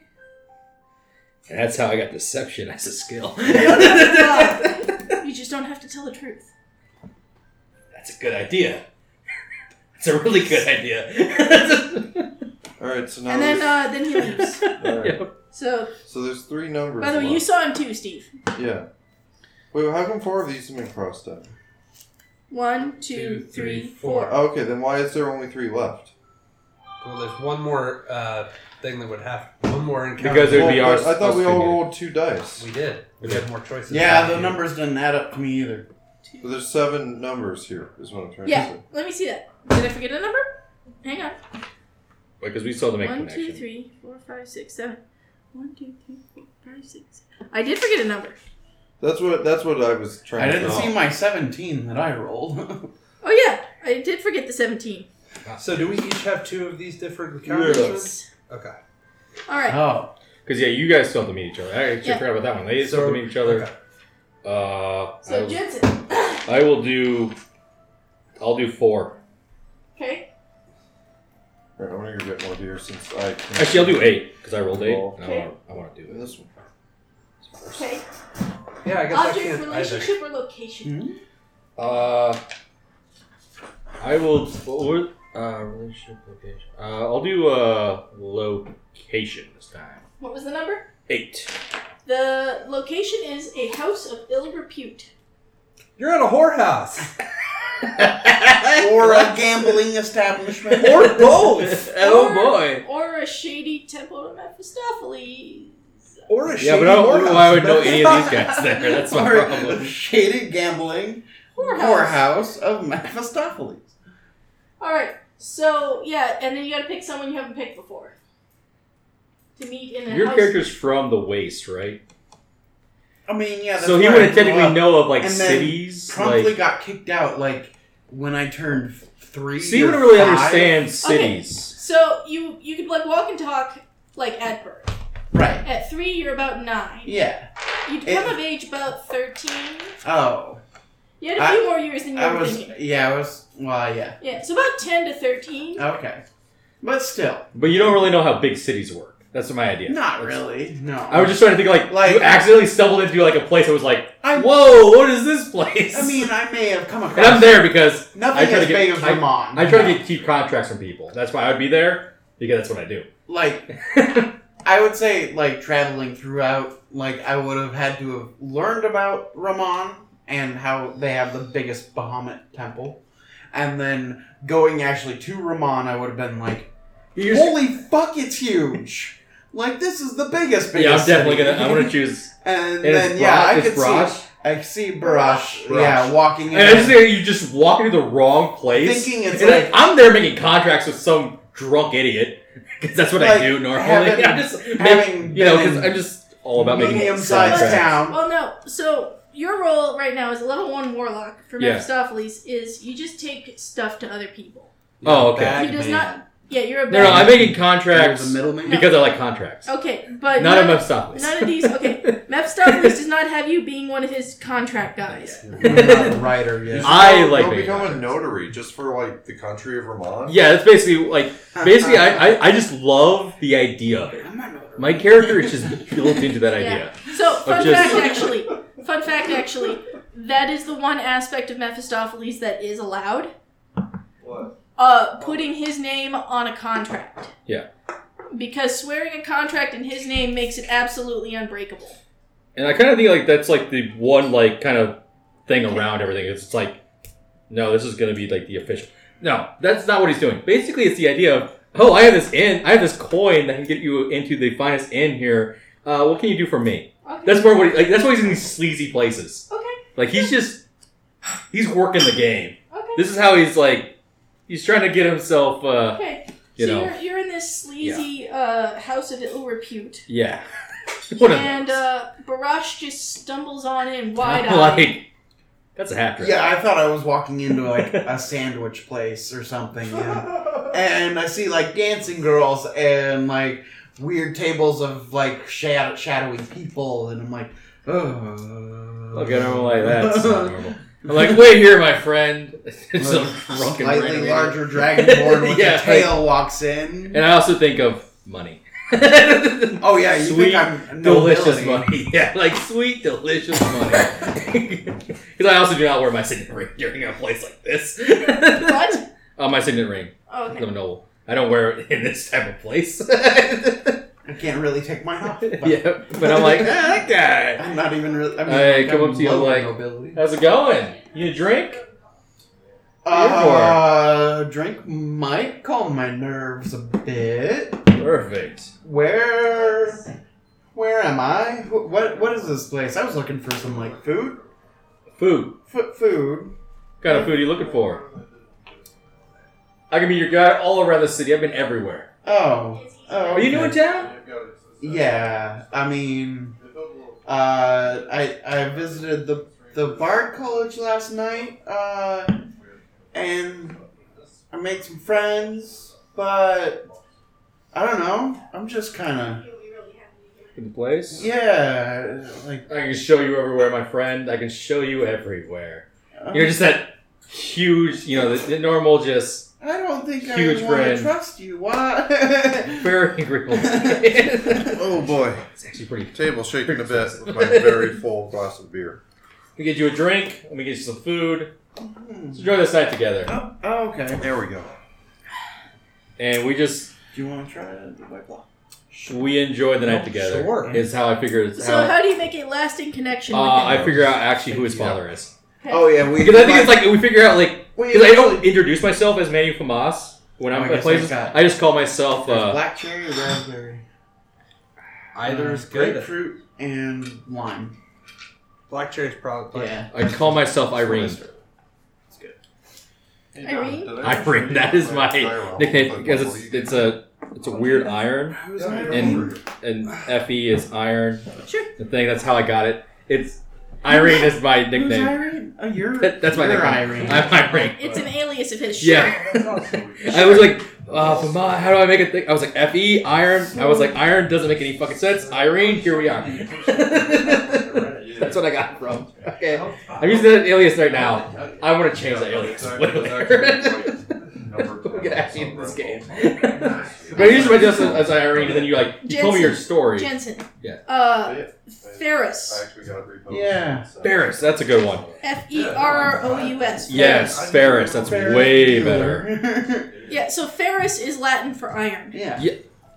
Speaker 2: And that's how I got deception as a skill. that's
Speaker 1: You just don't have to tell the truth.
Speaker 2: a good idea. It's a really good idea.
Speaker 4: All right, so now
Speaker 1: And then
Speaker 4: there's,
Speaker 1: uh, then he leaves.
Speaker 4: all right.
Speaker 1: So
Speaker 4: so there's three numbers.
Speaker 1: by the way, you
Speaker 4: left.
Speaker 1: saw him too, Steve.
Speaker 4: yeah. Wait, how come four of these have been crossed out?
Speaker 1: One, two, three, four. Oh,
Speaker 4: Okay, then why is there only three left?
Speaker 5: Well, there's one more uh, thing that would have one more encounter.
Speaker 2: Because it would be
Speaker 4: Well,
Speaker 2: ours.
Speaker 4: I thought we
Speaker 2: us
Speaker 4: all
Speaker 2: to get it.
Speaker 4: rolled two dice.
Speaker 5: we did. We
Speaker 2: Okay.
Speaker 5: had more choices.
Speaker 3: Yeah, the
Speaker 5: Thank you.
Speaker 3: numbers didn't add up to me either.
Speaker 4: So there's seven numbers here, is what I'm trying
Speaker 1: Yeah,
Speaker 4: to say.
Speaker 1: let me see that. Did I forget a number? Hang on.
Speaker 2: Because we still have to make a
Speaker 1: One, two,
Speaker 2: connection.
Speaker 1: three, four, five, six, seven. One, two, three, four, five, six. seven. I did forget a number.
Speaker 4: That's what that's what I was
Speaker 3: I
Speaker 4: trying to
Speaker 3: didn't
Speaker 4: say.
Speaker 3: see my 17 that I rolled.
Speaker 1: Oh yeah, I did forget the seventeen.
Speaker 5: So do we each have two of these different encounters?
Speaker 1: Yes.
Speaker 5: Okay.
Speaker 1: All right.
Speaker 3: oh.
Speaker 2: Because yeah, you guys still have to meet each other. I actually
Speaker 1: Yeah.
Speaker 2: forgot about that one. They still have to meet each other. Uh, I,
Speaker 1: so
Speaker 2: will,
Speaker 1: Jensen.
Speaker 2: I will do. I'll do four.
Speaker 1: okay.
Speaker 4: Right, I want to get more beer since I can't-
Speaker 2: Actually, I'll do eight because I rolled eight. And
Speaker 1: Okay.
Speaker 2: I want to. I want to do
Speaker 4: And
Speaker 2: it.
Speaker 4: This one.
Speaker 1: Okay.
Speaker 5: Yeah, I guess I
Speaker 1: Object,
Speaker 5: can't either.
Speaker 1: relationship, or location.
Speaker 3: Hmm?
Speaker 2: Uh, I will. What, would- uh, relationship location. Uh, I'll do uh location this time.
Speaker 1: What was the number?
Speaker 2: Eight.
Speaker 1: The location is a house of ill repute.
Speaker 5: You're at a whorehouse.
Speaker 3: or a gambling establishment.
Speaker 5: or both.
Speaker 2: Oh,
Speaker 1: Or- Or a shady temple to Mephistopheles.
Speaker 5: Or a
Speaker 2: Yeah, but I don't know why I would know any of these guys there. That's my
Speaker 3: Or
Speaker 2: problem.
Speaker 3: shady gambling
Speaker 1: Whorehouse.
Speaker 3: whorehouse of Mephistopheles.
Speaker 1: All right. So yeah, and then you gotta pick someone you haven't picked before to meet in a
Speaker 2: Your
Speaker 1: house.
Speaker 2: character's from the waste, right?
Speaker 3: I mean, yeah. That's
Speaker 2: so he
Speaker 3: where I
Speaker 2: wouldn't
Speaker 3: grew up.
Speaker 2: technically know of like
Speaker 3: And then
Speaker 2: cities.
Speaker 3: Promptly
Speaker 2: Like,
Speaker 3: got kicked out like when I turned three.
Speaker 2: so you
Speaker 3: or
Speaker 2: wouldn't really
Speaker 3: five.
Speaker 2: understand cities.
Speaker 1: So you you could like walk and talk like at birth.
Speaker 3: Right.
Speaker 1: At three, you're about nine.
Speaker 3: Yeah.
Speaker 1: You'd
Speaker 3: It-
Speaker 1: come of age about thirteen.
Speaker 3: Oh,
Speaker 1: You had a
Speaker 3: I-
Speaker 1: few more years than you
Speaker 3: I
Speaker 1: were
Speaker 3: was.
Speaker 1: thinking.
Speaker 3: Yeah, I was. Well, yeah.
Speaker 1: Yeah, so about ten to thirteen.
Speaker 3: Okay. But still,
Speaker 2: But you don't really know how big cities work. That's my idea.
Speaker 3: not really. No.
Speaker 2: I was just trying to think like,
Speaker 3: Like-
Speaker 2: you accidentally stumbled into like a place that was like,
Speaker 3: I-
Speaker 2: whoa, what is this place?
Speaker 3: I mean, I may have come across.
Speaker 2: and I'm there because I
Speaker 3: Nothing
Speaker 2: try
Speaker 3: as
Speaker 2: to get-
Speaker 3: big as
Speaker 2: I-
Speaker 3: Vermont.
Speaker 2: I try to get cheap contracts from people. That's why I would be there because that's what I do.
Speaker 3: like I would say like traveling throughout like I would have had to have learned about Ramon and how they have the biggest Bahamut temple and then going actually to Ramon I would have been like
Speaker 2: You just-
Speaker 3: holy fuck it's huge like this is the biggest biggest
Speaker 2: yeah, I'm definitely
Speaker 3: city."
Speaker 2: gonna. I'm gonna choose.
Speaker 3: and
Speaker 2: And it's
Speaker 3: then yeah
Speaker 2: Bra-
Speaker 3: I
Speaker 2: it's
Speaker 3: could
Speaker 2: Brosh.
Speaker 3: see I could see Barash
Speaker 2: Barash.
Speaker 3: yeah walking in
Speaker 2: And I just think you just walk into the wrong place.
Speaker 3: Thinking it's
Speaker 2: And
Speaker 3: like-
Speaker 2: I'm there making contracts with some drunk idiot because that's what I
Speaker 3: Like,
Speaker 2: do normally.
Speaker 3: having-
Speaker 2: I'm just
Speaker 3: having
Speaker 2: making, you know because
Speaker 3: been
Speaker 2: I'm just all about making
Speaker 3: medium-sized
Speaker 2: contracts.
Speaker 3: town
Speaker 1: Well, no. So your role right now as a level one warlock for
Speaker 2: Yeah.
Speaker 1: Mephistopheles is you just take stuff to other people.
Speaker 2: Oh, okay.
Speaker 3: Bag
Speaker 1: he does
Speaker 3: man.
Speaker 1: not. Yeah, you're a
Speaker 2: No, no,
Speaker 1: bad-
Speaker 2: I'm making
Speaker 3: You're
Speaker 2: contracts
Speaker 3: the middleman
Speaker 2: because I like contracts.
Speaker 1: Okay, but
Speaker 2: Not
Speaker 1: none,
Speaker 2: a Mephistopheles.
Speaker 1: none of these. Okay, Mephistopheles does not have you being one of his contract guys.
Speaker 3: You're not a writer yet.
Speaker 2: I
Speaker 4: Go-
Speaker 2: like
Speaker 4: go
Speaker 2: making
Speaker 4: become a
Speaker 2: contracts.
Speaker 4: notary just for like the country of Vermont.
Speaker 2: Yeah, that's basically like basically I, I I just love the idea of it.
Speaker 3: I'm not a writer.
Speaker 2: My character is just built into that idea.
Speaker 1: So fun
Speaker 2: just-
Speaker 1: fact, actually, fun fact, actually, that is the one aspect of Mephistopheles that is allowed.
Speaker 4: What?
Speaker 1: Uh, putting his name on a contract.
Speaker 2: Yeah.
Speaker 1: Because swearing a contract in his name makes it absolutely unbreakable.
Speaker 2: And I kind of think like that's like the one like kind of thing around everything. It's just like no, this is going to be like the official. No, that's not what he's doing. Basically, it's the idea of oh, I have this inn, I have this coin that can get you into the finest inn here. Uh, what can you do for me?
Speaker 1: Okay.
Speaker 2: That's more what he, like that's why he's in these sleazy places.
Speaker 1: okay.
Speaker 2: Like he's just he's working the game.
Speaker 1: Okay.
Speaker 2: This is how he's like he's trying to get himself uh
Speaker 1: okay.
Speaker 2: you
Speaker 1: so
Speaker 2: know.
Speaker 1: you're, you're in this sleazy uh, house of ill repute,
Speaker 2: yeah. What
Speaker 1: and uh, Barash just stumbles on in wide eyed.
Speaker 2: like that's a hat trick.
Speaker 3: Yeah, I thought I was walking into like a sandwich place or something, and, and I see like dancing girls and like weird tables of like shad- shadowy people, and I'm like, oh.
Speaker 2: Look at him like that's not normal. I'm like, wait here, my friend. Some drunken
Speaker 3: slightly
Speaker 2: random-
Speaker 3: larger dragonborn with
Speaker 2: Yeah,
Speaker 3: a tail walks in.
Speaker 2: And I also think of money. oh,
Speaker 3: oh yeah, you
Speaker 2: Sweet,
Speaker 3: think I'm
Speaker 2: delicious
Speaker 3: nobility.
Speaker 2: money. Yeah, like sweet, delicious money. Because I also do not wear my signet ring during a place like this.
Speaker 1: What?
Speaker 2: Uh, my signet ring.
Speaker 1: Oh, okay.
Speaker 2: I'm a noble. I don't wear it in this type of place.
Speaker 3: I can't really take mine off. But
Speaker 2: yeah, but I'm like, ah, that guy.
Speaker 3: I'm not even really. I mean,
Speaker 2: Hey,
Speaker 3: like,
Speaker 2: come
Speaker 3: I'm
Speaker 2: up to you,
Speaker 3: lower
Speaker 2: like-
Speaker 3: nobility.
Speaker 2: How's it going? You a drink?
Speaker 3: Uh, drink might calm my nerves a bit.
Speaker 2: Perfect.
Speaker 3: Where, where am I? Wh- What what is this place? I was looking for some like food,
Speaker 2: Food.
Speaker 3: F- food.
Speaker 2: What kind of food are you looking for? I can be your guide all around the city. I've been everywhere.
Speaker 3: Oh, oh.
Speaker 2: Are you new in
Speaker 3: okay.
Speaker 2: town?
Speaker 3: Yeah, I mean, uh, I I visited the the Bard College last night, uh, and I made some friends, but I don't know. I'm just kind of
Speaker 2: In the place?
Speaker 3: yeah, like
Speaker 2: I can show you everywhere, my friend. I can show you everywhere.
Speaker 3: uh,
Speaker 2: You're just that huge, you know, the, the normal, just
Speaker 3: I don't think
Speaker 2: huge
Speaker 3: I want
Speaker 2: brand.
Speaker 3: to trust you. Why? Hmm.
Speaker 2: very agreeable. it's
Speaker 4: Oh boy,
Speaker 2: actually pretty.
Speaker 4: table shaking a bit with my very full glass of beer.
Speaker 2: We get you a drink. Let me get you some food. Let's enjoy this night together.
Speaker 3: oh, oh, okay.
Speaker 4: There we go.
Speaker 2: And we just
Speaker 3: Do you want to try the white block?
Speaker 2: we enjoy the night together.
Speaker 5: Sure.
Speaker 2: Is how I figure. It's
Speaker 1: So
Speaker 2: how,
Speaker 1: how do you make a lasting connection with
Speaker 2: uh,
Speaker 1: him?
Speaker 2: I figure out actually who his father is
Speaker 3: Oh yeah, we.
Speaker 2: because I think it's like we figure out like
Speaker 3: we,
Speaker 2: Because I don't introduce myself as Manny Famas when
Speaker 3: Oh, I
Speaker 2: I'm at
Speaker 3: guess
Speaker 2: places.
Speaker 3: I got-
Speaker 2: I just call myself.
Speaker 3: There's
Speaker 2: Uh,
Speaker 3: black cherry, raspberry,
Speaker 5: Either
Speaker 3: uh,
Speaker 8: Mm-hmm.
Speaker 5: is good.
Speaker 3: grapefruit, and lime.
Speaker 5: Black cherry's probably.
Speaker 3: Yeah.
Speaker 2: I call myself Irene.
Speaker 1: Irene?
Speaker 2: Irene. That is my nickname because it's it's a it's a weird iron and and Fe is iron.
Speaker 1: Sure.
Speaker 2: The thing that's how I got it. It's Irene is my
Speaker 3: Who's
Speaker 2: nickname.
Speaker 3: Irene? Oh, you're.
Speaker 2: That- that's my
Speaker 3: you're
Speaker 2: nickname.
Speaker 3: Irene.
Speaker 2: I'm Irene.
Speaker 1: It's an alias of his. Sure.
Speaker 2: Yeah. I was like, uh, Famas, how do I make it? Think? I was like Fe iron. I was like iron doesn't make any fucking sense. Irene, here we are. that's what I got it from. Okay. I'm using that alias right now. I want to change that alias. way later. we could actually in this game. but you just went just as, as Irene, and then you like you told me your story.
Speaker 1: Jensen.
Speaker 2: Yeah.
Speaker 1: Uh, Ferris.
Speaker 3: Yeah.
Speaker 2: Ferris, that's a good one.
Speaker 1: F E R O U S.
Speaker 2: Yes, Ferris, that's
Speaker 3: Ferris
Speaker 2: way
Speaker 3: Bueller.
Speaker 2: better.
Speaker 1: Yeah. So Ferris is Latin for iron.
Speaker 3: yeah.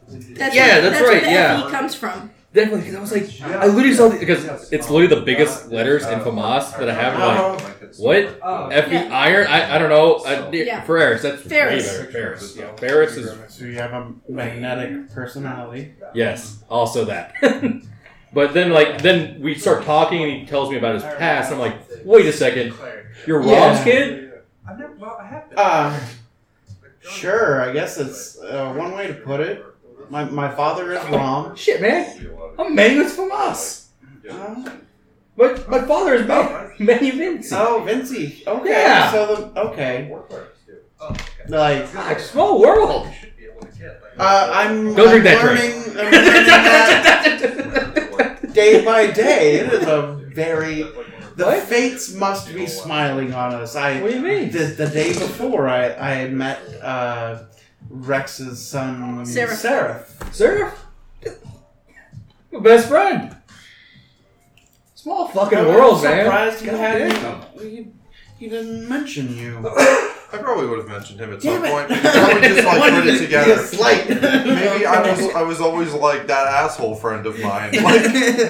Speaker 1: That's
Speaker 2: Yeah,
Speaker 1: where-
Speaker 2: that's
Speaker 1: where
Speaker 2: right,
Speaker 1: the
Speaker 2: yeah.
Speaker 1: Fe comes from.
Speaker 2: Definitely, because I was like, I literally saw the, because it's literally the biggest letters in FAMAS that I have. and I'm Like
Speaker 3: Uh-huh.
Speaker 2: what?
Speaker 5: Oh.
Speaker 2: F E
Speaker 1: Yeah.
Speaker 2: iron? I, I don't know. I,
Speaker 1: Yeah.
Speaker 2: Ferris, that's
Speaker 1: Ferris.
Speaker 2: way better. Ferris, yeah. Ferris is
Speaker 3: So you have a magnetic personality.
Speaker 2: Yes, also that. but then, like, then we start talking, and he tells me about his past. I'm like, wait a second, you're
Speaker 3: Yeah.
Speaker 2: Rob's kid?
Speaker 5: I've never. Well, I have.
Speaker 3: Uh, sure. I guess it's uh, one way to put it. My, my father is Rom.
Speaker 2: Shit, man, I'm Manu's from us.
Speaker 3: Oh,
Speaker 2: My, my father is Man- Manu Vinci.
Speaker 3: oh, Vinci. Okay.
Speaker 2: Yeah.
Speaker 3: So the okay, like
Speaker 2: Fuck, small world.
Speaker 3: uh, I'm.
Speaker 2: Don't
Speaker 3: I'm
Speaker 2: drink that
Speaker 3: learning,
Speaker 2: drink.
Speaker 3: I'm learning that day by day. It is a very. The
Speaker 2: What?
Speaker 3: fates must be smiling on us. I.
Speaker 2: what do you mean?
Speaker 3: The, the day before, I, I had met uh, Rex's son,
Speaker 1: Seraph.
Speaker 3: Seraph.
Speaker 2: Sir? My best friend. Small fucking
Speaker 3: I'm
Speaker 2: world, man.
Speaker 3: surprised you hadn't. You, you didn't mention you.
Speaker 4: I probably would have mentioned him at
Speaker 3: Damn
Speaker 4: some point.
Speaker 3: it.
Speaker 4: I would just like put it
Speaker 3: You're
Speaker 4: together.
Speaker 3: slight.
Speaker 4: Maybe I was I was always like that asshole friend of mine. Like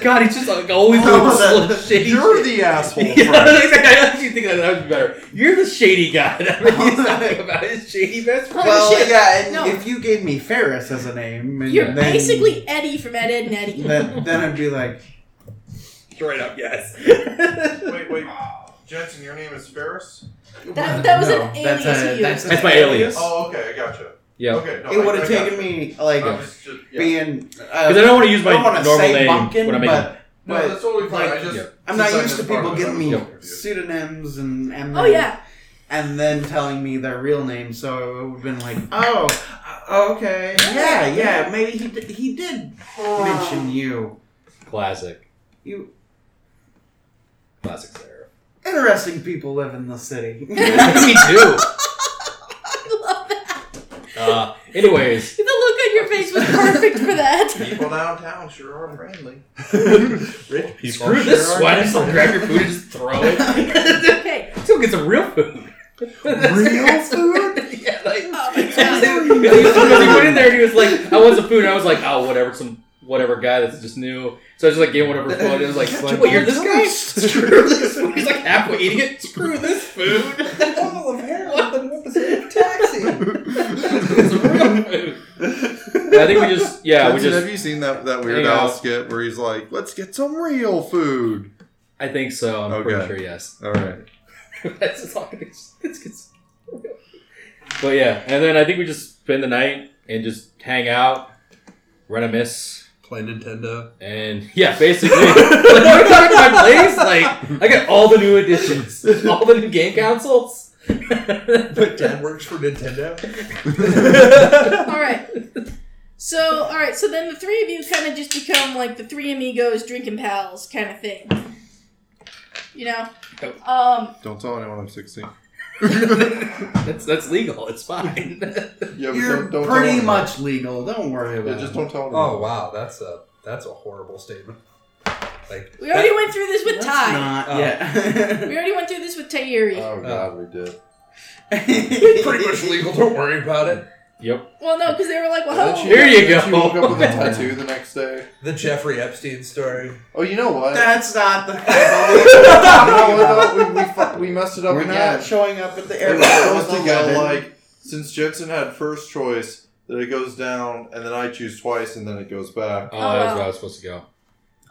Speaker 2: God, he's just like always doing
Speaker 3: Oh,
Speaker 2: this little
Speaker 3: that-
Speaker 2: shitty
Speaker 4: you're
Speaker 2: shit.
Speaker 4: the asshole
Speaker 2: Yeah,
Speaker 4: friend.
Speaker 2: like, I actually think that that would be better. You're the shady guy that everybody's talking about. His shady best friend.
Speaker 3: Well, yeah, and
Speaker 1: No.
Speaker 3: if you gave me Ferris as a name, and
Speaker 1: You're
Speaker 3: then,
Speaker 1: basically Eddie from Ed, Ed and Eddie.
Speaker 3: Then, then I'd be like,
Speaker 2: Straight up, yes.
Speaker 4: Wait, wait. Jensen, your name is Ferris?
Speaker 1: That, that was
Speaker 3: No,
Speaker 1: an alias
Speaker 3: that's a-
Speaker 1: he used.
Speaker 2: That's my alias.
Speaker 4: Oh, okay, I gotcha.
Speaker 2: Yeah.
Speaker 4: Okay, no,
Speaker 3: It
Speaker 4: I-
Speaker 3: would have
Speaker 4: I gotcha.
Speaker 3: taken me like
Speaker 4: I was just- yeah.
Speaker 3: being. Uh,
Speaker 2: Because I don't want to use
Speaker 3: I
Speaker 2: my
Speaker 3: don't wanna
Speaker 2: normal
Speaker 3: say
Speaker 2: name
Speaker 3: Bunkin,
Speaker 2: when I'm making.
Speaker 3: but,
Speaker 4: No,
Speaker 3: but
Speaker 4: that's totally fine. I
Speaker 3: like,
Speaker 4: just,
Speaker 2: yeah.
Speaker 3: I'm not
Speaker 4: since I
Speaker 3: used to
Speaker 4: missed part
Speaker 3: people
Speaker 4: of it, I
Speaker 3: giving
Speaker 4: was
Speaker 3: me
Speaker 4: confused.
Speaker 3: pseudonyms and and
Speaker 1: Oh
Speaker 3: then-
Speaker 1: yeah.
Speaker 3: and then telling me their real name, so it would have been like, oh, uh, okay, yeah, yeah, maybe he d- he did mention you.
Speaker 2: Classic.
Speaker 3: You
Speaker 2: Classic Sarah.
Speaker 3: interesting people live in the city.
Speaker 2: Me too.
Speaker 1: I love that.
Speaker 2: Uh, anyways,
Speaker 1: The look on your face was perfect for that.
Speaker 4: People downtown sure are friendly.
Speaker 5: Rich people.
Speaker 2: screw this
Speaker 5: sure
Speaker 2: sweat.
Speaker 5: are
Speaker 2: Just
Speaker 5: different.
Speaker 2: grab your food and just throw it.
Speaker 1: Okay.
Speaker 2: Let's go get some real food.
Speaker 5: Real food?
Speaker 2: yeah, like.
Speaker 1: Oh my
Speaker 2: Because
Speaker 1: god.
Speaker 2: he went in there and he was like, I want some food. And I was like, oh, whatever, some whatever guy that's just new. So I just like gave him whatever food. It was like,
Speaker 16: Gotcha,
Speaker 2: wait, you're
Speaker 16: boy,
Speaker 2: this guy? Screw this food. He's like halfway eating it. Screw this food.
Speaker 5: bottle of heroin, what is it? Taxi.
Speaker 2: It's real food. I think we just yeah we
Speaker 6: Vincent,
Speaker 2: just
Speaker 6: have you seen that, that
Speaker 2: Hang
Speaker 6: Weird Al
Speaker 2: out.
Speaker 6: skit where he's like, let's get some real food?
Speaker 2: I think so. I'm pretty
Speaker 6: Okay.
Speaker 2: sure yes.
Speaker 6: All right.
Speaker 2: That's just all. It's, it's, it's, but yeah, and then I think we just spend the night and just hang out, run a miss.
Speaker 8: Play Nintendo.
Speaker 2: And yeah, basically, like, we're talking my plays. Like, I got all the new editions, all the new game consoles.
Speaker 8: But Dad works for Nintendo.
Speaker 1: all right. So, all right. So then the three of you kind of just become like the three amigos drinking pals kind of thing. You know. Um.
Speaker 6: Don't tell anyone I'm 16.
Speaker 2: that's that's legal. It's fine.
Speaker 4: Yeah, but
Speaker 3: You're
Speaker 4: don't, don't tell
Speaker 3: pretty
Speaker 4: anyone.
Speaker 3: much legal. Don't worry
Speaker 4: Yeah,
Speaker 3: about
Speaker 4: just
Speaker 3: it.
Speaker 4: don't tell anyone.
Speaker 8: Oh wow, that's a that's a horrible statement. Like
Speaker 1: We already went through this with
Speaker 3: Let's
Speaker 1: Ty.
Speaker 3: Not
Speaker 8: Oh.
Speaker 1: We
Speaker 3: yet.
Speaker 1: already went through this with Tayeri.
Speaker 2: Uh,
Speaker 4: Oh, God, we did.
Speaker 8: pretty much legal. Don't worry about it.
Speaker 2: yep. uh,
Speaker 1: well, no, because they were like,
Speaker 4: And
Speaker 1: well,
Speaker 4: then she-
Speaker 2: Here you
Speaker 4: and then She
Speaker 2: go.
Speaker 4: woke up with a tattoo the next day.
Speaker 8: The Jeffrey Epstein story.
Speaker 4: Oh, you know what?
Speaker 3: That's not the.
Speaker 4: No, no, we, we, fu- we messed it up
Speaker 3: We're
Speaker 4: again.
Speaker 3: not showing up at the
Speaker 4: It
Speaker 3: airport.
Speaker 4: was supposed to
Speaker 3: with
Speaker 4: go
Speaker 3: a lemon.
Speaker 4: like since Jensen had first choice that it goes down and then I choose twice and then it goes back.
Speaker 2: Oh, that was where I was supposed to go.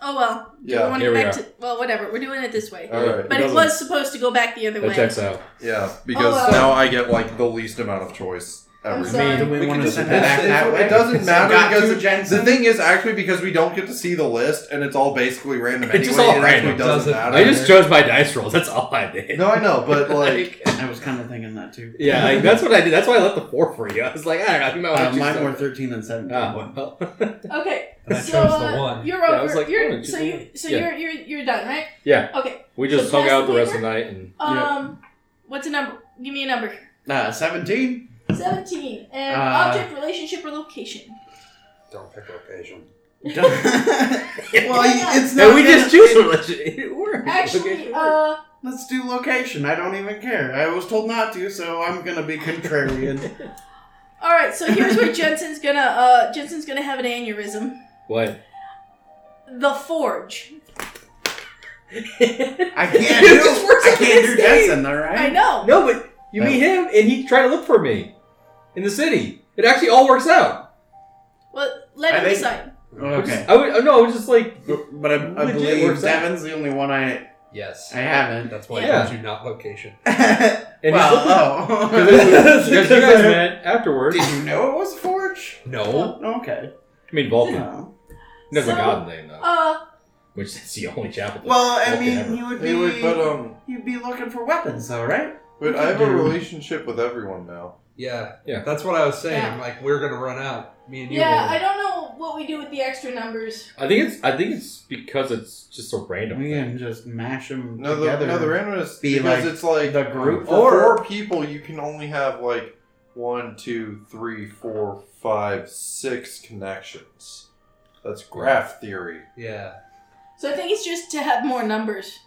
Speaker 1: oh well. Do
Speaker 4: Yeah,
Speaker 1: we want
Speaker 2: here
Speaker 1: to
Speaker 2: we
Speaker 1: back to, well, whatever. We're doing it this way.
Speaker 4: All right.
Speaker 1: but it
Speaker 2: doesn't-
Speaker 1: was supposed to go back the other
Speaker 2: That
Speaker 1: way.
Speaker 2: checks out.
Speaker 4: Yeah, because
Speaker 1: Oh, uh,
Speaker 4: now I get like the least amount of choice.
Speaker 1: I'm
Speaker 4: Every
Speaker 1: sorry.
Speaker 3: Do we,
Speaker 6: We
Speaker 3: want
Speaker 6: can
Speaker 3: to
Speaker 6: just-
Speaker 3: send it back
Speaker 6: it's-
Speaker 3: that
Speaker 6: it's-
Speaker 3: way?
Speaker 4: It doesn't matter
Speaker 3: Got
Speaker 4: because
Speaker 3: to, Jensen.
Speaker 4: the thing is actually because we don't get to see the list and it's all basically random.
Speaker 2: It's just
Speaker 4: anyway,
Speaker 2: all
Speaker 4: it actually
Speaker 2: random.
Speaker 4: Doesn't,
Speaker 8: Doesn't-
Speaker 4: matter.
Speaker 2: I just chose my dice rolls. That's all I did.
Speaker 4: no, I know, but like
Speaker 3: I was kind of thinking that too.
Speaker 2: yeah, like, that's what I Oh, did. That's why I left the four for you. I was like, I don't know. You might
Speaker 3: Uh,
Speaker 2: want to choose
Speaker 3: mine
Speaker 2: something.
Speaker 3: were 13 and 17.
Speaker 2: Oh, well.
Speaker 1: Okay.
Speaker 8: And I
Speaker 1: so
Speaker 8: chose
Speaker 1: uh,
Speaker 8: the one.
Speaker 1: you're
Speaker 2: Yeah, I
Speaker 1: over.
Speaker 2: was like,
Speaker 1: you're,
Speaker 2: oh,
Speaker 1: so
Speaker 2: she's
Speaker 1: you
Speaker 2: the
Speaker 1: so
Speaker 2: Yeah.
Speaker 1: you're you're you're done, right?
Speaker 2: yeah,
Speaker 1: Okay.
Speaker 2: we just
Speaker 1: So
Speaker 2: hung out the
Speaker 1: pass
Speaker 2: rest
Speaker 1: the
Speaker 2: of the night and
Speaker 1: Um.
Speaker 3: Yeah.
Speaker 1: What's a number? Give me a number.
Speaker 3: Uh, 17?
Speaker 1: 17. And
Speaker 3: Uh,
Speaker 1: object, relationship, or location.
Speaker 8: Don't pick location.
Speaker 3: well, it's not.
Speaker 2: and we just
Speaker 3: gonna-
Speaker 2: choose religion. It worked.
Speaker 1: Actually, uh,
Speaker 3: Let's do location. I don't even care. I was told not to, so I'm gonna be contrarian.
Speaker 1: all right. So here's where Jensen's gonna uh Jensen's gonna have an aneurysm.
Speaker 2: what?
Speaker 1: The forge.
Speaker 3: I can't
Speaker 2: It
Speaker 3: do.
Speaker 2: just works
Speaker 3: I can't
Speaker 2: against
Speaker 3: do
Speaker 2: me.
Speaker 3: Jensen. All right.
Speaker 1: I know.
Speaker 2: No, but you meet him and he tried to look for me in the city. It actually all works out.
Speaker 1: Well, let
Speaker 3: I
Speaker 1: him
Speaker 3: think-
Speaker 1: decide.
Speaker 3: Okay.
Speaker 2: I would no, I was just like
Speaker 3: But I, I
Speaker 2: Legit
Speaker 3: believe
Speaker 2: works out.
Speaker 3: Devin's the only one I
Speaker 8: Yes.
Speaker 3: I haven't.
Speaker 8: That's why
Speaker 2: Yeah.
Speaker 8: I told you not location.
Speaker 2: and he's looking-
Speaker 3: well, oh.
Speaker 2: Because you guys met afterwards.
Speaker 3: Did you know it was a forge?
Speaker 8: No.
Speaker 3: Okay.
Speaker 2: I mean, Vulcan.
Speaker 3: No.
Speaker 2: Never
Speaker 1: So-
Speaker 2: God name, though.
Speaker 1: Uh,
Speaker 2: Which is the only chapel. that's
Speaker 3: Well, I
Speaker 2: Vulcan
Speaker 3: mean,
Speaker 2: ever.
Speaker 3: you would be
Speaker 4: anyway, but um,
Speaker 3: you'd be looking for weapons, though, right?
Speaker 4: but I have a relationship with everyone now.
Speaker 8: Yeah.
Speaker 2: Yeah.
Speaker 8: That's what I was saying.
Speaker 1: Yeah.
Speaker 8: Like we're gonna run out. Me and you.
Speaker 1: yeah,
Speaker 8: will.
Speaker 1: I don't know what we do with the extra numbers.
Speaker 2: I think it's I think it's because it's just a random
Speaker 3: We
Speaker 2: thing.
Speaker 3: can just mash them
Speaker 4: No, the,
Speaker 3: together.
Speaker 4: no, the randomness
Speaker 3: Be
Speaker 4: because
Speaker 3: like
Speaker 4: it's like
Speaker 3: the group
Speaker 4: for
Speaker 3: or-
Speaker 4: four people. You can only have like one, two, three, four, five, six connections. That's graph theory.
Speaker 8: Yeah.
Speaker 1: So I think it's just to have more numbers.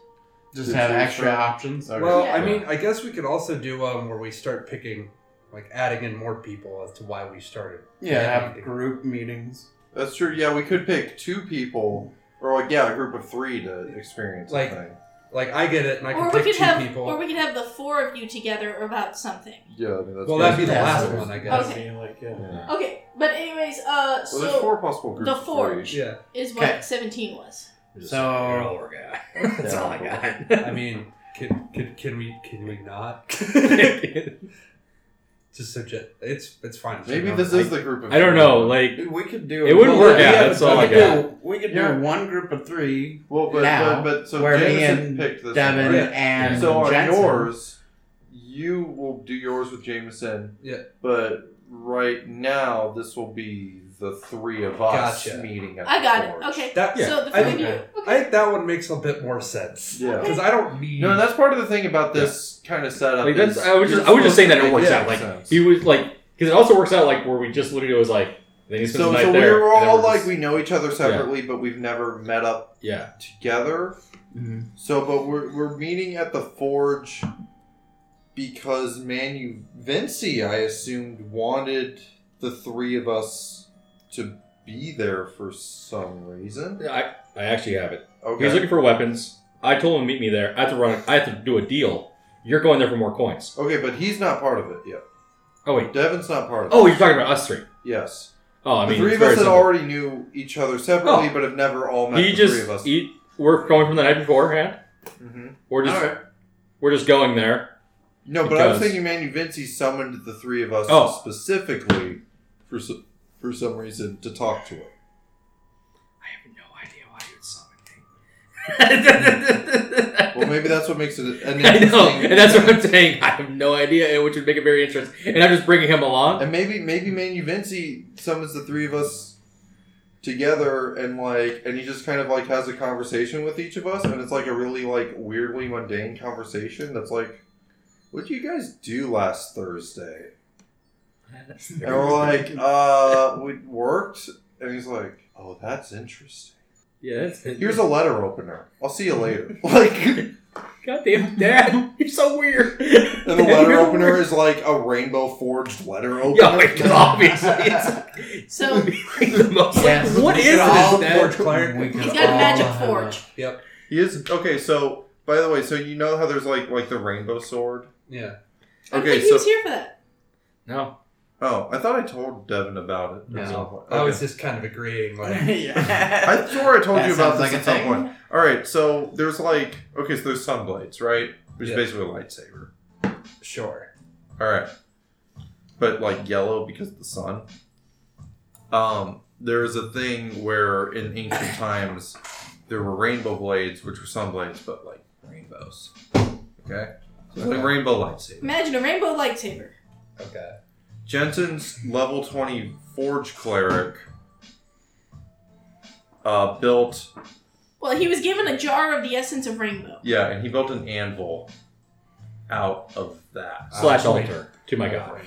Speaker 3: just have extra options.
Speaker 4: Okay.
Speaker 8: Well,
Speaker 1: Yeah.
Speaker 8: I mean, I guess we could also do one where we start picking, like adding in more people as to why we started.
Speaker 3: Yeah, have
Speaker 8: meeting.
Speaker 3: group meetings.
Speaker 4: That's true. Yeah, we could pick two people, or like yeah, a group of three to experience.
Speaker 8: Like-
Speaker 4: Like, thing.
Speaker 8: Like I get it, and I
Speaker 1: Or
Speaker 8: can
Speaker 1: we
Speaker 8: pick
Speaker 1: could
Speaker 8: two
Speaker 1: have,
Speaker 8: people.
Speaker 1: or we could have the four of you together about something.
Speaker 4: yeah, I mean that's
Speaker 8: well, that'd be
Speaker 4: good.
Speaker 8: the
Speaker 3: Yeah.
Speaker 8: last one, I guess.
Speaker 1: Okay.
Speaker 3: Like, yeah.
Speaker 4: Yeah.
Speaker 1: Okay, but anyways, uh,
Speaker 4: Well, there's
Speaker 1: so
Speaker 4: four possible groups.
Speaker 1: the
Speaker 4: of
Speaker 1: four.
Speaker 4: three.
Speaker 8: Yeah.
Speaker 1: is what
Speaker 3: Okay.
Speaker 1: seventeen was.
Speaker 2: Just
Speaker 3: So-
Speaker 2: a roller guy. That's all I
Speaker 8: I
Speaker 2: got.
Speaker 8: mean, can, can can we can we not? Just suggest it's it's fine.
Speaker 4: Maybe
Speaker 8: Like,
Speaker 4: this is the group of.
Speaker 2: I don't
Speaker 4: three.
Speaker 2: know, like
Speaker 3: We could do
Speaker 2: It wouldn't work out,
Speaker 3: but
Speaker 2: that's all
Speaker 3: we
Speaker 2: I
Speaker 3: could
Speaker 2: got.
Speaker 3: do- We could do
Speaker 4: Yeah.
Speaker 3: one group of three,
Speaker 4: Well, but
Speaker 3: now,
Speaker 4: but, but so
Speaker 3: where me
Speaker 4: Jameson
Speaker 3: and
Speaker 4: picked this
Speaker 3: Devin
Speaker 4: one, right?
Speaker 3: and
Speaker 4: so on
Speaker 3: Jensen.
Speaker 4: yours, you will do yours with Jameson.
Speaker 8: Yeah.
Speaker 4: But right now, this will be the three of us
Speaker 8: Gotcha.
Speaker 4: meeting. At
Speaker 1: I
Speaker 4: the
Speaker 1: got it.
Speaker 4: forge.
Speaker 1: Okay,
Speaker 8: That
Speaker 1: so the
Speaker 8: I
Speaker 1: three of you.
Speaker 8: think-
Speaker 1: Okay.
Speaker 8: I think that one makes a bit more sense.
Speaker 4: Yeah.
Speaker 8: Because I don't need.
Speaker 4: No, that's part of the thing about this kind of setup.
Speaker 2: Like that's
Speaker 4: is
Speaker 2: I was just
Speaker 4: you're
Speaker 2: I was just saying that it
Speaker 4: supposed
Speaker 2: works
Speaker 4: to
Speaker 2: out. Like
Speaker 4: make sense.
Speaker 2: he was like because it also works out like where we just literally was like then he spends
Speaker 4: so
Speaker 2: the night
Speaker 4: so we
Speaker 2: there.
Speaker 4: were
Speaker 2: and then
Speaker 4: all
Speaker 2: we're
Speaker 4: like
Speaker 2: just-
Speaker 4: we know each other separately, but we've never met up
Speaker 2: yeah
Speaker 4: together.
Speaker 3: Mhm.
Speaker 4: So, but we're we're meeting at the forge because Manu Vinci, I assumed, wanted the three of us to be there for some reason.
Speaker 2: I, I actually have it. He was
Speaker 4: Okay.
Speaker 2: looking for weapons. I told him meet me there. I have to run. I have to do a deal. You're going there for more coins.
Speaker 4: Okay, but he's not part of it yet.
Speaker 2: Oh wait.
Speaker 4: Devin's not part of it.
Speaker 2: Oh, you're talking about us three.
Speaker 4: Yes.
Speaker 2: Oh, I mean,
Speaker 4: the three
Speaker 2: it's
Speaker 4: of us
Speaker 2: very
Speaker 4: had
Speaker 2: simple.
Speaker 4: already knew each other separately,
Speaker 2: Oh.
Speaker 4: but have never all met
Speaker 2: He
Speaker 4: the three of us.
Speaker 2: just he, we're going from the night beforehand.
Speaker 4: hmm
Speaker 2: We're just
Speaker 4: All right.
Speaker 2: we're just going there.
Speaker 4: No, but I was
Speaker 2: Because-
Speaker 4: thinking Manu Vinci summoned the three of us
Speaker 2: Oh.
Speaker 4: specifically for some, for some reason to talk to him.
Speaker 2: I have no idea why you would summon me.
Speaker 4: Well, maybe that's what makes it an
Speaker 2: I
Speaker 4: interesting.
Speaker 2: know, and that's what I'm saying. I have no idea, which would make it very interesting. And I'm just bringing him along.
Speaker 4: And maybe maybe Manu Vinci summons the three of us together and like and he just kind of like has a conversation with each of us and it's like a really like weirdly mundane conversation that's like what did you guys do last Thursday? And we're like, uh we worked and he's like, Oh that's interesting.
Speaker 2: yeah, that's
Speaker 4: Here's a letter opener. I'll see you later. Like and
Speaker 2: goddamn dad. You're so weird.
Speaker 4: the letter opener is like a rainbow forged letter opener.
Speaker 2: Yeah, oh because obviously it's
Speaker 1: So-
Speaker 2: the most.
Speaker 3: Yes.
Speaker 2: what is
Speaker 5: all
Speaker 2: this, Dad?
Speaker 5: Clark. We
Speaker 1: He's
Speaker 5: could
Speaker 1: got a
Speaker 5: all
Speaker 1: magic
Speaker 5: have
Speaker 1: forge.
Speaker 5: Yep.
Speaker 4: He is okay. So, by the way, so you know how there's like like the rainbow sword.
Speaker 5: Yeah.
Speaker 1: I don't
Speaker 4: Okay,
Speaker 1: think he
Speaker 4: so
Speaker 1: was here for that.
Speaker 2: No,
Speaker 4: oh, I thought I told Devin about it.
Speaker 5: No.
Speaker 4: at some point.
Speaker 5: I was
Speaker 4: Okay.
Speaker 5: just kind of agreeing. Like,
Speaker 3: yeah.
Speaker 4: I swore I told
Speaker 3: That
Speaker 4: you about
Speaker 3: sounds
Speaker 4: this
Speaker 3: like a
Speaker 4: at some
Speaker 3: thing.
Speaker 4: point. All right, so there's like okay, so there's sunblades, right? Which
Speaker 5: Yeah.
Speaker 4: is basically a lightsaber.
Speaker 5: sure.
Speaker 4: All right, but like yellow because of the sun. Um, there is a thing where in ancient times there were rainbow blades, which were sunblades, but like rainbows. Okay, so it's like rainbow lightsaber.
Speaker 1: Imagine a rainbow lightsaber.
Speaker 5: Okay.
Speaker 4: Jensen's level 20 Forge Cleric uh, built,
Speaker 1: Well, he was given a jar of the essence of rainbow.
Speaker 4: yeah, and he built an anvil out of that.
Speaker 2: slash altar to my god.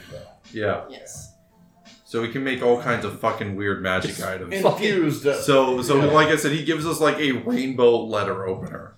Speaker 4: Yeah,
Speaker 1: Yes.
Speaker 4: so he can make all kinds of fucking weird magic items.
Speaker 16: Infused.
Speaker 4: So, so like I said, he gives us like a rainbow letter opener.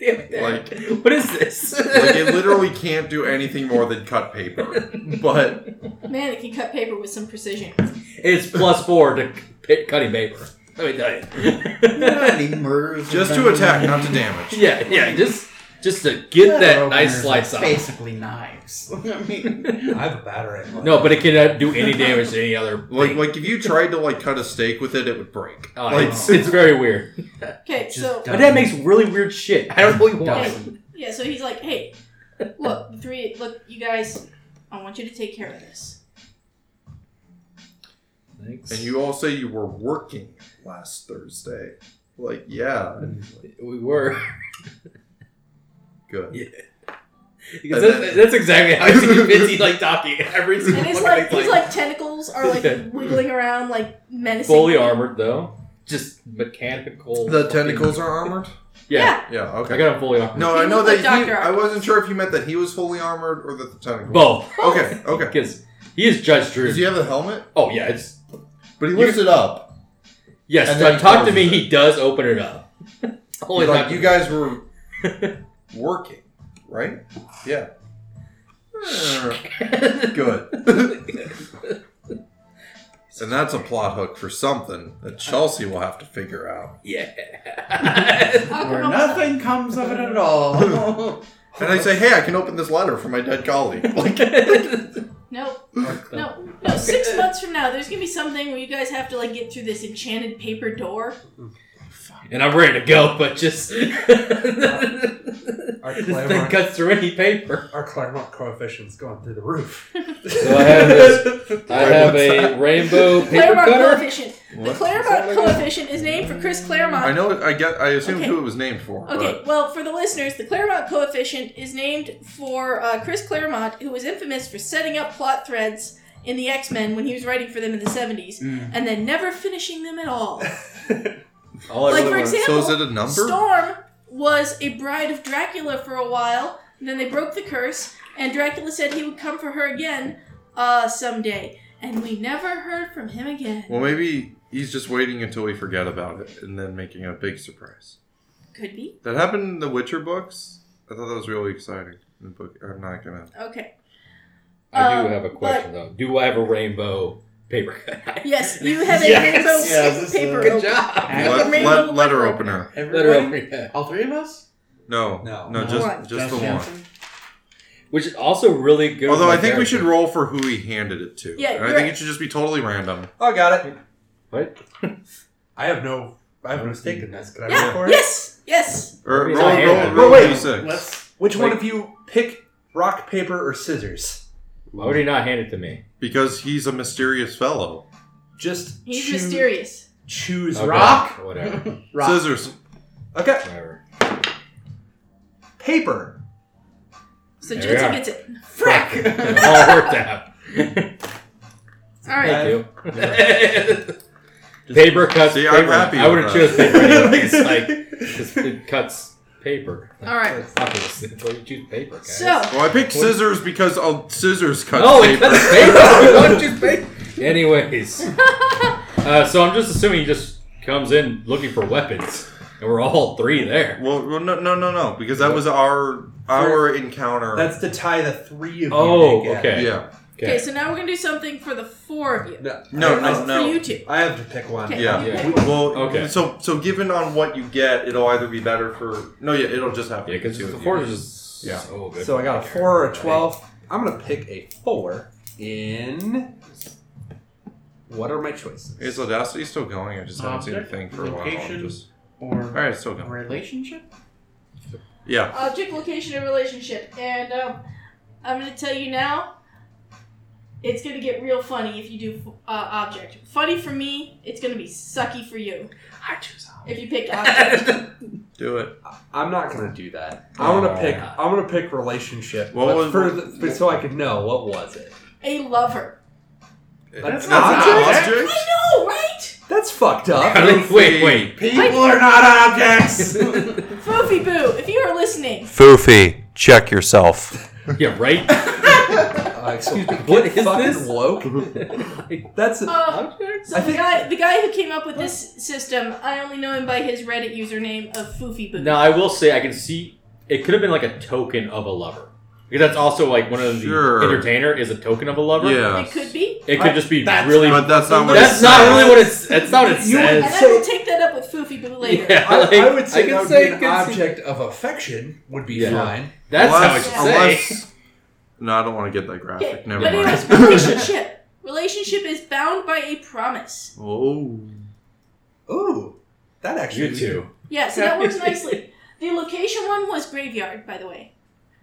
Speaker 2: Damn it,
Speaker 4: Like-
Speaker 2: Dad. what is this?
Speaker 4: Like it literally can't do anything more than cut paper. But
Speaker 1: Man, it can cut paper with some precision.
Speaker 2: It's plus four to pit cutting paper. Let me tell you.
Speaker 3: Any murders
Speaker 4: just
Speaker 3: have
Speaker 4: to
Speaker 3: been-
Speaker 4: attack, not to damage.
Speaker 2: yeah, yeah, just just to get that
Speaker 3: Openers
Speaker 2: nice
Speaker 3: are
Speaker 2: slice off.
Speaker 3: Basically knives. I mean,
Speaker 5: I have a battering. ram.
Speaker 2: No, but it cannot do any damage to any other.
Speaker 4: Like,
Speaker 2: thing.
Speaker 4: like if you tried to like cut a steak with it, it would break.
Speaker 2: Oh,
Speaker 4: like,
Speaker 2: it's, it's very weird.
Speaker 1: Okay, so
Speaker 3: Just
Speaker 2: My dad makes really weird shit. I don't know what he wants.
Speaker 1: yeah, so he's like, "Hey, look, the three, look, you guys, I want you to take care of this."
Speaker 4: And you all say you were working last Thursday. Like, yeah,
Speaker 2: we were.
Speaker 4: good.
Speaker 2: Because that's, that's exactly how I see Mitzi like talking every single
Speaker 1: And it's
Speaker 2: fucking
Speaker 1: like
Speaker 2: thing.
Speaker 1: his like tentacles are like
Speaker 2: Yeah.
Speaker 1: wiggling around, like menacing.
Speaker 2: fully armored though, just mechanical.
Speaker 4: The
Speaker 2: fucking-
Speaker 4: tentacles are armored.
Speaker 2: Yeah,
Speaker 4: Yeah,
Speaker 2: I
Speaker 4: okay.
Speaker 2: got him fully armored.
Speaker 4: No,
Speaker 1: He
Speaker 4: I know
Speaker 1: looked like
Speaker 4: that. he,
Speaker 1: Dr.
Speaker 4: I wasn't sure if you meant that he was fully armored or that the tentacles.
Speaker 2: both
Speaker 4: Okay, okay.
Speaker 2: because he is Judge Drew.
Speaker 4: Does he have the helmet?
Speaker 2: oh yeah, it's
Speaker 4: But he
Speaker 2: You-
Speaker 4: lifts it up.
Speaker 2: yes.
Speaker 4: And
Speaker 2: so
Speaker 4: then he
Speaker 2: talk to me.
Speaker 4: closes it.
Speaker 2: He does open it up. Only
Speaker 4: like
Speaker 2: talk to
Speaker 4: you
Speaker 2: me.
Speaker 4: guys were working, right? Yeah. good. and that's a plot hook for something that Chelsea will have to figure out.
Speaker 2: yeah.
Speaker 1: How come
Speaker 3: where
Speaker 1: I'm-
Speaker 3: nothing comes of it at all.
Speaker 4: And I say, hey, I can open this letter for my dead colleague. Like,
Speaker 1: No, no, no. Six months from now, there's gonna be something where you guys have to like get through this enchanted paper door.
Speaker 2: and I'm ready to go, but just this
Speaker 5: Our
Speaker 2: thing
Speaker 5: Claremont,
Speaker 2: cuts through any paper.
Speaker 5: our Claremont coefficient's going through the roof.
Speaker 2: So I have this. I have a rainbow paper
Speaker 1: Claremont
Speaker 2: cutter.
Speaker 1: coefficient. The
Speaker 4: what?
Speaker 1: Claremont coefficient is named for Chris Claremont.
Speaker 4: I know. I get. I assumed
Speaker 1: Okay.
Speaker 4: who it was named for.
Speaker 1: Okay, well, for the listeners, the Claremont coefficient is named for uh, Chris Claremont, who was infamous for setting up plot threads in the X Men when he was writing for them in the 70s,
Speaker 3: Mm.
Speaker 1: and then never finishing them at all.
Speaker 2: All
Speaker 1: Like,
Speaker 2: I really
Speaker 1: for
Speaker 2: want-
Speaker 4: But,
Speaker 1: example,
Speaker 4: so is it a number?
Speaker 1: Storm was a bride of Dracula for a while, and then they broke the curse, and Dracula said he would come for her again uh, someday, and we never heard from him again.
Speaker 4: Well, maybe he's just waiting until we forget about it and then making a big surprise.
Speaker 1: Could be.
Speaker 4: That happened in the Witcher books. I thought that was really exciting. The book. I'm not gonna.
Speaker 1: Okay.
Speaker 2: I do
Speaker 1: Um,
Speaker 2: have a question though. Do I have a rainbow paper cut.
Speaker 1: Yes, you have a
Speaker 2: Yes.
Speaker 1: rainbow
Speaker 3: Yes,
Speaker 1: yes,
Speaker 3: this is-
Speaker 1: paper.
Speaker 3: Good
Speaker 1: open.
Speaker 2: job.
Speaker 3: Every-
Speaker 1: Let-
Speaker 4: Let,
Speaker 1: Rainbow let- letter
Speaker 4: letter
Speaker 1: opener.
Speaker 2: Let
Speaker 4: opener.
Speaker 2: her
Speaker 3: everyone-
Speaker 2: open it.
Speaker 3: All three of us?
Speaker 4: No,
Speaker 5: No.
Speaker 4: no,
Speaker 3: No.
Speaker 4: just
Speaker 1: One.
Speaker 4: just the
Speaker 3: Josh
Speaker 4: one.
Speaker 3: Hanson?
Speaker 2: Which is also really good. with
Speaker 4: Although
Speaker 2: my
Speaker 4: I think we should
Speaker 2: character.
Speaker 4: roll for who he handed it to.
Speaker 1: Yeah,
Speaker 4: And I
Speaker 1: you're-
Speaker 4: think it should just be totally random.
Speaker 5: Oh, got it.
Speaker 2: What?
Speaker 5: I have no. I have no stake in this. Can I
Speaker 1: Yeah,
Speaker 5: roll for it?
Speaker 1: yes, yes.
Speaker 4: Or
Speaker 2: He's
Speaker 4: roll,
Speaker 2: not
Speaker 4: roll,
Speaker 2: handed.
Speaker 4: roll,
Speaker 5: Wait, wait.
Speaker 4: D6.
Speaker 3: Let's.
Speaker 5: Which one
Speaker 2: Like-
Speaker 5: of you pick rock, paper, or scissors?
Speaker 2: Why would he not hand it to me?
Speaker 4: Because he's a mysterious fellow.
Speaker 5: Just
Speaker 1: He's
Speaker 5: choo-
Speaker 1: mysterious.
Speaker 5: choose
Speaker 2: Okay,
Speaker 5: rock.
Speaker 2: Whatever.
Speaker 5: rock.
Speaker 4: Scissors.
Speaker 5: Okay.
Speaker 2: Whatever.
Speaker 5: Paper.
Speaker 1: So
Speaker 2: There we
Speaker 1: Jensen
Speaker 2: are.
Speaker 1: gets it. Frack.
Speaker 2: It all worked out.
Speaker 1: All right.
Speaker 2: Thank you. paper cuts
Speaker 4: See, I'm
Speaker 2: paper.
Speaker 4: happy
Speaker 2: I would have
Speaker 4: with
Speaker 2: chose
Speaker 4: that.
Speaker 2: paper anyway. It's like, 'cause it cuts paper.
Speaker 1: All right.
Speaker 2: Obvious. That's why you choose paper, guys.
Speaker 1: So
Speaker 4: Well, I picked scissors because uh, scissors cut
Speaker 2: No, it
Speaker 4: paper.
Speaker 2: cuts paper. Why don't you paper? Anyways. Uh, so I'm just assuming he just comes in looking for weapons. And we're all three there.
Speaker 4: well, well, no, no, no, no. Because that was our our encounter.
Speaker 5: That's to tie the three of you.
Speaker 2: Oh,
Speaker 5: together.
Speaker 2: okay.
Speaker 4: yeah.
Speaker 1: okay, so now we're gonna do something for the four of you.
Speaker 5: No,
Speaker 4: No, no,
Speaker 5: I- I-
Speaker 4: no.
Speaker 1: For you two.
Speaker 5: I have to pick one.
Speaker 1: Okay.
Speaker 4: Yeah.
Speaker 1: you
Speaker 2: Yeah.
Speaker 1: pick
Speaker 2: We-
Speaker 1: one.
Speaker 4: Well,
Speaker 2: Okay.
Speaker 4: okay. So, so given on what you get, it'll either be better for no, yeah, it'll just have to
Speaker 2: Yeah,
Speaker 4: be
Speaker 2: because
Speaker 4: two of
Speaker 2: the
Speaker 4: you.
Speaker 2: four is just
Speaker 4: Yeah.
Speaker 2: so good.
Speaker 5: So I got a four or a twelve. I'm gonna pick a four in. What are my choices?
Speaker 4: Is Audacity still going? I just haven't seen a
Speaker 3: Object,
Speaker 4: thing for a while.
Speaker 3: location.
Speaker 4: Just... All
Speaker 3: Or
Speaker 4: right, it's still going.
Speaker 3: relationship?
Speaker 4: Yeah.
Speaker 1: Object, Uh, location, and relationship. And um, I'm gonna tell you now. It's gonna get real funny if you do uh, object. Funny for me. It's gonna be sucky for you.
Speaker 3: I choose
Speaker 1: If you pick object.
Speaker 4: Do it.
Speaker 5: I'm not gonna do that. I want to
Speaker 2: Aw.
Speaker 5: pick. I want to pick relationship.
Speaker 4: What
Speaker 5: but
Speaker 4: was-
Speaker 5: for the, but so I could know what was it.
Speaker 1: a lover.
Speaker 5: That's
Speaker 4: It's
Speaker 5: not
Speaker 4: object?
Speaker 1: I know, right?
Speaker 5: That's fucked up. Uh,
Speaker 2: Wait, wait, wait.
Speaker 3: People are not objects!
Speaker 1: Foofy Boo, if you are listening,
Speaker 20: Foofy, check yourself.
Speaker 2: Yeah, right?
Speaker 5: Uh, excuse me. What
Speaker 2: is
Speaker 5: fucking
Speaker 2: this?
Speaker 5: woke? That's
Speaker 1: Uh,
Speaker 5: objects.
Speaker 1: so
Speaker 5: I
Speaker 1: the
Speaker 5: think
Speaker 1: guy the guy who came up with this system, I only know him by his Reddit username of Foofy Boo.
Speaker 2: Now I will say I can see it could have been like a token of a lover because that's also like one of the
Speaker 4: Sure.
Speaker 2: entertainer is a token of a lover.
Speaker 4: Yeah.
Speaker 1: It could be.
Speaker 2: it could
Speaker 5: I-
Speaker 2: just be
Speaker 5: that's-
Speaker 2: really.
Speaker 4: But that's not what.
Speaker 2: that's
Speaker 4: it
Speaker 2: not
Speaker 4: says.
Speaker 2: really what it's. That's not what it
Speaker 5: You would-
Speaker 2: says.
Speaker 1: And I will take that up with Foofy Boo later.
Speaker 2: Yeah,
Speaker 5: I,
Speaker 2: like,
Speaker 5: I would say
Speaker 2: can
Speaker 5: that would
Speaker 2: say
Speaker 5: be
Speaker 2: I
Speaker 5: an
Speaker 2: can see-
Speaker 5: object of affection would be
Speaker 2: Yeah.
Speaker 5: fine.
Speaker 2: That's
Speaker 4: unless,
Speaker 2: how I should say.
Speaker 4: unless- No, I don't want to get that graphic.
Speaker 1: Okay,
Speaker 4: Never
Speaker 1: but
Speaker 4: mind.
Speaker 1: anyways, relationship. Relationship is bound by a promise.
Speaker 4: Oh.
Speaker 5: Ooh, that actually.
Speaker 2: You two.
Speaker 1: Yeah, so that works nicely. The location one was graveyard, by the way.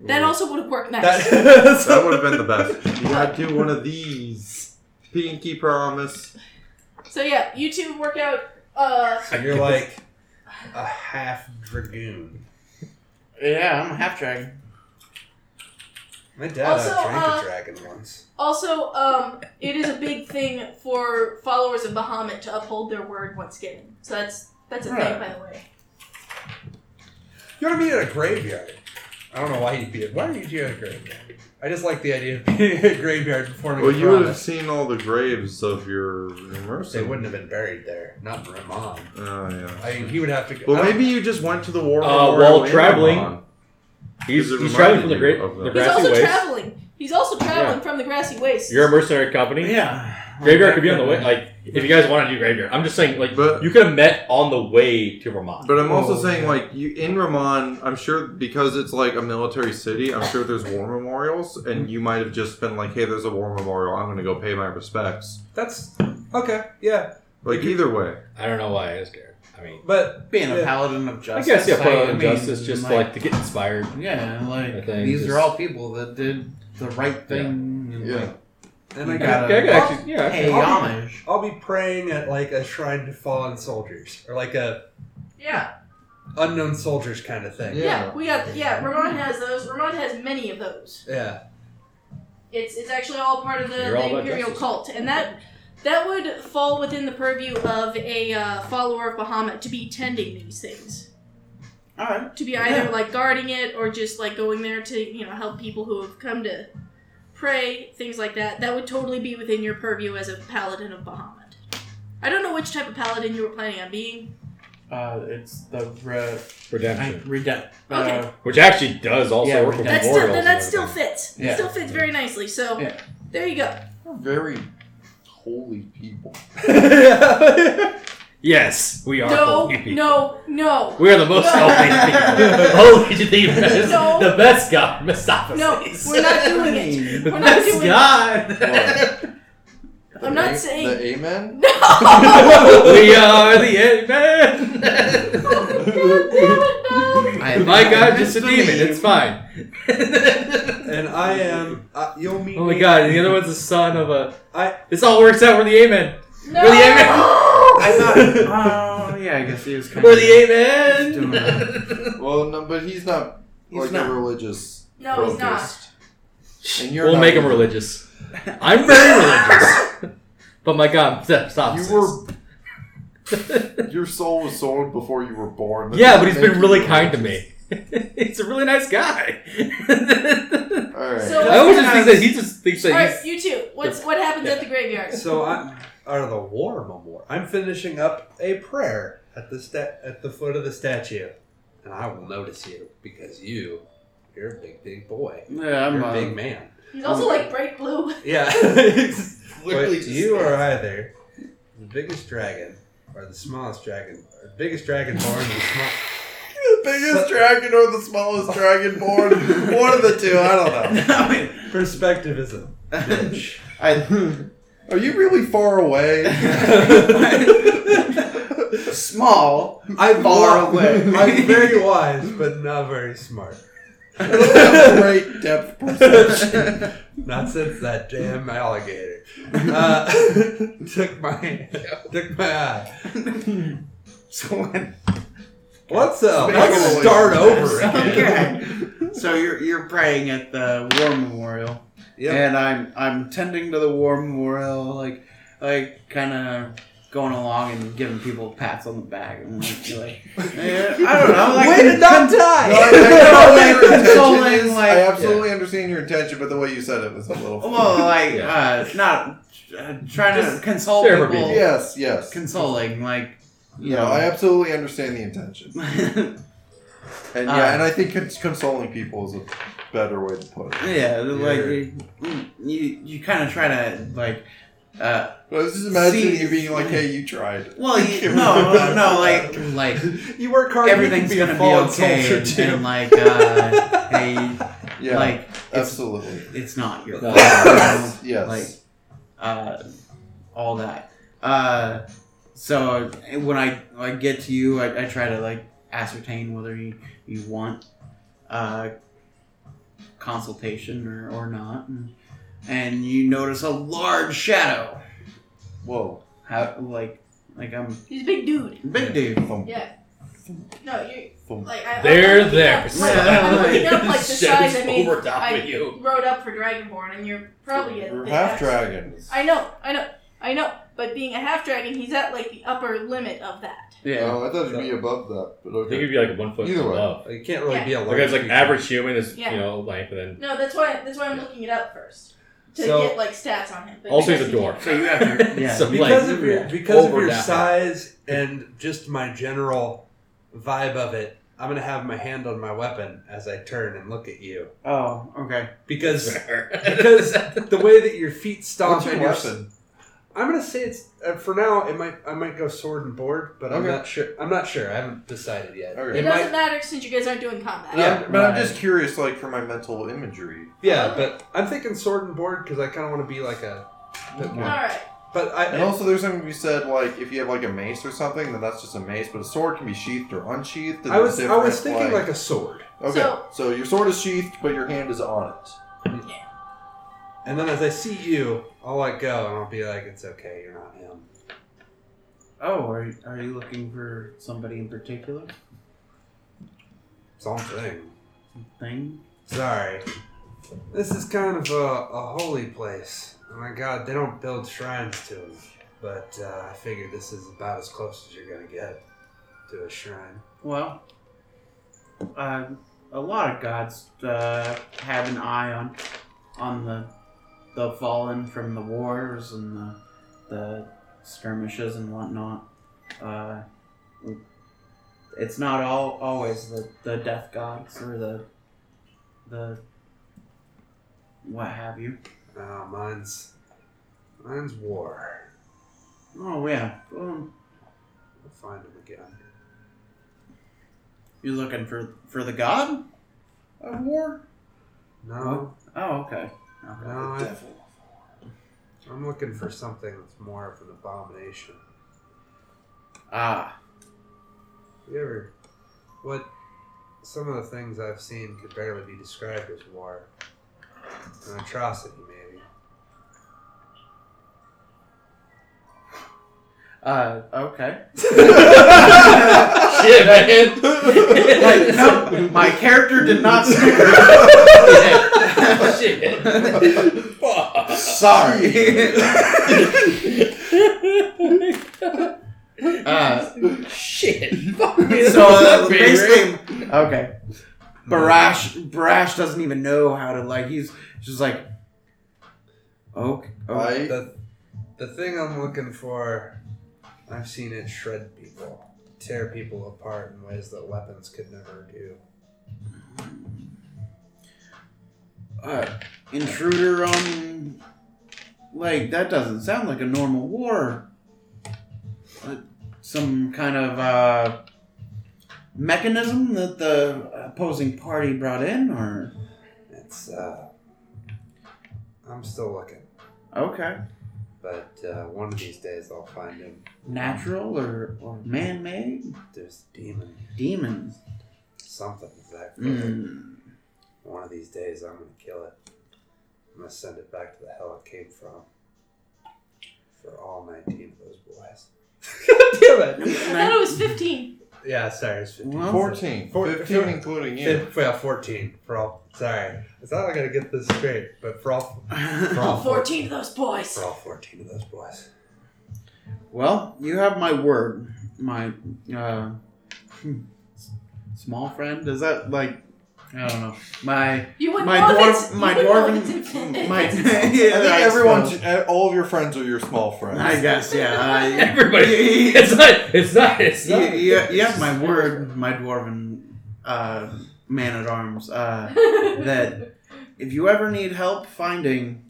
Speaker 1: That also would have worked nice.
Speaker 5: That,
Speaker 4: That would have been the best. You gotta do one of these. Pinky promise.
Speaker 1: so yeah, you two work out. Uh,
Speaker 5: So you're like a half dragoon.
Speaker 3: yeah, I'm a half dragon.
Speaker 5: My dad
Speaker 1: Also,
Speaker 5: drank
Speaker 1: uh,
Speaker 5: a dragon once.
Speaker 1: also, um, it is a big thing for followers of Bahamut to uphold their word once given. So that's that's a thing,
Speaker 3: Right.
Speaker 1: by the way.
Speaker 5: You want to be in a graveyard? I don't know why you'd be. Why are you doing a graveyard? I just like the idea of being in a graveyard performing.
Speaker 4: Well,
Speaker 5: a
Speaker 4: you would have
Speaker 5: promise.
Speaker 4: seen all the graves of your
Speaker 5: They
Speaker 4: immersive.
Speaker 5: wouldn't have been buried there. Not my mom.
Speaker 4: Oh yeah.
Speaker 5: I mean, he would have to. I
Speaker 4: Well,
Speaker 5: don't-
Speaker 4: maybe you just went to the war
Speaker 2: Uh,
Speaker 4: memorial
Speaker 2: while
Speaker 4: in
Speaker 2: traveling.
Speaker 4: Iran.
Speaker 2: He's,
Speaker 4: Because it
Speaker 2: he's traveling
Speaker 4: reminded
Speaker 2: from the
Speaker 4: you
Speaker 2: great
Speaker 4: of
Speaker 2: the
Speaker 1: He's
Speaker 4: that.
Speaker 2: grassy
Speaker 1: also
Speaker 2: ways.
Speaker 1: traveling. He's also traveling from the grassy wastes.
Speaker 2: You're a mercenary company.
Speaker 3: Yeah.
Speaker 2: Graveyard could be on the way. Like if you guys want to do graveyard, I'm just saying. Like
Speaker 4: But-
Speaker 2: you could have met on the way to Vermont.
Speaker 4: But I'm also
Speaker 5: Oh,
Speaker 4: saying,
Speaker 5: yeah.
Speaker 4: like, you in Ramon, I'm sure because it's like a military city, I'm sure there's war memorials, and you might have just been like, "Hey, there's a war memorial. I'm going to go pay my respects."
Speaker 5: That's okay. Yeah,
Speaker 4: Like either way,
Speaker 2: I don't know why I was scared. I mean,
Speaker 5: but
Speaker 3: Being a
Speaker 5: Yeah.
Speaker 3: paladin of
Speaker 2: I
Speaker 3: justice.
Speaker 2: guess yeah, Pro
Speaker 3: I mean,
Speaker 2: Justice just
Speaker 3: like-
Speaker 2: like to get inspired.
Speaker 3: Yeah,
Speaker 2: I
Speaker 3: like
Speaker 2: think
Speaker 3: these
Speaker 2: just-
Speaker 3: are all people that did the right thing. and,
Speaker 4: Yeah.
Speaker 3: like,
Speaker 5: and
Speaker 3: You
Speaker 5: I
Speaker 3: got
Speaker 5: got.
Speaker 2: Yeah, I could actually, yeah, I
Speaker 3: pay
Speaker 2: could-
Speaker 3: homage.
Speaker 5: I'll be praying at like a shrine to fallen soldiers or like a
Speaker 1: yeah,
Speaker 5: unknown soldiers kind of thing.
Speaker 1: yeah, We got yeah. Ramon has those. Ramon has many of those.
Speaker 5: Yeah.
Speaker 1: It's it's actually all part of the,
Speaker 2: You're all
Speaker 1: the
Speaker 2: about
Speaker 1: imperial
Speaker 2: justice.
Speaker 1: cult, and that that would fall within the purview of a uh, follower of Bahamut to be tending these things,
Speaker 3: All right.
Speaker 1: to be either
Speaker 3: Yeah.
Speaker 1: like guarding it or just like going there to you know help people who have come to pray, things like that. That would totally be within your purview as a paladin of Bahamut. I don't know which type of paladin you were planning on being.
Speaker 3: Uh, it's the re- I,
Speaker 2: Redemption,
Speaker 3: redempt. Uh,
Speaker 1: Okay.
Speaker 2: which actually does also
Speaker 3: Yeah,
Speaker 2: work with
Speaker 1: That
Speaker 3: That's
Speaker 1: still
Speaker 2: memorials.
Speaker 1: that,
Speaker 2: and
Speaker 1: that still
Speaker 2: everything.
Speaker 1: fits. It
Speaker 3: Yeah.
Speaker 1: still fits very nicely. So
Speaker 3: Yeah.
Speaker 1: there you go.
Speaker 21: Very
Speaker 4: holy people.
Speaker 2: Yes, we are
Speaker 1: No,
Speaker 2: holy people.
Speaker 1: no, no.
Speaker 2: We are the most
Speaker 1: No.
Speaker 2: holy people. holy to the best,
Speaker 1: No.
Speaker 2: the best God, Mistopheles.
Speaker 1: No, we're not doing it.
Speaker 2: the
Speaker 1: We're not
Speaker 2: best
Speaker 1: doing it.
Speaker 2: God.
Speaker 4: The
Speaker 1: I'm not
Speaker 4: a-
Speaker 1: saying-
Speaker 4: The amen?
Speaker 1: No!
Speaker 2: we are the amen.
Speaker 3: I am
Speaker 2: My
Speaker 3: not
Speaker 2: God,
Speaker 3: convinced
Speaker 2: just a
Speaker 3: of
Speaker 2: demon.
Speaker 3: me.
Speaker 2: It's fine.
Speaker 5: And I am. Uh, you'll meet.
Speaker 2: oh my
Speaker 5: me-
Speaker 2: God, and the other one's the son of a.
Speaker 5: I-
Speaker 2: this all works out. We're the amen.
Speaker 1: No!
Speaker 2: We're the amen.
Speaker 3: I thought. Oh yeah, I guess he was kind
Speaker 2: We're
Speaker 3: of.
Speaker 2: the amen.
Speaker 4: Well, no, but he's not
Speaker 3: He's
Speaker 4: like
Speaker 3: not.
Speaker 4: a religious.
Speaker 1: No, he's not.
Speaker 4: he's not. And you're
Speaker 2: We'll
Speaker 4: not
Speaker 2: make him
Speaker 4: either.
Speaker 2: religious. I'm very religious. But my God, stop! stop
Speaker 4: You
Speaker 2: sis.
Speaker 4: were. Your soul was sold before you were born. That
Speaker 2: yeah, but he's
Speaker 4: doesn't
Speaker 2: been
Speaker 4: make
Speaker 2: really
Speaker 4: you
Speaker 2: kind to
Speaker 4: religious.
Speaker 2: me. he's a really nice guy. I
Speaker 4: All right.
Speaker 1: So-
Speaker 2: always just think that he just thinks that
Speaker 1: Alright,
Speaker 2: he's.
Speaker 1: you two. What's what happens at the graveyard?
Speaker 5: So I'm out of the war memorial. I'm finishing up a prayer at the sta- at the foot of the statue, and I will notice you because you, you're a big big boy.
Speaker 3: Yeah,
Speaker 5: You're
Speaker 3: I'm
Speaker 5: a big
Speaker 3: uh,
Speaker 5: man.
Speaker 1: He's also like bright blue.
Speaker 5: Yeah.
Speaker 3: uh,
Speaker 16: Literally
Speaker 5: but
Speaker 16: just
Speaker 5: you
Speaker 16: that.
Speaker 5: are either the biggest dragon or the smallest dragon, or the biggest dragon born. The small-
Speaker 4: the biggest dragon or the smallest dragon born? One of the two. I don't know.
Speaker 3: I mean,
Speaker 5: perspective is a bitch.
Speaker 3: I,
Speaker 4: Are you really far away?
Speaker 3: small,
Speaker 5: I'm
Speaker 3: far
Speaker 5: wi-
Speaker 3: away.
Speaker 5: I'm very wise, but not very smart.
Speaker 4: I don't have great depth perception.
Speaker 5: Not since that damn alligator uh, took my took my eye.
Speaker 3: so when,
Speaker 5: Let's uh,
Speaker 4: Speaking
Speaker 5: let's
Speaker 4: of-
Speaker 5: start over again.
Speaker 3: okay. So you're you're praying at the war memorial,
Speaker 5: Yep.
Speaker 3: and I'm I'm tending to the war memorial, like like kind of going along and giving people pats on the back, and like, you're like eh, I don't know, like
Speaker 5: Way to not die.
Speaker 4: No, I, I know what your
Speaker 3: Consoling,
Speaker 4: intention is.
Speaker 3: like-
Speaker 4: I absolutely understand your intention, but the way you said it was a little.
Speaker 3: well, like uh, not uh, trying to console
Speaker 2: fair for
Speaker 3: people,
Speaker 2: people.
Speaker 4: yes, yes.
Speaker 3: consoling, like you
Speaker 4: No,
Speaker 3: know.
Speaker 4: I absolutely understand the intention, and yeah,
Speaker 3: Uh,
Speaker 4: and I think cons- consoling people is a better way to put it.
Speaker 3: Yeah, like you, you, you kind of try to like, uh,
Speaker 4: But I was just imagining
Speaker 3: See-
Speaker 4: you being like, "Hey, you tried."
Speaker 3: well, you, no, no, no, like, like
Speaker 5: You work hard.
Speaker 3: everything's
Speaker 5: you
Speaker 3: gonna
Speaker 5: can be a
Speaker 3: be
Speaker 5: fallen
Speaker 3: okay,
Speaker 5: soldier
Speaker 3: and,
Speaker 5: too.
Speaker 3: and like, uh, hey,
Speaker 4: Yeah,
Speaker 3: like it's,
Speaker 4: absolutely.
Speaker 3: it's not your
Speaker 2: No.
Speaker 3: fault, you know?
Speaker 4: Yes.
Speaker 3: like, uh, all that. Uh, so when I I get to you, I, I try to like ascertain whether you you want uh, consultation or or not, and, and you notice a large shadow.
Speaker 4: Whoa.
Speaker 3: How like like I'm
Speaker 1: He's a big dude.
Speaker 3: a big dude.
Speaker 4: Thump,
Speaker 1: Yeah. No, you
Speaker 4: thump.
Speaker 1: like I,
Speaker 2: They're
Speaker 1: I'm looking
Speaker 2: there.
Speaker 1: Up, like, I'm looking up like the size. I
Speaker 2: Shadows
Speaker 1: mean,
Speaker 2: over top
Speaker 1: I
Speaker 2: of you.
Speaker 1: wrote up for Dragonborn, and you're probably at
Speaker 4: You're
Speaker 1: the
Speaker 4: half dragon.
Speaker 1: I know, I know, I know. But being a half dragon, he's at like the upper limit of that.
Speaker 3: Yeah.
Speaker 4: Oh, I thought you'd be above that, but
Speaker 2: I think
Speaker 4: okay.
Speaker 2: he'd be like one foot
Speaker 4: Either way.
Speaker 2: above.
Speaker 5: You can't really
Speaker 1: Yeah.
Speaker 5: be a
Speaker 2: Like it's like
Speaker 5: large
Speaker 2: average human is
Speaker 1: Yeah.
Speaker 2: you know length, and then
Speaker 1: No, that's why that's why I'm looking it up first to
Speaker 5: So-
Speaker 1: get like stats on him. But
Speaker 2: also he's
Speaker 1: because
Speaker 2: a
Speaker 1: he-
Speaker 2: dwarf.
Speaker 3: So you have your yeah.
Speaker 2: So
Speaker 5: because
Speaker 2: like,
Speaker 5: of your because of
Speaker 2: over
Speaker 5: your
Speaker 2: that.
Speaker 5: size and just my general vibe of it. I'm gonna have my hand on my weapon as I turn and look at you
Speaker 3: oh okay.
Speaker 5: because because the way that your feet stomp
Speaker 4: What's your
Speaker 5: and your
Speaker 4: weapon?
Speaker 5: I'm gonna say it's uh, for now. It might I might go sword and board, but I'm
Speaker 4: Okay.
Speaker 5: not sure. I'm not sure. I haven't decided yet.
Speaker 4: Okay.
Speaker 1: It
Speaker 5: It
Speaker 1: doesn't
Speaker 5: might,
Speaker 1: matter since you guys aren't doing combat.
Speaker 5: Yeah.
Speaker 4: I'm- but I'm just curious, like for my mental imagery.
Speaker 5: yeah, but I'm thinking sword and board because I kind of want to be like a. Bit
Speaker 1: All
Speaker 5: more.
Speaker 1: right.
Speaker 5: But I
Speaker 4: And also, there's something to be said, like if you have like a mace or something, then that's just a mace. But a sword can be sheathed or unsheathed. And
Speaker 5: I was
Speaker 4: there's
Speaker 5: I was
Speaker 4: different,
Speaker 5: thinking like a sword,
Speaker 4: okay,
Speaker 1: So-
Speaker 4: so, your sword is sheathed, but your hand is on it.
Speaker 5: and then as I see you, I'll let go and I'll be like, "It's okay, you're not him."
Speaker 3: Oh, are are you looking for somebody in particular?
Speaker 5: Something.
Speaker 3: Thing.
Speaker 5: Sorry. This is kind of a, a holy place. Oh my god, they don't build shrines to them. But uh, I figure this is about as close as you're gonna get to a shrine.
Speaker 3: Well, uh, a lot of gods uh, have an eye on on the the fallen from the wars and the the skirmishes and whatnot. Uh, it's not all always the, the death gods or the the what have you.
Speaker 5: Oh, mine's Mine's War.
Speaker 3: Oh yeah. Um,
Speaker 5: I'll find him again.
Speaker 3: you looking for for the god of war?
Speaker 5: No,
Speaker 3: Oh okay.
Speaker 5: no,
Speaker 4: The
Speaker 5: I,
Speaker 4: devil.
Speaker 5: I'm looking for something that's more of an abomination.
Speaker 3: Ah.
Speaker 5: You ever, what, some of the things I've seen could barely be described as war. An atrocity, maybe.
Speaker 3: Uh okay.
Speaker 2: Shit, man.
Speaker 3: Like, no, my character did not snicker.
Speaker 2: Shit. Fuck.
Speaker 3: Sorry. uh,
Speaker 2: Shit.
Speaker 3: so uh, basically, okay. Barash, Barash doesn't even know how to like. He's just like, okay, okay.
Speaker 4: I,
Speaker 5: The, the thing I'm looking for, I've seen it shred people, tear people apart in ways that weapons could never do.
Speaker 3: Uh, intruder on. Like that doesn't sound like a normal war. Uh, some kind of uh, mechanism that the opposing party brought in, or
Speaker 5: It's, uh, I'm still looking,
Speaker 3: okay,
Speaker 5: but uh, one of these days I'll find him.
Speaker 3: natural or, or man-made
Speaker 5: There's a demon,
Speaker 3: demons.
Speaker 5: something of that. kind.
Speaker 3: Mm.
Speaker 5: One of these days I'm gonna kill it. I'm gonna send it back to the hell it came from. For all 19 of those boys. Damn it!
Speaker 1: I thought it was 15.
Speaker 5: Yeah, sorry, it's 15.
Speaker 3: Well,
Speaker 4: 14.
Speaker 5: Four-
Speaker 4: 15 including you.
Speaker 5: Fif- well, 14 for all. Sorry. I thought I gotta get this straight, but for all, for all,
Speaker 2: Oh,
Speaker 1: All
Speaker 5: four-
Speaker 1: 14 of those boys.
Speaker 5: for all 14 of those boys.
Speaker 3: Well, you have my word, my uh, small friend. Is that like I don't know my
Speaker 1: You would
Speaker 3: my
Speaker 1: know if
Speaker 3: dwarf
Speaker 1: it's-
Speaker 3: my
Speaker 1: you would know if
Speaker 3: dwarven
Speaker 1: it's-
Speaker 3: my yeah,
Speaker 4: I think
Speaker 3: I
Speaker 4: everyone, uh,
Speaker 3: suppose.
Speaker 4: all of your friends are your small friends.
Speaker 3: I guess yeah.
Speaker 2: Everybody. It's not. It's not. It's
Speaker 3: I, you,
Speaker 2: not.
Speaker 3: you, you have my word, my dwarven uh, man at arms, uh, that if you ever need help finding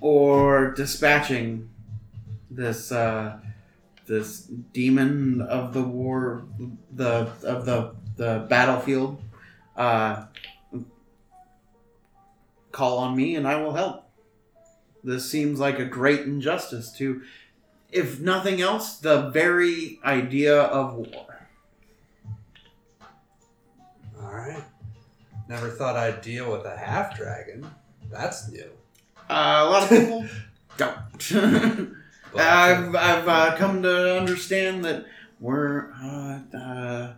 Speaker 3: or dispatching this uh, this demon of the war, the of the the battlefield, uh, call on me and I will help. This seems like a great injustice to, if nothing else, the very idea of war.
Speaker 5: Alright. Never thought I'd deal with a half dragon. That's new.
Speaker 3: Uh, a lot of people don't.
Speaker 5: But-
Speaker 3: I've, I've uh, come to understand that we're uh, uh,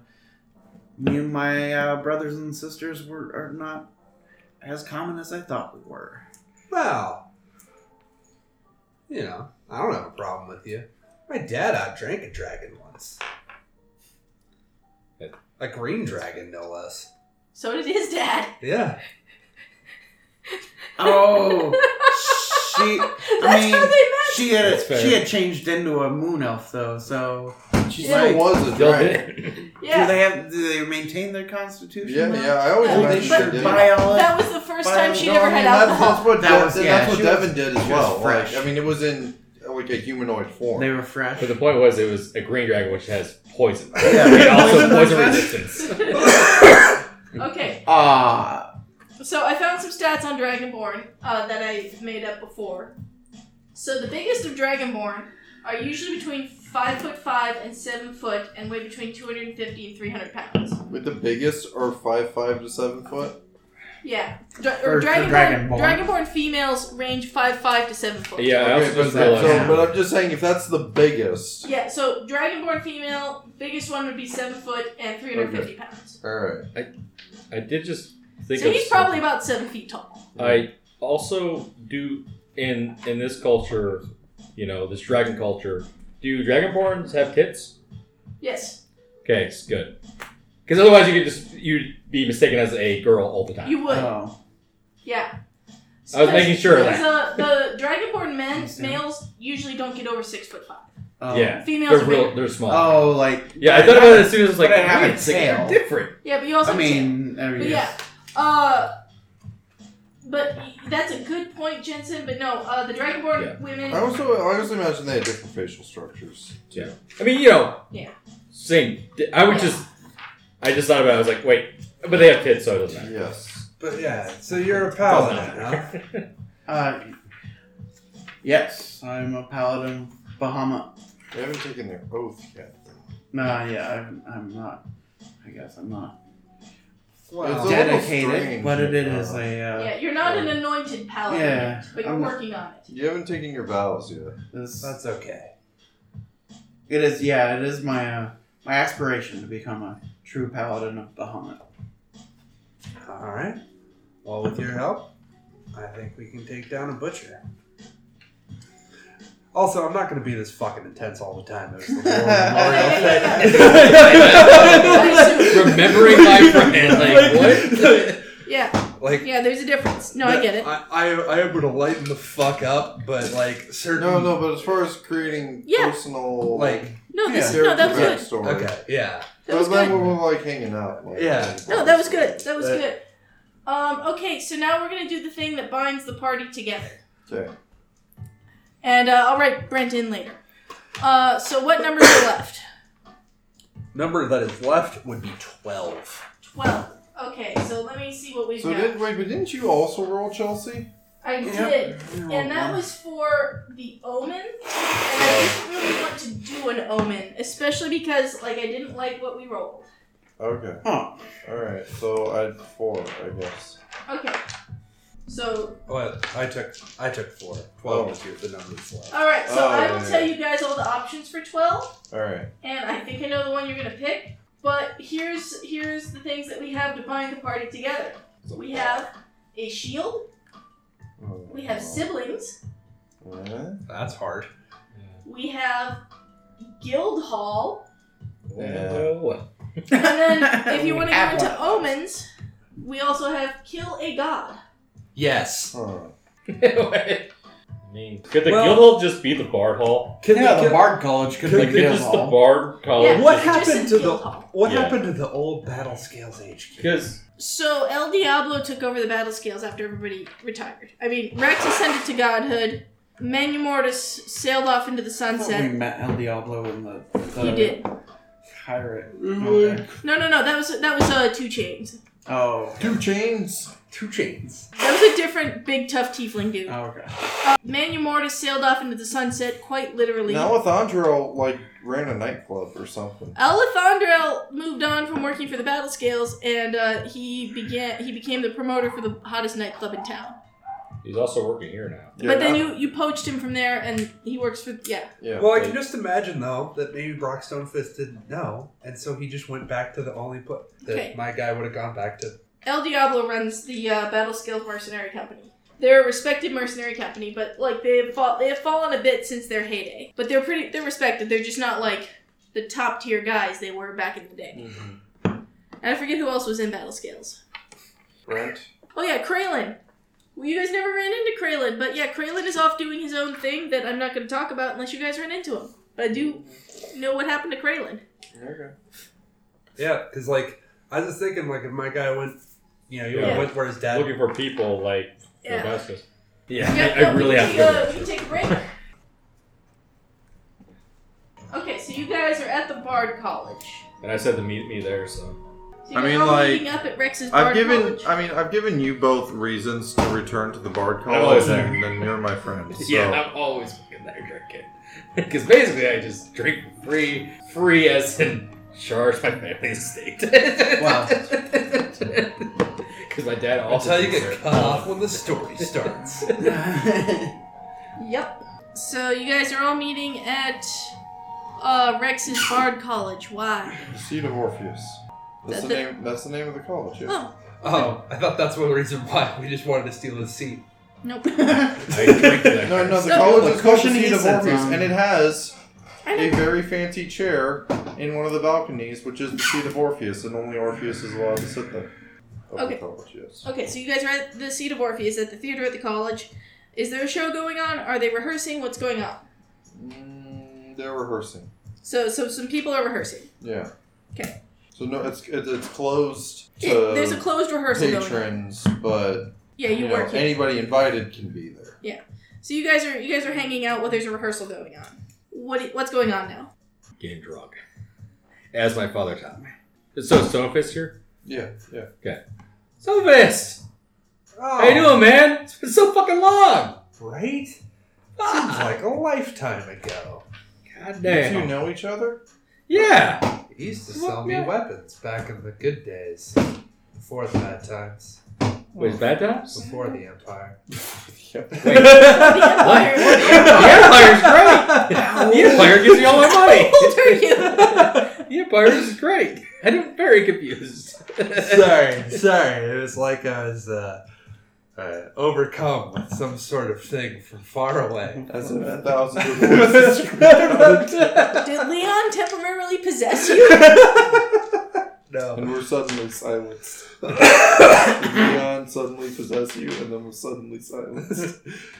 Speaker 3: me and my uh, brothers and sisters were are not as common as I thought we were.
Speaker 5: Well, you know, I don't have a problem with you. My dad outdrank a dragon once. A green dragon, no less.
Speaker 1: So did his dad.
Speaker 5: Yeah.
Speaker 3: Oh, she
Speaker 1: That's
Speaker 3: mean,
Speaker 1: how they met.
Speaker 3: she had
Speaker 2: That's fair.
Speaker 3: she had changed into a moon elf though. So
Speaker 4: She
Speaker 3: Yeah.
Speaker 4: still was a
Speaker 2: Y'all
Speaker 4: dragon.
Speaker 2: did.
Speaker 1: Yeah.
Speaker 3: do they have do they maintain their constitution?
Speaker 4: Yeah,
Speaker 3: though?
Speaker 4: yeah. I always
Speaker 1: Yeah,
Speaker 3: Well,
Speaker 4: remember
Speaker 3: they
Speaker 1: she
Speaker 3: should
Speaker 4: did.
Speaker 3: buy all
Speaker 1: That was the first
Speaker 3: But-
Speaker 1: time she
Speaker 4: No,
Speaker 1: never
Speaker 4: I mean,
Speaker 1: had
Speaker 4: that's,
Speaker 1: alcohol.
Speaker 4: That's what,
Speaker 3: That
Speaker 4: De-
Speaker 3: was-
Speaker 4: and
Speaker 3: yeah,
Speaker 4: that's what
Speaker 3: she was-
Speaker 4: Devin did as
Speaker 3: she
Speaker 4: well.
Speaker 3: was
Speaker 4: Like,
Speaker 3: fresh.
Speaker 4: I mean, it was in like a humanoid form.
Speaker 3: They were fresh.
Speaker 2: But the point was, it was a green dragon, which has poison.
Speaker 3: Yeah.
Speaker 2: And also
Speaker 3: Poison
Speaker 2: poison
Speaker 3: resistance.
Speaker 2: resistance.
Speaker 1: Okay,
Speaker 3: Ah,
Speaker 1: so I found some stats on Dragonborn uh, that I made up before. So the biggest of Dragonborn are usually between five foot five and seven foot, and weigh between 250 and 300 pounds.
Speaker 4: With the biggest or five five to seven foot.
Speaker 1: Yeah, Dra-
Speaker 3: For-
Speaker 1: or
Speaker 3: for
Speaker 1: Dragonborn,
Speaker 3: Dragonborn.
Speaker 1: Dragonborn females range five five to seven foot.
Speaker 2: Yeah, I
Speaker 4: Okay,
Speaker 2: also
Speaker 4: but,
Speaker 2: just
Speaker 3: that-
Speaker 2: realized.
Speaker 4: so, but I'm just saying, if that's the biggest,
Speaker 1: Yeah, so Dragonborn female, biggest one would be seven foot and 350 pounds.
Speaker 4: all right.
Speaker 2: I did just think
Speaker 1: so
Speaker 2: of
Speaker 1: he's
Speaker 2: some-
Speaker 1: probably about seven feet tall.
Speaker 2: I also do in in this culture, you know, this dragon culture. Do dragonborns have tits?
Speaker 1: Yes,
Speaker 2: Okay, it's good. Because otherwise, you could just you'd be mistaken as a girl all the time.
Speaker 1: you would.
Speaker 3: oh.
Speaker 1: Yeah.
Speaker 2: Uh, I was making sure of
Speaker 1: Because uh, the dragonborn men, males, usually don't get over six foot five.
Speaker 3: oh,
Speaker 2: yeah,
Speaker 1: Females
Speaker 2: they're
Speaker 1: are
Speaker 2: real.
Speaker 1: bigger.
Speaker 2: They're small.
Speaker 3: Oh, like
Speaker 2: yeah, I thought about it as soon as I was like,
Speaker 3: But I have
Speaker 2: wait
Speaker 3: a
Speaker 2: a second,
Speaker 3: tail.
Speaker 2: they're different.
Speaker 1: Yeah, but you also
Speaker 3: I
Speaker 1: have a tail.
Speaker 3: mean, there
Speaker 1: But
Speaker 3: he is.
Speaker 1: yeah, uh, But that's a good point, Jensen. But no, uh, the Dragonborn
Speaker 2: Yeah.
Speaker 1: women.
Speaker 4: I also I also imagine they had different facial structures.
Speaker 2: I mean, you know.
Speaker 1: Yeah.
Speaker 2: Same. I would just. I just thought about. it. I was like, wait, but they have kids, so it doesn't matter.
Speaker 4: Yes.
Speaker 5: But yeah, so you're
Speaker 2: Doesn't
Speaker 5: a paladin, huh?
Speaker 2: matter.
Speaker 3: Uh, yes, I'm a paladin of Bahama.
Speaker 4: They haven't taken their oath yet.
Speaker 3: No, yeah, I'm, I'm not. I guess I'm not
Speaker 4: It's a little
Speaker 3: dedicated,
Speaker 4: strange,
Speaker 3: but it
Speaker 4: uh,
Speaker 3: is a. Uh,
Speaker 1: Yeah, you're not an anointed paladin,
Speaker 3: Yeah,
Speaker 1: yet, but you're
Speaker 3: I'm not-
Speaker 1: working on it.
Speaker 4: You haven't taken your vows yet.
Speaker 3: this-
Speaker 5: That's okay.
Speaker 3: It is, yeah, it is my uh, my aspiration to become a true paladin of Bahamut.
Speaker 5: All right. Well, with your help, I think we can take down a butcher. Also, I'm not going to be this fucking intense all the time. There's the Lord of Mario thing.
Speaker 2: Remembering my friend, like what?
Speaker 1: Yeah,
Speaker 5: Like,
Speaker 1: yeah. There's a difference. No, I get it.
Speaker 5: I, I, I am going to lighten the fuck up, but like certain.
Speaker 4: No, no, but as far as creating
Speaker 1: Yeah.
Speaker 4: personal
Speaker 5: Like,
Speaker 1: No, this
Speaker 4: character
Speaker 1: no, that was good.
Speaker 4: backstory.
Speaker 5: okay, yeah.
Speaker 1: That was
Speaker 4: But then
Speaker 1: good.
Speaker 4: we were like hanging out. Like,
Speaker 5: Yeah.
Speaker 1: No, that was good. That was
Speaker 5: That-
Speaker 1: good. Um, okay, so now we're gonna do the thing that binds the party together.
Speaker 4: Okay.
Speaker 1: And uh, I'll write Brent in later. Uh, so what numbers are left?
Speaker 5: Number that is left would be 12.
Speaker 1: Twelve. Okay, so let me see what we've
Speaker 4: So
Speaker 1: got.
Speaker 4: did wait, but didn't you also roll Chelsea?
Speaker 1: I
Speaker 3: Yeah. Oh,
Speaker 1: did,
Speaker 4: Oh,
Speaker 1: and that was for the omen. And I didn't really want to do an omen, especially because like I didn't like what we rolled.
Speaker 4: Okay.
Speaker 3: Huh.
Speaker 4: All right. So I had four, I guess.
Speaker 1: Okay. So
Speaker 5: Well, I took I took four.
Speaker 3: Oh.
Speaker 5: Twelve is your the number that's left.
Speaker 1: All right, so
Speaker 4: Oh,
Speaker 1: I
Speaker 4: yeah,
Speaker 1: will
Speaker 4: yeah,
Speaker 1: tell you guys all the options for twelve,
Speaker 4: All right.
Speaker 1: and I think I know the one you're gonna pick. But here's here's the things that we have to bind the party together. We have a shield. We
Speaker 4: Uh,
Speaker 5: Oh.
Speaker 1: have siblings.
Speaker 4: Yeah.
Speaker 5: That's hard.
Speaker 1: We have guild hall.
Speaker 2: No.
Speaker 1: And then if you want to go
Speaker 3: Have
Speaker 1: into omens, we also have kill a god.
Speaker 5: Yes.
Speaker 4: Huh.
Speaker 2: I mean, could the
Speaker 5: Well-
Speaker 2: guild hall just be the bard hall?
Speaker 5: Can
Speaker 3: yeah, the
Speaker 5: can-
Speaker 3: Bard College could
Speaker 5: could
Speaker 3: be
Speaker 2: Like,
Speaker 5: the
Speaker 2: could
Speaker 3: guild
Speaker 2: just the
Speaker 3: hall.
Speaker 2: bard call
Speaker 1: Yeah.
Speaker 2: it
Speaker 5: Oh, What
Speaker 1: just in
Speaker 5: happened to the
Speaker 1: guild hall.
Speaker 5: What
Speaker 2: Yeah.
Speaker 5: happened to the old Battle Scales HQ?
Speaker 2: Because
Speaker 1: So El Diablo took over the battle scales after everybody retired. I mean, Rex ascended to godhood. Manu Mortis sailed off into the
Speaker 3: I thought we
Speaker 1: sunset.
Speaker 3: met El Diablo in the, the
Speaker 1: He did.
Speaker 3: pirate.
Speaker 4: Ooh.
Speaker 1: No, no, no. That was that was uh, two chains.
Speaker 3: Oh,
Speaker 4: Two chains.
Speaker 5: Two chains.
Speaker 1: That was a different big tough tiefling dude.
Speaker 3: oh, okay.
Speaker 1: Uh, Manu Mortis sailed off into the sunset, quite literally.
Speaker 4: Now with Andro, like ran a nightclub or something.
Speaker 1: Elethandrel moved on from working for the battle scales, and uh, he began he became the promoter for the hottest nightclub in town.
Speaker 2: he's also working here now.
Speaker 4: Yeah,
Speaker 1: but then
Speaker 4: that-
Speaker 1: you you poached him from there, and he works for yeah.
Speaker 4: Yeah.
Speaker 5: Well, I can just imagine though that maybe Brockstone Fist didn't know, and so he just went back to the only put that
Speaker 1: Okay.
Speaker 5: my guy would have gone back to.
Speaker 1: El Diablo runs the uh, battle scales mercenary company. They're a respected mercenary company, but like they have fall- they have fallen a bit since their heyday. But they're pretty they're respected. They're just not like the top tier guys they were back in the day.
Speaker 4: Mm-hmm.
Speaker 1: And I forget who else was in Battle Scales.
Speaker 4: Brent.
Speaker 1: Oh yeah, Kralin. Well, you guys never ran into Kralin, but yeah, Kralin is off doing his own thing that I'm not going to talk about unless you guys run into him. But I do know what happened to Kralin.
Speaker 4: Okay.
Speaker 5: Yeah, because like I was just thinking, like if my guy went, you know, he
Speaker 2: Yeah.
Speaker 5: went where his dad.
Speaker 2: Looking for people like for
Speaker 1: Yeah.
Speaker 2: Vasquez. Yeah,
Speaker 1: Yeah,
Speaker 2: I, I
Speaker 1: no,
Speaker 2: really
Speaker 1: we can
Speaker 2: have to.
Speaker 1: take,
Speaker 2: go
Speaker 1: uh,
Speaker 2: there.
Speaker 1: we can take a break. okay, so you guys are at the Bard College.
Speaker 2: And I said to meet me there, so
Speaker 1: So you're
Speaker 6: I mean,
Speaker 1: all
Speaker 6: like,
Speaker 1: meeting up at Rex's Bard
Speaker 6: I've given.
Speaker 1: College.
Speaker 6: I mean, I've given you both reasons to return to the Bard College,
Speaker 2: always-
Speaker 6: and then you're my friend. So.
Speaker 2: I'm always fucking there drinking. Because basically, I just drink free, free as in charge my family estate.
Speaker 3: Wow.
Speaker 2: Because my dad also.
Speaker 5: Until you
Speaker 2: drinks
Speaker 5: get
Speaker 2: there.
Speaker 5: cut off when the story starts.
Speaker 1: Yep. So you guys are all meeting at uh, Rex's Bard College. Why?
Speaker 4: The seat of Orpheus. That's
Speaker 1: That's
Speaker 4: the
Speaker 1: it.
Speaker 4: name. That's the name of the college. Yeah.
Speaker 1: Oh,
Speaker 5: oh, I thought that's one reason why we just wanted to steal his seat.
Speaker 1: nope.
Speaker 2: I drink there.
Speaker 4: No, no, the
Speaker 1: So-
Speaker 4: college
Speaker 3: The
Speaker 4: is called the
Speaker 3: cushion he
Speaker 4: Seat of
Speaker 3: sits
Speaker 4: Orpheus,
Speaker 3: on.
Speaker 4: and it has
Speaker 1: I
Speaker 4: a
Speaker 1: know.
Speaker 4: very fancy chair in one of the balconies, which is the Seat of Orpheus, and only Orpheus is allowed to sit there. Of the
Speaker 1: Okay.
Speaker 4: college, yes.
Speaker 1: Okay, so you guys are at the seat of Orpheus at the theater at the college. Is there a show going on? Are they rehearsing? What's going on?
Speaker 4: Mm, they're rehearsing.
Speaker 1: So, so some people are rehearsing.
Speaker 4: Yeah.
Speaker 1: Okay.
Speaker 4: So no, it's it, it's closed
Speaker 1: It-
Speaker 4: to
Speaker 1: there's a closed rehearsal going on.
Speaker 4: patrons, but
Speaker 1: Yeah, you,
Speaker 4: You know,
Speaker 1: work here.
Speaker 4: anybody invited can be there.
Speaker 1: so you guys are you guys are hanging out while there's a rehearsal going on. What do- what's going on now?
Speaker 2: Getting drunk. As my father taught me. So, Stonefist here?
Speaker 4: Yeah, yeah.
Speaker 2: Stonefist!
Speaker 5: Oh,
Speaker 2: How you doing, man? It's been so fucking long!
Speaker 5: Right? Seems
Speaker 2: Ah,
Speaker 5: like a lifetime ago.
Speaker 2: God
Speaker 4: You two
Speaker 2: damn.
Speaker 4: know each other?
Speaker 2: Yeah!
Speaker 5: He used to sell me
Speaker 2: Yeah.
Speaker 5: weapons back in the good days. Before the bad times.
Speaker 2: Wait, is bad times?
Speaker 5: Before the Empire.
Speaker 2: Wait. what? The Empire's great! The Empire gives you all my money!
Speaker 1: How old are you?
Speaker 2: The Empire is great! I'm very confused.
Speaker 5: sorry, sorry. It was like I was uh, uh, overcome with some sort of thing from far away.
Speaker 4: As if thousands of voices.
Speaker 1: Did Leon temporarily possess you?
Speaker 5: No.
Speaker 4: and we're suddenly silenced. Leon suddenly possess you, and then we're suddenly silenced.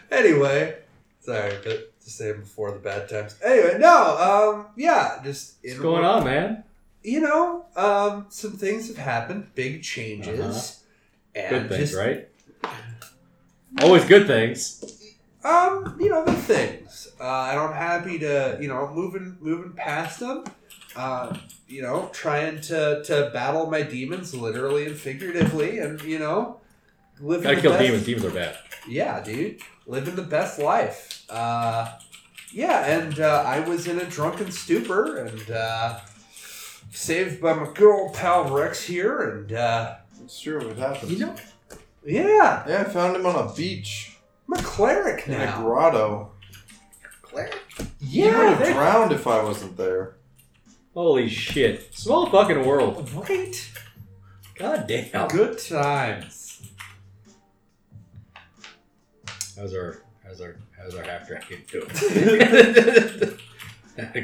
Speaker 5: anyway, sorry, but just saying before the bad times. Anyway, no. Um, yeah, just
Speaker 2: What's going on, man?
Speaker 5: You know, um, some things have happened, big changes, and
Speaker 2: Uh-huh. Good things,
Speaker 5: just
Speaker 2: right? Always good things.
Speaker 5: Um, you know the things, uh, and I'm happy to you know moving moving past them. Uh, you know, trying to to battle my demons literally and figuratively, and you know, living
Speaker 2: Gotta
Speaker 5: the
Speaker 2: kill
Speaker 5: best-
Speaker 2: demons. Demons are bad.
Speaker 5: Yeah, dude, living the best life. Uh, yeah, and uh, I was in a drunken stupor, and uh, saved by my good old pal Rex here, and uh,
Speaker 4: It's true, it happened.
Speaker 2: You know,
Speaker 5: yeah,
Speaker 4: Yeah, I found him on a beach
Speaker 5: I'm a cleric
Speaker 4: in a
Speaker 5: now.
Speaker 4: grotto. he would
Speaker 5: Yeah,
Speaker 4: have
Speaker 5: there-
Speaker 4: drowned if I wasn't there.
Speaker 2: holy shit! Small fucking world.
Speaker 5: right.
Speaker 2: God damn.
Speaker 5: Good times.
Speaker 2: How's our how's our how's our half dragon doing? the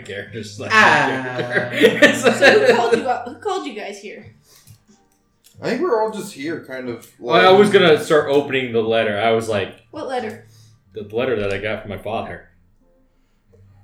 Speaker 2: character's like
Speaker 3: Ah.
Speaker 1: Who
Speaker 2: character.
Speaker 1: called you up? Who called you guys here?
Speaker 4: I think we're all just here, kind of.
Speaker 2: well, Oh, I was gonna start opening the letter. I was like
Speaker 1: What letter?
Speaker 2: the letter that I got from my father.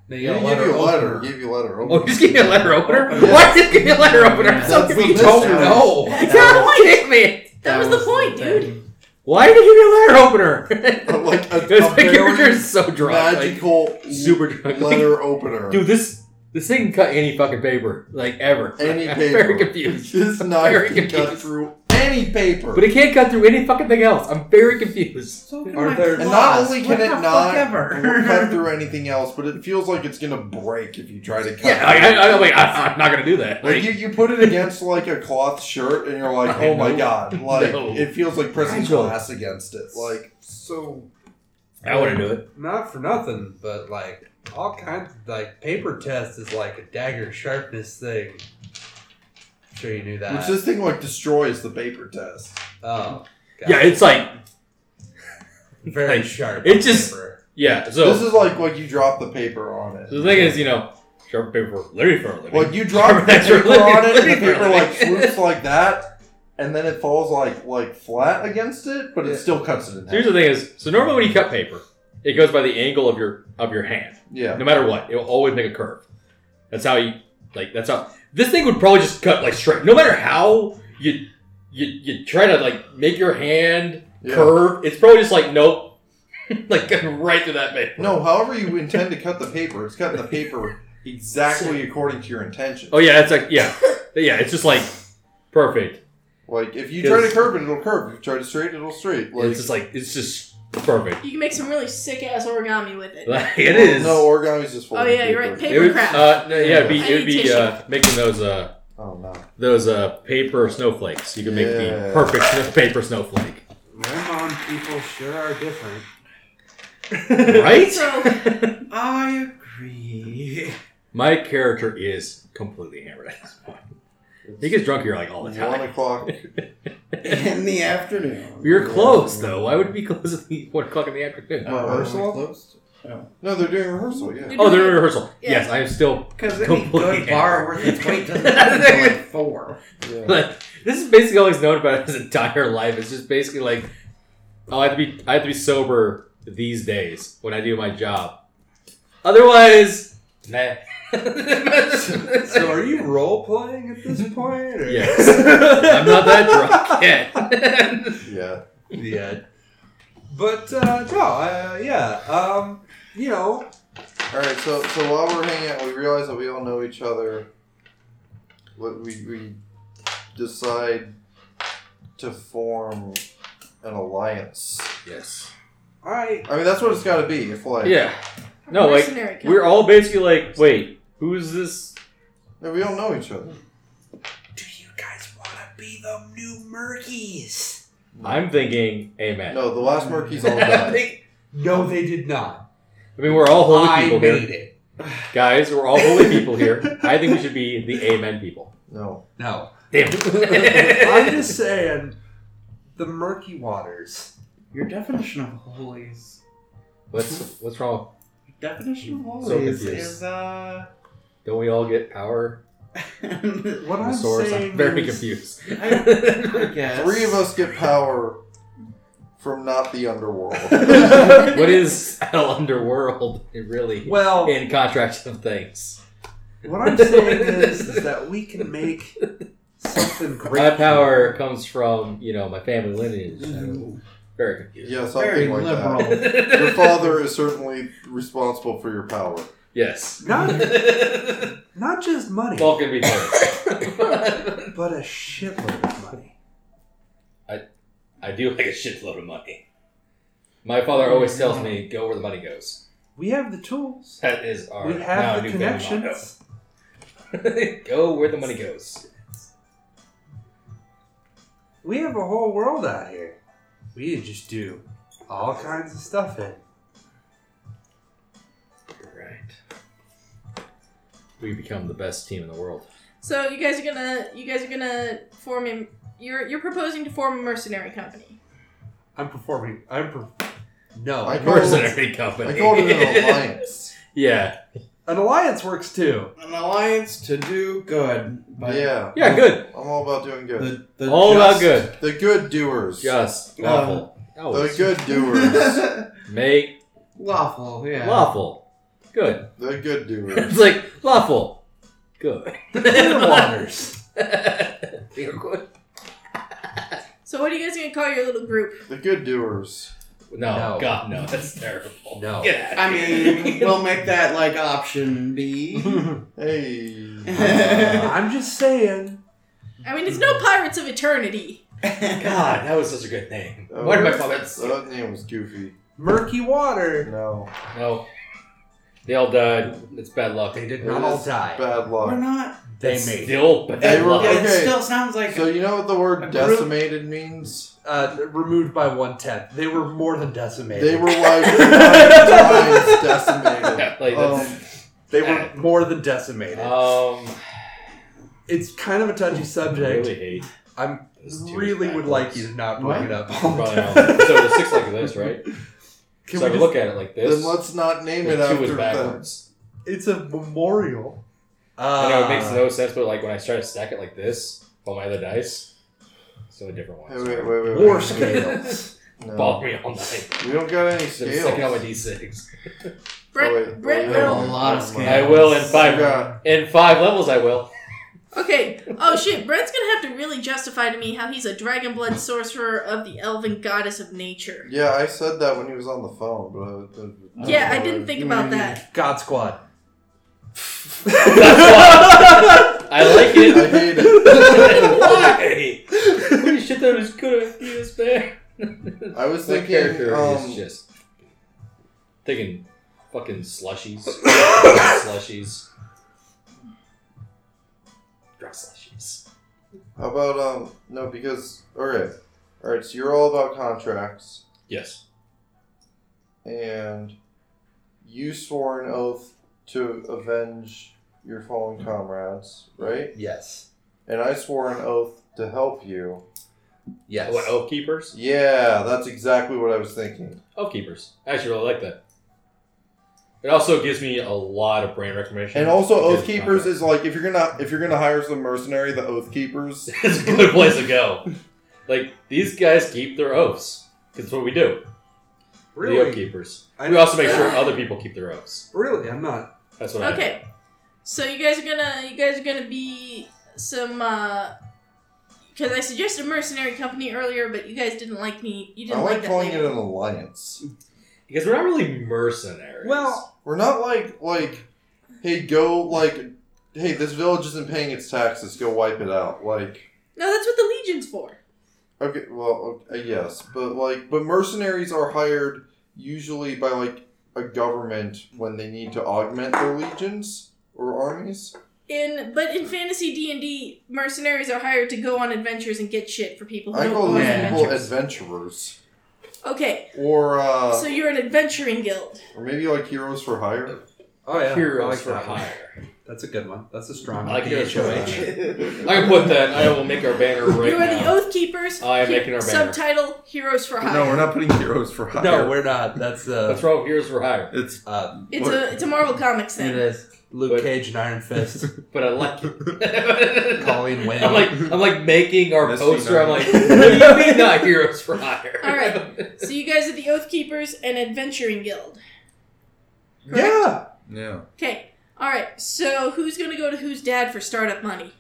Speaker 5: They
Speaker 4: He
Speaker 5: got
Speaker 4: gave you a letter.
Speaker 5: opener.
Speaker 4: Give you a letter.
Speaker 2: Oh, you just gave me a letter opener.
Speaker 4: Oh, Yeah.
Speaker 2: Why did you give me a letter opener? So
Speaker 4: That's
Speaker 2: we
Speaker 4: what this
Speaker 2: don't
Speaker 4: is.
Speaker 2: know.
Speaker 1: That's
Speaker 2: God,
Speaker 1: the point.
Speaker 2: kick me.
Speaker 1: That was the point, dude.
Speaker 2: Why did you give me a letter opener?
Speaker 4: But like a,
Speaker 2: Because my
Speaker 4: a
Speaker 2: character
Speaker 4: very
Speaker 2: is so drunk. like,
Speaker 4: magical
Speaker 2: super drunk.
Speaker 4: letter opener.
Speaker 2: Dude, this this thing can cut any fucking paper, like ever.
Speaker 4: any
Speaker 2: I'm
Speaker 4: paper.
Speaker 2: very confused.
Speaker 4: This
Speaker 2: I'm
Speaker 4: knife
Speaker 2: very
Speaker 4: can cut
Speaker 2: confused.
Speaker 4: through any paper.
Speaker 2: But it can't cut through any fucking thing else. I'm very confused.
Speaker 3: So
Speaker 5: Are there-
Speaker 4: and not only can it not cut
Speaker 3: ever.
Speaker 4: through anything else, but it feels like it's gonna break if you try to cut.
Speaker 2: Yeah,
Speaker 4: through
Speaker 2: like,
Speaker 4: it.
Speaker 2: I, I, like, I, I'm not gonna do that.
Speaker 4: Like
Speaker 2: Like,
Speaker 4: you, you put it against like a cloth shirt, and you're like,
Speaker 2: I
Speaker 4: oh my
Speaker 2: know.
Speaker 4: god! Like
Speaker 2: No.
Speaker 4: it feels like pressing
Speaker 2: Nigel.
Speaker 4: glass against it. Like so,
Speaker 2: I wouldn't do it.
Speaker 5: Not for nothing, but like all kinds of like paper test is like a dagger sharpness thing. I'm sure you knew that.
Speaker 4: which this thing like destroys the paper test.
Speaker 5: oh, got
Speaker 2: Yeah,
Speaker 5: it.
Speaker 2: it's like
Speaker 5: very
Speaker 2: like,
Speaker 5: sharp.
Speaker 2: it just-
Speaker 5: paper.
Speaker 2: yeah. So
Speaker 4: this is like what you drop the paper on it.
Speaker 2: the thing is, you know, sharp paper, Larry for a living.
Speaker 4: Like you drop the
Speaker 2: That's your
Speaker 4: paper on it, and the
Speaker 2: living
Speaker 4: paper like
Speaker 2: room.
Speaker 4: swoops like that, and then it falls like like flat against it, but it still cuts it in
Speaker 2: So here's
Speaker 4: half.
Speaker 2: the thing: is so normally when you cut paper, it goes by the angle of your of your hand.
Speaker 4: Yeah,
Speaker 2: No matter what, it will always make a curve. That's how you like. That's how this thing would probably just cut like straight. No matter how you you you try to like make your hand
Speaker 4: yeah.
Speaker 2: curve, it's probably just like nope, like going right through that paper.
Speaker 4: No, however you intend to cut the paper, it's cutting the paper exactly according to your intention.
Speaker 2: Oh yeah, it's like yeah, yeah. It's just like perfect.
Speaker 4: Like if you try to
Speaker 2: 'Cause-
Speaker 4: curve it, it'll curve. If you try to straight, it'll straight. Like
Speaker 2: it's just like it's just perfect.
Speaker 1: You can make some really sick ass origami with it.
Speaker 2: Like, it is.
Speaker 4: Oh, No, origami's just folded
Speaker 1: Oh yeah, you're right.
Speaker 4: paper.
Speaker 2: it
Speaker 1: Paper
Speaker 2: would,
Speaker 1: craft.
Speaker 2: uh, no, yeah, it'd be,
Speaker 1: I
Speaker 2: it'd
Speaker 1: need
Speaker 2: be uh, making those uh,
Speaker 4: Oh no.
Speaker 2: those uh, paper snowflakes. You can make
Speaker 4: Yeah.
Speaker 2: the perfect sno- paper snowflake,
Speaker 5: Lemon people sure are different.
Speaker 2: right?
Speaker 1: So
Speaker 3: I agree.
Speaker 2: My character is completely hammered at this point. He gets drunk here like all the
Speaker 4: One
Speaker 2: time.
Speaker 4: o'clock.
Speaker 3: In the afternoon.
Speaker 2: We were close though. Why would it be close at the one o'clock in the afternoon?
Speaker 3: Well,
Speaker 4: Rehearsal? No, they're doing rehearsal. Yeah.
Speaker 2: Oh, they're in rehearsal. Yes, I am still.
Speaker 3: Because any
Speaker 2: Completely
Speaker 3: good bar
Speaker 2: hammered.
Speaker 3: worth its weight doesn't end until like four.
Speaker 4: yeah.
Speaker 2: Like, this is basically all he's known about his entire life. It's just basically like, oh, I have to be, I have to be sober these days when I do my job. Otherwise, nah.
Speaker 5: So are you role playing at this point? Or
Speaker 2: Yes, I'm not that drunk yet.
Speaker 4: yeah.
Speaker 5: The uh, But uh, no, uh, yeah, um, you know,
Speaker 4: All right, so so while we're hanging out, we realize that we all know each other. What we we decide to form an alliance.
Speaker 2: Yes.
Speaker 22: All right.
Speaker 4: I mean, that's what it's got to be. If like
Speaker 2: Yeah. No, like
Speaker 1: Mercenary company.
Speaker 2: we're all basically like, wait, who's this?
Speaker 4: yeah, we all know each other.
Speaker 23: Do you guys want to be the new Murkies?
Speaker 2: I'm thinking, amen.
Speaker 4: No, the last Murky's all died.
Speaker 5: they- no, they did not.
Speaker 2: I mean, we're all holy
Speaker 5: I
Speaker 2: people
Speaker 5: made
Speaker 2: here,
Speaker 5: it.
Speaker 2: guys. We're all holy people here. I think we should be the amen people.
Speaker 4: No,
Speaker 5: No,
Speaker 2: Damn.
Speaker 5: I'm just saying, the murky waters.
Speaker 3: Your definition of holy is
Speaker 2: What's what's wrong?
Speaker 3: definition of holy
Speaker 2: So
Speaker 3: is,
Speaker 2: confused.
Speaker 3: is uh.
Speaker 2: Don't we all get power?
Speaker 5: What
Speaker 2: from
Speaker 5: I'm
Speaker 2: the source?
Speaker 5: saying,
Speaker 2: I'm very
Speaker 5: is,
Speaker 2: confused.
Speaker 3: I guess
Speaker 4: three of us get power from not the underworld.
Speaker 2: what is hell underworld really
Speaker 5: Well,
Speaker 2: in contrast of things?
Speaker 5: what I'm saying is, is that we can make something great.
Speaker 2: My power comes from you know my family lineage. So very confused.
Speaker 4: yeah, something
Speaker 22: Very
Speaker 4: like
Speaker 22: liberal.
Speaker 4: that. Your father is certainly responsible for your power.
Speaker 2: Yes.
Speaker 5: Not, not just money,
Speaker 2: Vulcan be first.
Speaker 5: but a shitload of money.
Speaker 2: I do like a shitload of money. My father
Speaker 5: Oh,
Speaker 2: always tells me, "Go where the money goes."
Speaker 5: We have the tools.
Speaker 2: That is our
Speaker 5: We
Speaker 2: now
Speaker 5: have the
Speaker 2: new family motto.
Speaker 5: connections.
Speaker 2: Go where the money goes.
Speaker 5: We have a whole world out here. We can just do all kinds of stuff in.
Speaker 2: Right. We become the best team in the world.
Speaker 1: So you guys are gonna you guys are gonna form a you're you're proposing to form a mercenary company.
Speaker 5: I'm performing. I'm per- no.
Speaker 4: I call it,
Speaker 2: Mercenary company.
Speaker 4: I call it an alliance.
Speaker 2: yeah.
Speaker 5: An alliance works too.
Speaker 3: an alliance to do good. But
Speaker 4: Yeah,
Speaker 2: Yeah. Good.
Speaker 4: I'm all about doing good.
Speaker 3: the, the
Speaker 2: All about good.
Speaker 3: just,
Speaker 4: The good doers.
Speaker 2: Just
Speaker 3: Um,
Speaker 2: lawful.
Speaker 4: The
Speaker 2: Always.
Speaker 4: good doers.
Speaker 2: Make
Speaker 3: Lawful, yeah.
Speaker 2: lawful. Good.
Speaker 4: the good
Speaker 2: It's
Speaker 4: doers.
Speaker 2: like lawful. Good.
Speaker 5: Clear waters.
Speaker 1: So what are you guys gonna call your little group?
Speaker 4: The good doers.
Speaker 2: No,
Speaker 5: No.
Speaker 2: God, no, that's terrible.
Speaker 5: No.
Speaker 2: Get
Speaker 3: I
Speaker 2: out of here.
Speaker 3: mean, we'll make that like option B.
Speaker 4: Hey.
Speaker 5: Uh, I'm just saying.
Speaker 1: I mean, it's no
Speaker 4: Mm-hmm.
Speaker 1: Pirates of Eternity.
Speaker 2: God, that was such a good name.
Speaker 4: Oh,
Speaker 2: Why did my
Speaker 4: that's-
Speaker 2: father?
Speaker 4: That name was goofy.
Speaker 5: Murky water.
Speaker 4: No.
Speaker 2: No, they all died. It's bad luck.
Speaker 5: They did
Speaker 4: It
Speaker 5: not all
Speaker 4: is
Speaker 5: die.
Speaker 4: Bad
Speaker 3: We're
Speaker 4: luck.
Speaker 2: Oh
Speaker 3: not.
Speaker 5: They
Speaker 2: It's
Speaker 5: made it.
Speaker 2: still bad
Speaker 4: They were-
Speaker 2: luck.
Speaker 3: Yeah,
Speaker 4: Okay.
Speaker 3: It still sounds like.
Speaker 4: So you know what the word decimated means?
Speaker 5: Uh, removed by one tenth. They were more than decimated.
Speaker 4: They were like five times decimated.
Speaker 2: Yeah, like
Speaker 4: Um,
Speaker 5: They were more than decimated.
Speaker 2: that's, um,
Speaker 5: it's kind of a touchy
Speaker 2: I
Speaker 5: subject.
Speaker 2: really hate.
Speaker 5: I'm
Speaker 2: those two
Speaker 5: really
Speaker 2: bad
Speaker 5: would like
Speaker 2: ones.
Speaker 5: you to not
Speaker 3: What?
Speaker 5: bring it up.
Speaker 2: Probably not. so the six like this, right?
Speaker 5: Can
Speaker 2: so
Speaker 5: we
Speaker 2: I
Speaker 5: just-
Speaker 2: look at it like this.
Speaker 4: then let's not name it
Speaker 2: the two is
Speaker 4: after them.
Speaker 2: backwards.
Speaker 5: It's a memorial.
Speaker 2: I
Speaker 5: Uh,
Speaker 2: know it makes no sense, but like when I try to stack it like this on my other dice, it's a different
Speaker 4: Hey,
Speaker 2: one.
Speaker 4: wait, wait, wait.
Speaker 5: war
Speaker 4: wait.
Speaker 5: scales.
Speaker 4: No.
Speaker 2: Follow me all night.
Speaker 4: We don't got any
Speaker 2: So I'm sticking on my
Speaker 4: scales.
Speaker 2: d6.
Speaker 1: Brett,
Speaker 4: Oh, wait,
Speaker 1: Brett
Speaker 4: wait,
Speaker 3: There are
Speaker 1: Reynolds.
Speaker 3: a lot of
Speaker 2: I
Speaker 3: scams.
Speaker 2: will in five
Speaker 4: Yeah.
Speaker 2: in five levels. I will.
Speaker 1: Okay. Oh shit, Brett's gonna have to really justify to me how he's a dragon blood sorcerer of the elven goddess of nature.
Speaker 4: Yeah, I said that when he was on the phone, but I, I-
Speaker 1: Yeah, I didn't think
Speaker 4: Mm.
Speaker 1: about that.
Speaker 5: God Squad.
Speaker 2: I like it.
Speaker 4: I hate it.
Speaker 2: Why? Holy shit, that was good. He was bad.
Speaker 4: I was
Speaker 2: That
Speaker 4: thinking,
Speaker 2: character is
Speaker 4: um,
Speaker 2: just thinking fucking slushies, slushies, drug slushies.
Speaker 4: how about um, no, because all right, all right. So you're all about contracts.
Speaker 2: Yes.
Speaker 4: and you swore an oath to avenge your fallen comrades, right?
Speaker 5: Yes.
Speaker 4: And I swore an oath to help you.
Speaker 5: Yes.
Speaker 2: What oh, oath keepers?
Speaker 4: Yeah, that's exactly what I was thinking.
Speaker 2: Oath keepers. I actually really like that. It also gives me a lot of brain reclamation.
Speaker 4: And also,
Speaker 2: Because
Speaker 4: oath keepers is like if you're gonna if you're gonna hire some mercenary, the oath keepers.
Speaker 2: it's a good place to go. Like these guys keep their oaths. 'Cause It's what we do. The oath
Speaker 5: Really?
Speaker 2: keepers.
Speaker 5: I
Speaker 2: We also make sure other people keep their oaths.
Speaker 5: Really? I'm not.
Speaker 2: That's what I do.
Speaker 1: Okay. So you guys are gonna you guys are gonna be some uh Because I suggested mercenary company earlier, but you guys didn't like me. You
Speaker 4: I
Speaker 1: didn't
Speaker 4: like
Speaker 1: that
Speaker 4: calling it
Speaker 1: label.
Speaker 4: an alliance.
Speaker 2: Because we're not really mercenaries.
Speaker 5: Well,
Speaker 4: We're not like like, hey, go like, hey, this village isn't paying its taxes. Go wipe it out. Like,
Speaker 1: No, that's what the Legion's for.
Speaker 4: okay, well, uh, yes, but like, but mercenaries are hired usually by like a government when they need to augment their legions or armies.
Speaker 1: In but in fantasy D and D, mercenaries are hired to go on adventures and get shit for people who
Speaker 4: I
Speaker 1: don't
Speaker 4: call
Speaker 1: go on
Speaker 4: those
Speaker 3: Yeah.
Speaker 4: people
Speaker 1: adventures.
Speaker 4: adventurers,
Speaker 1: Okay,
Speaker 4: or uh,
Speaker 1: so you're an adventuring guild.
Speaker 4: or maybe like heroes for hire.
Speaker 5: oh yeah, I
Speaker 2: Heroes
Speaker 5: like
Speaker 2: for
Speaker 5: that one.
Speaker 2: hire.
Speaker 5: That's a good one. That's a strong.
Speaker 2: I
Speaker 5: one.
Speaker 2: like heroes for hire.
Speaker 3: That's
Speaker 2: I can put that. I will make our banner right
Speaker 1: you are the
Speaker 2: now.
Speaker 1: Oath Keepers.
Speaker 2: I am
Speaker 1: Here-
Speaker 2: making our banner.
Speaker 1: subtitle: Heroes for Hire.
Speaker 6: No, we're not putting heroes for hire.
Speaker 5: No, we're not. That's uh,
Speaker 2: That's wrong. Heroes for hire.
Speaker 6: It's
Speaker 5: uh
Speaker 1: it's
Speaker 6: we're-
Speaker 1: a it's a Marvel Comics
Speaker 5: it
Speaker 1: thing.
Speaker 5: is Luke
Speaker 2: But-
Speaker 5: Cage and Iron Fist.
Speaker 2: But I like it.
Speaker 5: Colleen Wing.
Speaker 2: I'm like I'm like making our
Speaker 6: Misty
Speaker 2: poster. I'm like, what
Speaker 6: Knight.
Speaker 2: do you mean not heroes for hire?
Speaker 1: All right. So you guys are the Oath Keepers and Adventuring Guild.
Speaker 4: Yeah,
Speaker 6: yeah.
Speaker 1: Okay. All right. So who's gonna go to whose dad for startup money?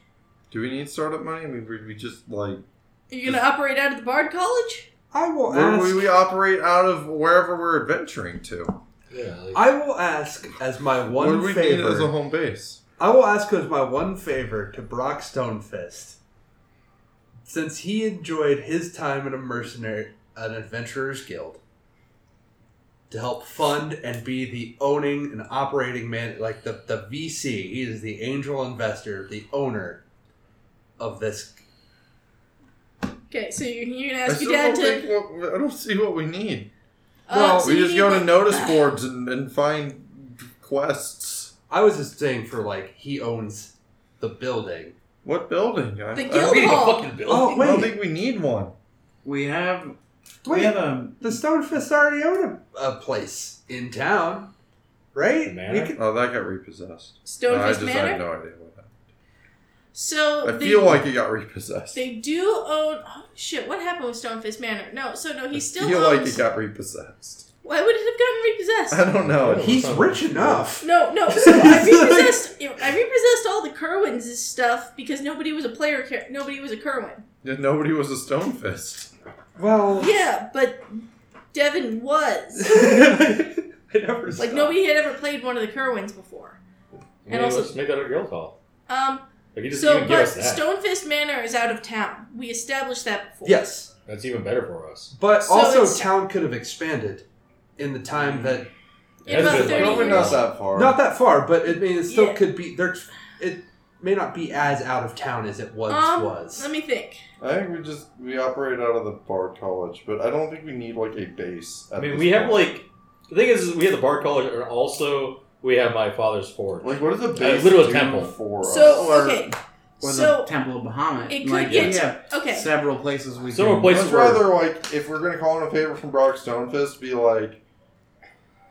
Speaker 6: Do we need startup money? I mean, we, we just like
Speaker 1: Are you gonna operate out of the Bard College?
Speaker 5: I will
Speaker 6: we're-
Speaker 5: ask.
Speaker 6: we, we operate out of wherever we're adventuring to.
Speaker 2: Yeah, like-
Speaker 5: I will ask as my
Speaker 6: What do
Speaker 5: one
Speaker 6: we need
Speaker 5: favor.
Speaker 6: as a home base?
Speaker 5: I will ask as my one favor to Brock Stonefist, since he enjoyed his time in a mercenary, an adventurer's guild, to help fund and be the owning and operating man, like the the VC. He is the angel investor, the owner of this.
Speaker 1: Okay. So you're, you're gonna
Speaker 6: I,
Speaker 1: ask
Speaker 6: still
Speaker 1: your dad
Speaker 6: don't
Speaker 1: to.
Speaker 6: think what, I don't see what we need.
Speaker 1: uh,
Speaker 5: well,
Speaker 1: so
Speaker 6: we
Speaker 1: you
Speaker 6: just
Speaker 1: need,
Speaker 6: go to
Speaker 1: like-
Speaker 6: notice boards and, and find quests.
Speaker 5: I was just saying for like he owns the building.
Speaker 6: What building? I,
Speaker 1: The
Speaker 6: I
Speaker 1: guild
Speaker 6: don't-
Speaker 2: We need a
Speaker 1: hall.
Speaker 2: fucking building.
Speaker 5: Oh
Speaker 6: I don't
Speaker 5: wait,
Speaker 6: think we need one.
Speaker 16: We have we
Speaker 5: wait!
Speaker 16: have a
Speaker 5: The Stonefists already own a, a place in town, right?
Speaker 2: The manor?
Speaker 5: We could-
Speaker 6: Oh, that got repossessed. No, I
Speaker 1: Stonefist
Speaker 6: just I
Speaker 1: Manor.
Speaker 6: had no idea what happened.
Speaker 1: So
Speaker 6: I
Speaker 1: they,
Speaker 6: feel like it got repossessed.
Speaker 1: they do own. Oh shit! What happened with Stonefist Manor? No. So no, he still
Speaker 6: I feel like
Speaker 1: owns.
Speaker 6: it got repossessed.
Speaker 1: Why would it have gotten
Speaker 6: I
Speaker 1: repossessed?
Speaker 6: don't know.
Speaker 5: He's rich enough.
Speaker 1: No, no. So I repossessed. I repossessed all the Kerwins' stuff because nobody was a player. Ker- nobody was a Kerwin.
Speaker 6: Yeah, Nobody was a stone fist.
Speaker 5: Well,
Speaker 1: Yeah, but Devin was.
Speaker 5: I never
Speaker 1: Like nobody had ever played one of the Kerwins before.
Speaker 2: Maybe
Speaker 1: also-
Speaker 2: let's make that a guild hall.
Speaker 1: Um,
Speaker 2: Like you just
Speaker 1: so
Speaker 2: even give
Speaker 1: but
Speaker 2: us that.
Speaker 1: Stonefist Manor is out of town. We established that before.
Speaker 5: Yes,
Speaker 2: That's even better for us.
Speaker 5: but
Speaker 1: So
Speaker 5: also
Speaker 1: it's-
Speaker 5: town could have expanded in the time that
Speaker 1: In about
Speaker 2: That's a-
Speaker 1: 30
Speaker 4: Probably
Speaker 1: years.
Speaker 4: not that
Speaker 2: Mm.
Speaker 4: far.
Speaker 5: not that far, but it mean it still
Speaker 1: Yeah.
Speaker 5: could be there. It may not be as out of town as it once
Speaker 1: Um,
Speaker 5: was.
Speaker 1: Let me think.
Speaker 4: I think we just we operate out of the Bard College, but I don't think we need like a base.
Speaker 2: I
Speaker 4: at
Speaker 2: mean,
Speaker 4: this
Speaker 2: we have
Speaker 4: point.
Speaker 2: like the thing is, is we have the Bard College, and also we have my father's forge.
Speaker 4: like what is a base?
Speaker 2: literal
Speaker 4: do
Speaker 2: temple.
Speaker 4: for us?
Speaker 1: So okay,
Speaker 16: or
Speaker 1: so
Speaker 16: the Temple of Bahamut.
Speaker 1: it could
Speaker 16: like,
Speaker 1: get
Speaker 16: we have
Speaker 1: okay.
Speaker 16: several places we
Speaker 2: Several
Speaker 16: can.
Speaker 2: places
Speaker 4: I'd
Speaker 2: where
Speaker 4: rather like if we're gonna call in a favor from Brock Stonefist, be like,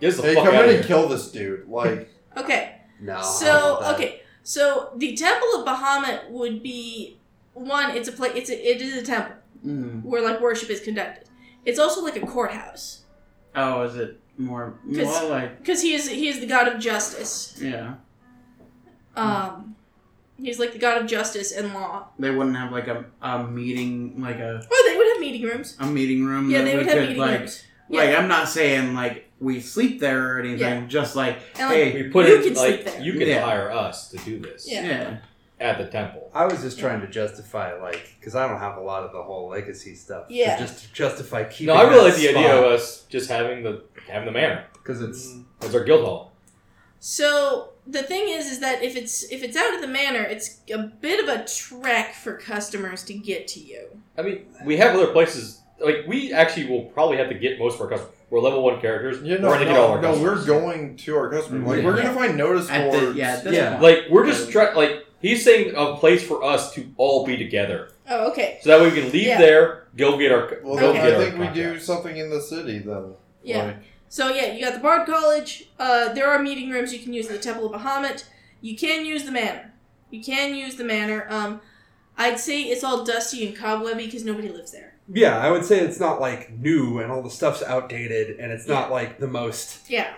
Speaker 2: get us the
Speaker 4: hey,
Speaker 2: fuck
Speaker 4: come
Speaker 2: out
Speaker 4: in
Speaker 2: of
Speaker 4: and
Speaker 2: here.
Speaker 4: kill this dude. Like
Speaker 1: Okay,
Speaker 5: no.
Speaker 1: so okay, so the Temple of Bahamut would be one. It's a place. It's a, it is a temple
Speaker 16: Mm.
Speaker 1: where like worship is conducted. It's also like a courthouse
Speaker 16: Oh, is it more?
Speaker 1: Just-
Speaker 16: Well, like
Speaker 1: because he is he is the god of justice.
Speaker 16: yeah,
Speaker 1: Um, he's like the god of justice and law.
Speaker 16: they wouldn't have like a, a meeting, like a,
Speaker 1: Oh, they would have meeting rooms.
Speaker 16: a meeting room.
Speaker 1: Yeah,
Speaker 16: that
Speaker 1: they
Speaker 16: we
Speaker 1: would have
Speaker 16: Mm, could,
Speaker 1: meeting
Speaker 16: like,
Speaker 1: rooms.
Speaker 16: Like I'm not saying like we sleep there or anything.
Speaker 1: Yeah.
Speaker 16: Just like
Speaker 1: And, like,
Speaker 16: hey,
Speaker 2: We put
Speaker 1: You
Speaker 2: in
Speaker 1: can
Speaker 2: like
Speaker 1: sleep there.
Speaker 2: you can
Speaker 16: Yeah.
Speaker 2: hire us to do this
Speaker 1: Yeah.
Speaker 16: yeah,
Speaker 2: at the temple.
Speaker 5: I was just trying to justify, like, because I don't have a lot of the whole legacy stuff. but
Speaker 1: Yeah.
Speaker 5: Just to justify keeping.
Speaker 2: No, I really like the idea mm. of us just having the having the manor
Speaker 5: because it's
Speaker 2: as our guild hall.
Speaker 1: So the thing is, is that if it's if it's out of the manor, it's a bit of a trek for customers to get to you.
Speaker 2: I mean, we have other places. Like we actually will probably have to get most of our customers. We're level one characters.
Speaker 4: you
Speaker 2: we're
Speaker 4: know,
Speaker 2: gonna get all
Speaker 4: no,
Speaker 2: our
Speaker 4: no,
Speaker 2: customers.
Speaker 4: we're going to our customers. Like
Speaker 16: Yeah.
Speaker 4: we're gonna find notice
Speaker 16: at
Speaker 4: boards.
Speaker 16: the, yeah, at this
Speaker 5: Yeah.
Speaker 16: point.
Speaker 2: Like we're just trying. Like he's saying a place for us to all be together,
Speaker 1: Oh, okay.
Speaker 2: so that way we can leave
Speaker 1: Yeah.
Speaker 2: there, go get our.
Speaker 4: Well,
Speaker 2: go
Speaker 4: then
Speaker 2: get
Speaker 4: I
Speaker 2: our
Speaker 4: think we do
Speaker 2: contracts.
Speaker 4: something in the city then.
Speaker 1: Yeah.
Speaker 4: Like,
Speaker 1: So yeah, you got the Bard College. Uh, there are meeting rooms you can use at the Temple of Bahamut. You can use the manor. You can use the manor. Um, I'd say it's all dusty and cobwebby because nobody lives there.
Speaker 5: yeah. I would say it's not like new and all the stuff's outdated, and it's not like the most.
Speaker 1: Yeah,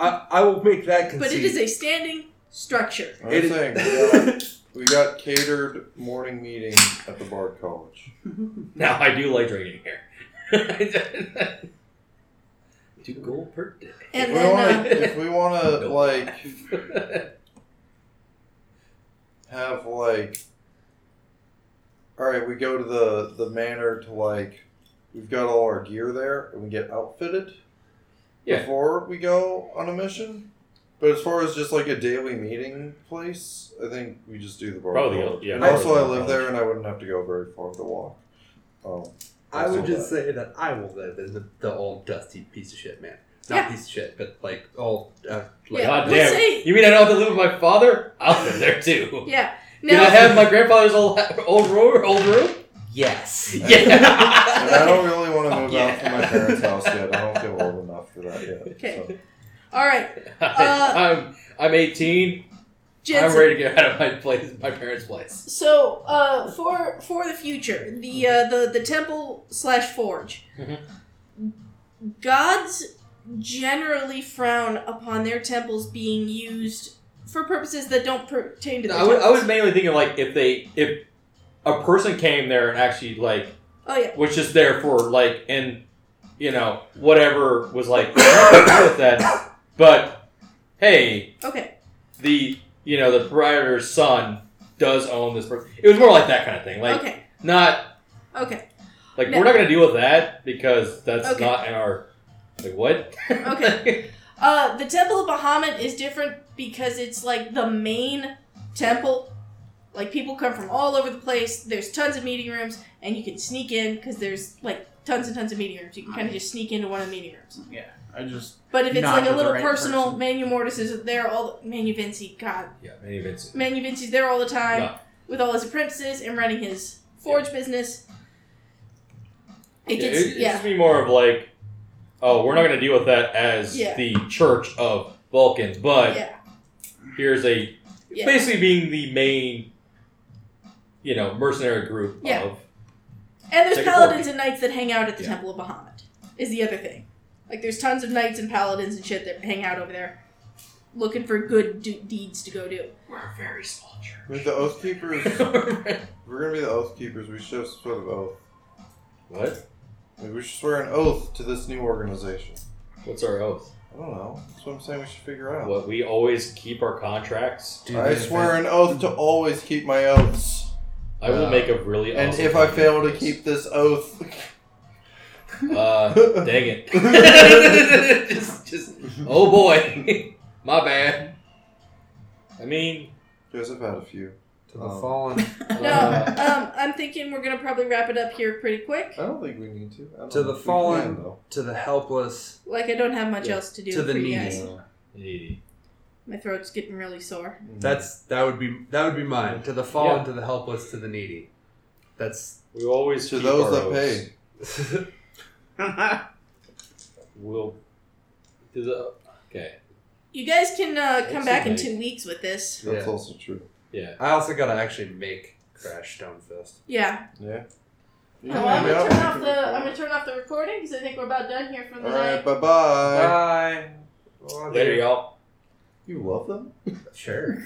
Speaker 5: I, I will make that conceit.
Speaker 1: but it is a standing structure.
Speaker 4: I'm just saying, we got, we got catered morning meeting at the Bard College.
Speaker 2: Now I do like drinking here. Two gold per day.
Speaker 4: If
Speaker 1: And
Speaker 4: we
Speaker 1: then,
Speaker 4: want
Speaker 1: uh,
Speaker 4: to, if we want to,
Speaker 2: Nope.
Speaker 4: like, have like, all right, we go to the the manor to like, we've got all our gear there and we get outfitted
Speaker 2: Yeah.
Speaker 4: before we go on a mission. But as far as just like a daily meeting place, I think we just do the bar.
Speaker 2: Probably,
Speaker 4: College.
Speaker 2: yeah,
Speaker 4: And
Speaker 2: probably
Speaker 4: also, I
Speaker 2: Bar
Speaker 4: live
Speaker 2: College.
Speaker 4: there, and I wouldn't have to go very far to walk. Um,
Speaker 8: I would
Speaker 4: that's all
Speaker 8: just
Speaker 4: that.
Speaker 8: say that I will live as the, the old dusty piece of shit man. Not
Speaker 1: Yeah.
Speaker 8: piece of shit, but like old. Uh, like,
Speaker 1: Yeah,
Speaker 2: God
Speaker 1: let's
Speaker 2: damn.
Speaker 1: say-
Speaker 2: You mean I don't have to live with my father? I'll live there too.
Speaker 1: yeah.
Speaker 2: Can I
Speaker 1: Now,
Speaker 2: have my grandfather's old old room? Old room?
Speaker 3: Yes.
Speaker 2: Yeah.
Speaker 4: And I don't really want to move out
Speaker 3: Yeah.
Speaker 4: from my parents' house yet. I don't feel old enough for that yet.
Speaker 1: Okay.
Speaker 4: so.
Speaker 1: all right,
Speaker 2: I, I'm I'm 18. I'm
Speaker 1: Jensen.
Speaker 2: ready to get out of my place, my parents' place.
Speaker 1: So, uh, for for the future, the uh, the the temple slash forge,
Speaker 2: Mhm.
Speaker 1: gods generally frown upon their temples being used for purposes that don't pertain to the
Speaker 2: I, was, I was mainly thinking like if they if a person came there and actually like
Speaker 1: Oh yeah,
Speaker 2: was just there for like and you know whatever was like nothing to do with that, but hey,
Speaker 1: okay,
Speaker 2: the you know the proprietor's son does own this person. It was more like that kind of thing, like
Speaker 1: okay,
Speaker 2: not
Speaker 1: okay,
Speaker 2: like
Speaker 1: No.
Speaker 2: we're not going to deal with that because that's
Speaker 1: Okay.
Speaker 2: not in our like what
Speaker 1: Okay. Uh, the temple of Bahamut is different because it's like the main temple. Like people come from all over the place. There's tons of meeting rooms, and you can sneak in because there's like tons and tons of meeting rooms. You can kind of just sneak into one of the meeting rooms.
Speaker 3: Yeah, I just
Speaker 1: But if it's
Speaker 3: Not
Speaker 1: like
Speaker 3: with
Speaker 1: a
Speaker 3: the
Speaker 1: little
Speaker 3: right
Speaker 1: personal,
Speaker 3: person.
Speaker 1: Manu Mortis is there all the, Manu Vinci, God,
Speaker 2: yeah maybe it's
Speaker 1: Manu Vinci's there all the time
Speaker 2: Yeah.
Speaker 1: with all his apprentices and running his forge business. It
Speaker 2: Yeah,
Speaker 1: gets
Speaker 2: it,
Speaker 1: yeah,
Speaker 2: It's be more of like, oh, we're not going to deal with that as
Speaker 1: Yeah.
Speaker 2: the Church of Vulcans, but
Speaker 1: yeah,
Speaker 2: here's a
Speaker 1: Yeah.
Speaker 2: basically being the main, you know, mercenary group
Speaker 1: Yeah.
Speaker 2: of
Speaker 1: and there's
Speaker 2: Take a
Speaker 1: paladins and knights that hang out at the
Speaker 2: Yeah.
Speaker 1: Temple of Bahamut. Is the other thing. Like there's tons of knights and paladins and shit that hang out over there, looking for good do- deeds to go do.
Speaker 2: we're a very small church.
Speaker 4: With the Oath Keepers, we're gonna be the Oath Keepers. We should have swear an oath.
Speaker 2: what?
Speaker 4: Like, We should swear an oath to this new organization.
Speaker 2: What's our oath?
Speaker 4: I don't know. That's what I'm saying. We should figure out.
Speaker 2: What we always keep our contracts.
Speaker 4: I swear an oath to always keep my oaths,
Speaker 2: I will
Speaker 4: Uh,
Speaker 2: make a really
Speaker 4: and
Speaker 2: awesome
Speaker 4: if I
Speaker 2: contract.
Speaker 4: fail to keep this oath,
Speaker 2: uh, dang it, just, just oh boy, my bad. I mean,
Speaker 4: Joseph had a few.
Speaker 8: to the
Speaker 4: Um,
Speaker 8: fallen.
Speaker 1: No,
Speaker 2: uh,
Speaker 1: um, I'm thinking we're gonna probably wrap it up here pretty quick.
Speaker 4: I don't think we need to. I don't
Speaker 8: To the
Speaker 4: think we
Speaker 8: fallen.
Speaker 4: can, though.
Speaker 8: to the helpless.
Speaker 1: Like I don't have much
Speaker 8: Yeah,
Speaker 1: else to do
Speaker 8: to the
Speaker 1: for you
Speaker 8: needy.
Speaker 1: guys.
Speaker 2: needy.
Speaker 1: My throat's getting really sore.
Speaker 4: Mm.
Speaker 8: That's that would be that would be mine. To the fallen,
Speaker 2: Yeah.
Speaker 8: to the helpless, to the needy. That's
Speaker 2: We always
Speaker 4: to
Speaker 2: keep
Speaker 4: those
Speaker 2: our
Speaker 4: that
Speaker 2: oaths.
Speaker 4: pay.
Speaker 2: We'll do the okay.
Speaker 1: You guys can uh, come
Speaker 2: That's
Speaker 1: back in
Speaker 2: okay.
Speaker 1: two weeks with this.
Speaker 4: That's
Speaker 8: Yeah.
Speaker 4: also true.
Speaker 2: Yeah,
Speaker 8: I also gotta actually make Crash Stonefist.
Speaker 1: Yeah.
Speaker 4: Yeah. You
Speaker 1: Well, I'm
Speaker 4: can hang
Speaker 1: gonna
Speaker 4: out.
Speaker 1: turn off the I'm gonna turn off the recording because I think we're about done here for the
Speaker 4: All
Speaker 1: night.
Speaker 4: right. Bye bye.
Speaker 8: Bye. Well,
Speaker 2: later, y'all.
Speaker 4: You love them.
Speaker 8: Sure.